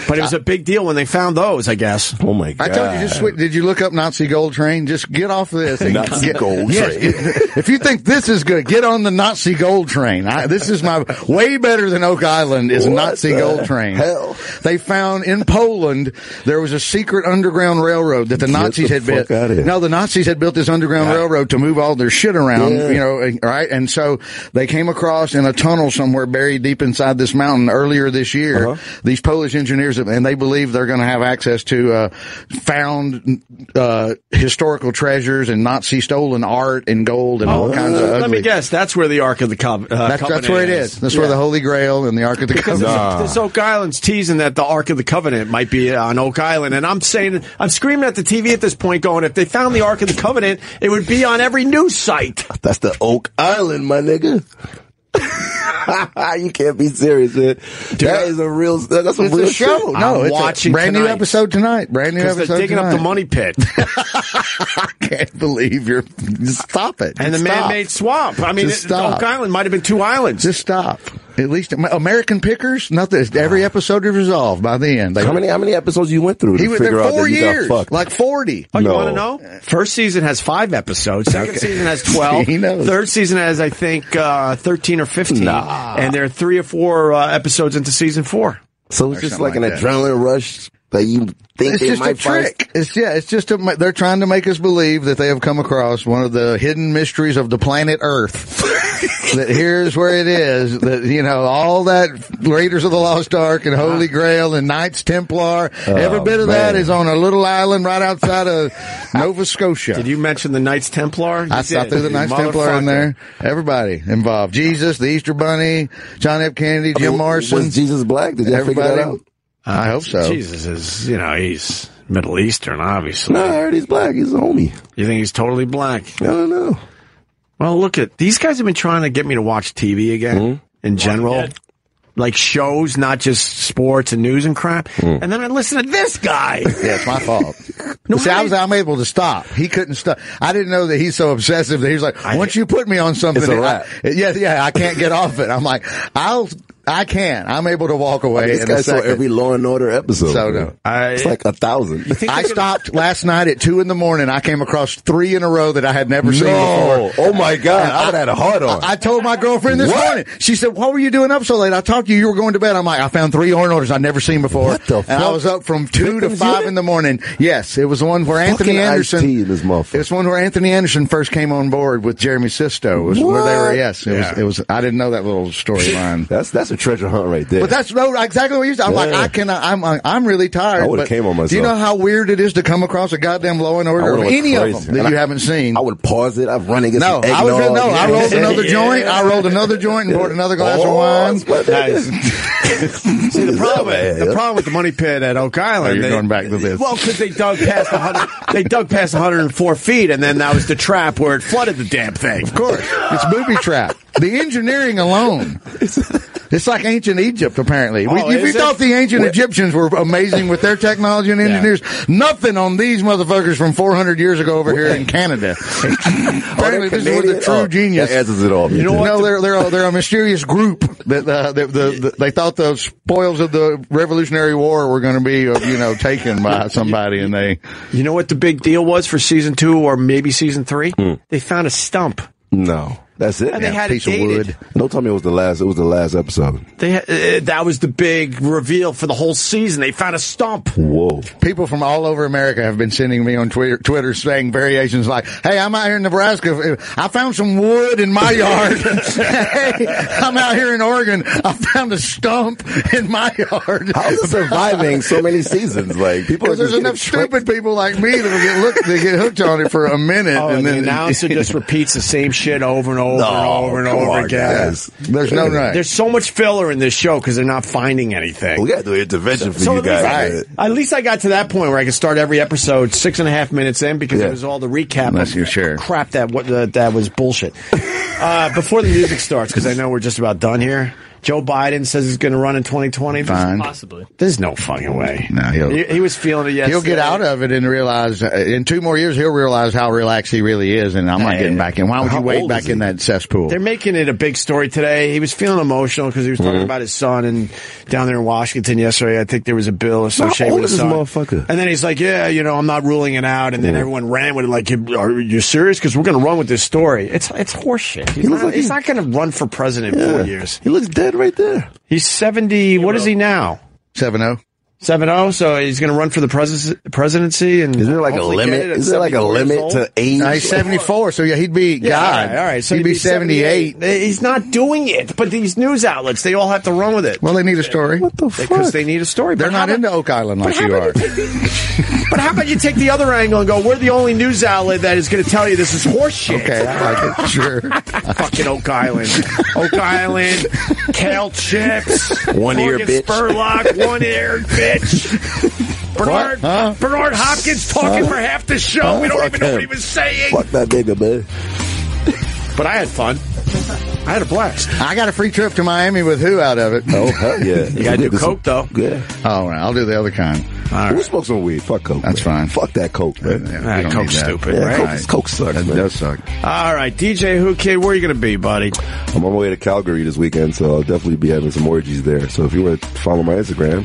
Speaker 2: but it was a big deal when they found those. I guess.
Speaker 14: Oh my god!
Speaker 4: I told you, just switch. Did you look up Nazi Gold Train? Just get off this. and
Speaker 14: Nazi
Speaker 4: get-
Speaker 14: Gold
Speaker 4: Yes,
Speaker 14: Train.
Speaker 4: it- if you think this is good, get on the Nazi Gold Train. I, this is my way better than Oak Island is
Speaker 14: What
Speaker 4: Nazi
Speaker 14: the
Speaker 4: Gold Train.
Speaker 14: hell?
Speaker 4: They found in Poland there was a secret underground railroad that the
Speaker 14: Get
Speaker 4: Nazis
Speaker 14: the
Speaker 4: had built.
Speaker 14: fuck outta here.
Speaker 4: No, the Nazis had built this underground railroad to move all their shit around.
Speaker 14: Yeah.
Speaker 4: You know, know, and- right? And so they came across in a tunnel somewhere buried deep inside this mountain earlier this year.
Speaker 2: Uh-huh.
Speaker 4: These Polish engineers, and they believe they're going to have access to uh, found uh, historical treasures and Nazi stolen art and gold and all kinds of.
Speaker 2: Oh, let
Speaker 4: ugly.
Speaker 2: me guess. That's where the Ark of the Covenant. Uh,
Speaker 4: that's, that's
Speaker 2: Covenant
Speaker 4: where it is. That's where
Speaker 2: Yeah.
Speaker 4: the Holy Grail and the Ark of the
Speaker 2: Because this,
Speaker 4: Covenant.
Speaker 2: this Oak Island's teasing that the Ark of the Covenant might be on Oak Island, and I'm saying I'm screaming at the TV at this point, going, "If they found the Ark of the Covenant, it would be on every news site."
Speaker 14: That's the Oak Island, my nigga. you can't be serious, man. that is a real. That's a
Speaker 4: It's
Speaker 14: real
Speaker 4: a show.
Speaker 14: shit.
Speaker 4: No, it's a brand new episode tonight. Brand new
Speaker 2: Because
Speaker 4: episode.
Speaker 2: they're digging
Speaker 4: tonight.
Speaker 2: up the money pit
Speaker 4: I can't believe you're. Stop it.
Speaker 2: and the
Speaker 4: Stop.
Speaker 2: man-made swamp. I mean,
Speaker 4: Just
Speaker 2: it-
Speaker 4: stop.
Speaker 2: Oak Island might have been two islands.
Speaker 4: Just stop. At least American Pickers. Nothing. Every
Speaker 2: Ah.
Speaker 4: episode is resolved by the end. They-
Speaker 14: How many how many episodes you went through to
Speaker 4: He was there
Speaker 14: figure out
Speaker 4: four
Speaker 14: that you
Speaker 4: years,
Speaker 14: got fucked?
Speaker 4: like forty.
Speaker 2: Oh, you
Speaker 14: No.
Speaker 2: want to know? First season has five episodes. Second
Speaker 14: Okay.
Speaker 2: season has twelve.
Speaker 14: He knows.
Speaker 2: Third season has, I think, uh, thirteen or fifteen.
Speaker 14: Nah.
Speaker 2: And there are three or four uh, episodes into season four.
Speaker 14: So
Speaker 2: Or
Speaker 14: it's just
Speaker 2: something
Speaker 14: like an
Speaker 2: like that.
Speaker 14: adrenaline rush that you think
Speaker 4: It's
Speaker 14: they
Speaker 4: just a
Speaker 14: might find-
Speaker 4: trick. It's yeah. It's just a. They're trying to make us believe that they have come across one of the hidden mysteries of the planet Earth. that here's where it is. That you know all that Raiders of the Lost Ark and Holy Grail and Knights Templar. every bit of that
Speaker 14: Uh-huh. Oh, man.
Speaker 4: is on a little island right outside of Nova Scotia.
Speaker 2: Did you mention the Knights Templar? You
Speaker 4: I thought
Speaker 2: did,
Speaker 4: there's a
Speaker 2: you
Speaker 4: nice Templar in
Speaker 2: motherfucker.
Speaker 4: there. Everybody involved. Jesus, the Easter Bunny, John F. Kennedy,
Speaker 14: I mean,
Speaker 4: Jim Morrison.
Speaker 14: Uh, Was Jesus black? Did you figure that out?
Speaker 4: I hope so.
Speaker 2: Jesus is, you know, he's Middle Eastern, obviously.
Speaker 14: No, I heard he's black. He's a homie.
Speaker 2: You think he's totally black?
Speaker 14: I don't know.
Speaker 2: Well, look at these guys have been trying to get me to watch TV again
Speaker 14: Hmm?
Speaker 2: in general. Like shows, not just sports and news and crap.
Speaker 14: Hmm.
Speaker 2: And then I listen to this guy.
Speaker 4: Yeah, it's my fault. See, I was I'm able to stop. He couldn't stop. I didn't know that he's so obsessive that he was like, once you put me on something,
Speaker 14: It's a
Speaker 4: I-
Speaker 14: wrap.
Speaker 4: yeah, yeah, I can't get off it. I'm like, I'll, I can. I'm able to walk away.
Speaker 14: This
Speaker 4: in a
Speaker 14: guy saw
Speaker 4: second.
Speaker 14: every Law and Order episode.
Speaker 4: So
Speaker 14: man.
Speaker 4: no.
Speaker 14: it's like a thousand.
Speaker 4: I stopped last night at two in the morning. I came across three in a row that I had never seen
Speaker 14: No.
Speaker 4: before.
Speaker 14: Oh my God. I would have had a heart on.
Speaker 4: I, I told my girlfriend this
Speaker 14: What?
Speaker 4: morning. She said, "What were you doing up so late?" I talked to you. You were going to bed. I'm like, I found three horn orders I'd never seen before.
Speaker 14: What the
Speaker 4: And I
Speaker 14: fuck?
Speaker 4: was up from two to
Speaker 14: Victims
Speaker 4: five
Speaker 14: Unit?
Speaker 4: in the morning. Yes, it was the one where Anthony
Speaker 14: Fucking
Speaker 4: Anderson.
Speaker 14: Ice-T in this motherfucker.
Speaker 4: It was one where Anthony Anderson first came on board with Jeremy Sisto. It was where they were.
Speaker 14: What?
Speaker 4: Yes, it
Speaker 14: Yeah.
Speaker 4: was. It was. I didn't know that little storyline.
Speaker 14: That's that's a treasure hunt right there.
Speaker 4: But that's no, exactly what you said. I'm like,
Speaker 14: Yeah.
Speaker 4: I cannot. I'm I'm really tired.
Speaker 14: I would've
Speaker 4: but
Speaker 14: came on
Speaker 4: Do you know
Speaker 14: myself.
Speaker 4: how weird it is to come across a goddamn Law and
Speaker 14: I
Speaker 4: Order or
Speaker 14: would've went
Speaker 4: any of
Speaker 14: crazy.
Speaker 4: them that
Speaker 14: And
Speaker 4: you
Speaker 14: I-
Speaker 4: haven't seen?
Speaker 14: I would pause it. I've run against
Speaker 4: No,
Speaker 14: some
Speaker 4: I was
Speaker 14: eggnog.
Speaker 4: no. I rolled
Speaker 14: Yeah.
Speaker 4: another joint. I rolled another joint and poured another glass of wine.
Speaker 14: Oh, it's-
Speaker 2: See, the problem,
Speaker 14: Yeah,
Speaker 2: the
Speaker 14: yeah.
Speaker 2: problem with the money pit at Oak Island.
Speaker 4: Oh, you're
Speaker 2: they-
Speaker 4: going back to this.
Speaker 2: Well, because they dug past the hundred, they dug past 104 feet, and then that was the trap where it flooded the damn thing.
Speaker 4: Of course, it's booby trap. The engineering alone. It's like ancient Egypt, apparently.
Speaker 2: Oh,
Speaker 4: we if
Speaker 2: is
Speaker 4: we
Speaker 2: it?
Speaker 4: thought the ancient Egyptians were amazing with their technology and engineers, nothing on these motherfuckers from 400 years ago over here in Canada. apparently, this is where the
Speaker 14: Canadian?
Speaker 4: true
Speaker 14: Oh,
Speaker 4: genius.
Speaker 14: That answers it all.
Speaker 4: You
Speaker 14: man.
Speaker 4: know No, they're they're a, they're a mysterious group that uh, the, the, the, they thought the spoils of the Revolutionary War were going to be uh, you know taken by somebody, and they
Speaker 2: You know what the big deal was for season two or maybe season three?
Speaker 4: Hmm.
Speaker 2: They found a stump.
Speaker 14: No, that's it.
Speaker 2: And they had it
Speaker 14: piece of
Speaker 2: dated.
Speaker 14: wood. Don't tell me it was the last. It was the last episode.
Speaker 2: They ha- uh, that was the big reveal for the whole season. They found a stump.
Speaker 14: Whoa.
Speaker 4: people from all over America have been sending me on Twitter, Twitter saying variations like, "Hey, I'm out here in Nebraska. I found some wood in my yard. hey, I'm out here in Oregon. I found a stump in my yard."
Speaker 14: How's it surviving so many seasons? Like people are
Speaker 4: Because there's
Speaker 14: just getting
Speaker 4: enough
Speaker 14: tricked.
Speaker 4: stupid people like me that will get looked, they get hooked on it for a minute,
Speaker 2: Oh,
Speaker 4: and,
Speaker 2: and
Speaker 4: then
Speaker 2: the announcer just repeats the same shit over and over and
Speaker 14: No,
Speaker 2: over and
Speaker 14: come
Speaker 2: over
Speaker 14: on,
Speaker 2: again.
Speaker 14: guys.
Speaker 4: there's no right.
Speaker 2: There's so much filler in this show because they're not finding anything.
Speaker 14: We got to do an intervention for
Speaker 2: So
Speaker 14: you
Speaker 2: at least,
Speaker 14: guys.
Speaker 2: I, at least I got to that point where I could start every episode six and a half minutes in because
Speaker 14: Yeah.
Speaker 2: it was all the recap
Speaker 4: Unless
Speaker 2: of
Speaker 4: you're sure.
Speaker 2: crap that what that was bullshit. uh, before the music starts, because I know we're just about done here. Joe Biden says he's going to run in 2020. There's-
Speaker 4: Fine.
Speaker 11: Possibly.
Speaker 2: There's no fucking way.
Speaker 4: No, he'll-
Speaker 2: he, he was feeling it yesterday.
Speaker 4: He'll get out of it and realize uh, in two more years he'll realize how relaxed he really is, and I'm not getting back in. Why would
Speaker 2: How
Speaker 4: you wade
Speaker 2: old
Speaker 4: back
Speaker 2: is
Speaker 4: in
Speaker 2: he?
Speaker 4: that cesspool?
Speaker 2: They're making it a big story today. He was feeling emotional because he was talking
Speaker 14: Mm-hmm.
Speaker 4: Mhm.
Speaker 2: about his son and down there in Washington yesterday. I think there was a bill associated
Speaker 14: old
Speaker 2: with his
Speaker 14: is this
Speaker 2: son.
Speaker 14: motherfucker?
Speaker 2: And then he's like, "Yeah, you know, I'm not ruling it out." And then
Speaker 14: Yeah.
Speaker 2: everyone ran with it, like, "You- "Are you serious? Because we're going to run with this story." It's it's horseshit. He's
Speaker 14: He looks
Speaker 2: not,
Speaker 14: like
Speaker 2: he's
Speaker 14: he-
Speaker 2: not going to run for president in four years.
Speaker 14: He looks dead right there. oh.
Speaker 2: He's seventy. what is he now?
Speaker 4: Seven zero.
Speaker 2: Seven zero. So he's going to run for the pres- presidency. And is
Speaker 14: there like a limit? Is there like a limit to age?
Speaker 4: No, he's 74, so yeah, he'd be
Speaker 2: Yeah,
Speaker 4: God.
Speaker 2: All right, all right. So
Speaker 4: he'd, be 78.
Speaker 2: He's not doing it, but these news outlets, they all have to run with it.
Speaker 4: Well, they need a story. What
Speaker 14: the
Speaker 2: Because they need a story.
Speaker 4: They're
Speaker 2: But
Speaker 4: not
Speaker 2: how
Speaker 4: into Oak Island
Speaker 2: but
Speaker 4: like
Speaker 2: how
Speaker 4: you are.
Speaker 2: about But how about you take the other angle and go, we're the only news outlet that is going to tell you this is horseshit.
Speaker 4: Okay, I like it. Sure. Fucking
Speaker 2: Oak Island. Oak Island, kale chips,
Speaker 14: One ear
Speaker 2: Morgan
Speaker 14: bitch.
Speaker 2: Spurlock, one ear bitch. Bernard,
Speaker 14: Huh?
Speaker 2: Bernard Hopkins talking
Speaker 14: Huh?
Speaker 2: for half the show.
Speaker 14: Huh?
Speaker 2: we don't
Speaker 14: Fuck
Speaker 2: even know what he
Speaker 14: him.
Speaker 2: was saying.
Speaker 14: Fuck that nigga, man.
Speaker 2: But I had fun. I had a blast.
Speaker 4: I got a free trip to Miami with who out of it?
Speaker 14: Oh, hell yeah.
Speaker 2: You gotta do coke though.
Speaker 14: Yeah.
Speaker 4: Oh, I'll do the other kind.
Speaker 14: We smoke some weed. Fuck coke. That's
Speaker 4: fine.
Speaker 14: Fuck that coke, man.
Speaker 4: we don't
Speaker 2: Ah, coke's
Speaker 4: need that.
Speaker 2: stupid,
Speaker 14: Yeah,
Speaker 2: right?
Speaker 14: coke, is- coke sucks,
Speaker 4: That
Speaker 14: man.
Speaker 4: does suck.
Speaker 2: All right, DJ Who Kid, where are you going to be, buddy?
Speaker 14: I'm on my way to Calgary this weekend, so I'll definitely be having some orgies there. So if you want to follow my Instagram,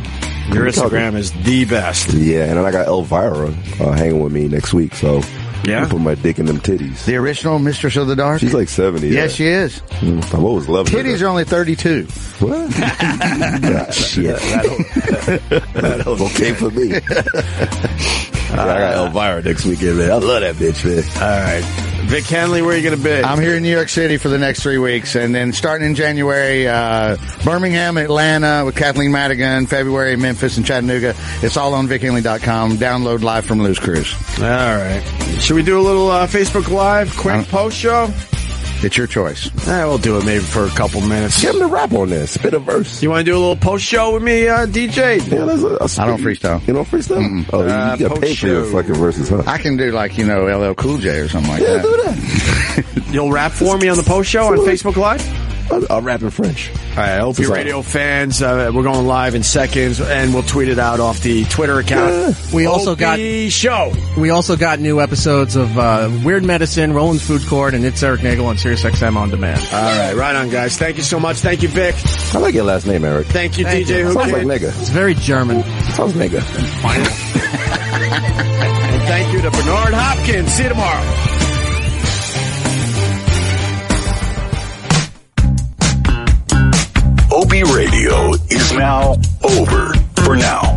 Speaker 2: Your
Speaker 14: we're talking.
Speaker 2: Instagram is the best.
Speaker 14: Yeah, and then I got Elvira uh, hanging with me next week, so
Speaker 2: Yeah.
Speaker 14: I'm putting my dick in them titties.
Speaker 4: The original Mistress of the Dark?
Speaker 14: She's like 70.
Speaker 4: Yes,
Speaker 14: Yeah,
Speaker 4: she is.
Speaker 14: Mm, I've always loved her.
Speaker 4: Titties are only 32.
Speaker 14: What? Ah, shit. That's okay for me. Yeah, I got Elvira next weekend, man. I love that bitch, man.
Speaker 2: All right. Vic Henley, where are you going to be?
Speaker 4: I'm here in New York City for the next three weeks, and then starting in January, uh, Birmingham, Atlanta with Kathleen Madigan, February, Memphis, and Chattanooga. It's all on VicHenley.com. Download live from Loose Cruise.
Speaker 2: All right. Should we do a little uh, Facebook Live, quick post show?
Speaker 4: It's your choice.
Speaker 2: Eh, we'll do it maybe for a couple minutes.
Speaker 14: Give him the rap on this. Spit a verse.
Speaker 2: You want to do a little post show with me, uh, DJ?
Speaker 14: Yeah, that's a- that's
Speaker 4: I don't freestyle.
Speaker 14: You don't freestyle? Oh, you,
Speaker 2: Uh,
Speaker 14: you got paid for your
Speaker 2: post-show.
Speaker 14: fucking verses, huh?
Speaker 4: I can do like, you know, LL Cool J or something like
Speaker 14: yeah,
Speaker 4: that.
Speaker 14: do that.
Speaker 2: You'll rap for me on the post show on Facebook Live?
Speaker 14: I'll, I'll rap in French.
Speaker 2: All right, I hope you
Speaker 14: It's
Speaker 2: radio fans. Uh, we're going live in seconds, and we'll tweet it out off the Twitter account.
Speaker 19: We also got-
Speaker 2: OP show.
Speaker 19: We also got new episodes of uh, Weird Medicine, Roland's Food Court, and It's Eric Nagel on SiriusXM On Demand.
Speaker 2: All right, right on, guys. Thank you so much. Thank you, Vic.
Speaker 14: I like your last name, Eric.
Speaker 2: Thank you,
Speaker 19: Thank
Speaker 2: DJ.
Speaker 19: you.
Speaker 2: Who
Speaker 14: Sounds like
Speaker 2: Kid.
Speaker 14: nigga.
Speaker 19: It's very German.
Speaker 14: Sounds nigga.
Speaker 2: And thank you to Bernard Hopkins. See you tomorrow.
Speaker 1: OB Radio is now over for now.